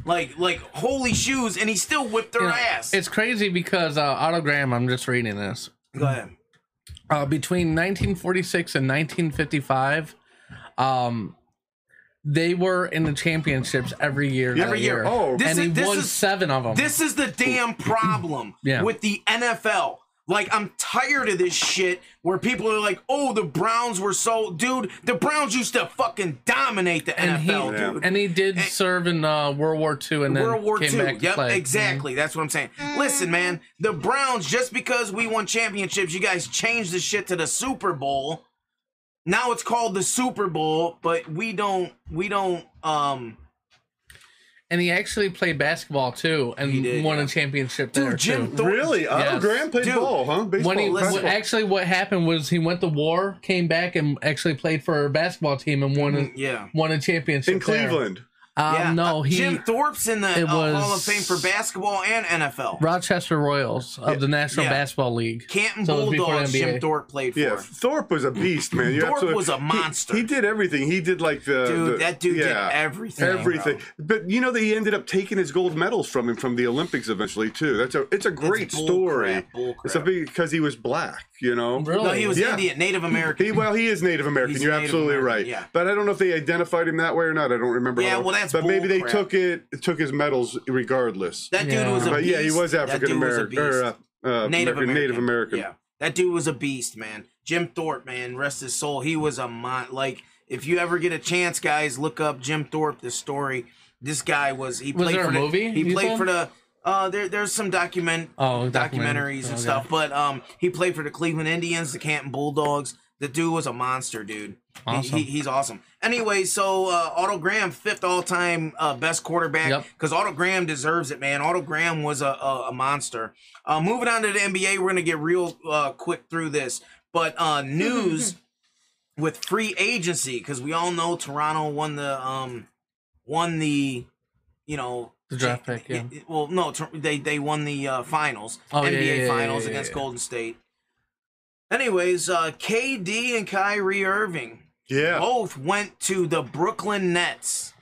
[SPEAKER 4] like like holy shoes and he still whipped their
[SPEAKER 2] You know,
[SPEAKER 4] ass
[SPEAKER 2] It's crazy because uh, Autogram, I'm just reading this.
[SPEAKER 4] go ahead
[SPEAKER 2] Uh, between 1946 and 1955, um, they were in the championships every year. that
[SPEAKER 4] Every year. Oh. This
[SPEAKER 2] and
[SPEAKER 4] is-
[SPEAKER 2] he
[SPEAKER 4] this
[SPEAKER 2] won
[SPEAKER 4] is-
[SPEAKER 2] seven of them.
[SPEAKER 4] this is the damn problem
[SPEAKER 2] Yeah.
[SPEAKER 4] with the nfl like i'm tired of this shit where people are like oh the browns were so dude the browns used to fucking dominate the
[SPEAKER 2] and he,
[SPEAKER 4] nfl dude
[SPEAKER 2] and he did serve in uh, World War II and then
[SPEAKER 4] World War
[SPEAKER 2] came
[SPEAKER 4] II.
[SPEAKER 2] back to
[SPEAKER 4] yep,
[SPEAKER 2] play. Mm-hmm.
[SPEAKER 4] exactly. That's what I'm saying. Listen, man, the Browns, just because we won championships, you guys changed the shit to the Super Bowl. Now it's called the Super Bowl, but we don't we don't um
[SPEAKER 2] And he actually played basketball too and
[SPEAKER 4] did,
[SPEAKER 2] won
[SPEAKER 4] yeah.
[SPEAKER 2] a championship
[SPEAKER 4] Dude,
[SPEAKER 2] there
[SPEAKER 4] Jim
[SPEAKER 2] too.
[SPEAKER 4] Thor-
[SPEAKER 3] Really? Otto
[SPEAKER 2] Yes.
[SPEAKER 3] Graham played
[SPEAKER 4] Dude,
[SPEAKER 3] ball, huh? Baseball.
[SPEAKER 2] when he
[SPEAKER 4] Listen-
[SPEAKER 2] well,
[SPEAKER 3] basketball.
[SPEAKER 2] actually what happened was he went to war, came back and actually played for a basketball team and won a,
[SPEAKER 4] Mm-hmm, yeah.
[SPEAKER 2] won a championship
[SPEAKER 3] in
[SPEAKER 2] there.
[SPEAKER 3] Cleveland.
[SPEAKER 2] Um,
[SPEAKER 4] yeah.
[SPEAKER 2] no,
[SPEAKER 4] uh,
[SPEAKER 2] he
[SPEAKER 4] Jim Thorpe's in the
[SPEAKER 2] it
[SPEAKER 4] uh, Hall of
[SPEAKER 2] was-
[SPEAKER 4] Fame for basketball and NFL.
[SPEAKER 2] Rochester Royals of the National
[SPEAKER 4] Yeah.
[SPEAKER 2] Basketball League.
[SPEAKER 4] Canton
[SPEAKER 2] So it was before
[SPEAKER 4] Bulldogs
[SPEAKER 2] the NBA.
[SPEAKER 4] Jim Thorpe played for.
[SPEAKER 3] Yeah, Thorpe was a beast, man. You
[SPEAKER 4] Thorpe
[SPEAKER 3] absolutely-
[SPEAKER 4] was a
[SPEAKER 3] he-
[SPEAKER 4] monster.
[SPEAKER 3] He, did everything. He did like the
[SPEAKER 4] Dude,
[SPEAKER 3] uh, the-
[SPEAKER 4] that dude did
[SPEAKER 3] yeah,
[SPEAKER 4] everything,
[SPEAKER 3] everything. But you know that he ended up taking his gold medals from him from the Olympics eventually too. That's a it's a great
[SPEAKER 4] bull
[SPEAKER 3] story.
[SPEAKER 4] crap, bull
[SPEAKER 3] It's a
[SPEAKER 4] crap.
[SPEAKER 3] big- because he was black, you know.
[SPEAKER 2] Really?
[SPEAKER 4] No, he was
[SPEAKER 3] Yeah.
[SPEAKER 4] Indian, Native American.
[SPEAKER 3] He, well, he is Native American.
[SPEAKER 4] He's
[SPEAKER 3] You're
[SPEAKER 4] Native
[SPEAKER 3] absolutely
[SPEAKER 4] American,
[SPEAKER 3] right.
[SPEAKER 4] yeah.
[SPEAKER 3] But I don't know if they identified him that way or not. I don't remember.
[SPEAKER 4] Yeah,
[SPEAKER 3] how-
[SPEAKER 4] well, that's
[SPEAKER 3] But maybe they
[SPEAKER 4] bullcrap.
[SPEAKER 3] took it took his medals regardless.
[SPEAKER 4] That dude
[SPEAKER 2] Yeah.
[SPEAKER 4] was a
[SPEAKER 3] but
[SPEAKER 4] beast.
[SPEAKER 3] yeah, he was
[SPEAKER 4] That
[SPEAKER 3] African
[SPEAKER 4] dude was a
[SPEAKER 3] American or
[SPEAKER 4] beast.
[SPEAKER 3] uh, uh,
[SPEAKER 4] Native
[SPEAKER 3] American,
[SPEAKER 4] American.
[SPEAKER 3] Native American.
[SPEAKER 4] Yeah, that dude was a beast, man. Jim Thorpe, man, rest his soul. He was a mon. Like, if you ever get a chance, guys, look up Jim Thorpe. The story. This guy was. He
[SPEAKER 2] Was
[SPEAKER 4] played
[SPEAKER 2] there a
[SPEAKER 4] for the,
[SPEAKER 2] movie
[SPEAKER 4] He
[SPEAKER 2] you
[SPEAKER 4] played
[SPEAKER 2] said?
[SPEAKER 4] for the. Uh, there, there's some document
[SPEAKER 2] Oh, documentary.
[SPEAKER 4] documentaries and
[SPEAKER 2] Okay.
[SPEAKER 4] stuff, but um, he played for the Cleveland Indians, the Canton Bulldogs. The dude was a monster, dude. He-
[SPEAKER 2] Awesome.
[SPEAKER 4] He, he's awesome. Anyway, so uh, Otto Graham, fifth all-time uh, best quarterback,
[SPEAKER 2] Yep.
[SPEAKER 4] because Otto Graham deserves it, man. Otto Graham was a, a, a monster. Uh, moving on to the NBA, we're gonna get real uh, quick through this, but uh, news with free agency, because we all know Toronto won the um, won the, you know.
[SPEAKER 2] The draft pick, yeah.
[SPEAKER 4] Well, no, Tor- they they won the uh, finals,
[SPEAKER 2] Oh, yeah,
[SPEAKER 4] NBA
[SPEAKER 2] yeah, yeah,
[SPEAKER 4] finals
[SPEAKER 2] yeah, yeah,
[SPEAKER 4] against
[SPEAKER 2] yeah.
[SPEAKER 4] Golden State. Anyways, uh, KD and Kyrie Irving
[SPEAKER 3] Yeah.
[SPEAKER 4] both went to the Brooklyn Nets.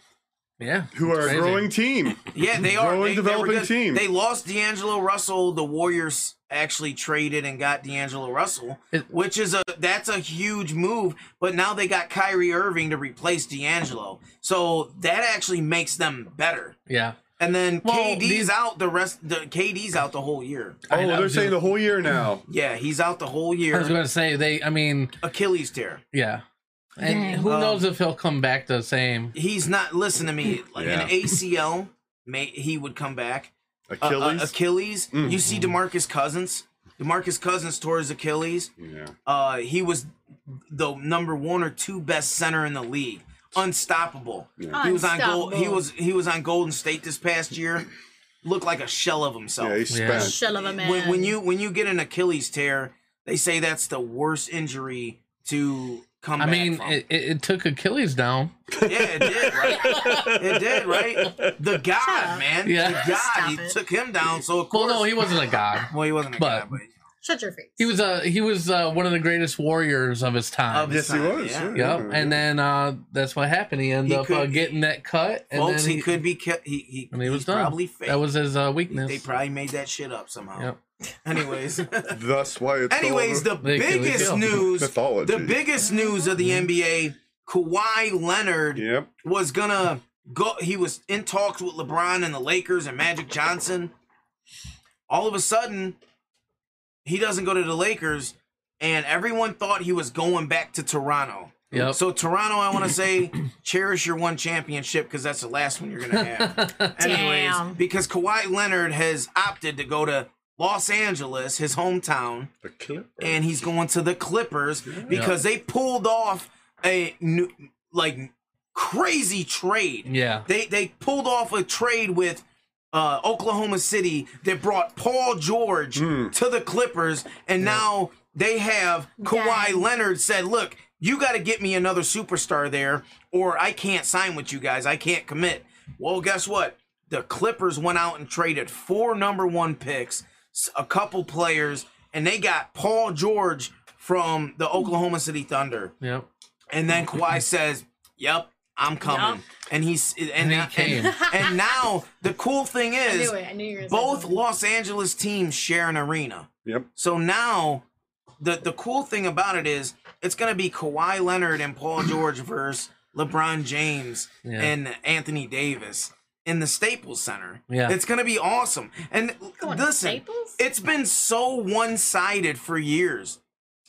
[SPEAKER 2] Yeah.
[SPEAKER 3] Who are a
[SPEAKER 2] Crazy.
[SPEAKER 3] growing team?
[SPEAKER 4] Yeah, they are.
[SPEAKER 3] Growing,
[SPEAKER 4] They, they were
[SPEAKER 3] developing
[SPEAKER 4] good.
[SPEAKER 3] team.
[SPEAKER 4] They lost D'Angelo Russell. The Warriors actually traded and got D'Angelo Russell,
[SPEAKER 2] It-
[SPEAKER 4] which is a that's a huge move. But now they got Kyrie Irving to replace D'Angelo, so that actually makes them better.
[SPEAKER 2] Yeah.
[SPEAKER 4] And then
[SPEAKER 2] Well,
[SPEAKER 4] KD's
[SPEAKER 2] these-
[SPEAKER 4] out the rest. The KD's out the whole year.
[SPEAKER 3] Oh,
[SPEAKER 2] know,
[SPEAKER 3] they're saying
[SPEAKER 2] dude.
[SPEAKER 3] the whole year now.
[SPEAKER 4] Yeah, he's out the whole
[SPEAKER 2] I was
[SPEAKER 4] year.
[SPEAKER 2] going to say they. I mean,
[SPEAKER 4] Achilles tear.
[SPEAKER 2] yeah. And
[SPEAKER 10] Dang.
[SPEAKER 2] who
[SPEAKER 4] Um,
[SPEAKER 2] knows if he'll come back the same?
[SPEAKER 4] He's not. Listen to me. Like
[SPEAKER 3] Yeah.
[SPEAKER 4] an ACL, may he would come back. Uh, uh,
[SPEAKER 3] Achilles. Mm-hmm.
[SPEAKER 4] Achilles. You see Demarcus Cousins. Demarcus Cousins tore his Achilles.
[SPEAKER 3] yeah.
[SPEAKER 4] Uh, he was the number one or two best center in the league. Unstoppable. He was on gold. He
[SPEAKER 10] Unstoppable.
[SPEAKER 4] was he was on Golden State this past year. Looked like a shell of himself.
[SPEAKER 3] Yeah, he's
[SPEAKER 2] Yeah.
[SPEAKER 3] spent.
[SPEAKER 10] Shell of a man.
[SPEAKER 4] when, when you when you get an Achilles tear, they say that's the worst injury to come
[SPEAKER 2] I
[SPEAKER 4] back
[SPEAKER 2] mean,
[SPEAKER 4] from.
[SPEAKER 2] it, it, it took Achilles down.
[SPEAKER 4] yeah, it did, right? it did, right? The god, man,
[SPEAKER 2] Yeah.
[SPEAKER 4] the god,
[SPEAKER 10] Stop
[SPEAKER 4] he
[SPEAKER 10] it.
[SPEAKER 4] took him down. So of
[SPEAKER 2] Well,
[SPEAKER 4] course,
[SPEAKER 2] no, he wasn't a god.
[SPEAKER 4] well, he wasn't a
[SPEAKER 2] but-
[SPEAKER 4] god, but
[SPEAKER 10] Shut your face.
[SPEAKER 2] He was a he was uh, one of the greatest warriors of his time.
[SPEAKER 4] Of his-
[SPEAKER 3] Yes, he was.
[SPEAKER 4] Yeah.
[SPEAKER 2] yep. And then uh, that's what happened. He ended
[SPEAKER 4] He
[SPEAKER 2] up
[SPEAKER 4] could-
[SPEAKER 2] uh, getting that cut, and
[SPEAKER 4] folks,
[SPEAKER 2] then
[SPEAKER 4] he, could be kept. He he,
[SPEAKER 2] and he was
[SPEAKER 4] he's
[SPEAKER 2] done.
[SPEAKER 4] probably fake.
[SPEAKER 2] That was his uh, weakness.
[SPEAKER 4] they probably made that shit up somehow.
[SPEAKER 2] Yep.
[SPEAKER 4] Anyways,
[SPEAKER 3] That's why it's.
[SPEAKER 4] anyways, the
[SPEAKER 3] called
[SPEAKER 2] They could Mm-hmm.
[SPEAKER 4] biggest
[SPEAKER 2] reveal.
[SPEAKER 4] news,
[SPEAKER 3] mythology.
[SPEAKER 4] the biggest news of the NBA, Kawhi Leonard.
[SPEAKER 3] Yep.
[SPEAKER 4] was gonna go he was in talks with LeBron and the Lakers and Magic Johnson. All of a sudden, he doesn't go to the Lakers, and everyone thought he was going back to Toronto.
[SPEAKER 2] Yep.
[SPEAKER 4] So Toronto, I want to say, cherish your one championship because that's the last one you're gonna have. Anyways,
[SPEAKER 10] Damn.
[SPEAKER 4] because Kawhi Leonard has opted to go to Los Angeles, his hometown,
[SPEAKER 3] The Clippers.
[SPEAKER 4] and he's going to the Clippers because they pulled off a new, like crazy trade.
[SPEAKER 2] Yeah.
[SPEAKER 4] They they pulled off a trade with uh, Oklahoma City that brought Paul George to the Clippers, and now they have Kawhi
[SPEAKER 10] Dang.
[SPEAKER 4] Leonard said, "Look, you got to get me another superstar there, or I can't sign with you guys. I can't commit." Well, guess what? The Clippers went out and traded four number one picks, s- a couple players, and they got Paul George from the Oklahoma City Thunder.
[SPEAKER 2] Yep.
[SPEAKER 4] And then Kawhi says, "Yep, I'm coming." And he's and and,
[SPEAKER 2] he came.
[SPEAKER 4] and, and now the cool thing
[SPEAKER 10] I
[SPEAKER 4] is
[SPEAKER 10] knew it. I knew you were gonna say
[SPEAKER 4] both
[SPEAKER 10] something.
[SPEAKER 4] Los Angeles teams share an arena.
[SPEAKER 3] Yep.
[SPEAKER 4] So now the the cool thing about it is it's going to be Kawhi Leonard and Paul George versus LeBron James
[SPEAKER 2] Yeah.
[SPEAKER 4] and Anthony Davis in the Staples Center.
[SPEAKER 2] Yeah.
[SPEAKER 4] It's going to be awesome. And
[SPEAKER 10] Going to
[SPEAKER 4] listen,
[SPEAKER 10] Staples?
[SPEAKER 4] it's been so one-sided for years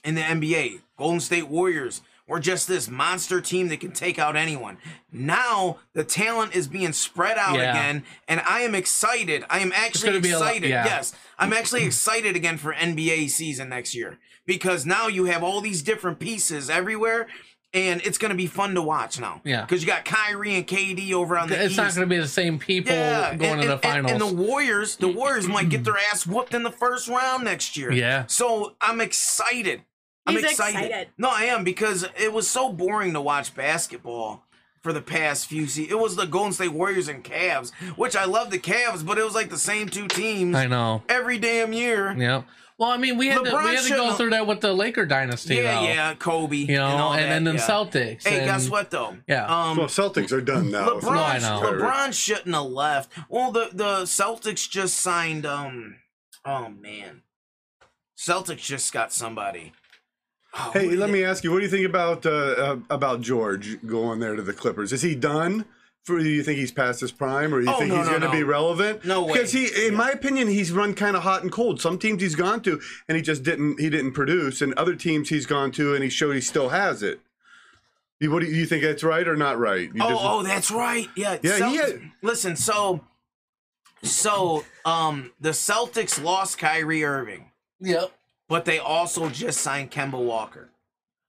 [SPEAKER 4] in the NBA. Golden State Warriors were just this monster team that can take out anyone. Now the talent is being spread out
[SPEAKER 2] Yeah.
[SPEAKER 4] again, and I am excited. I am actually
[SPEAKER 2] gonna be a lot-
[SPEAKER 4] excited.
[SPEAKER 2] yeah.
[SPEAKER 4] Yes, I'm actually excited again for NBA season next year because now you have all these different pieces everywhere. And it's gonna be fun to watch now.
[SPEAKER 2] Yeah.
[SPEAKER 4] because you got Kyrie and KD over on the
[SPEAKER 2] It's
[SPEAKER 4] East.
[SPEAKER 2] not going to be the same people going
[SPEAKER 4] and,
[SPEAKER 2] to the
[SPEAKER 4] and- and-
[SPEAKER 2] finals.
[SPEAKER 4] And, the Warriors, the Warriors might get their ass whooped in the first round next year.
[SPEAKER 2] Yeah.
[SPEAKER 4] So I'm excited. I'm
[SPEAKER 10] He's
[SPEAKER 4] excited.
[SPEAKER 10] excited.
[SPEAKER 4] No, I am because it was so boring to watch basketball for the past few seasons. It was the Golden State Warriors and Cavs, which I love the Cavs, but it was like the same two teams
[SPEAKER 2] I know.
[SPEAKER 4] every damn year.
[SPEAKER 2] Yeah. Well, I mean, we had to,
[SPEAKER 4] LeBron
[SPEAKER 2] we had to go
[SPEAKER 4] shouldn't-
[SPEAKER 2] through that with the Laker dynasty,
[SPEAKER 4] Yeah,
[SPEAKER 2] though.
[SPEAKER 4] yeah, Kobe.
[SPEAKER 2] You know,
[SPEAKER 4] all
[SPEAKER 2] and,
[SPEAKER 4] that,
[SPEAKER 2] then the
[SPEAKER 4] yeah.
[SPEAKER 2] Celtics.
[SPEAKER 4] Hey,
[SPEAKER 2] and,
[SPEAKER 4] guess what though?
[SPEAKER 2] Yeah.
[SPEAKER 4] Um,
[SPEAKER 3] Well, Celtics are done now.
[SPEAKER 4] LeBron,
[SPEAKER 2] No, I know.
[SPEAKER 4] LeBron shouldn't have left. Well, the the Celtics just signed. Um, oh man, Celtics just got somebody. Oh,
[SPEAKER 3] Hey,
[SPEAKER 4] what
[SPEAKER 3] let
[SPEAKER 4] did-
[SPEAKER 3] me ask you. What do you think about uh, uh, about George going there to the Clippers? Is he done? For do you think he's past his prime, or do you
[SPEAKER 4] Oh,
[SPEAKER 3] think
[SPEAKER 4] no,
[SPEAKER 3] he's
[SPEAKER 4] no,
[SPEAKER 3] going to
[SPEAKER 4] no.
[SPEAKER 3] be relevant?
[SPEAKER 4] No way.
[SPEAKER 3] Because he, in my opinion, he's run kind of hot and cold. Some teams he's gone to, and he just didn't. He didn't produce, and other teams he's gone to, and he showed he still has it. You- What do you, you think? That's right or not right? You
[SPEAKER 4] Oh,
[SPEAKER 3] just-
[SPEAKER 4] oh, that's right. Yeah.
[SPEAKER 3] Yeah, he
[SPEAKER 4] Celt-
[SPEAKER 3] had-
[SPEAKER 4] Listen, so, so, um, the Celtics lost Kyrie Irving.
[SPEAKER 2] Yep.
[SPEAKER 4] but they also just signed Kemba Walker.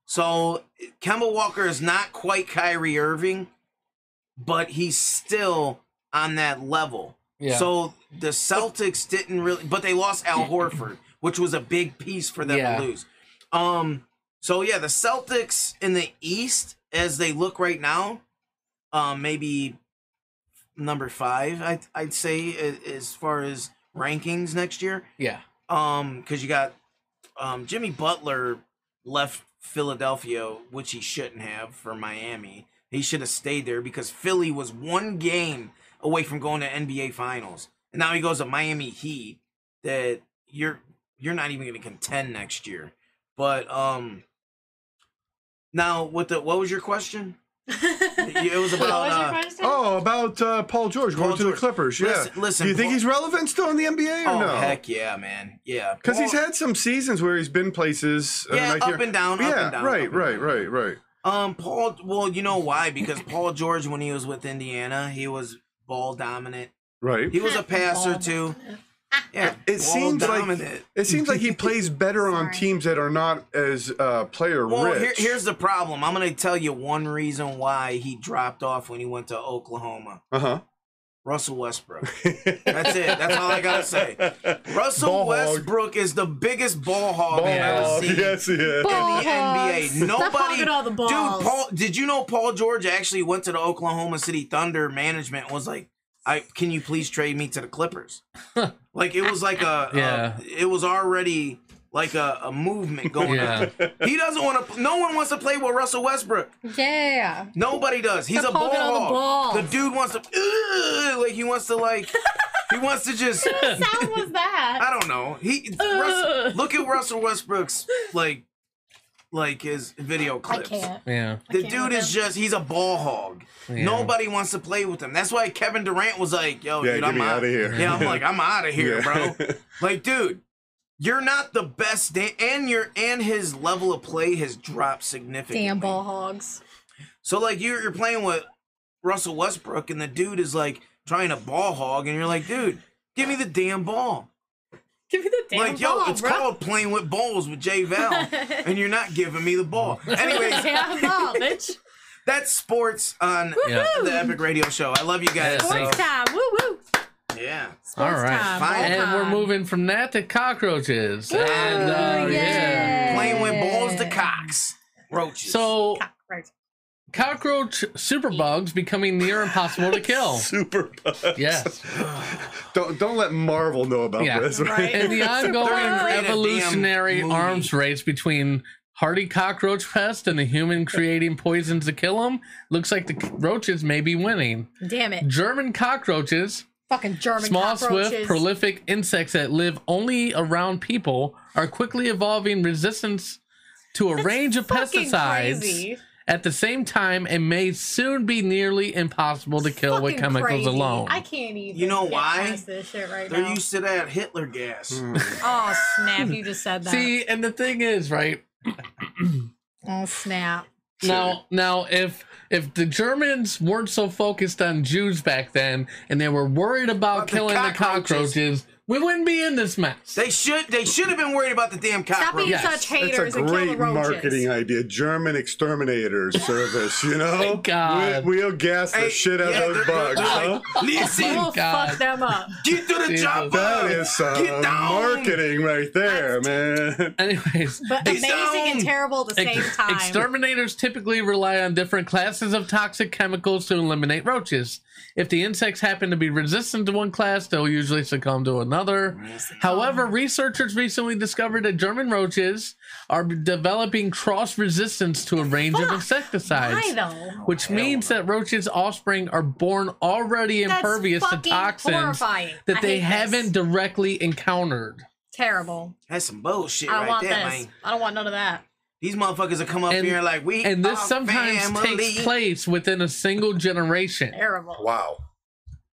[SPEAKER 4] So Kemba Walker is not quite Kyrie Irving, but he's still on that level.
[SPEAKER 2] Yeah.
[SPEAKER 4] So the Celtics didn't really, but they lost Al Horford, which was a big piece for them
[SPEAKER 2] Yeah.
[SPEAKER 4] to lose. Um. So yeah, the Celtics in the East, as they look right now, um, maybe number five, I I'd say a- as far as rankings next year.
[SPEAKER 2] Yeah.
[SPEAKER 4] Um, because you got um Jimmy Butler left Philadelphia, which he shouldn't have for Miami. He should have stayed there because Philly was one game away from going to NBA Finals, and now he goes to Miami Heat. That you're you're not even going to contend next year. But um, now with the what was your question? it was about
[SPEAKER 9] What was your
[SPEAKER 4] uh,
[SPEAKER 9] question?
[SPEAKER 3] Oh, about uh, Paul George
[SPEAKER 4] Paul
[SPEAKER 3] going to the
[SPEAKER 4] George.
[SPEAKER 3] Clippers. Yeah.
[SPEAKER 4] Listen- listen,
[SPEAKER 3] do you think
[SPEAKER 4] Paul-
[SPEAKER 3] he's relevant still in the NBA or
[SPEAKER 4] oh
[SPEAKER 3] no?
[SPEAKER 4] heck yeah, man, yeah,
[SPEAKER 3] Because he's
[SPEAKER 4] Paul-
[SPEAKER 3] had some seasons where he's been places. uh,
[SPEAKER 4] Yeah,
[SPEAKER 3] like
[SPEAKER 4] up
[SPEAKER 3] here-
[SPEAKER 4] and down, up
[SPEAKER 3] Yeah,
[SPEAKER 4] and down,
[SPEAKER 3] right,
[SPEAKER 4] up and
[SPEAKER 3] right,
[SPEAKER 4] down.
[SPEAKER 3] right, right.
[SPEAKER 4] Um, Paul. Well, you know why? Because Paul George, when he was with Indiana, he was ball dominant.
[SPEAKER 3] Right.
[SPEAKER 4] He was a passer too. Yeah,
[SPEAKER 3] It seems like
[SPEAKER 4] dominant.
[SPEAKER 3] it seems like he plays better on
[SPEAKER 10] Sorry.
[SPEAKER 3] teams that are not as uh, player
[SPEAKER 4] Well,
[SPEAKER 3] rich.
[SPEAKER 4] here, here's the problem. I'm gonna tell you one reason why he dropped off when he went to Oklahoma.
[SPEAKER 3] uh huh.
[SPEAKER 4] Russell Westbrook. That's it. That's all I gotta say. Russell
[SPEAKER 3] Ball hog.
[SPEAKER 4] Westbrook is the biggest ball hog I've
[SPEAKER 3] Oh,
[SPEAKER 4] ever seen.
[SPEAKER 3] yes, he is.
[SPEAKER 9] Ball
[SPEAKER 4] in the
[SPEAKER 9] hogs.
[SPEAKER 4] NBA.
[SPEAKER 9] Stop
[SPEAKER 4] Nobody,
[SPEAKER 9] hogging all the balls.
[SPEAKER 4] dude. Paul, did you know Paul George actually went to the Oklahoma City Thunder management and was like, "I can you please trade me to the Clippers?" like it was like a, a-
[SPEAKER 2] Yeah.
[SPEAKER 4] it was already like a, a movement going
[SPEAKER 2] Yeah.
[SPEAKER 4] on. He doesn't want to. No one wants to play with Russell Westbrook.
[SPEAKER 10] Yeah.
[SPEAKER 4] Nobody does. He's
[SPEAKER 9] Stop
[SPEAKER 4] a ball
[SPEAKER 9] hogging all the
[SPEAKER 4] hog.
[SPEAKER 9] balls.
[SPEAKER 4] The dude wants to, "Ugh," like he wants to like. He wants to just
[SPEAKER 10] What sound was that?
[SPEAKER 4] I don't know. He Russ, look at Russell Westbrook's like like his video
[SPEAKER 10] I
[SPEAKER 4] clips.
[SPEAKER 10] can't.
[SPEAKER 2] Yeah.
[SPEAKER 4] The
[SPEAKER 10] can't
[SPEAKER 4] dude
[SPEAKER 10] with
[SPEAKER 4] is just he's a ball hog.
[SPEAKER 2] Yeah.
[SPEAKER 4] Nobody wants to play with him. That's why Kevin Durant was like, yo,
[SPEAKER 3] Yeah,
[SPEAKER 4] dude,
[SPEAKER 3] get
[SPEAKER 4] I'm
[SPEAKER 3] me
[SPEAKER 4] out
[SPEAKER 3] outta here.
[SPEAKER 4] Yeah, I'm like, I'm out of here,
[SPEAKER 3] Yeah.
[SPEAKER 4] bro. Like, dude, you're not the best da- and your and his level of play has dropped significantly.
[SPEAKER 10] Damn ball hogs.
[SPEAKER 4] So like you're you're playing with Russell Westbrook and the dude is like trying to ball hog and you're like, dude, give me the damn ball.
[SPEAKER 10] Give me the damn
[SPEAKER 4] like, yo, it's called playing with balls with Jay Val, and you're not giving me the ball. Anyways,
[SPEAKER 9] Damn ball, bitch.
[SPEAKER 4] that's sports on
[SPEAKER 2] Yeah.
[SPEAKER 4] the Epic Radio Show. I love you guys.
[SPEAKER 2] Yes,
[SPEAKER 10] Sports time. Woo woo.
[SPEAKER 4] Yeah.
[SPEAKER 2] All
[SPEAKER 10] Sports
[SPEAKER 2] right.
[SPEAKER 10] time.
[SPEAKER 4] Fine.
[SPEAKER 10] all
[SPEAKER 2] And we're
[SPEAKER 10] time. Oh,
[SPEAKER 2] moving from that to cockroaches. and uh, yeah.
[SPEAKER 4] Playing with balls to cocks. Roaches.
[SPEAKER 2] So
[SPEAKER 10] Right.
[SPEAKER 2] cockroach superbugs becoming near impossible to kill.
[SPEAKER 3] Super bugs.
[SPEAKER 2] Yes.
[SPEAKER 3] Don't don't let Marvel know about
[SPEAKER 2] Yeah.
[SPEAKER 3] this. Right?
[SPEAKER 10] Right.
[SPEAKER 2] And the
[SPEAKER 4] They're
[SPEAKER 2] ongoing
[SPEAKER 4] gonna create a damn
[SPEAKER 2] evolutionary
[SPEAKER 4] movie.
[SPEAKER 2] arms race between hardy cockroach pest and the human creating poisons to kill them looks like the roaches may be winning.
[SPEAKER 10] Damn it.
[SPEAKER 2] German cockroaches
[SPEAKER 10] Fucking German
[SPEAKER 2] Small,
[SPEAKER 10] cockroaches.
[SPEAKER 2] swift, prolific insects that live only around people are quickly evolving resistance to a range of
[SPEAKER 10] fucking
[SPEAKER 2] pesticides
[SPEAKER 10] crazy.
[SPEAKER 2] at the same time and may soon be nearly impossible to kill with
[SPEAKER 10] Fucking
[SPEAKER 2] chemicals
[SPEAKER 10] crazy.
[SPEAKER 2] alone.
[SPEAKER 10] I can't even.
[SPEAKER 4] You know
[SPEAKER 10] get
[SPEAKER 4] why?
[SPEAKER 10] past This shit right
[SPEAKER 4] They're
[SPEAKER 10] now.
[SPEAKER 4] used to that Hitler gas.
[SPEAKER 2] Hmm.
[SPEAKER 10] Oh snap! You just said that.
[SPEAKER 2] See, and the thing is, right?
[SPEAKER 10] Oh snap!
[SPEAKER 2] Now now if if the Germans weren't so focused on Jews back then and they were worried about
[SPEAKER 4] About the
[SPEAKER 2] killing the
[SPEAKER 4] cockroaches.
[SPEAKER 2] cockroaches, we wouldn't be in this mess.
[SPEAKER 4] They should they should have been worried about the damn
[SPEAKER 10] Stop being
[SPEAKER 4] cockroaches.
[SPEAKER 2] Yes.
[SPEAKER 10] such haters
[SPEAKER 3] That's a
[SPEAKER 10] and kill the
[SPEAKER 3] great
[SPEAKER 10] roaches.
[SPEAKER 3] marketing idea. German exterminator service, you know?
[SPEAKER 2] Thank God.
[SPEAKER 3] We, will gas the
[SPEAKER 4] Hey,
[SPEAKER 3] shit out
[SPEAKER 4] yeah,
[SPEAKER 3] of those
[SPEAKER 4] they're-
[SPEAKER 3] bugs,
[SPEAKER 4] they're
[SPEAKER 3] huh?
[SPEAKER 4] like, Listen,
[SPEAKER 10] We'll
[SPEAKER 2] God.
[SPEAKER 10] fuck them up.
[SPEAKER 4] get to the
[SPEAKER 2] Jesus.
[SPEAKER 4] job.
[SPEAKER 3] That is some
[SPEAKER 4] Get down.
[SPEAKER 3] marketing right there, man.
[SPEAKER 2] Anyways,
[SPEAKER 10] But
[SPEAKER 4] They
[SPEAKER 10] amazing and
[SPEAKER 4] sound-
[SPEAKER 10] terrible at the
[SPEAKER 2] Ex-
[SPEAKER 10] same time.
[SPEAKER 2] Exterminators typically rely on different classes of toxic chemicals to eliminate roaches. If the insects happen to be resistant to one class, they'll usually succumb to another. However, researchers recently discovered that German roaches are developing cross resistance to a range of
[SPEAKER 10] Fuck. Why
[SPEAKER 2] insecticides.
[SPEAKER 10] though?
[SPEAKER 2] Which means that roaches' offspring are born already
[SPEAKER 10] That's
[SPEAKER 2] impervious to
[SPEAKER 10] fucking
[SPEAKER 2] toxins
[SPEAKER 10] horrifying. I
[SPEAKER 2] that they
[SPEAKER 10] hate this.
[SPEAKER 2] haven't directly encountered.
[SPEAKER 10] Terrible.
[SPEAKER 4] That's some bullshit
[SPEAKER 10] I don't
[SPEAKER 4] right
[SPEAKER 10] want
[SPEAKER 4] there,
[SPEAKER 10] this.
[SPEAKER 4] man.
[SPEAKER 10] I don't want none of that.
[SPEAKER 4] These motherfuckers will come up
[SPEAKER 2] And-
[SPEAKER 4] here like we
[SPEAKER 2] And this
[SPEAKER 4] are
[SPEAKER 2] sometimes
[SPEAKER 4] family.
[SPEAKER 2] takes place within a single generation.
[SPEAKER 10] Terrible.
[SPEAKER 3] Wow.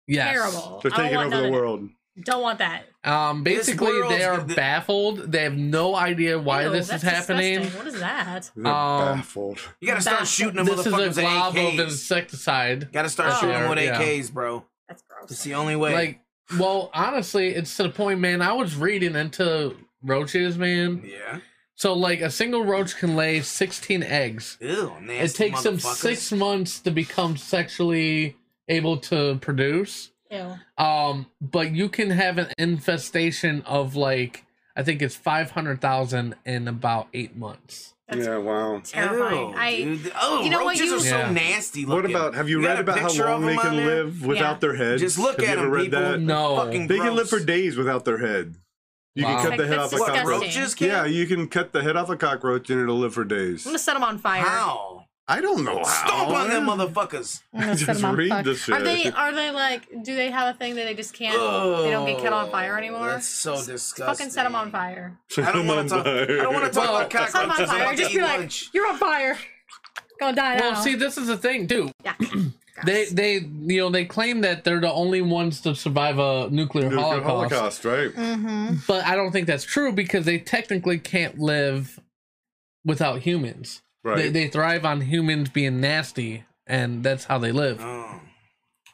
[SPEAKER 2] Yes.
[SPEAKER 10] Terrible.
[SPEAKER 3] They're
[SPEAKER 10] I don't
[SPEAKER 3] taking
[SPEAKER 10] want
[SPEAKER 3] over the
[SPEAKER 10] none of
[SPEAKER 3] world.
[SPEAKER 10] that. Don't want that.
[SPEAKER 2] Um,
[SPEAKER 4] This
[SPEAKER 2] basically,
[SPEAKER 4] world's
[SPEAKER 2] they are
[SPEAKER 4] gonna-
[SPEAKER 2] baffled. They have no idea why
[SPEAKER 10] Ew,
[SPEAKER 2] this is
[SPEAKER 10] that's
[SPEAKER 2] happening.
[SPEAKER 10] disgusting. What is that?
[SPEAKER 3] They're
[SPEAKER 2] Um,
[SPEAKER 3] baffled.
[SPEAKER 4] You gotta start
[SPEAKER 10] That's-
[SPEAKER 4] shooting them
[SPEAKER 2] This is a
[SPEAKER 4] motherfuckers with
[SPEAKER 2] glob of
[SPEAKER 4] AKs.
[SPEAKER 2] insecticide.
[SPEAKER 4] Gotta start
[SPEAKER 10] Oh.
[SPEAKER 4] shooting them with
[SPEAKER 2] Yeah.
[SPEAKER 4] AKs, bro.
[SPEAKER 10] That's
[SPEAKER 4] It's
[SPEAKER 10] gross.
[SPEAKER 4] the only way.
[SPEAKER 2] Like, well, honestly, it's to the point, man. I was reading into roaches, man.
[SPEAKER 4] yeah.
[SPEAKER 2] So, like, a single roach can lay 16 eggs.
[SPEAKER 4] Ew, nasty
[SPEAKER 2] It takes them
[SPEAKER 4] motherfuckers.
[SPEAKER 2] six months to become sexually able to produce.
[SPEAKER 10] Ew.
[SPEAKER 2] Um, but you can have an infestation of like I think it's five hundred thousand in about eight months.
[SPEAKER 10] That's
[SPEAKER 3] yeah, wow.
[SPEAKER 10] terrifying.
[SPEAKER 4] Ew,
[SPEAKER 10] I
[SPEAKER 4] dude. Oh,
[SPEAKER 10] you know what,
[SPEAKER 4] roaches
[SPEAKER 10] you-
[SPEAKER 4] are so
[SPEAKER 2] Yeah.
[SPEAKER 4] nasty
[SPEAKER 3] What
[SPEAKER 4] looking.
[SPEAKER 3] about have you,
[SPEAKER 4] got
[SPEAKER 3] read
[SPEAKER 4] a
[SPEAKER 3] about how
[SPEAKER 4] picture of
[SPEAKER 3] long
[SPEAKER 4] them
[SPEAKER 3] they
[SPEAKER 4] on
[SPEAKER 3] can
[SPEAKER 4] there?
[SPEAKER 3] live without
[SPEAKER 10] Yeah.
[SPEAKER 3] their heads?
[SPEAKER 4] Just look
[SPEAKER 3] have
[SPEAKER 4] at
[SPEAKER 3] you ever
[SPEAKER 4] them,
[SPEAKER 3] read
[SPEAKER 4] people.
[SPEAKER 3] that?
[SPEAKER 2] No.
[SPEAKER 4] Fucking
[SPEAKER 3] They can live
[SPEAKER 4] gross.
[SPEAKER 3] for days without their head. You
[SPEAKER 2] Wow.
[SPEAKER 3] can cut
[SPEAKER 10] Like,
[SPEAKER 3] the head
[SPEAKER 10] that's
[SPEAKER 3] off a
[SPEAKER 4] What,
[SPEAKER 10] disgusting.
[SPEAKER 3] cockroach.
[SPEAKER 4] roaches can?
[SPEAKER 3] Yeah, you can cut the head off a cockroach and it'll live for days.
[SPEAKER 10] I'm gonna set them on fire.
[SPEAKER 4] How?
[SPEAKER 3] I don't know how.
[SPEAKER 4] Stomp on them motherfuckers.
[SPEAKER 10] I'm gonna set
[SPEAKER 3] Just
[SPEAKER 10] 'em on
[SPEAKER 3] read
[SPEAKER 10] fire.
[SPEAKER 3] the shit.
[SPEAKER 10] Are they? Are they like? Do they have a thing that they just can't? they don't get cut on fire anymore.
[SPEAKER 4] That's so disgusting.
[SPEAKER 10] Fucking set them on fire.
[SPEAKER 4] I don't want to talk. I don't want to talk about
[SPEAKER 10] Set them on
[SPEAKER 4] cockroaches. I'm
[SPEAKER 10] fire.
[SPEAKER 4] about to
[SPEAKER 10] Just
[SPEAKER 4] eat
[SPEAKER 10] be like,
[SPEAKER 4] lunch.
[SPEAKER 10] you're on fire. Gonna die
[SPEAKER 2] Well,
[SPEAKER 10] now.
[SPEAKER 2] see, this is the thing too.
[SPEAKER 10] Yeah.
[SPEAKER 2] They, they, you know, they claim that they're the only ones to survive a nuclear,
[SPEAKER 3] Nuclear
[SPEAKER 2] holocaust,
[SPEAKER 3] Holocaust, right?
[SPEAKER 4] Mm.
[SPEAKER 10] Mm-hmm.
[SPEAKER 2] but I don't think that's true because they technically can't live without humans.
[SPEAKER 3] Right.
[SPEAKER 2] They, they thrive on humans being nasty, and that's how they live.
[SPEAKER 4] Oh.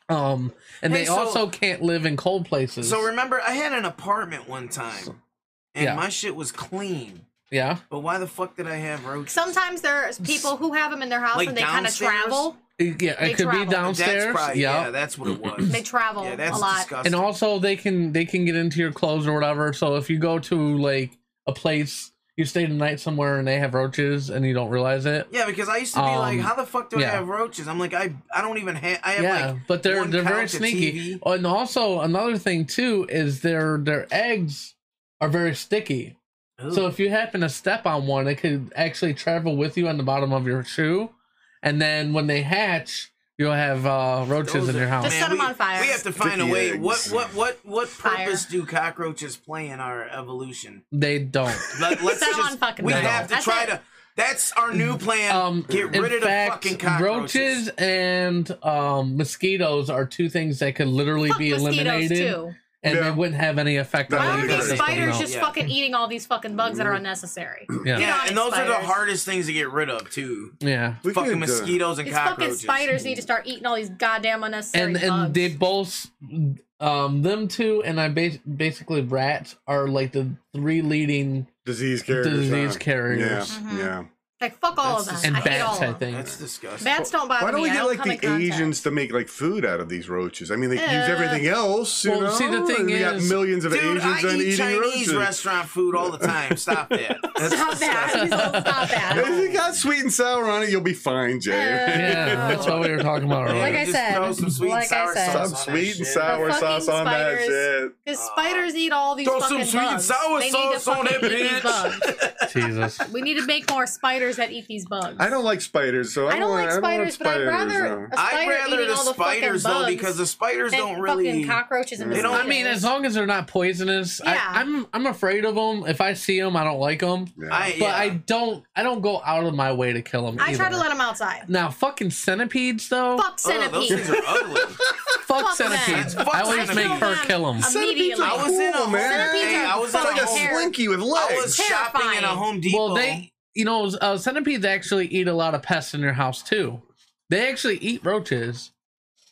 [SPEAKER 2] Um, and
[SPEAKER 4] Hey,
[SPEAKER 2] they
[SPEAKER 4] so-
[SPEAKER 2] also can't live in cold places.
[SPEAKER 4] So remember, I had an apartment one time, and
[SPEAKER 2] Yeah.
[SPEAKER 4] my shit was clean.
[SPEAKER 2] yeah,
[SPEAKER 4] But why the fuck did I have roaches?
[SPEAKER 10] Sometimes there's people who have them in their house
[SPEAKER 4] Like
[SPEAKER 10] and they kind of
[SPEAKER 4] downstairs?
[SPEAKER 10] travel.
[SPEAKER 2] It- yeah,
[SPEAKER 10] They
[SPEAKER 2] it could
[SPEAKER 10] travel.
[SPEAKER 2] be downstairs.
[SPEAKER 4] That's probably,
[SPEAKER 2] yeah,
[SPEAKER 4] yeah, that's what it was.
[SPEAKER 10] They travel
[SPEAKER 4] yeah, that's
[SPEAKER 10] a lot.
[SPEAKER 4] disgusting.
[SPEAKER 2] and also they can they can get into your clothes or whatever so if you go to like a place you stay the night somewhere and they have roaches and you don't realize it
[SPEAKER 4] yeah, because I used to be like,
[SPEAKER 2] Um,
[SPEAKER 4] how the fuck do I
[SPEAKER 2] yeah.
[SPEAKER 4] have roaches? I'm like, I I don't even have. I have
[SPEAKER 2] yeah
[SPEAKER 4] like,
[SPEAKER 2] but they're
[SPEAKER 4] one
[SPEAKER 2] they're very
[SPEAKER 4] couch, a
[SPEAKER 2] sneaky
[SPEAKER 4] TV.
[SPEAKER 2] and also another thing too is their their eggs are very sticky so if you happen to step on one it could actually travel with you on the bottom of your shoe and then when they hatch you'll have uh, roaches
[SPEAKER 4] Those
[SPEAKER 2] in
[SPEAKER 4] are-
[SPEAKER 2] your house
[SPEAKER 10] Just- set
[SPEAKER 4] we,
[SPEAKER 10] 'em on fire.
[SPEAKER 4] We have to find a
[SPEAKER 3] Sticky
[SPEAKER 4] way.
[SPEAKER 3] eggs.
[SPEAKER 4] What what what what
[SPEAKER 10] Fire.
[SPEAKER 4] purpose do cockroaches play in our evolution?
[SPEAKER 2] they don't
[SPEAKER 4] Let, us
[SPEAKER 10] Set 'em
[SPEAKER 4] just,
[SPEAKER 10] on fucking
[SPEAKER 4] we
[SPEAKER 10] fire.
[SPEAKER 4] have to
[SPEAKER 10] That's
[SPEAKER 4] try
[SPEAKER 10] it.
[SPEAKER 4] to. That's our new plan.
[SPEAKER 2] um
[SPEAKER 4] Get
[SPEAKER 2] in
[SPEAKER 4] rid of
[SPEAKER 2] fact,
[SPEAKER 4] the fucking cockroaches.
[SPEAKER 2] roaches and um mosquitoes are two things that could literally
[SPEAKER 10] Fuck
[SPEAKER 2] be
[SPEAKER 10] mosquitoes
[SPEAKER 2] eliminated
[SPEAKER 10] too.
[SPEAKER 2] and
[SPEAKER 3] Yeah.
[SPEAKER 2] they wouldn't have any effect
[SPEAKER 3] Why
[SPEAKER 2] on
[SPEAKER 10] Why are
[SPEAKER 3] Yeah,
[SPEAKER 2] the
[SPEAKER 3] they
[SPEAKER 10] these
[SPEAKER 2] ecosystem,
[SPEAKER 10] spiders
[SPEAKER 2] no.
[SPEAKER 10] just
[SPEAKER 4] Yeah.
[SPEAKER 10] fucking eating all these fucking bugs that are unnecessary?
[SPEAKER 2] yeah
[SPEAKER 10] Get
[SPEAKER 2] yeah,
[SPEAKER 10] on
[SPEAKER 4] Yeah,
[SPEAKER 10] it,
[SPEAKER 4] and those are the
[SPEAKER 10] spiders.
[SPEAKER 4] hardest things to get rid of too.
[SPEAKER 3] We
[SPEAKER 4] fucking
[SPEAKER 3] could, uh,
[SPEAKER 4] mosquitoes and
[SPEAKER 10] These fucking
[SPEAKER 4] cockroaches.
[SPEAKER 10] spiders need to start eating all these goddamn unnecessary
[SPEAKER 2] and
[SPEAKER 10] bugs.
[SPEAKER 2] and they both um them two and i bas- basically rats are like the three leading
[SPEAKER 3] Disease carriers.
[SPEAKER 2] Disease
[SPEAKER 3] huh?
[SPEAKER 2] carriers.
[SPEAKER 4] Mm-hmm.
[SPEAKER 3] Yeah. Yeah.
[SPEAKER 9] Like fuck all of
[SPEAKER 2] That's
[SPEAKER 9] that.
[SPEAKER 2] And
[SPEAKER 9] I hate
[SPEAKER 2] bats,
[SPEAKER 9] all of
[SPEAKER 2] I
[SPEAKER 9] them.
[SPEAKER 2] think.
[SPEAKER 4] That's disgusting.
[SPEAKER 9] Bats don't bother
[SPEAKER 3] Why don't
[SPEAKER 9] me.
[SPEAKER 3] we
[SPEAKER 9] I
[SPEAKER 3] get
[SPEAKER 9] don't
[SPEAKER 3] like
[SPEAKER 9] come in
[SPEAKER 3] the
[SPEAKER 9] contact.
[SPEAKER 3] Asians to make like food out of these roaches? I mean, they use everything else. You
[SPEAKER 2] Well,
[SPEAKER 3] know,
[SPEAKER 2] see, the thing
[SPEAKER 3] And we got
[SPEAKER 2] is-
[SPEAKER 3] millions of
[SPEAKER 4] Dude,
[SPEAKER 3] Asians
[SPEAKER 4] I
[SPEAKER 3] on
[SPEAKER 4] eat
[SPEAKER 3] eating
[SPEAKER 4] Chinese
[SPEAKER 3] roaches.
[SPEAKER 4] restaurant food all the time. Stop that. That's
[SPEAKER 9] Stop that. Please don't stop that.
[SPEAKER 3] If you got sweet and sour on it, you'll be fine, Jay.
[SPEAKER 2] Yeah, that's what we were talking about earlier.
[SPEAKER 9] Like I
[SPEAKER 4] Just
[SPEAKER 9] said,
[SPEAKER 4] throw some sweet
[SPEAKER 9] like I
[SPEAKER 4] and sour
[SPEAKER 9] said.
[SPEAKER 3] Some
[SPEAKER 4] sauce on that
[SPEAKER 9] Some
[SPEAKER 3] sweet and
[SPEAKER 4] shit.
[SPEAKER 3] sour
[SPEAKER 9] The fucking
[SPEAKER 3] sauce on that
[SPEAKER 9] spiders.
[SPEAKER 3] shit.
[SPEAKER 9] Because spiders eat all these
[SPEAKER 4] Throw some
[SPEAKER 9] fucking
[SPEAKER 4] sweet and
[SPEAKER 9] bugs.
[SPEAKER 4] sour
[SPEAKER 9] they need to
[SPEAKER 4] sauce on
[SPEAKER 9] fucking
[SPEAKER 4] that
[SPEAKER 9] eat these
[SPEAKER 4] bitch.
[SPEAKER 9] bugs.
[SPEAKER 2] Jesus.
[SPEAKER 9] We need to make more spiders that eat these bugs.
[SPEAKER 3] I don't like spiders, so I
[SPEAKER 9] I
[SPEAKER 3] don't,
[SPEAKER 9] don't like
[SPEAKER 3] want- I don't want
[SPEAKER 9] spiders, but I'd rather
[SPEAKER 3] spiders, no.
[SPEAKER 9] a
[SPEAKER 4] I'd
[SPEAKER 9] spider
[SPEAKER 4] rather
[SPEAKER 9] eating
[SPEAKER 4] the
[SPEAKER 9] all the
[SPEAKER 4] spiders
[SPEAKER 9] fucking
[SPEAKER 4] though,
[SPEAKER 9] bugs
[SPEAKER 4] because the spiders
[SPEAKER 9] than
[SPEAKER 4] don't really.
[SPEAKER 9] fucking cockroaches and
[SPEAKER 4] They don't-
[SPEAKER 2] I mean, as long as they're not poisonous,
[SPEAKER 9] Yeah.
[SPEAKER 2] I, I'm I'm afraid of them. If I see them, I don't like them.
[SPEAKER 3] Yeah.
[SPEAKER 4] I,
[SPEAKER 2] But
[SPEAKER 4] yeah.
[SPEAKER 2] I don't I don't go out of my way to kill them.
[SPEAKER 9] I try to let them outside.
[SPEAKER 2] now fucking centipedes though.
[SPEAKER 9] Fuck
[SPEAKER 4] Ugh, Oh, those
[SPEAKER 9] centipedes.
[SPEAKER 4] things are ugly.
[SPEAKER 2] Fuck
[SPEAKER 9] fuck them.
[SPEAKER 2] centipedes.
[SPEAKER 4] Fuck
[SPEAKER 2] I always
[SPEAKER 4] centipedes.
[SPEAKER 2] make her kill them.
[SPEAKER 3] Centipedes
[SPEAKER 9] Immediately.
[SPEAKER 3] are
[SPEAKER 4] I was
[SPEAKER 3] cool,
[SPEAKER 4] in a
[SPEAKER 3] man.
[SPEAKER 9] Centipedes
[SPEAKER 4] Hey,
[SPEAKER 9] are
[SPEAKER 4] I was in
[SPEAKER 9] fucking
[SPEAKER 3] like a
[SPEAKER 4] a
[SPEAKER 9] hair.
[SPEAKER 3] slinky with
[SPEAKER 4] I was
[SPEAKER 3] legs.
[SPEAKER 4] shopping in a
[SPEAKER 9] Terrifying.
[SPEAKER 4] Home Depot.
[SPEAKER 2] Well, they you know uh, centipedes actually eat a lot of pests in their house too. They actually eat roaches.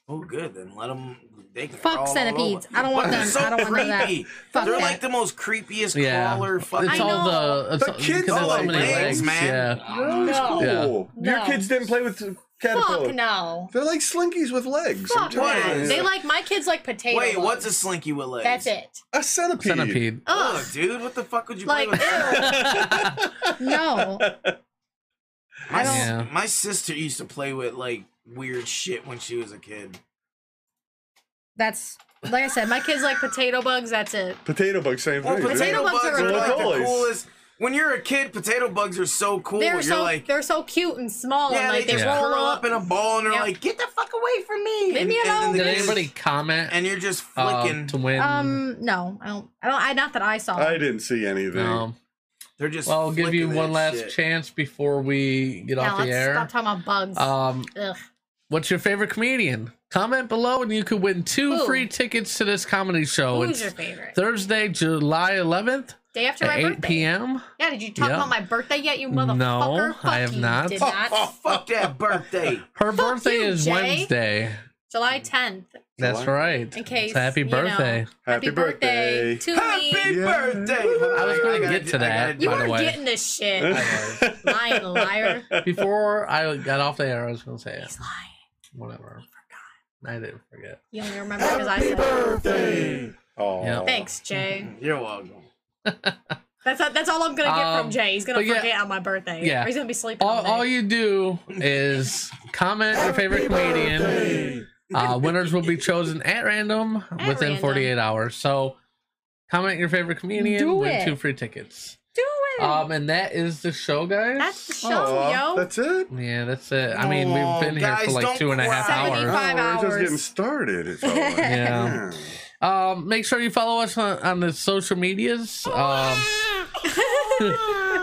[SPEAKER 4] Oh, good. Then let them. They can
[SPEAKER 9] Fuck
[SPEAKER 4] crawl all
[SPEAKER 9] centipedes.
[SPEAKER 4] over.
[SPEAKER 9] I don't want
[SPEAKER 4] But they're
[SPEAKER 9] them.
[SPEAKER 4] So
[SPEAKER 9] I don't want none of
[SPEAKER 4] creepy.
[SPEAKER 9] Fuck
[SPEAKER 4] They're
[SPEAKER 9] that.
[SPEAKER 4] like the most creepiest
[SPEAKER 2] Yeah,
[SPEAKER 4] crawler. Fucking.
[SPEAKER 2] it's
[SPEAKER 9] I
[SPEAKER 2] all
[SPEAKER 9] know.
[SPEAKER 2] the it's
[SPEAKER 3] The
[SPEAKER 2] all-
[SPEAKER 3] kids
[SPEAKER 2] because there's
[SPEAKER 4] love
[SPEAKER 2] so many
[SPEAKER 4] legs,
[SPEAKER 2] legs.
[SPEAKER 4] man.
[SPEAKER 2] Yeah,
[SPEAKER 3] Roaches
[SPEAKER 9] No.
[SPEAKER 3] cool.
[SPEAKER 9] Yeah.
[SPEAKER 3] Your
[SPEAKER 9] No.
[SPEAKER 3] kids didn't play with caterpillars.
[SPEAKER 9] Fuck no.
[SPEAKER 3] They're like slinkies with legs. I'm
[SPEAKER 9] Fuck
[SPEAKER 3] telling
[SPEAKER 4] that.
[SPEAKER 3] you.
[SPEAKER 9] no. They like my kids like potato.
[SPEAKER 4] Wait,
[SPEAKER 9] bugs.
[SPEAKER 4] what's a slinky with legs?
[SPEAKER 9] That's it.
[SPEAKER 3] a centipede.
[SPEAKER 2] centipede.
[SPEAKER 9] Ugh.
[SPEAKER 4] Ugh, dude, what the fuck would you play
[SPEAKER 9] Like
[SPEAKER 4] with?
[SPEAKER 9] ew. no.
[SPEAKER 4] My,
[SPEAKER 9] I
[SPEAKER 4] s-
[SPEAKER 2] don't-
[SPEAKER 4] my sister used to play with like weird shit when she was a kid.
[SPEAKER 9] That's like I said. My kids like potato bugs. That's it.
[SPEAKER 3] Potato bug, same
[SPEAKER 4] Well,
[SPEAKER 3] thing.
[SPEAKER 4] potato
[SPEAKER 9] Potato
[SPEAKER 4] bugs,
[SPEAKER 9] bugs are
[SPEAKER 4] are like the
[SPEAKER 3] adorable.
[SPEAKER 4] coolest. When you're a kid, potato bugs are so cool.
[SPEAKER 9] They're
[SPEAKER 4] you're
[SPEAKER 9] so
[SPEAKER 4] like,
[SPEAKER 9] they're so cute and small
[SPEAKER 4] yeah,
[SPEAKER 9] and like
[SPEAKER 4] they
[SPEAKER 9] they,
[SPEAKER 4] just
[SPEAKER 9] roll
[SPEAKER 4] curl up in a ball and they're
[SPEAKER 9] Yeah.
[SPEAKER 4] like, get the fuck away from me.
[SPEAKER 9] Leave
[SPEAKER 4] and,
[SPEAKER 9] me
[SPEAKER 4] and
[SPEAKER 9] alone.
[SPEAKER 4] the
[SPEAKER 2] Did
[SPEAKER 4] kids-
[SPEAKER 2] anybody comment
[SPEAKER 4] And you're just
[SPEAKER 2] uh,
[SPEAKER 4] flicking.
[SPEAKER 2] to win?
[SPEAKER 9] Um, no, I don't. I don't. I not that I saw.
[SPEAKER 3] I didn't see anything.
[SPEAKER 2] Um,
[SPEAKER 4] they're just.
[SPEAKER 2] well, I'll give you
[SPEAKER 4] flicking
[SPEAKER 2] one
[SPEAKER 4] that
[SPEAKER 2] last
[SPEAKER 4] shit.
[SPEAKER 2] chance before we get
[SPEAKER 9] yeah,
[SPEAKER 2] off the
[SPEAKER 9] let's
[SPEAKER 2] air.
[SPEAKER 9] stop talking about bugs.
[SPEAKER 2] Um,
[SPEAKER 9] Ugh.
[SPEAKER 2] what's your favorite comedian? Comment below and you could win two
[SPEAKER 9] Who?
[SPEAKER 2] free tickets to this comedy show.
[SPEAKER 9] Who's
[SPEAKER 2] oh,
[SPEAKER 9] your
[SPEAKER 2] it's
[SPEAKER 9] favorite?
[SPEAKER 2] Thursday, July 11th
[SPEAKER 9] Day after
[SPEAKER 2] at
[SPEAKER 9] my
[SPEAKER 2] 8
[SPEAKER 9] birthday.
[SPEAKER 2] p.m.
[SPEAKER 9] Yeah, did you talk
[SPEAKER 2] Yeah.
[SPEAKER 9] about my birthday yet, you
[SPEAKER 2] No,
[SPEAKER 9] motherfucker? Fuck
[SPEAKER 2] I have
[SPEAKER 9] you,
[SPEAKER 2] not.
[SPEAKER 9] Did
[SPEAKER 4] Oh,
[SPEAKER 9] not.
[SPEAKER 4] oh, fuck that birthday.
[SPEAKER 2] Her
[SPEAKER 9] Fuck
[SPEAKER 2] birthday
[SPEAKER 9] you,
[SPEAKER 2] is
[SPEAKER 9] Jay.
[SPEAKER 2] Wednesday.
[SPEAKER 9] July 10th.
[SPEAKER 2] That's
[SPEAKER 3] July.
[SPEAKER 2] right.
[SPEAKER 9] In case.
[SPEAKER 2] It's happy
[SPEAKER 9] you know,
[SPEAKER 2] birthday.
[SPEAKER 3] Happy
[SPEAKER 9] happy birthday,
[SPEAKER 3] birthday.
[SPEAKER 9] to
[SPEAKER 4] Happy
[SPEAKER 9] me.
[SPEAKER 3] Yeah.
[SPEAKER 4] birthday.
[SPEAKER 2] I was gonna
[SPEAKER 4] gotta
[SPEAKER 2] get
[SPEAKER 4] do-
[SPEAKER 2] to
[SPEAKER 4] I gotta
[SPEAKER 2] that.
[SPEAKER 4] do-
[SPEAKER 9] You
[SPEAKER 2] By the
[SPEAKER 9] are
[SPEAKER 2] way.
[SPEAKER 9] getting this shit. lying liar.
[SPEAKER 2] Before I got off the air, I was going to say it.
[SPEAKER 9] He's lying.
[SPEAKER 2] Whatever. I didn't forget.
[SPEAKER 9] You only remember because I said it.
[SPEAKER 3] Oh,
[SPEAKER 2] Yeah.
[SPEAKER 9] Thanks, Jay.
[SPEAKER 4] You're welcome.
[SPEAKER 9] That's that's all I'm gonna get
[SPEAKER 2] Um,
[SPEAKER 9] from Jay. He's gonna
[SPEAKER 2] but yeah-
[SPEAKER 9] forget on my birthday.
[SPEAKER 2] yeah.
[SPEAKER 9] Or he's gonna be sleeping.
[SPEAKER 2] all,
[SPEAKER 9] all day.
[SPEAKER 2] all you do is comment your favorite comedian. Uh, winners will be chosen at random
[SPEAKER 9] At
[SPEAKER 2] within
[SPEAKER 9] random.
[SPEAKER 2] 48 hours. So comment your favorite comedian,
[SPEAKER 9] Do
[SPEAKER 2] win
[SPEAKER 9] it.
[SPEAKER 2] two free tickets.
[SPEAKER 9] do it.
[SPEAKER 2] Um, and that is the show, guys.
[SPEAKER 9] That's the show,
[SPEAKER 3] Aw,
[SPEAKER 9] yo.
[SPEAKER 3] That's it.
[SPEAKER 2] yeah, that's it. I mean,
[SPEAKER 4] Aw,
[SPEAKER 2] we've been here
[SPEAKER 4] guys,
[SPEAKER 2] for like
[SPEAKER 4] don't
[SPEAKER 2] two and a half
[SPEAKER 4] cry.
[SPEAKER 2] hours.
[SPEAKER 9] 75
[SPEAKER 3] Oh, We're just
[SPEAKER 9] hours.
[SPEAKER 3] getting started. It felt like.
[SPEAKER 2] Yeah.
[SPEAKER 3] Yeah.
[SPEAKER 2] Um, make sure you follow us on, on the social medias. Um,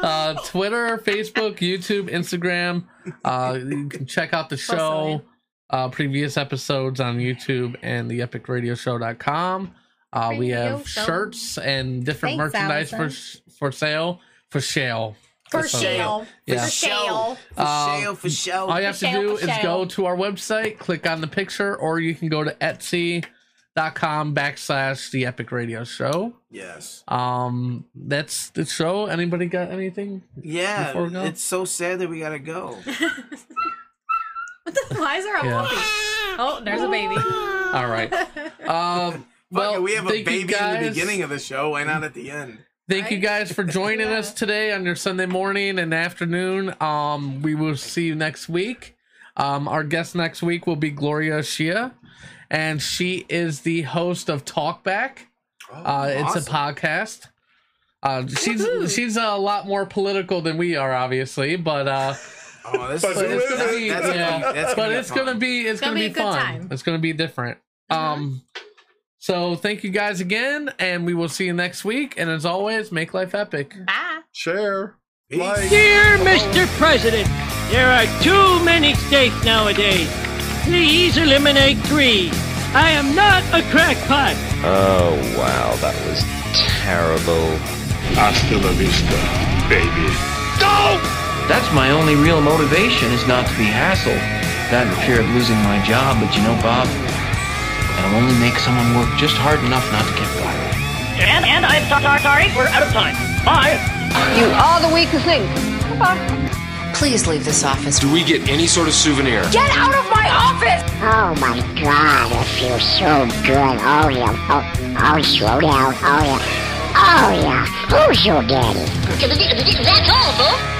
[SPEAKER 2] uh, Twitter, Facebook, YouTube, Instagram. Uh, you can check out the show,
[SPEAKER 9] Also,
[SPEAKER 2] uh, previous episodes on YouTube and the epicradioshow.com. Uh, we
[SPEAKER 9] Radio
[SPEAKER 2] have
[SPEAKER 9] show.
[SPEAKER 2] shirts and different
[SPEAKER 9] Thanks,
[SPEAKER 2] merchandise for,
[SPEAKER 9] Allison.
[SPEAKER 2] for sale. For sale.
[SPEAKER 9] For
[SPEAKER 2] That's what-
[SPEAKER 9] sale.
[SPEAKER 2] Yeah.
[SPEAKER 9] For sale.
[SPEAKER 4] For
[SPEAKER 2] Um,
[SPEAKER 4] sale, for sale.
[SPEAKER 2] All you have to
[SPEAKER 9] sale,
[SPEAKER 2] do
[SPEAKER 9] Oh, for
[SPEAKER 2] is
[SPEAKER 9] sale.
[SPEAKER 2] go to our website, click on the picture, or you can go to etsy.com backslash the epic radio show.
[SPEAKER 4] Yes.
[SPEAKER 2] Um, that's the show. Anybody got anything?
[SPEAKER 4] Yeah.
[SPEAKER 2] Before we go?
[SPEAKER 4] It's so sad that we gotta go.
[SPEAKER 9] Why is there a
[SPEAKER 2] Yeah.
[SPEAKER 9] puppy? Oh, there's a baby.
[SPEAKER 2] All right. Um, well,
[SPEAKER 4] Fuck it, we have a
[SPEAKER 2] thank you
[SPEAKER 4] baby in the
[SPEAKER 2] guys-
[SPEAKER 4] beginning of the show. Why not at the end?
[SPEAKER 2] Thank you
[SPEAKER 9] Right?
[SPEAKER 2] guys for joining
[SPEAKER 9] Yeah.
[SPEAKER 2] us today on your Sunday morning and afternoon. Um, we will see you next week. Um, our guest next week will be Gloria Shia, and she is the host of Talk Back. uh, It's a
[SPEAKER 4] awesome.
[SPEAKER 2] podcast. Uh, she's
[SPEAKER 9] Woohoo.
[SPEAKER 2] she's a lot more political than we are, obviously, but uh,
[SPEAKER 4] Oh, this
[SPEAKER 3] But
[SPEAKER 4] is,
[SPEAKER 3] who is
[SPEAKER 4] that's, that's,
[SPEAKER 3] it?
[SPEAKER 4] gonna be-
[SPEAKER 2] Yeah.
[SPEAKER 4] that's
[SPEAKER 2] but
[SPEAKER 4] be
[SPEAKER 2] it's
[SPEAKER 4] fun.
[SPEAKER 2] gonna be it's gonna,
[SPEAKER 9] gonna
[SPEAKER 2] be,
[SPEAKER 9] be a good
[SPEAKER 2] fun.
[SPEAKER 9] time.
[SPEAKER 2] It's gonna be different. Um, so thank you guys again, and we will see you next week. And as always, make life epic.
[SPEAKER 9] Bye.
[SPEAKER 3] Share.
[SPEAKER 4] Peace.
[SPEAKER 3] Like.
[SPEAKER 11] Dear Mr. President, there are too many states nowadays. Please eliminate three. I am not a crackpot.
[SPEAKER 12] Oh, wow, that was terrible.
[SPEAKER 1] Hasta la vista, baby.
[SPEAKER 11] That's my only real motivation is not to be hassled. That and fear of losing my job, but you know, Bob, that'll only make someone work just hard enough not to get fired. And, and I'm sorry, sorry, we're out of time. Bye.
[SPEAKER 13] You are the weakest link. Goodbye.
[SPEAKER 14] Please leave this office.
[SPEAKER 15] Do we get any sort of souvenir?
[SPEAKER 14] Get out of my office!
[SPEAKER 16] Oh my god, it feels so good. Oh yeah. Oh, oh slow down. Oh yeah. Oh yeah. Who's your daddy?
[SPEAKER 14] That's all, folks.